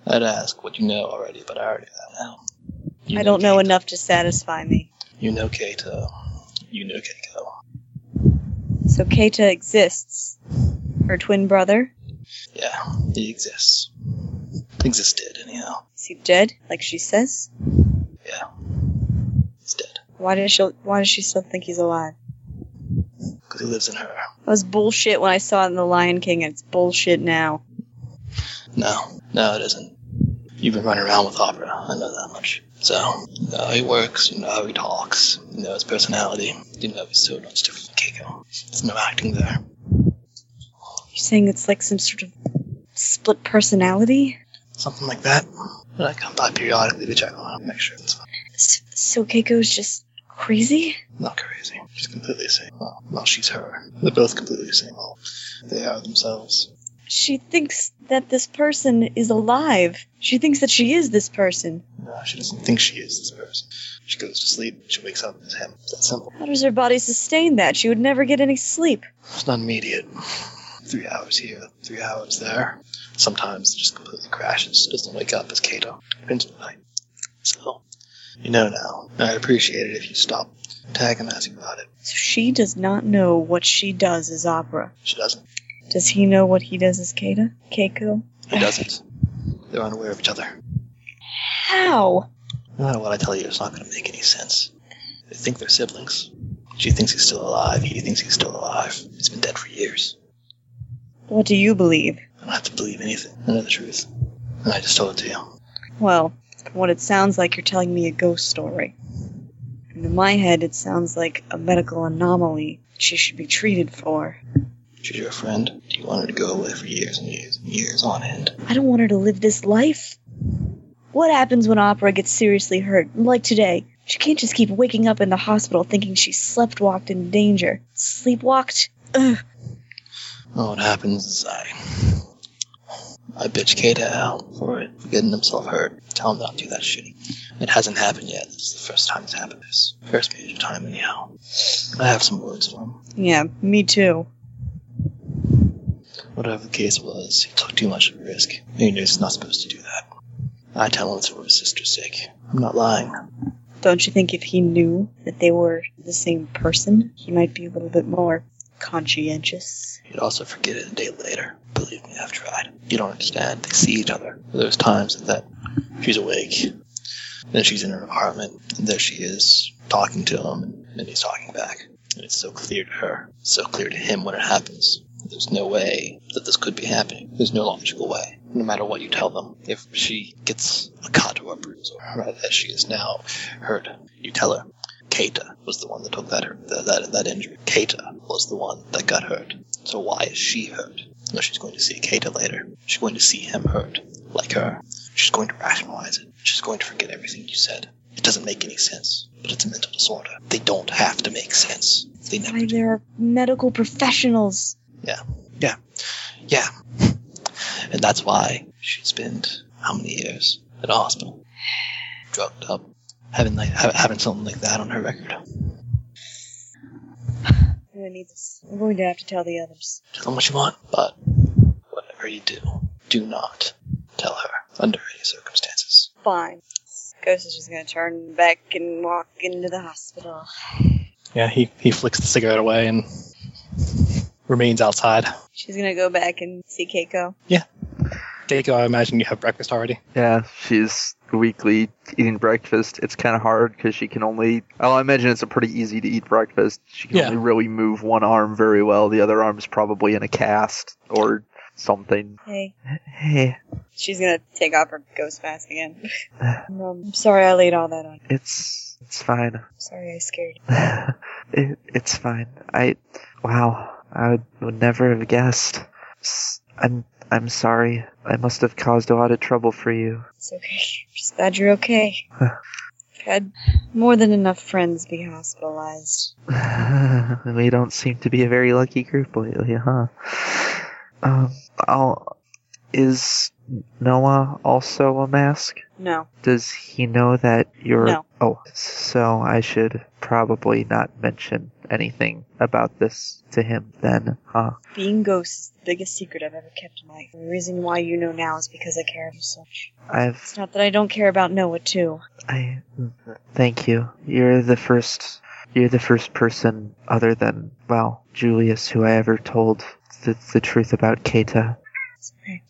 Speaker 1: I'd ask what you know already, but I already know. You
Speaker 3: I don't know
Speaker 1: Keiko.
Speaker 3: enough to satisfy me.
Speaker 1: You know Kato. You know Keiko.
Speaker 3: So Keita exists. Her twin brother.
Speaker 1: Yeah, he exists. Existed, anyhow.
Speaker 3: Is he dead? Like she says.
Speaker 1: He's dead.
Speaker 3: Why does she? Why does she still think he's alive?
Speaker 1: Because he lives in her.
Speaker 3: That was bullshit when I saw it in The Lion King. and It's bullshit now.
Speaker 1: No, no, it isn't. You've been running around with Opera, I know that much. So, you know how he works, you know how he talks, you know his personality, you know he's so much different than Keiko. There's no acting there.
Speaker 3: You're saying it's like some sort of split personality.
Speaker 1: Something like that. But I come by periodically to check on him, make sure it's
Speaker 3: S- So Keiko's just crazy.
Speaker 1: not crazy. She's completely sane. Well, well, she's her. They're both completely sane. Well, they are themselves.
Speaker 3: She thinks that this person is alive. She thinks that she is this person.
Speaker 1: No, Uh, she doesn't think she is this person. She goes to sleep, she wakes up as him. It's that simple.
Speaker 3: How does her body sustain that? She would never get any sleep.
Speaker 1: It's not immediate. Three hours here, three hours there. Sometimes it just completely crashes, doesn't wake up as Kato. Depends on the night. So, you know now. I'd appreciate it if you stop antagonizing about it.
Speaker 3: So she does not know what she does as opera.
Speaker 1: She doesn't.
Speaker 3: Does he know what he does as Keita? Keiko?
Speaker 1: He doesn't. [laughs] They're unaware of each other.
Speaker 3: How?
Speaker 1: No matter what I tell you, it's not going to make any sense. They think they're siblings. She thinks he's still alive. He thinks he's still alive. He's been dead for years.
Speaker 3: What do you believe?
Speaker 1: I don't have to believe anything. I know the truth. And I just told it to you.
Speaker 3: Well, from what it sounds like, you're telling me a ghost story. And in my head, it sounds like a medical anomaly that she should be treated for.
Speaker 1: She's your friend. Do you want her to go away for years and years and years on end?
Speaker 3: I don't want her to live this life. What happens when Opera gets seriously hurt? Like today. She can't just keep waking up in the hospital thinking she sleptwalked in danger. Sleepwalked? Ugh.
Speaker 1: Oh, what happens is I. I bitch Kata out for it, for getting himself hurt. Tell him not to do that shitty. It hasn't happened yet. This is the first time it's happened. This first major time, anyhow. I have some words for him.
Speaker 3: Yeah, me too.
Speaker 1: Whatever the case was, he took too much of a risk. He knew he's not supposed to do that. I tell him it's for his sister's sake. I'm not lying.
Speaker 3: Don't you think if he knew that they were the same person, he might be a little bit more conscientious?
Speaker 1: He'd also forget it a day later. Believe me, I've tried. You don't understand. They see each other. There's times that she's awake, then she's in her apartment, and there she is talking to him, and he's talking back. And it's so clear to her, so clear to him when it happens. There's no way that this could be happening. There's no logical way, no matter what you tell them. If she gets a cut or a bruise, or right as she is now hurt, you tell her, Kata was the one that took that, that, that, that injury. Kata was the one that got hurt. So why is she hurt? No, she's going to see Kata later. She's going to see him hurt, like her. She's going to rationalize it. She's going to forget everything you said. It doesn't make any sense, but it's a mental disorder. They don't have to make sense. They never
Speaker 3: Why,
Speaker 1: do.
Speaker 3: there are medical professionals.
Speaker 1: Yeah. And that's why she spent how many years in a hospital? Drugged up. Having, like, ha- having something like that on her record.
Speaker 3: I'm gonna need this. I'm going to have to tell the others.
Speaker 1: Tell them what you want, but whatever you do, do not tell her under any circumstances.
Speaker 3: Fine. Ghost is just gonna turn back and walk into the hospital.
Speaker 10: Yeah, he, he flicks the cigarette away and remains outside.
Speaker 3: She's gonna go back and see Keiko.
Speaker 10: Keiko, I imagine you have breakfast already.
Speaker 6: Yeah, she's weekly eating breakfast. It's kind of hard because she can only. Well, I imagine it's a pretty easy to eat breakfast. She can
Speaker 10: Yeah.
Speaker 6: only really move one arm very well. The other arm's probably in a cast or something.
Speaker 3: Hey.
Speaker 6: Hey,
Speaker 3: She's gonna take off her ghost mask again. um, I'm sorry I laid all that on. you.
Speaker 6: it's it's fine. [laughs]
Speaker 3: I'm sorry I scared you.
Speaker 6: it, it's fine. I. Wow, I would, would never have guessed. S- I'm I'm sorry. I must have caused a lot of trouble for you.
Speaker 3: It's okay. I'm just glad you're okay. I've had more than enough friends be hospitalized.
Speaker 6: [laughs] we don't seem to be a very lucky group lately, huh? Um, I'll, is Noah also a mask?
Speaker 3: No.
Speaker 6: Does he know that you're?
Speaker 3: No.
Speaker 6: Oh, so I should probably not mention anything about this to him then, huh?
Speaker 3: Being ghost is the biggest secret I've ever kept in my life. The reason why you know now is because I care so much.
Speaker 6: I've,
Speaker 3: It's not that I don't care about Noah too.
Speaker 6: I, thank you. You're the first, you're the first person other than, well, Julius who I ever told the, the truth about Keita.
Speaker 3: It's okay.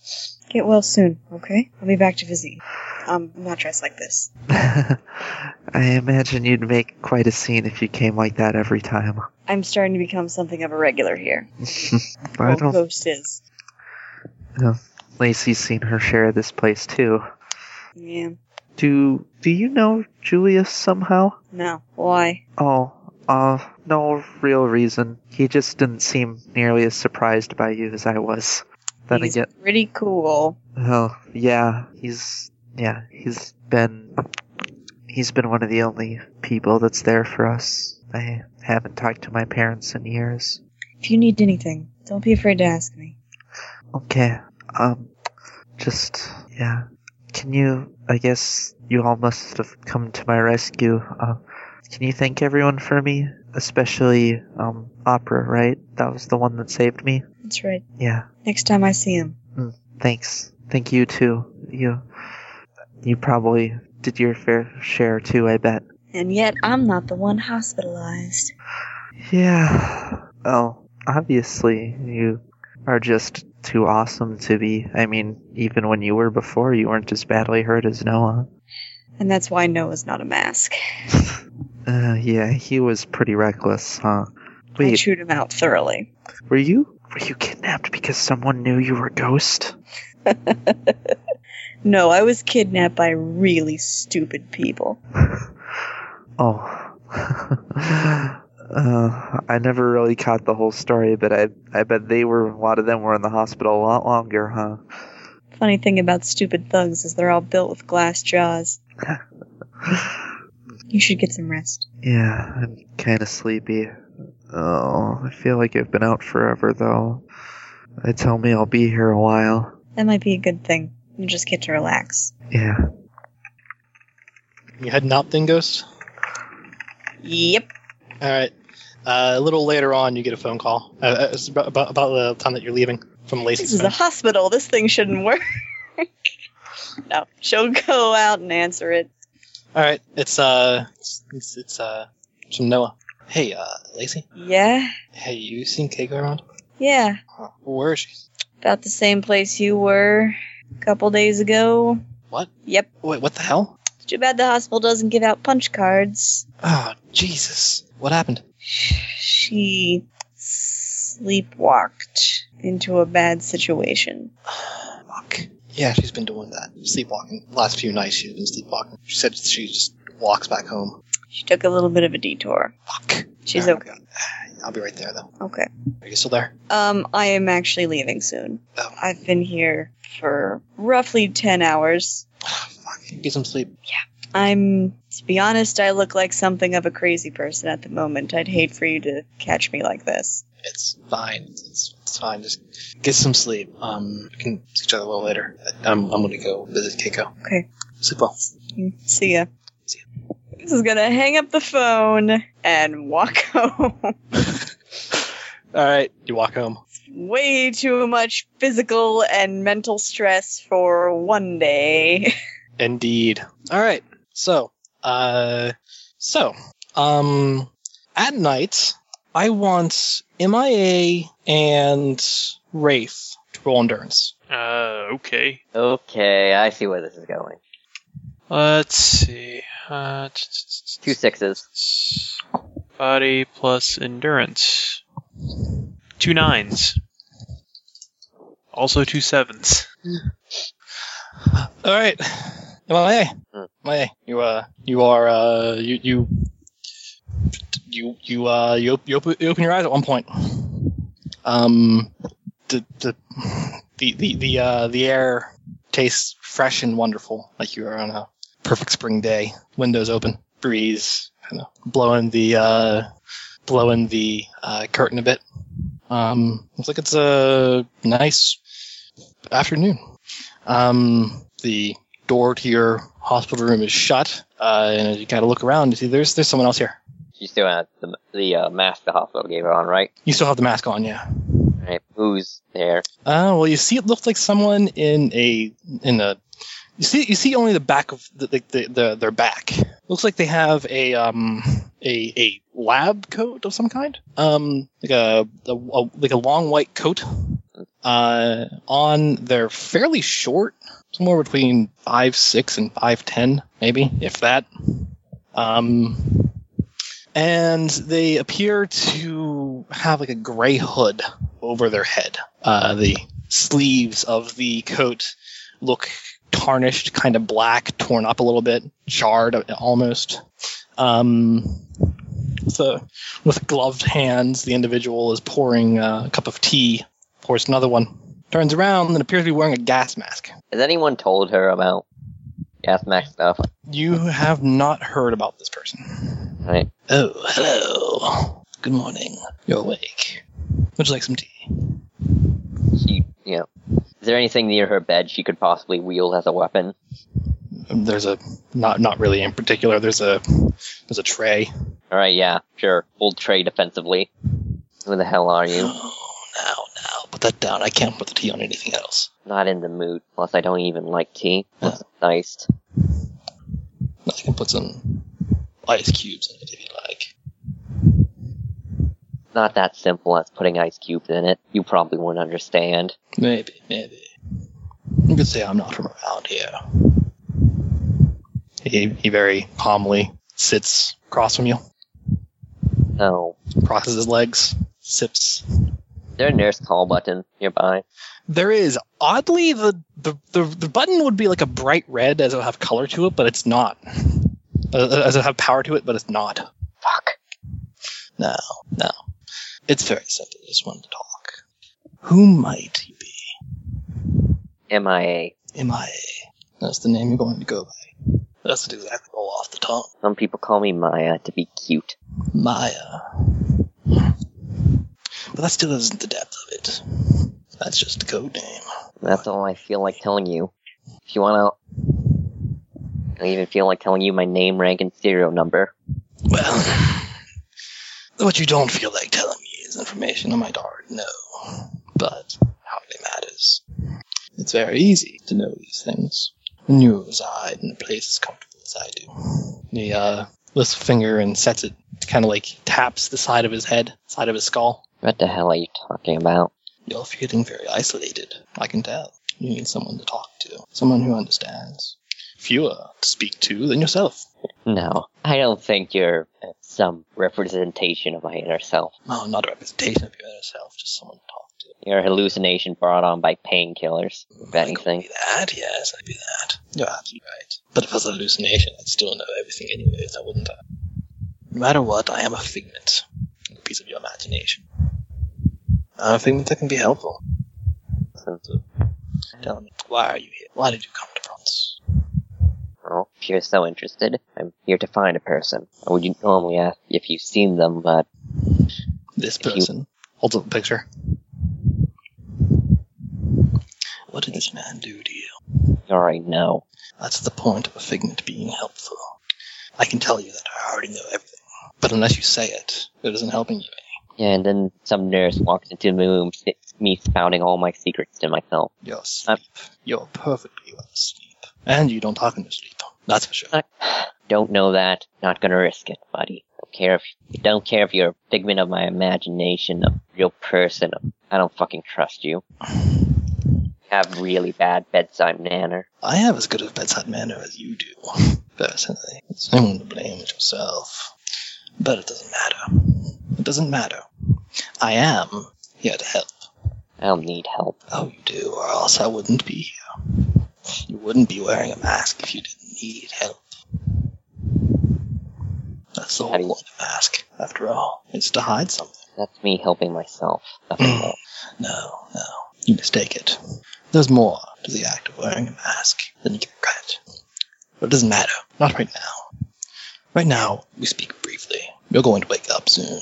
Speaker 3: Get well soon, okay? I'll be back to visit you. Um, I'm not dressed like this.
Speaker 6: [laughs] I imagine you'd make quite a scene if you came like that every time.
Speaker 3: I'm starting to become something of a regular here.
Speaker 6: I
Speaker 3: Well,
Speaker 6: don't.
Speaker 3: Ghost is.
Speaker 6: Lacey's seen her share of this place too.
Speaker 3: Yeah.
Speaker 6: Do Do you know Julius somehow?
Speaker 3: No. Why?
Speaker 6: Oh, uh, no real reason. He just didn't seem nearly as surprised by you as I was. Then
Speaker 3: He's
Speaker 6: again,
Speaker 3: pretty cool.
Speaker 6: oh yeah, he's yeah, he's been he's been one of the only people that's there for us. I haven't talked to my parents in years.
Speaker 3: If you need anything, don't be afraid to ask me.
Speaker 6: Okay. Um, just yeah. Can you? I guess you all must have come to my rescue. Uh, can you thank everyone for me, especially um Opera? Right, that was the one that saved me.
Speaker 3: That's right.
Speaker 6: Yeah.
Speaker 3: Next time I see him.
Speaker 6: Thanks. Thank you too. You, you probably did your fair share too. I bet.
Speaker 3: And yet, I'm not the one hospitalized.
Speaker 6: Yeah. Well, obviously you are just too awesome to be. I mean, even when you were before, you weren't as badly hurt as Noah.
Speaker 3: And that's why Noah's not a mask.
Speaker 6: Uh, yeah, he was pretty reckless, huh? Wait,
Speaker 3: I chewed him out thoroughly.
Speaker 6: were you were you kidnapped because someone knew you were a ghost?
Speaker 3: No, I was kidnapped by really stupid people.
Speaker 6: Oh. [laughs] uh, I never really caught the whole story, but I I bet they were a lot of them were in the hospital a lot longer, huh?
Speaker 3: Funny thing about stupid thugs is they're all built with glass jaws. you should get some rest.
Speaker 6: Yeah, I'm kind of sleepy. Oh, I feel like I've been out forever though. They tell me I'll be here a while.
Speaker 3: That might be a good thing. You just get to relax.
Speaker 6: Yeah.
Speaker 1: You heading out then, Ghost?
Speaker 3: Yep.
Speaker 1: All right. Uh, a little later on, you get a phone call. Uh, Uh, it's about, about, about the time that you're leaving from
Speaker 3: This
Speaker 1: Lacey's
Speaker 3: is
Speaker 1: phone.
Speaker 3: a hospital. This thing shouldn't work. [laughs] no, she'll go out and answer it.
Speaker 1: All right. It's uh, it's it's, it's uh, it's from Noah. Hey, uh, Lacey.
Speaker 3: Yeah?
Speaker 1: Hey, you seen Keiko around?
Speaker 3: Yeah.
Speaker 1: Huh. Where is she?
Speaker 3: About the same place you were a couple days ago.
Speaker 1: What?
Speaker 3: Yep.
Speaker 1: Wait, what the hell?
Speaker 3: Too bad the hospital doesn't give out punch cards.
Speaker 1: Oh, Jesus! What happened?
Speaker 3: She sleepwalked into a bad situation.
Speaker 1: [sighs] Fuck.
Speaker 11: Yeah, she's been doing that. Sleepwalking. Last few nights she's been sleepwalking. She said she just walks back home.
Speaker 3: She took a little bit of a detour.
Speaker 11: Fuck.
Speaker 3: She's
Speaker 11: Alright,
Speaker 3: okay.
Speaker 11: [sighs] I'll be right there though.
Speaker 3: Okay.
Speaker 11: Are you still there?
Speaker 3: Um, I am actually leaving soon.
Speaker 11: Oh.
Speaker 3: I've been here for roughly 10 hours.
Speaker 11: Fuck.
Speaker 1: Get some sleep.
Speaker 3: I'm, to be honest, I look like something of a crazy person at the moment. I'd hate for you to catch me like this.
Speaker 11: It's fine. It's, it's fine. Just get some sleep. Um, we can see each other a little later. I'm, I'm gonna go visit Keiko.
Speaker 3: Okay.
Speaker 11: Sleep well.
Speaker 3: See ya.
Speaker 11: See
Speaker 3: This is gonna hang up the phone and walk [laughs] home.
Speaker 1: All right. You walk home.
Speaker 3: Way too much physical and mental stress for one day. [laughs]
Speaker 1: Indeed. All right. So, uh, so, um, at night, I want MIA and Wraith to roll endurance.
Speaker 4: Uh, okay.
Speaker 5: Okay, I see where this is going.
Speaker 4: Let's see. Uh, t- t-
Speaker 5: Two sixes.
Speaker 4: t- body plus endurance. Two nines. Also two sevens.
Speaker 1: All right. MIA.
Speaker 5: Hmm.
Speaker 1: MIA, you, uh, you are, uh, you, you, you, you, uh, you, op- you, open, you open your eyes at one point. Um, the, the, the, the, the, uh, the air tastes fresh and wonderful, like you are on a perfect spring day. Windows open, breeze, kind of blowing the, uh, blowing the, uh, curtain a bit. Um, looks like it's a nice afternoon. Um, the door to your hospital room is shut, uh, and as you kind of look around, you see there's there's someone else here.
Speaker 5: She still has the, the uh, mask the hospital gave her on, right?
Speaker 1: You still have the mask on, yeah.
Speaker 5: Right. Who's there?
Speaker 1: Uh, well, you see, it looks like someone in a in a. You see, you see only the back of the, the, the, the their back. Looks like they have a um a, a lab coat of some kind. Um, like a, a, a like a long white coat. Uh, on they're fairly short, somewhere between five six and five ten, maybe if that. Um, and they appear to have like a gray hood over their head. Uh, the sleeves of the coat look tarnished, kind of black, torn up a little bit, charred uh, almost. Um, so, with gloved hands, the individual is pouring uh, a cup of tea, pours another one, turns around, and appears to be wearing a gas mask.
Speaker 5: Has anyone told her about gas mask stuff?
Speaker 1: You have not heard about this person.
Speaker 5: Right.
Speaker 1: Oh, hello. Good morning. You're awake. Would you like some tea?
Speaker 5: She, you know, is there anything near her bed she could possibly wield as a weapon?
Speaker 1: there's a not not really in particular there's a there's a tray
Speaker 5: All right, yeah, sure. We'll trade offensively. Who the hell
Speaker 1: [sighs]
Speaker 5: are you?
Speaker 11: Now, now, put that down. I can't put the tea on anything else.
Speaker 5: Not in the mood. Plus, I don't even like tea. Plus, it's iced.
Speaker 11: I can put some ice cubes in it if you like.
Speaker 5: Not that simple as putting ice cubes in it. You probably wouldn't understand.
Speaker 11: Maybe, maybe.
Speaker 1: you could say i'm not from around here he he very calmly sits across from you
Speaker 5: No.
Speaker 1: crosses his legs sips
Speaker 5: there a nurse call button nearby?
Speaker 12: There is oddly the the, the the button would be like a bright red as it'll have color to it, but it's not. Uh, as it'll have power to it, but it's not.
Speaker 5: Fuck.
Speaker 1: No, no. It's very simple. Just wanted to talk. Who might you be?
Speaker 5: MIA.
Speaker 1: MIA. That's the name you're going to go by. That's exactly all off the tongue.
Speaker 5: Some people call me Maya to be cute.
Speaker 1: Maya. But that still isn't the depth of it. That's just a code name.
Speaker 5: That's all I feel like telling you. If you wanna, I even feel like telling you my name, rank, and serial number.
Speaker 1: Well, [sighs] what you don't feel like telling me is information I might already know, but hardly matters. It's very easy to know these things when you reside in a place as comfortable as I do.
Speaker 12: He uh, lifts a finger and sets it, kind of like taps the side of his head, side of his skull.
Speaker 5: What the hell are you talking about?
Speaker 1: You're feeling very isolated, I can tell. You need someone to talk to, someone who understands. Fewer to speak to than yourself.
Speaker 5: No, I don't think you're some representation of my inner self.
Speaker 1: Oh, not a representation of your inner self, just someone to talk to.
Speaker 5: You're a hallucination brought on by painkillers, if
Speaker 1: I
Speaker 5: anything.
Speaker 1: could be that, yes, I could be that. You're absolutely right. But if I was a hallucination, I'd still know everything anyways, I wouldn't I? No matter what, I am a figment. A piece of your imagination. I'm a figment that can be helpful. So, tell me, why are you here? Why did you come to Bronze?
Speaker 5: Well, if you're so interested, I'm here to find a person. I would normally ask if you've seen them, but
Speaker 1: This
Speaker 5: you-
Speaker 1: person.
Speaker 12: Holds up a picture.
Speaker 1: What did this man do to you?
Speaker 5: you already know.
Speaker 1: That's the point of a figment being helpful. I can tell you that I already know everything.
Speaker 12: But unless you say it, it isn't helping you.
Speaker 5: Yeah, and then some nurse walks into the room, sits me spouting all my secrets to myself.
Speaker 1: You're asleep. You're perfectly well asleep. And you don't talk in your sleep. That's for sure.
Speaker 5: I don't know that. Not gonna risk it, buddy. Don't care if don't care if you're a figment of my imagination, a real person. I don't fucking trust you. [sighs] Have really bad bedside manner.
Speaker 1: I have as good a bedside manner as you do, [laughs] personally. It's no one to blame but yourself. But it doesn't matter. It doesn't matter. I am here to help.
Speaker 5: I don't need help.
Speaker 1: Oh, you do, or else I wouldn't be here. You wouldn't be wearing a mask if you didn't need help. That's the whole
Speaker 5: How do you-
Speaker 1: point of a mask, after all. It's to hide something.
Speaker 5: That's me helping myself.
Speaker 1: [sighs]
Speaker 5: Nothing more.
Speaker 1: No, no. You mistake it. There's more to the act of wearing a mask than you can credit. But it doesn't matter. Not right now. Right now, we speak briefly. You're going to wake up soon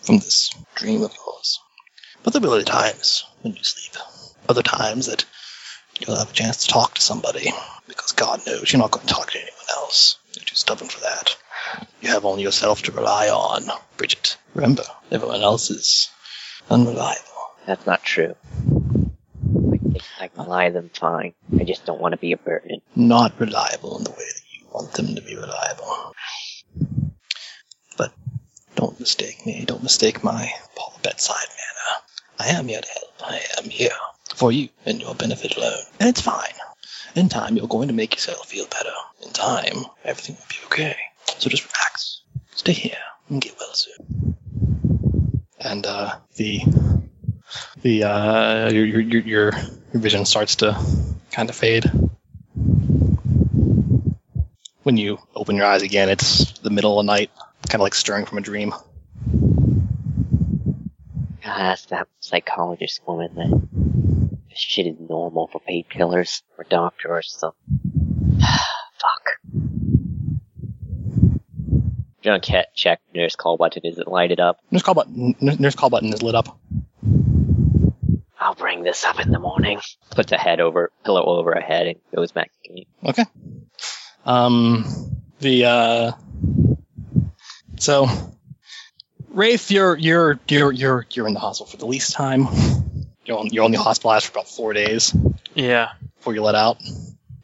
Speaker 1: from this dream of yours. But there'll be other times when you sleep. Other times that you'll have a chance to talk to somebody. Because God knows you're not going to talk to anyone else. You're too stubborn for that. You have only yourself to rely on, Bridget. Remember, everyone else is unreliable.
Speaker 5: That's not true. I, think I can lie to them fine. I just don't want to be a burden.
Speaker 1: not reliable in the way that you want them to be reliable. But don't mistake me. Don't mistake my Paul bedside manner. I am here to help. I am here for you and your benefit alone. And it's fine. In time, you're going to make yourself feel better. In time, everything will be okay. So just relax. Stay here and get well soon.
Speaker 12: and uh, the the uh, your, your your your your vision starts to kind of fade. When you open your eyes again, it's the middle of the night, kind of like stirring from a dream.
Speaker 5: God, that's that psychologist woman that this shit is normal for painkillers or doctor or something. [sighs] Fuck. Junk cat check nurse call button isn't lighted up.
Speaker 12: Nurse call button. n- Nurse call button is lit up.
Speaker 5: I'll bring this up in the morning. Puts a head over pillow over her head and goes back to me.
Speaker 12: Um, the uh, so Rafe, you're you're you're you're you're in the hospital for the least time. You're on, you're only hospitalized for about four days
Speaker 4: Yeah.
Speaker 12: before you let out.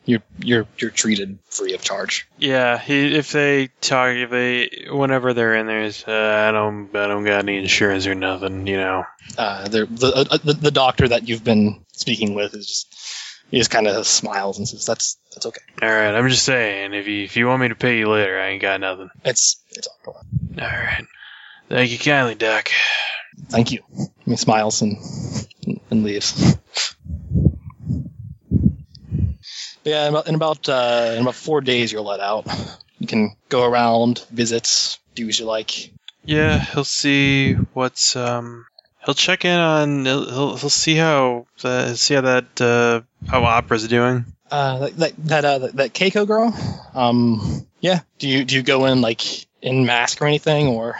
Speaker 12: You're you're you're treated free of charge.
Speaker 4: Yeah, he, if they talk, if they, whenever they're in there, it's, uh, I don't, I don't got any insurance or nothing, you know.
Speaker 12: Uh, the the, uh, the the doctor that you've been speaking with is just he just kind of smiles and says, "That's that's okay.
Speaker 4: All right, I'm just saying, if you if you want me to pay you later, I ain't got nothing.
Speaker 12: It's it's all right.
Speaker 4: All right, thank you kindly, Doc.
Speaker 12: Thank you.
Speaker 1: He smiles and and leaves. Yeah, in about in about, uh, in about four days you're let out. You can go around, visit, do as you like.
Speaker 4: Yeah, he'll see what's um. He'll check in on. He'll he'll, he'll see how the see how that uh, how opera's doing.
Speaker 1: Uh, that that that, uh, that Keiko girl. Um, yeah. Do you do you go in like in mask or anything or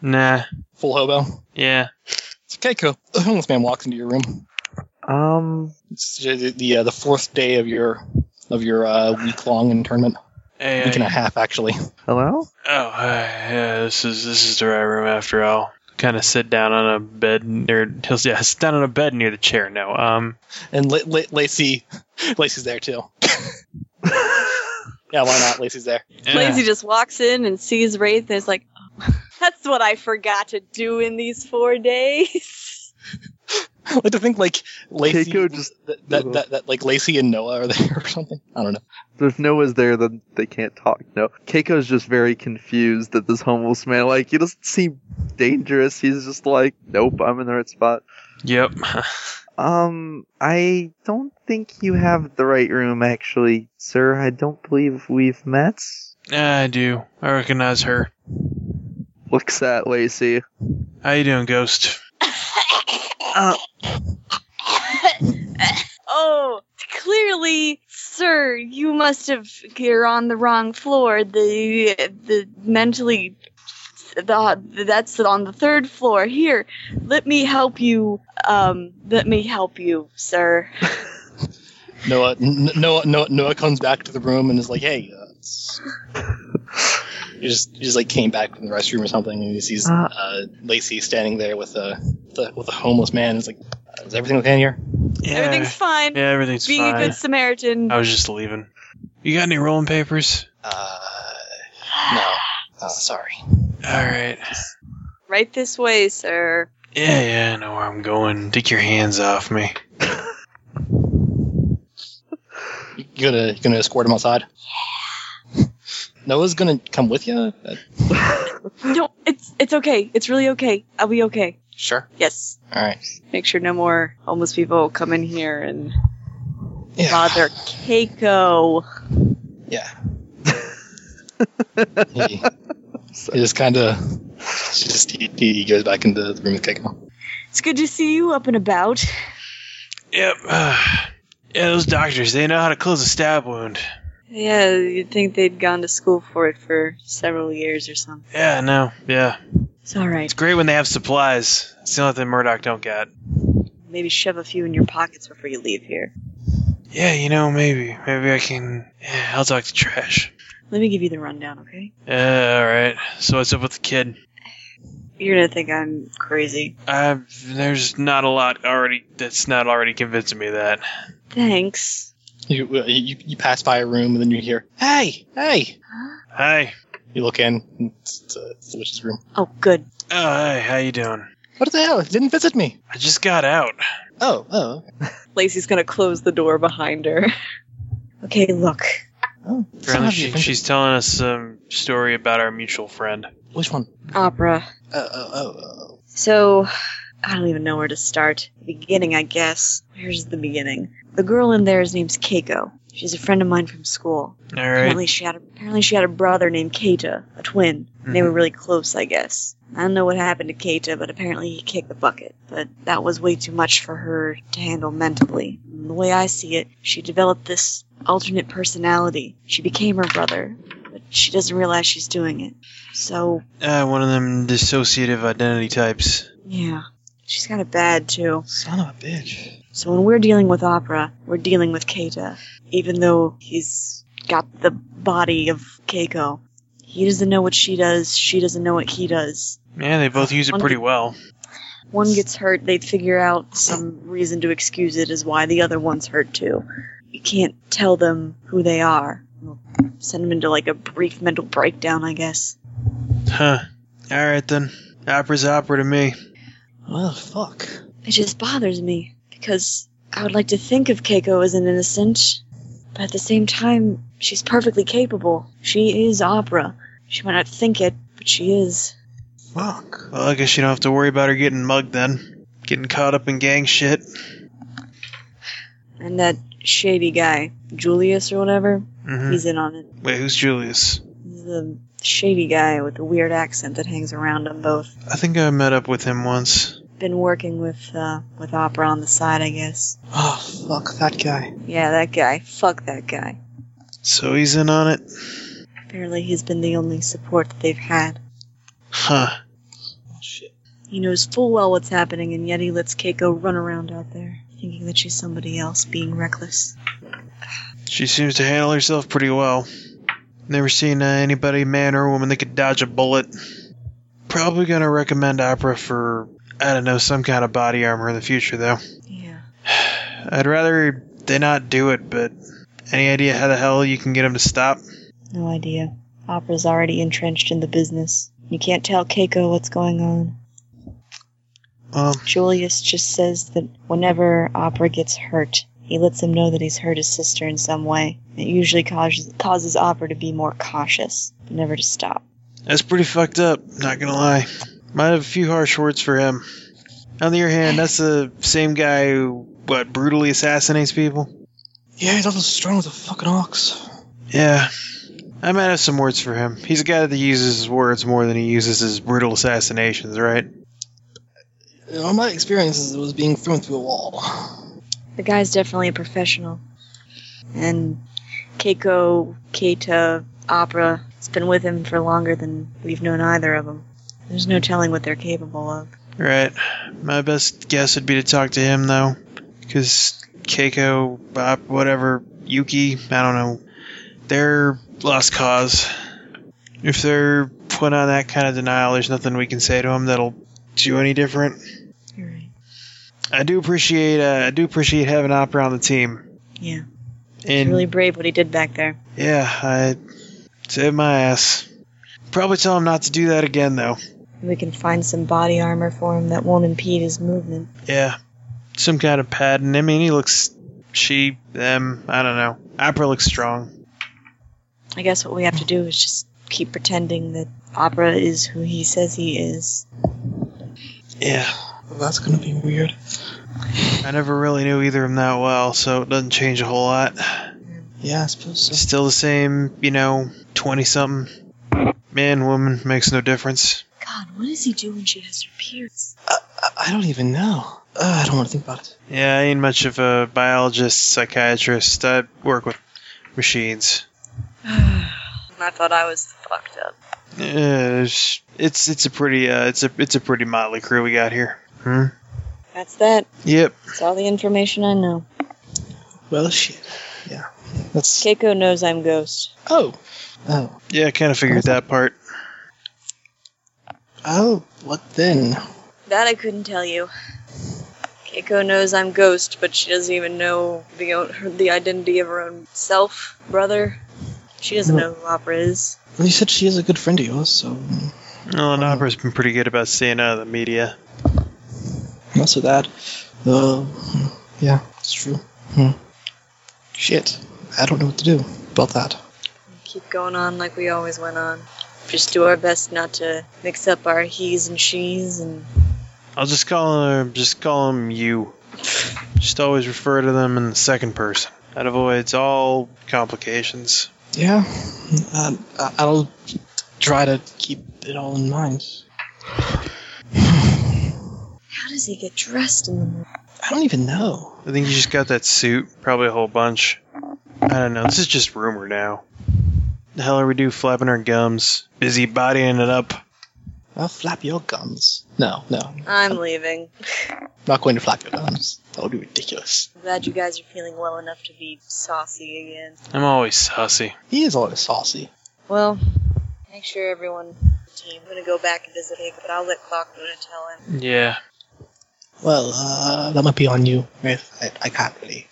Speaker 4: Nah.
Speaker 1: full hobo?
Speaker 4: Yeah.
Speaker 1: It's Keiko. [clears throat] The homeless man walks into your room.
Speaker 6: Um,
Speaker 1: It's the the, uh, the fourth day of your of your uh, week long internment,
Speaker 4: Hey,
Speaker 1: week and
Speaker 4: I-
Speaker 1: a half actually.
Speaker 6: hello? [laughs]
Speaker 4: oh, uh, yeah. This is this is the right room after all. Kind of sit down on a bed near. He'll yeah sit down on a bed near the chair. No. Um.
Speaker 1: And La- La- Lacey, [laughs] Lacey's there too. yeah, why not? Lacey's there.
Speaker 4: eh.
Speaker 3: Lazy just walks in and sees Wraith and is like, "Oh, that's what I forgot to do in these four days. [laughs]
Speaker 1: I like to think like Lacey,
Speaker 6: Keiko just-
Speaker 1: that, that, that, that like Lacey and Noah are [laughs] there or something. I don't know.
Speaker 6: If no one's there, then they can't talk. No, Keiko's just very confused that this homeless man, like, he doesn't seem dangerous. He's just like, nope, I'm in the right spot.
Speaker 4: Yep.
Speaker 6: Um, I don't think you have the right room, actually, sir. I don't believe we've met.
Speaker 4: I do. I recognize her.
Speaker 6: Looks at Lacey. [laughs]
Speaker 4: How you doing, Ghost?
Speaker 3: oh, clearly, sir, you must have you're on the wrong floor. The the mentally the that's on the third floor. Here, let me help you. Um, let me help you, sir.
Speaker 1: Noah, N- Noah, Noah, Noah comes back to the room and is like, "Hey." Uh, it's- [laughs] he just, he just like came back from the restroom or something, and he sees
Speaker 6: Uh.
Speaker 1: uh, Lacey standing there with a the, with a homeless man. He's like, "Uh, "Is everything okay in here?"
Speaker 4: Yeah.
Speaker 3: Everything's fine.
Speaker 4: yeah, everything's
Speaker 3: Being
Speaker 4: fine. Oh.
Speaker 3: a good Samaritan.
Speaker 4: I was just leaving. You got any rolling papers?
Speaker 1: Uh, no, uh, sorry.
Speaker 4: All right.
Speaker 3: Right this way, sir.
Speaker 4: Yeah, yeah, I know where I'm going. Take your hands off me.
Speaker 1: You gonna you gonna escort him outside? [laughs] Noah's gonna come with you. Uh,
Speaker 3: No, it's it's okay. It's really okay. I'll be okay.
Speaker 1: sure.
Speaker 3: Yes.
Speaker 1: All right.
Speaker 3: Make sure no more homeless people come in here and
Speaker 1: Yeah.
Speaker 3: bother Keiko.
Speaker 1: Yeah. he, he just kind of just he, he goes back into the room with Keiko.
Speaker 3: It's good to see you up and about.
Speaker 4: Yep. [sighs] yeah, those doctors, they know how to close a stab wound.
Speaker 3: Yeah, you'd think they'd gone to school for it for several years or something.
Speaker 4: Yeah, no, yeah.
Speaker 3: It's all right.
Speaker 4: It's great when they have supplies. It's the only thing Murdoch don't got.
Speaker 3: Maybe shove a few in your pockets before you leave here.
Speaker 4: Yeah, you know, maybe. Maybe I can. Yeah, I'll talk to Trash.
Speaker 3: Let me give you the rundown, okay?
Speaker 4: Uh, alright. So what's up with the kid?
Speaker 3: You're gonna think I'm crazy.
Speaker 4: Uh, there's not a lot already that's not already convincing me of that.
Speaker 3: Thanks.
Speaker 1: You, uh, you you pass by a room and then you hear, "Hey, hey!"
Speaker 4: Hi.
Speaker 1: You look in. and It's, it's, uh, it's the witch's room.
Speaker 3: Oh, good.
Speaker 4: Oh, hey, how you doing?
Speaker 1: What the hell? You didn't visit me.
Speaker 4: I just got out.
Speaker 1: Oh, oh, okay.
Speaker 3: Lacey's gonna close the door behind her. [laughs] okay, look.
Speaker 1: oh. Some
Speaker 4: Apparently,
Speaker 1: of you
Speaker 4: she,
Speaker 1: think-
Speaker 4: she's telling us some story about our mutual friend.
Speaker 1: which one?
Speaker 3: Opera.
Speaker 1: Oh, oh, oh, oh.
Speaker 3: So, I don't even know where to start. Beginning, I guess. Here's the beginning. The girl in there's name's Keiko. She's a friend of mine from school.
Speaker 4: All right.
Speaker 3: Apparently, she had a, apparently she had a brother named Keita, a twin. And
Speaker 4: Mm-hmm.
Speaker 3: they were really close, I guess. I don't know what happened to Keita, but apparently he kicked the bucket. But that was way too much for her to handle mentally. And the way I see it, she developed this alternate personality. She became her brother, but she doesn't realize she's doing it. So
Speaker 4: Uh, one of them dissociative identity types.
Speaker 3: Yeah. She's kind of bad, too.
Speaker 1: Son of a bitch.
Speaker 3: So when we're dealing with Opera, we're dealing with Keita. Even though he's got the body of Keiko, he doesn't know what she does, she doesn't know what he does.
Speaker 4: Yeah, they both use it pretty well.
Speaker 3: One gets hurt, they figure out some reason to excuse it as why the other one's hurt, too. You can't tell them who they are. You'll Send them into like a brief mental breakdown, I guess.
Speaker 4: Huh. All right then. Opera's opera to me.
Speaker 1: Well, "Oh, fuck.
Speaker 3: It just bothers me because I would like to think of Keiko as an innocent, but at the same time, she's perfectly capable. She is opera. She might not think it, but she is.
Speaker 1: Fuck.
Speaker 4: Well, I guess you don't have to worry about her getting mugged then. Getting caught up in gang shit.
Speaker 3: And that shady guy, Julius or whatever,
Speaker 4: hmm
Speaker 3: he's in on it.
Speaker 4: Wait, who's Julius?
Speaker 3: He's the shady guy with the weird accent that hangs around them both.
Speaker 4: I think I met up with him once.
Speaker 3: Been working with uh, with opera on the side, I guess.
Speaker 1: Oh, fuck that guy.
Speaker 3: Yeah, that guy. Fuck that guy.
Speaker 4: So he's in on it?
Speaker 3: Apparently, he's been the only support that they've had.
Speaker 4: Huh.
Speaker 1: Oh, shit.
Speaker 3: He knows full well what's happening, and yet he lets Keiko run around out there, thinking that she's somebody else being reckless.
Speaker 4: She seems to handle herself pretty well. Never seen uh, anybody, man or woman, that could dodge a bullet. Probably gonna recommend Opera for, I don't know, some kind of body armor in the future, though.
Speaker 3: Yeah.
Speaker 4: I'd rather they not do it, but any idea how the hell you can get them to stop?
Speaker 3: No idea. Opera's already entrenched in the business. You can't tell Keiko what's going on.
Speaker 4: Well,
Speaker 3: Julius just says that whenever Opera gets hurt, he lets him know that he's hurt his sister in some way. It usually causes, causes Opera to be more cautious, but never to stop.
Speaker 4: that's pretty fucked up, not gonna lie. Might have a few harsh words for him. On the other hand, that's the same guy who, what, brutally assassinates people?
Speaker 1: Yeah, he's also strong with a fucking ox.
Speaker 4: Yeah. I might have some words for him. He's a guy that uses his words more than he uses his brutal assassinations, right?
Speaker 1: In all my experiences, it was being thrown through a wall.
Speaker 3: The guy's definitely a professional. And Keiko, Keita, Opera, has been with him for longer than we've known either of them. There's no telling what they're capable of.
Speaker 4: Right. My best guess would be to talk to him, though. Because Keiko, Bob, whatever, Yuki, I don't know. They're lost cause. If they're put on that kind of denial, there's nothing we can say to them that'll do any different.
Speaker 3: You're right.
Speaker 4: I do appreciate, uh, I do appreciate having Opera on the team.
Speaker 3: Yeah. He's
Speaker 4: And
Speaker 3: really brave what he did back there.
Speaker 4: Yeah, I saved my ass. Probably tell him not to do that again, though.
Speaker 3: We can find some body armor for him that won't impede his movement.
Speaker 4: Yeah, some kind of padding. I mean, he looks she, them. I don't know. Opera looks strong.
Speaker 3: I guess what we have to do is just keep pretending that Opera is who he says he is.
Speaker 4: Yeah,
Speaker 1: That's gonna be weird.
Speaker 4: I never really knew either of them that well, so it doesn't change a whole lot.
Speaker 1: Yeah, I suppose so.
Speaker 4: Still the same, you know, twenty-something. Man, woman makes no difference.
Speaker 3: God, what does he do when she has her [sighs] periods?
Speaker 1: I, I don't even know. Uh, I don't want to think about it.
Speaker 4: Yeah, I ain't much of a biologist, psychiatrist. I work with machines.
Speaker 13: I thought I was fucked up.
Speaker 4: Yeah, it's it's it's a pretty uh, it's a it's a pretty motley crew we got here. Hmm.
Speaker 3: That's that.
Speaker 4: Yep.
Speaker 3: That's all the information I know.
Speaker 1: Well, shit. Yeah. That's.
Speaker 3: Keiko knows I'm Ghost.
Speaker 1: Oh. Oh.
Speaker 4: Yeah, I kind of figured that part.
Speaker 1: Oh, what then?
Speaker 13: That I couldn't tell you. Keiko knows I'm Ghost, but she doesn't even know the o- her, the identity of her own self, brother.
Speaker 3: She doesn't know who Opera is.
Speaker 1: Well, you said she is a good friend of yours, so. mm,
Speaker 4: Well, and Opera's been pretty good about staying out of the media.
Speaker 1: Not so bad. Uh, yeah, it's true. Hmm. Shit. I don't know what to do about that.
Speaker 13: Keep going on like we always went on. Just do our best not to mix up our he's and she's and
Speaker 4: I'll just call her just call them you. Just always refer to them in the second person. That avoids all complications.
Speaker 1: Yeah. Uh, I- I'll try to keep it all in mind.
Speaker 3: How does he get dressed in the morning?
Speaker 1: I don't even know.
Speaker 4: I think you just got that suit, probably a whole bunch. I don't know. This is just rumor now. The hell are we do flapping our gums, busy bodying it up?
Speaker 1: Well, flap your gums. No, no.
Speaker 13: I'm leaving. [laughs]
Speaker 1: Not going to flap your gums. [laughs] That would be ridiculous.
Speaker 13: I'm glad you guys are feeling well enough to be saucy again.
Speaker 4: I'm always saucy.
Speaker 1: He is always saucy.
Speaker 13: Well, make sure everyone on the team. I'm gonna go back and visit Keiko, but I'll let Clockmuna tell him.
Speaker 4: Yeah.
Speaker 1: Well, uh, that might be on you, Rafe. I, I can't really.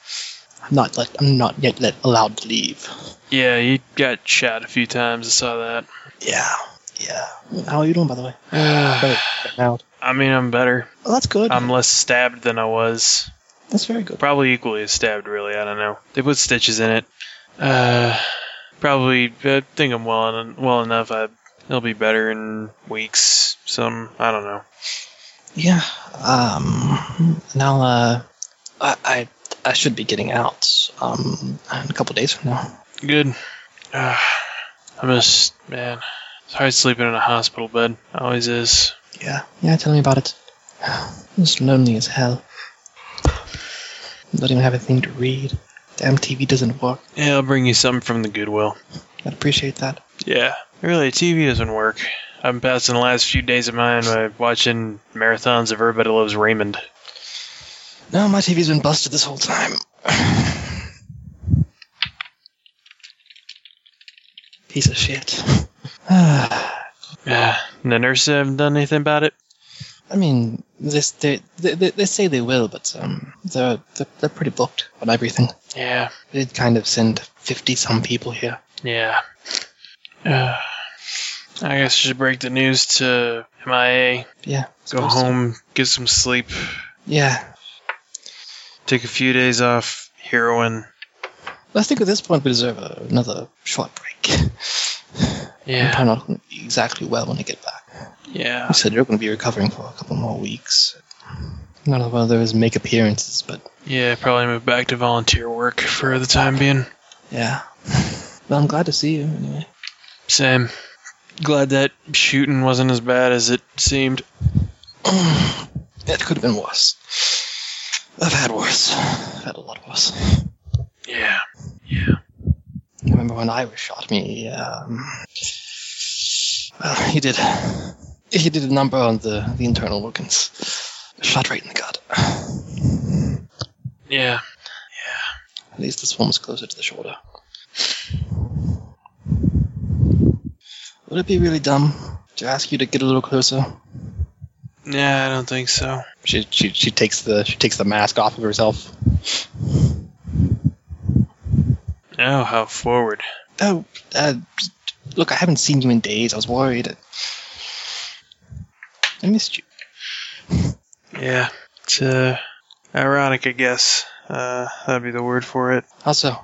Speaker 1: I'm not let, I'm not yet let, allowed to leave.
Speaker 4: Yeah, he got shot a few times. I saw that.
Speaker 1: Yeah, yeah. How are you doing, by the way? Very good now.
Speaker 4: I mean, I'm better.
Speaker 1: Well, that's good.
Speaker 4: I'm less stabbed than I was.
Speaker 1: that's very good.
Speaker 4: Probably equally as stabbed, really. I don't know. They put stitches in it. Uh, probably. I think I'm well, en- well enough. I, it'll be better in weeks. Some. I don't know.
Speaker 1: Yeah. Um. Now, uh, I, I I should be getting out. Um, in a couple days from now.
Speaker 4: Good. Uh, I miss man. It's hard sleeping in a hospital bed. Always is.
Speaker 1: Yeah. Yeah. Tell me about it. [sighs] It's lonely as hell. Don't even have a thing to read. Damn TV doesn't work.
Speaker 4: Yeah, I'll bring you something from the Goodwill.
Speaker 1: I'd appreciate that.
Speaker 4: Yeah. Really, TV doesn't work. I've been passing the last few days of mine by watching marathons of Everybody Loves Raymond.
Speaker 1: No, my TV's been busted this whole time. [sighs] Piece of shit. [sighs] I
Speaker 4: Yeah. And the nurse haven't done anything about it.
Speaker 1: mean, this they, they they say they will, but um, they're they're, they're pretty booked on everything.
Speaker 4: Yeah.
Speaker 1: They did kind of send fifty some people here.
Speaker 4: Yeah. Uh, I guess I should break the news to MIA.
Speaker 1: Yeah.
Speaker 4: Go
Speaker 1: suppose so.
Speaker 4: home, get some sleep,
Speaker 1: Yeah.
Speaker 4: take a few days off heroin.
Speaker 1: I think at this point we deserve a, another short break.
Speaker 4: Yeah.
Speaker 1: I'm not gonna be exactly well when I get back.
Speaker 4: Yeah.
Speaker 1: You said you're going to be recovering for a couple more weeks. None of others make appearances, but
Speaker 4: Yeah, probably move back to volunteer work for the time being.
Speaker 1: yeah. Well, I'm glad to see you anyway.
Speaker 4: Same. Glad that shooting wasn't as bad as it seemed.
Speaker 1: It could have been worse. I've had worse. I've had a lot worse.
Speaker 4: Yeah.
Speaker 1: I remember when Irish shot me. Um, well, he did. He did a number on the, the internal organs. Shot right in the gut.
Speaker 4: Yeah.
Speaker 1: At least this one was closer to the shoulder. Would it be really dumb to ask you to get a little closer?
Speaker 4: Yeah, I don't think so.
Speaker 14: She, she she takes the she takes the mask off of herself.
Speaker 4: Oh, how forward.
Speaker 1: Oh, uh, look, I haven't seen you in days. I was worried. I missed you.
Speaker 4: Yeah. It's uh, ironic, I guess. Uh, that'd be the word for it.
Speaker 1: How so?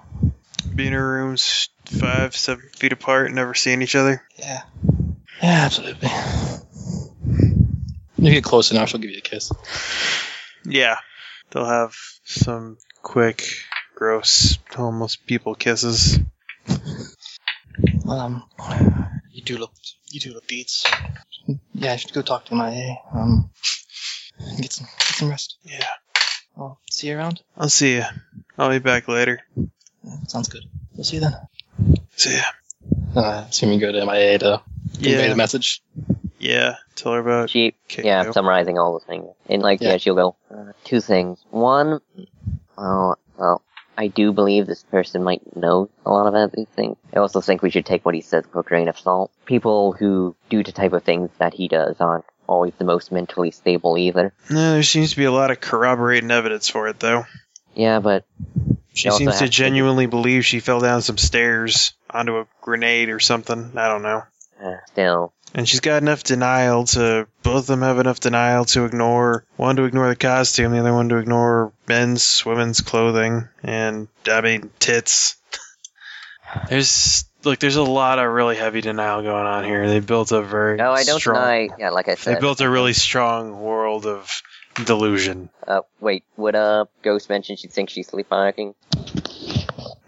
Speaker 4: Being in our rooms five, seven feet apart, never seeing each other.
Speaker 1: Yeah. Yeah, absolutely.
Speaker 14: You get close enough, she'll give you a kiss.
Speaker 4: Yeah. They'll have some quick, gross, almost people kisses.
Speaker 1: Well, um, you do look, you do look beats. Yeah, I should go talk to my um, and get some, get some rest.
Speaker 4: Yeah.
Speaker 1: I'll see you around.
Speaker 4: I'll see you. I'll be back later.
Speaker 1: Sounds good. We'll see you then.
Speaker 4: See ya.
Speaker 14: Uh, assuming you go to MIA to convey the
Speaker 4: Yeah.
Speaker 14: message.
Speaker 4: Yeah. Tell her about
Speaker 5: She
Speaker 4: Kick.
Speaker 5: yeah, I'm summarizing all the things. And like, yeah,
Speaker 14: Yeah.
Speaker 5: she'll go, uh, two things. One, well, well, I do believe this person might know a lot about these things. I also think we should take what he says with a grain of salt. People who do the type of things that he does aren't always the most mentally stable either.
Speaker 4: No, there seems to be a lot of corroborating evidence for it, though.
Speaker 5: Yeah, but
Speaker 4: She
Speaker 5: They also
Speaker 4: seems to
Speaker 5: have to-
Speaker 4: genuinely believe she fell down some stairs onto a grenade or something. I don't know.
Speaker 5: uh, still,
Speaker 4: And she's got enough denial to both of them have enough denial to ignore one to ignore the costume, the other one to ignore men's, women's clothing, and I mean tits. [laughs] There's look, there's a lot of really heavy denial going on here. They built a very
Speaker 5: no, I don't
Speaker 4: strong,
Speaker 5: deny. Yeah, like I
Speaker 4: They
Speaker 5: said.
Speaker 4: built a really strong world of delusion.
Speaker 5: Uh, wait, would uh Ghost mention she thinks she's sleepwalking?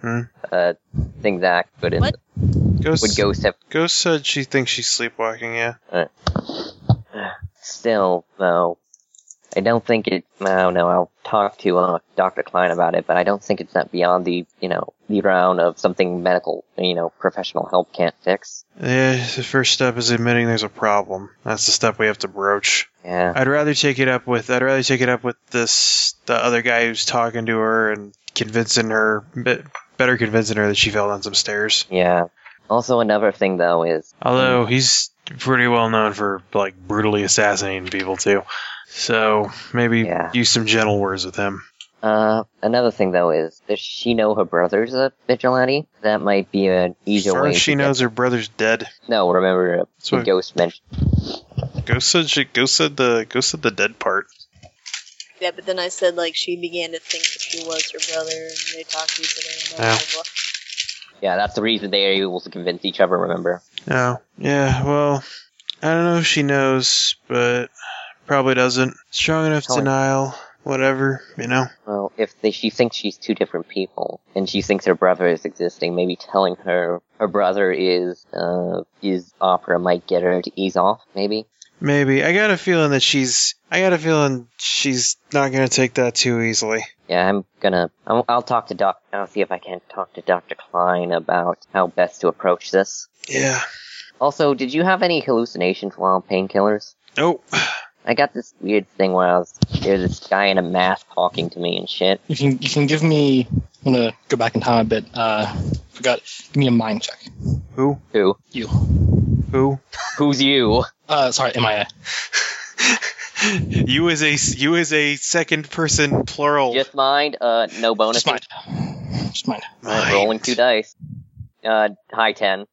Speaker 4: Hmm?
Speaker 5: Uh, think that would
Speaker 3: What?
Speaker 4: Ghost,
Speaker 5: would Ghost have
Speaker 4: Ghost said she thinks she's sleepwalking. Yeah,
Speaker 5: Still, though, I don't think it. No, no, I'll talk to uh, Dr. Klein about it, but I don't think it's that beyond the, you know, the round of something medical, you know, professional help can't fix.
Speaker 4: yeah. The first step is admitting there's a problem. That's the step we have to broach.
Speaker 5: Yeah.
Speaker 4: I'd rather take it up with I'd rather take it up with this the other guy who's talking to her and convincing her be- better convincing her that she fell down some stairs.
Speaker 5: Yeah. Also, another thing, though, is.
Speaker 4: Although he's pretty well known for like brutally assassinating people too. So maybe
Speaker 5: Yeah.
Speaker 4: use some gentle words with him.
Speaker 5: Uh, another thing, though, is does she know her brother's a vigilante? That might be an easier way.
Speaker 4: First, she
Speaker 5: to get-
Speaker 4: knows her brother's dead.
Speaker 5: No, remember, uh,
Speaker 4: That's what-
Speaker 5: Ghost mentioned.
Speaker 4: Ghost said she Ghost said the Ghost said the dead part.
Speaker 3: Yeah, but then I said like she began to think that she was her brother, and they talked to each other. And blah,
Speaker 4: Yeah.
Speaker 3: blah,
Speaker 5: Yeah, that's the reason they are able to convince each other, remember?
Speaker 4: Oh yeah, well, I don't know if she knows, but Probably doesn't. Strong enough
Speaker 5: Tell her.
Speaker 4: denial. Whatever, you know.
Speaker 5: Well, if they, she thinks she's two different people and she thinks her brother is existing, maybe telling her her brother is uh is opera might get her to ease off. Maybe.
Speaker 4: Maybe. I got a feeling that she's. I got a feeling she's not gonna take that too easily.
Speaker 5: Yeah, I'm gonna. I'll, I'll talk to Doc. I'll see if I can talk to Doctor Klein about how best to approach this.
Speaker 4: Yeah.
Speaker 5: Also, did you have any hallucinations while on painkillers?
Speaker 4: Oh,
Speaker 5: I got this weird thing where I was there's this guy in a mask talking to me and shit.
Speaker 1: You can you can give me. I'm gonna go back in time a bit. Uh, forgot. Give me a mind check.
Speaker 4: who?
Speaker 5: Who?
Speaker 1: You.
Speaker 4: Who?
Speaker 5: Who's you?
Speaker 1: Uh, sorry, MIA.
Speaker 4: [laughs] you is a you is a second person plural.
Speaker 5: Just mind. Uh, no bonus.
Speaker 1: Oh. Just mind. Just mind.
Speaker 5: Alright, rolling two dice. Uh, high ten.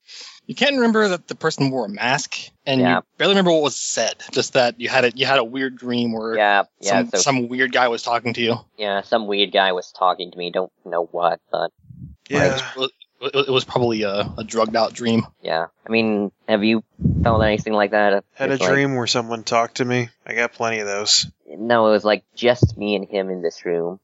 Speaker 1: You can remember that the person wore a mask, and
Speaker 5: Yeah.
Speaker 1: you barely remember what was said. Just that you had a you had a weird dream where
Speaker 5: Yeah, yeah.
Speaker 1: some
Speaker 5: so
Speaker 1: some weird guy was talking to you.
Speaker 5: yeah, some weird guy was talking to me. Don't know what, but
Speaker 4: Yeah.
Speaker 1: It, it was probably a, a drugged out dream.
Speaker 5: yeah. I mean, have you felt anything like that?
Speaker 4: Had a
Speaker 5: It's like-
Speaker 4: dream where someone talked to me. I got plenty of those.
Speaker 5: No, it was like just me and him in this room.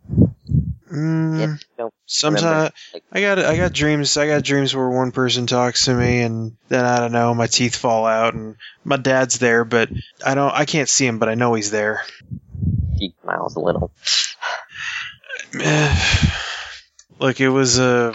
Speaker 4: Mm,
Speaker 5: Yeah, don't
Speaker 4: sometimes
Speaker 5: Like-
Speaker 4: I got I got dreams. I got dreams where one person talks to me, and then I don't know, my teeth fall out, and my dad's there, but I don't. I can't see him, but I know he's there.
Speaker 5: he smiles a little.
Speaker 4: [sighs] Eh, Look, it was Uh,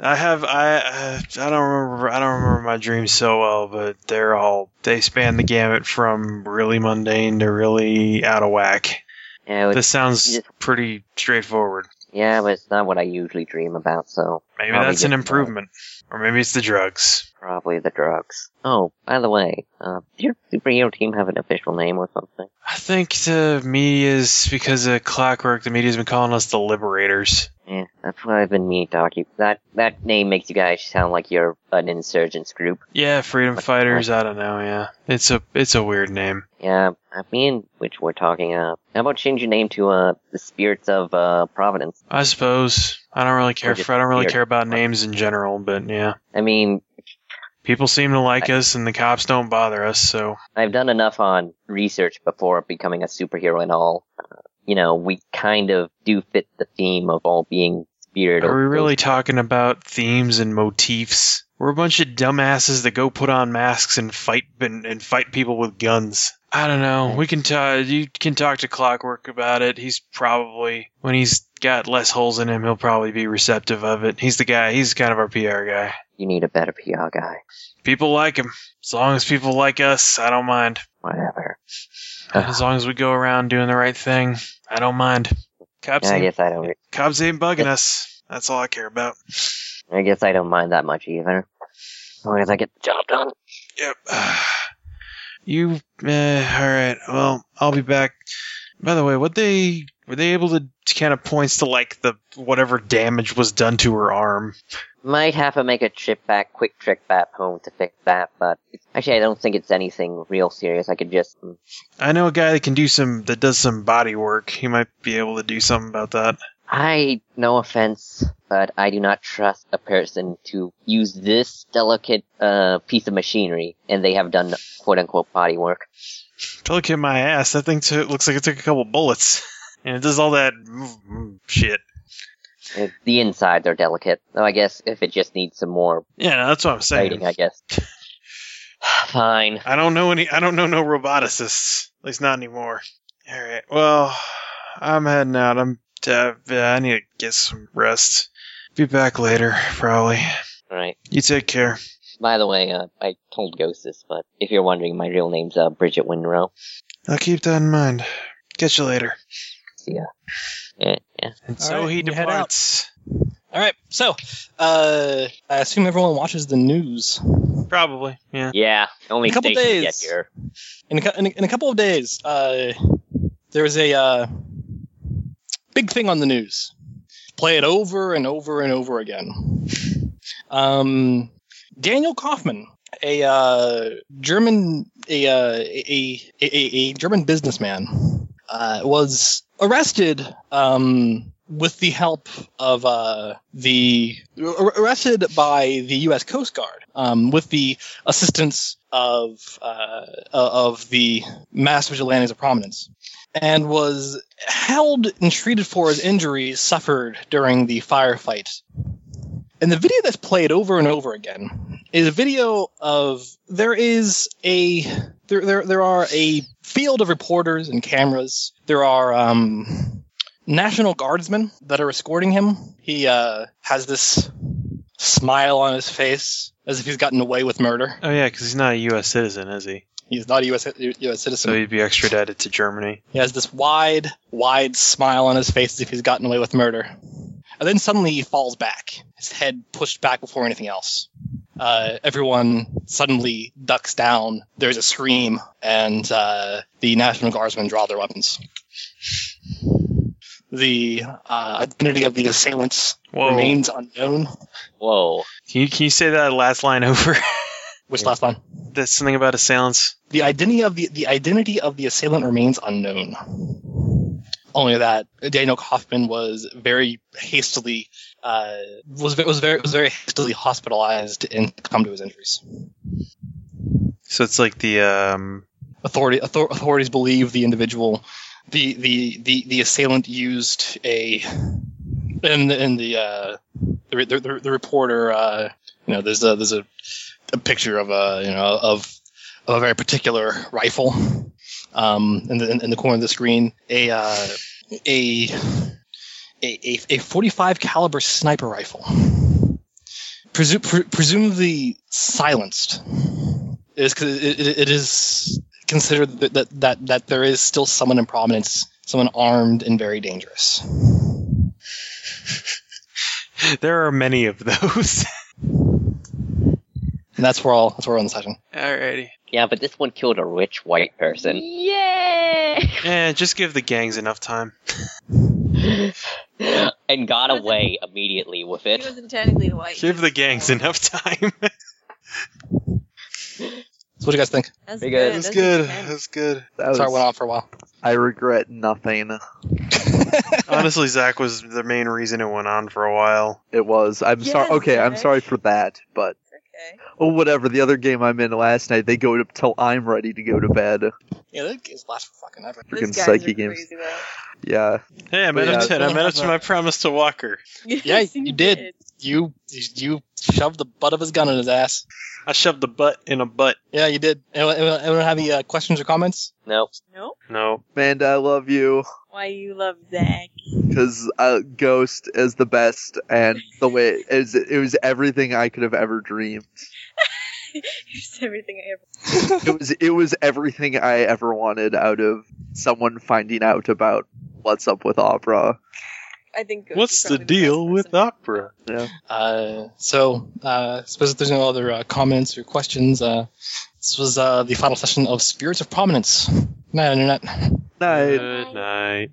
Speaker 4: I have I uh, I don't remember I don't remember my dreams so well, but they're all they span the gamut from really mundane to really out of whack.
Speaker 5: Yeah, it was,
Speaker 4: This sounds
Speaker 5: Yeah.
Speaker 4: pretty straightforward.
Speaker 5: yeah, but it's not what I usually dream about. So
Speaker 4: Maybe
Speaker 5: Probably
Speaker 4: that's an
Speaker 5: just, uh,
Speaker 4: improvement, or maybe it's the drugs.
Speaker 5: probably the drugs. Oh, by the way, uh, does your superhero team have an official name or something?
Speaker 4: I think the media is because of clockwork. The media's been calling us the liberators.
Speaker 5: Yeah, that's what I've been meaning to talk to you. That that name makes you guys sound like you're an insurgents group.
Speaker 4: Yeah, freedom
Speaker 5: Like-
Speaker 4: fighters. I don't know. Yeah, it's a it's a weird name.
Speaker 5: Yeah, I mean, which we're talking. Uh, how about change your name to uh the spirits of uh Providence?
Speaker 4: I suppose I don't really care.
Speaker 5: just
Speaker 4: For, I don't really
Speaker 5: weird.
Speaker 4: care about names in general, but yeah,
Speaker 5: I mean,
Speaker 4: people seem to like us, and the cops don't bother us. So
Speaker 5: I've done enough on research before becoming a superhero and all. Uh, you know, we kind of do fit the theme of all being spirit.
Speaker 4: are
Speaker 5: or
Speaker 4: we really talking about themes and motifs? We're a bunch of dumbasses that go put on masks and fight and, and fight people with guns. I don't know. We can talk. You can talk to Clockwork about it. He's probably when he's got less holes in him, he'll probably be receptive of it. He's the guy. He's kind of our PR guy.
Speaker 5: You need a better PR guy.
Speaker 4: People like him. As long as people like us, I don't mind.
Speaker 5: Whatever.
Speaker 4: As
Speaker 5: Uh-huh.
Speaker 4: long as we go around doing the right thing, I don't mind. Cops,
Speaker 5: I
Speaker 4: ain't,
Speaker 5: guess I don't. re-
Speaker 4: cops ain't bugging us. That's all I care about.
Speaker 5: I guess I don't mind that much either. As long as I get the job done.
Speaker 4: Yep. [sighs] You. Uh, all right. Well, I'll be back. By the way, what they were they able to kind of points to like the whatever damage was done to her arm.
Speaker 5: Might have to make a trip back, quick trip back home to fix that, but actually I don't think it's anything real serious. I could just, mm,
Speaker 4: I know a guy that can do some that does some body work. He might be able to do something about that.
Speaker 5: I, no offense, but I do not trust a person to use this delicate, uh, piece of machinery, and they have done quote unquote body work.
Speaker 4: Look at my ass. That thing took, looks like it took a couple bullets, [laughs] and it does all that mm, mm, shit.
Speaker 5: Uh, The insides are delicate, though I guess if it just needs some more
Speaker 4: Yeah, that's what I'm saying.
Speaker 5: plating, I guess. [sighs] Fine.
Speaker 4: I don't know any. I don't know no roboticists. At least not anymore. All right. Well, I'm heading out. I'm. Uh, yeah, I need to get some rest. Be back later, probably.
Speaker 5: Alright.
Speaker 4: You take care.
Speaker 5: By the way, uh, I told Ghost this, but if you're wondering, my real name's, uh, Bridget Winrow.
Speaker 4: I'll keep that in mind. Catch you later.
Speaker 5: See ya. Yeah, yeah.
Speaker 4: And
Speaker 1: All
Speaker 4: so
Speaker 1: right,
Speaker 4: he
Speaker 1: you head out.
Speaker 4: departs.
Speaker 1: All right. So, uh, I assume everyone watches the news.
Speaker 4: Probably. Yeah.
Speaker 5: Yeah, only
Speaker 1: A couple
Speaker 5: station to
Speaker 1: days.
Speaker 5: get here.
Speaker 1: in a, cou- in a, in a couple of days, uh, there was a uh, big thing on the news. Play it over and over and over again. Um, Daniel Kaufman, a uh, German a, uh, a, a, a, a German businessman, uh, was arrested um, with the help of uh, the ar- arrested by the U.S. Coast Guard um, with the assistance of uh, of the mass vigilantes of prominence, and was held and treated for his injuries suffered during the firefight. And the video that's played over and over again is a video of there is a there there there are a field of reporters and cameras. There are um, national guardsmen that are escorting him. He uh, has this smile on his face as if he's gotten away with murder.
Speaker 4: Oh yeah, because he's not a U.S. citizen, is he?
Speaker 1: He's not a U.S. ci- U.S. citizen.
Speaker 4: So he'd be extradited to Germany.
Speaker 1: He has this wide, wide smile on his face as if he's gotten away with murder. And then suddenly he falls back, his head pushed back before anything else. Uh, everyone suddenly ducks down. There's a scream, and uh, the National Guardsmen draw their weapons. The uh, identity of the assailants
Speaker 4: Whoa!
Speaker 1: remains unknown.
Speaker 5: Whoa.
Speaker 4: Can you can you say that last line [laughs] over?
Speaker 1: Which last line?
Speaker 4: That's something about assailants.
Speaker 1: The identity of the the identity of the assailant remains unknown. Only that Daniel Kaufman was very hastily uh, was was very was very hastily hospitalized and come to his injuries.
Speaker 4: So it's like the um. [laughs]
Speaker 1: Authority author, authorities believe the individual, the the the, the assailant used a, and and the uh, the, re- the, the the reporter uh, you know there's a there's a, a picture of a you know of of a very particular rifle, um, in the in, in the corner of the screen a uh, a. A, a, a 45 caliber sniper rifle, Presu- pre- presumably silenced, is 'cause it, it, it is considered that, that that that there is still someone in prominence, someone armed and very dangerous.
Speaker 4: There are many of those.
Speaker 1: And that's where all that's where we're on the session.
Speaker 4: Alrighty.
Speaker 5: Yeah, but this one killed a rich white person.
Speaker 9: Yay!
Speaker 4: Yeah, Eh, just give the gangs enough time.
Speaker 5: [laughs] and got away immediately with
Speaker 3: He
Speaker 5: it.
Speaker 3: wasn't technically white.
Speaker 4: Give the gangs enough time.
Speaker 1: So what do you guys think?
Speaker 3: That's
Speaker 5: Very
Speaker 3: good.
Speaker 5: good.
Speaker 3: That's good.
Speaker 4: That's
Speaker 6: [laughs]
Speaker 4: good.
Speaker 6: That was,
Speaker 1: Sorry, I went on for a
Speaker 6: [laughs]
Speaker 1: while.
Speaker 6: I regret nothing.
Speaker 4: Honestly, Zach was the main reason it went on for a while.
Speaker 6: It was. I'm
Speaker 3: Yes,
Speaker 6: sorry. Okay, I'm
Speaker 3: Zach.
Speaker 6: sorry for that. But
Speaker 3: Okay.
Speaker 6: oh, whatever. The other game I'm in last night, they go up till I'm ready to go to bed.
Speaker 1: Yeah, that is last for fucking ever.
Speaker 3: Those
Speaker 6: Freaking
Speaker 3: guys
Speaker 6: psyche
Speaker 3: are
Speaker 6: games.
Speaker 3: crazy, [laughs] though.
Speaker 6: Yeah.
Speaker 4: Hey, I met
Speaker 6: Yeah.
Speaker 4: up to I met up to my promise to Walker.
Speaker 1: Yeah,
Speaker 3: Yes,
Speaker 1: you did. You you shoved the butt of his gun in his ass.
Speaker 4: I shoved the butt in a butt.
Speaker 1: Yeah, you did. Anyone, anyone, anyone have any uh, questions or comments?
Speaker 5: No.
Speaker 3: Nope.
Speaker 4: No.
Speaker 6: Amanda, I love you
Speaker 3: Why you love Zach? [laughs]
Speaker 6: because uh, Ghost is the best, and the way it is, it was everything I could have ever dreamed.
Speaker 3: Here's everything I ever.
Speaker 6: It was it was everything I ever wanted out of someone finding out about what's up with Opera.
Speaker 3: I think. Ghost
Speaker 4: What's
Speaker 3: is
Speaker 4: the
Speaker 3: probably
Speaker 4: deal
Speaker 3: best
Speaker 4: with
Speaker 3: person.
Speaker 4: opera?
Speaker 1: Uh, so, uh, I suppose if there's no other uh, comments or questions, uh, this was uh, the final session of Spirits of Prominence. Night, internet.
Speaker 6: Night.
Speaker 4: Good night.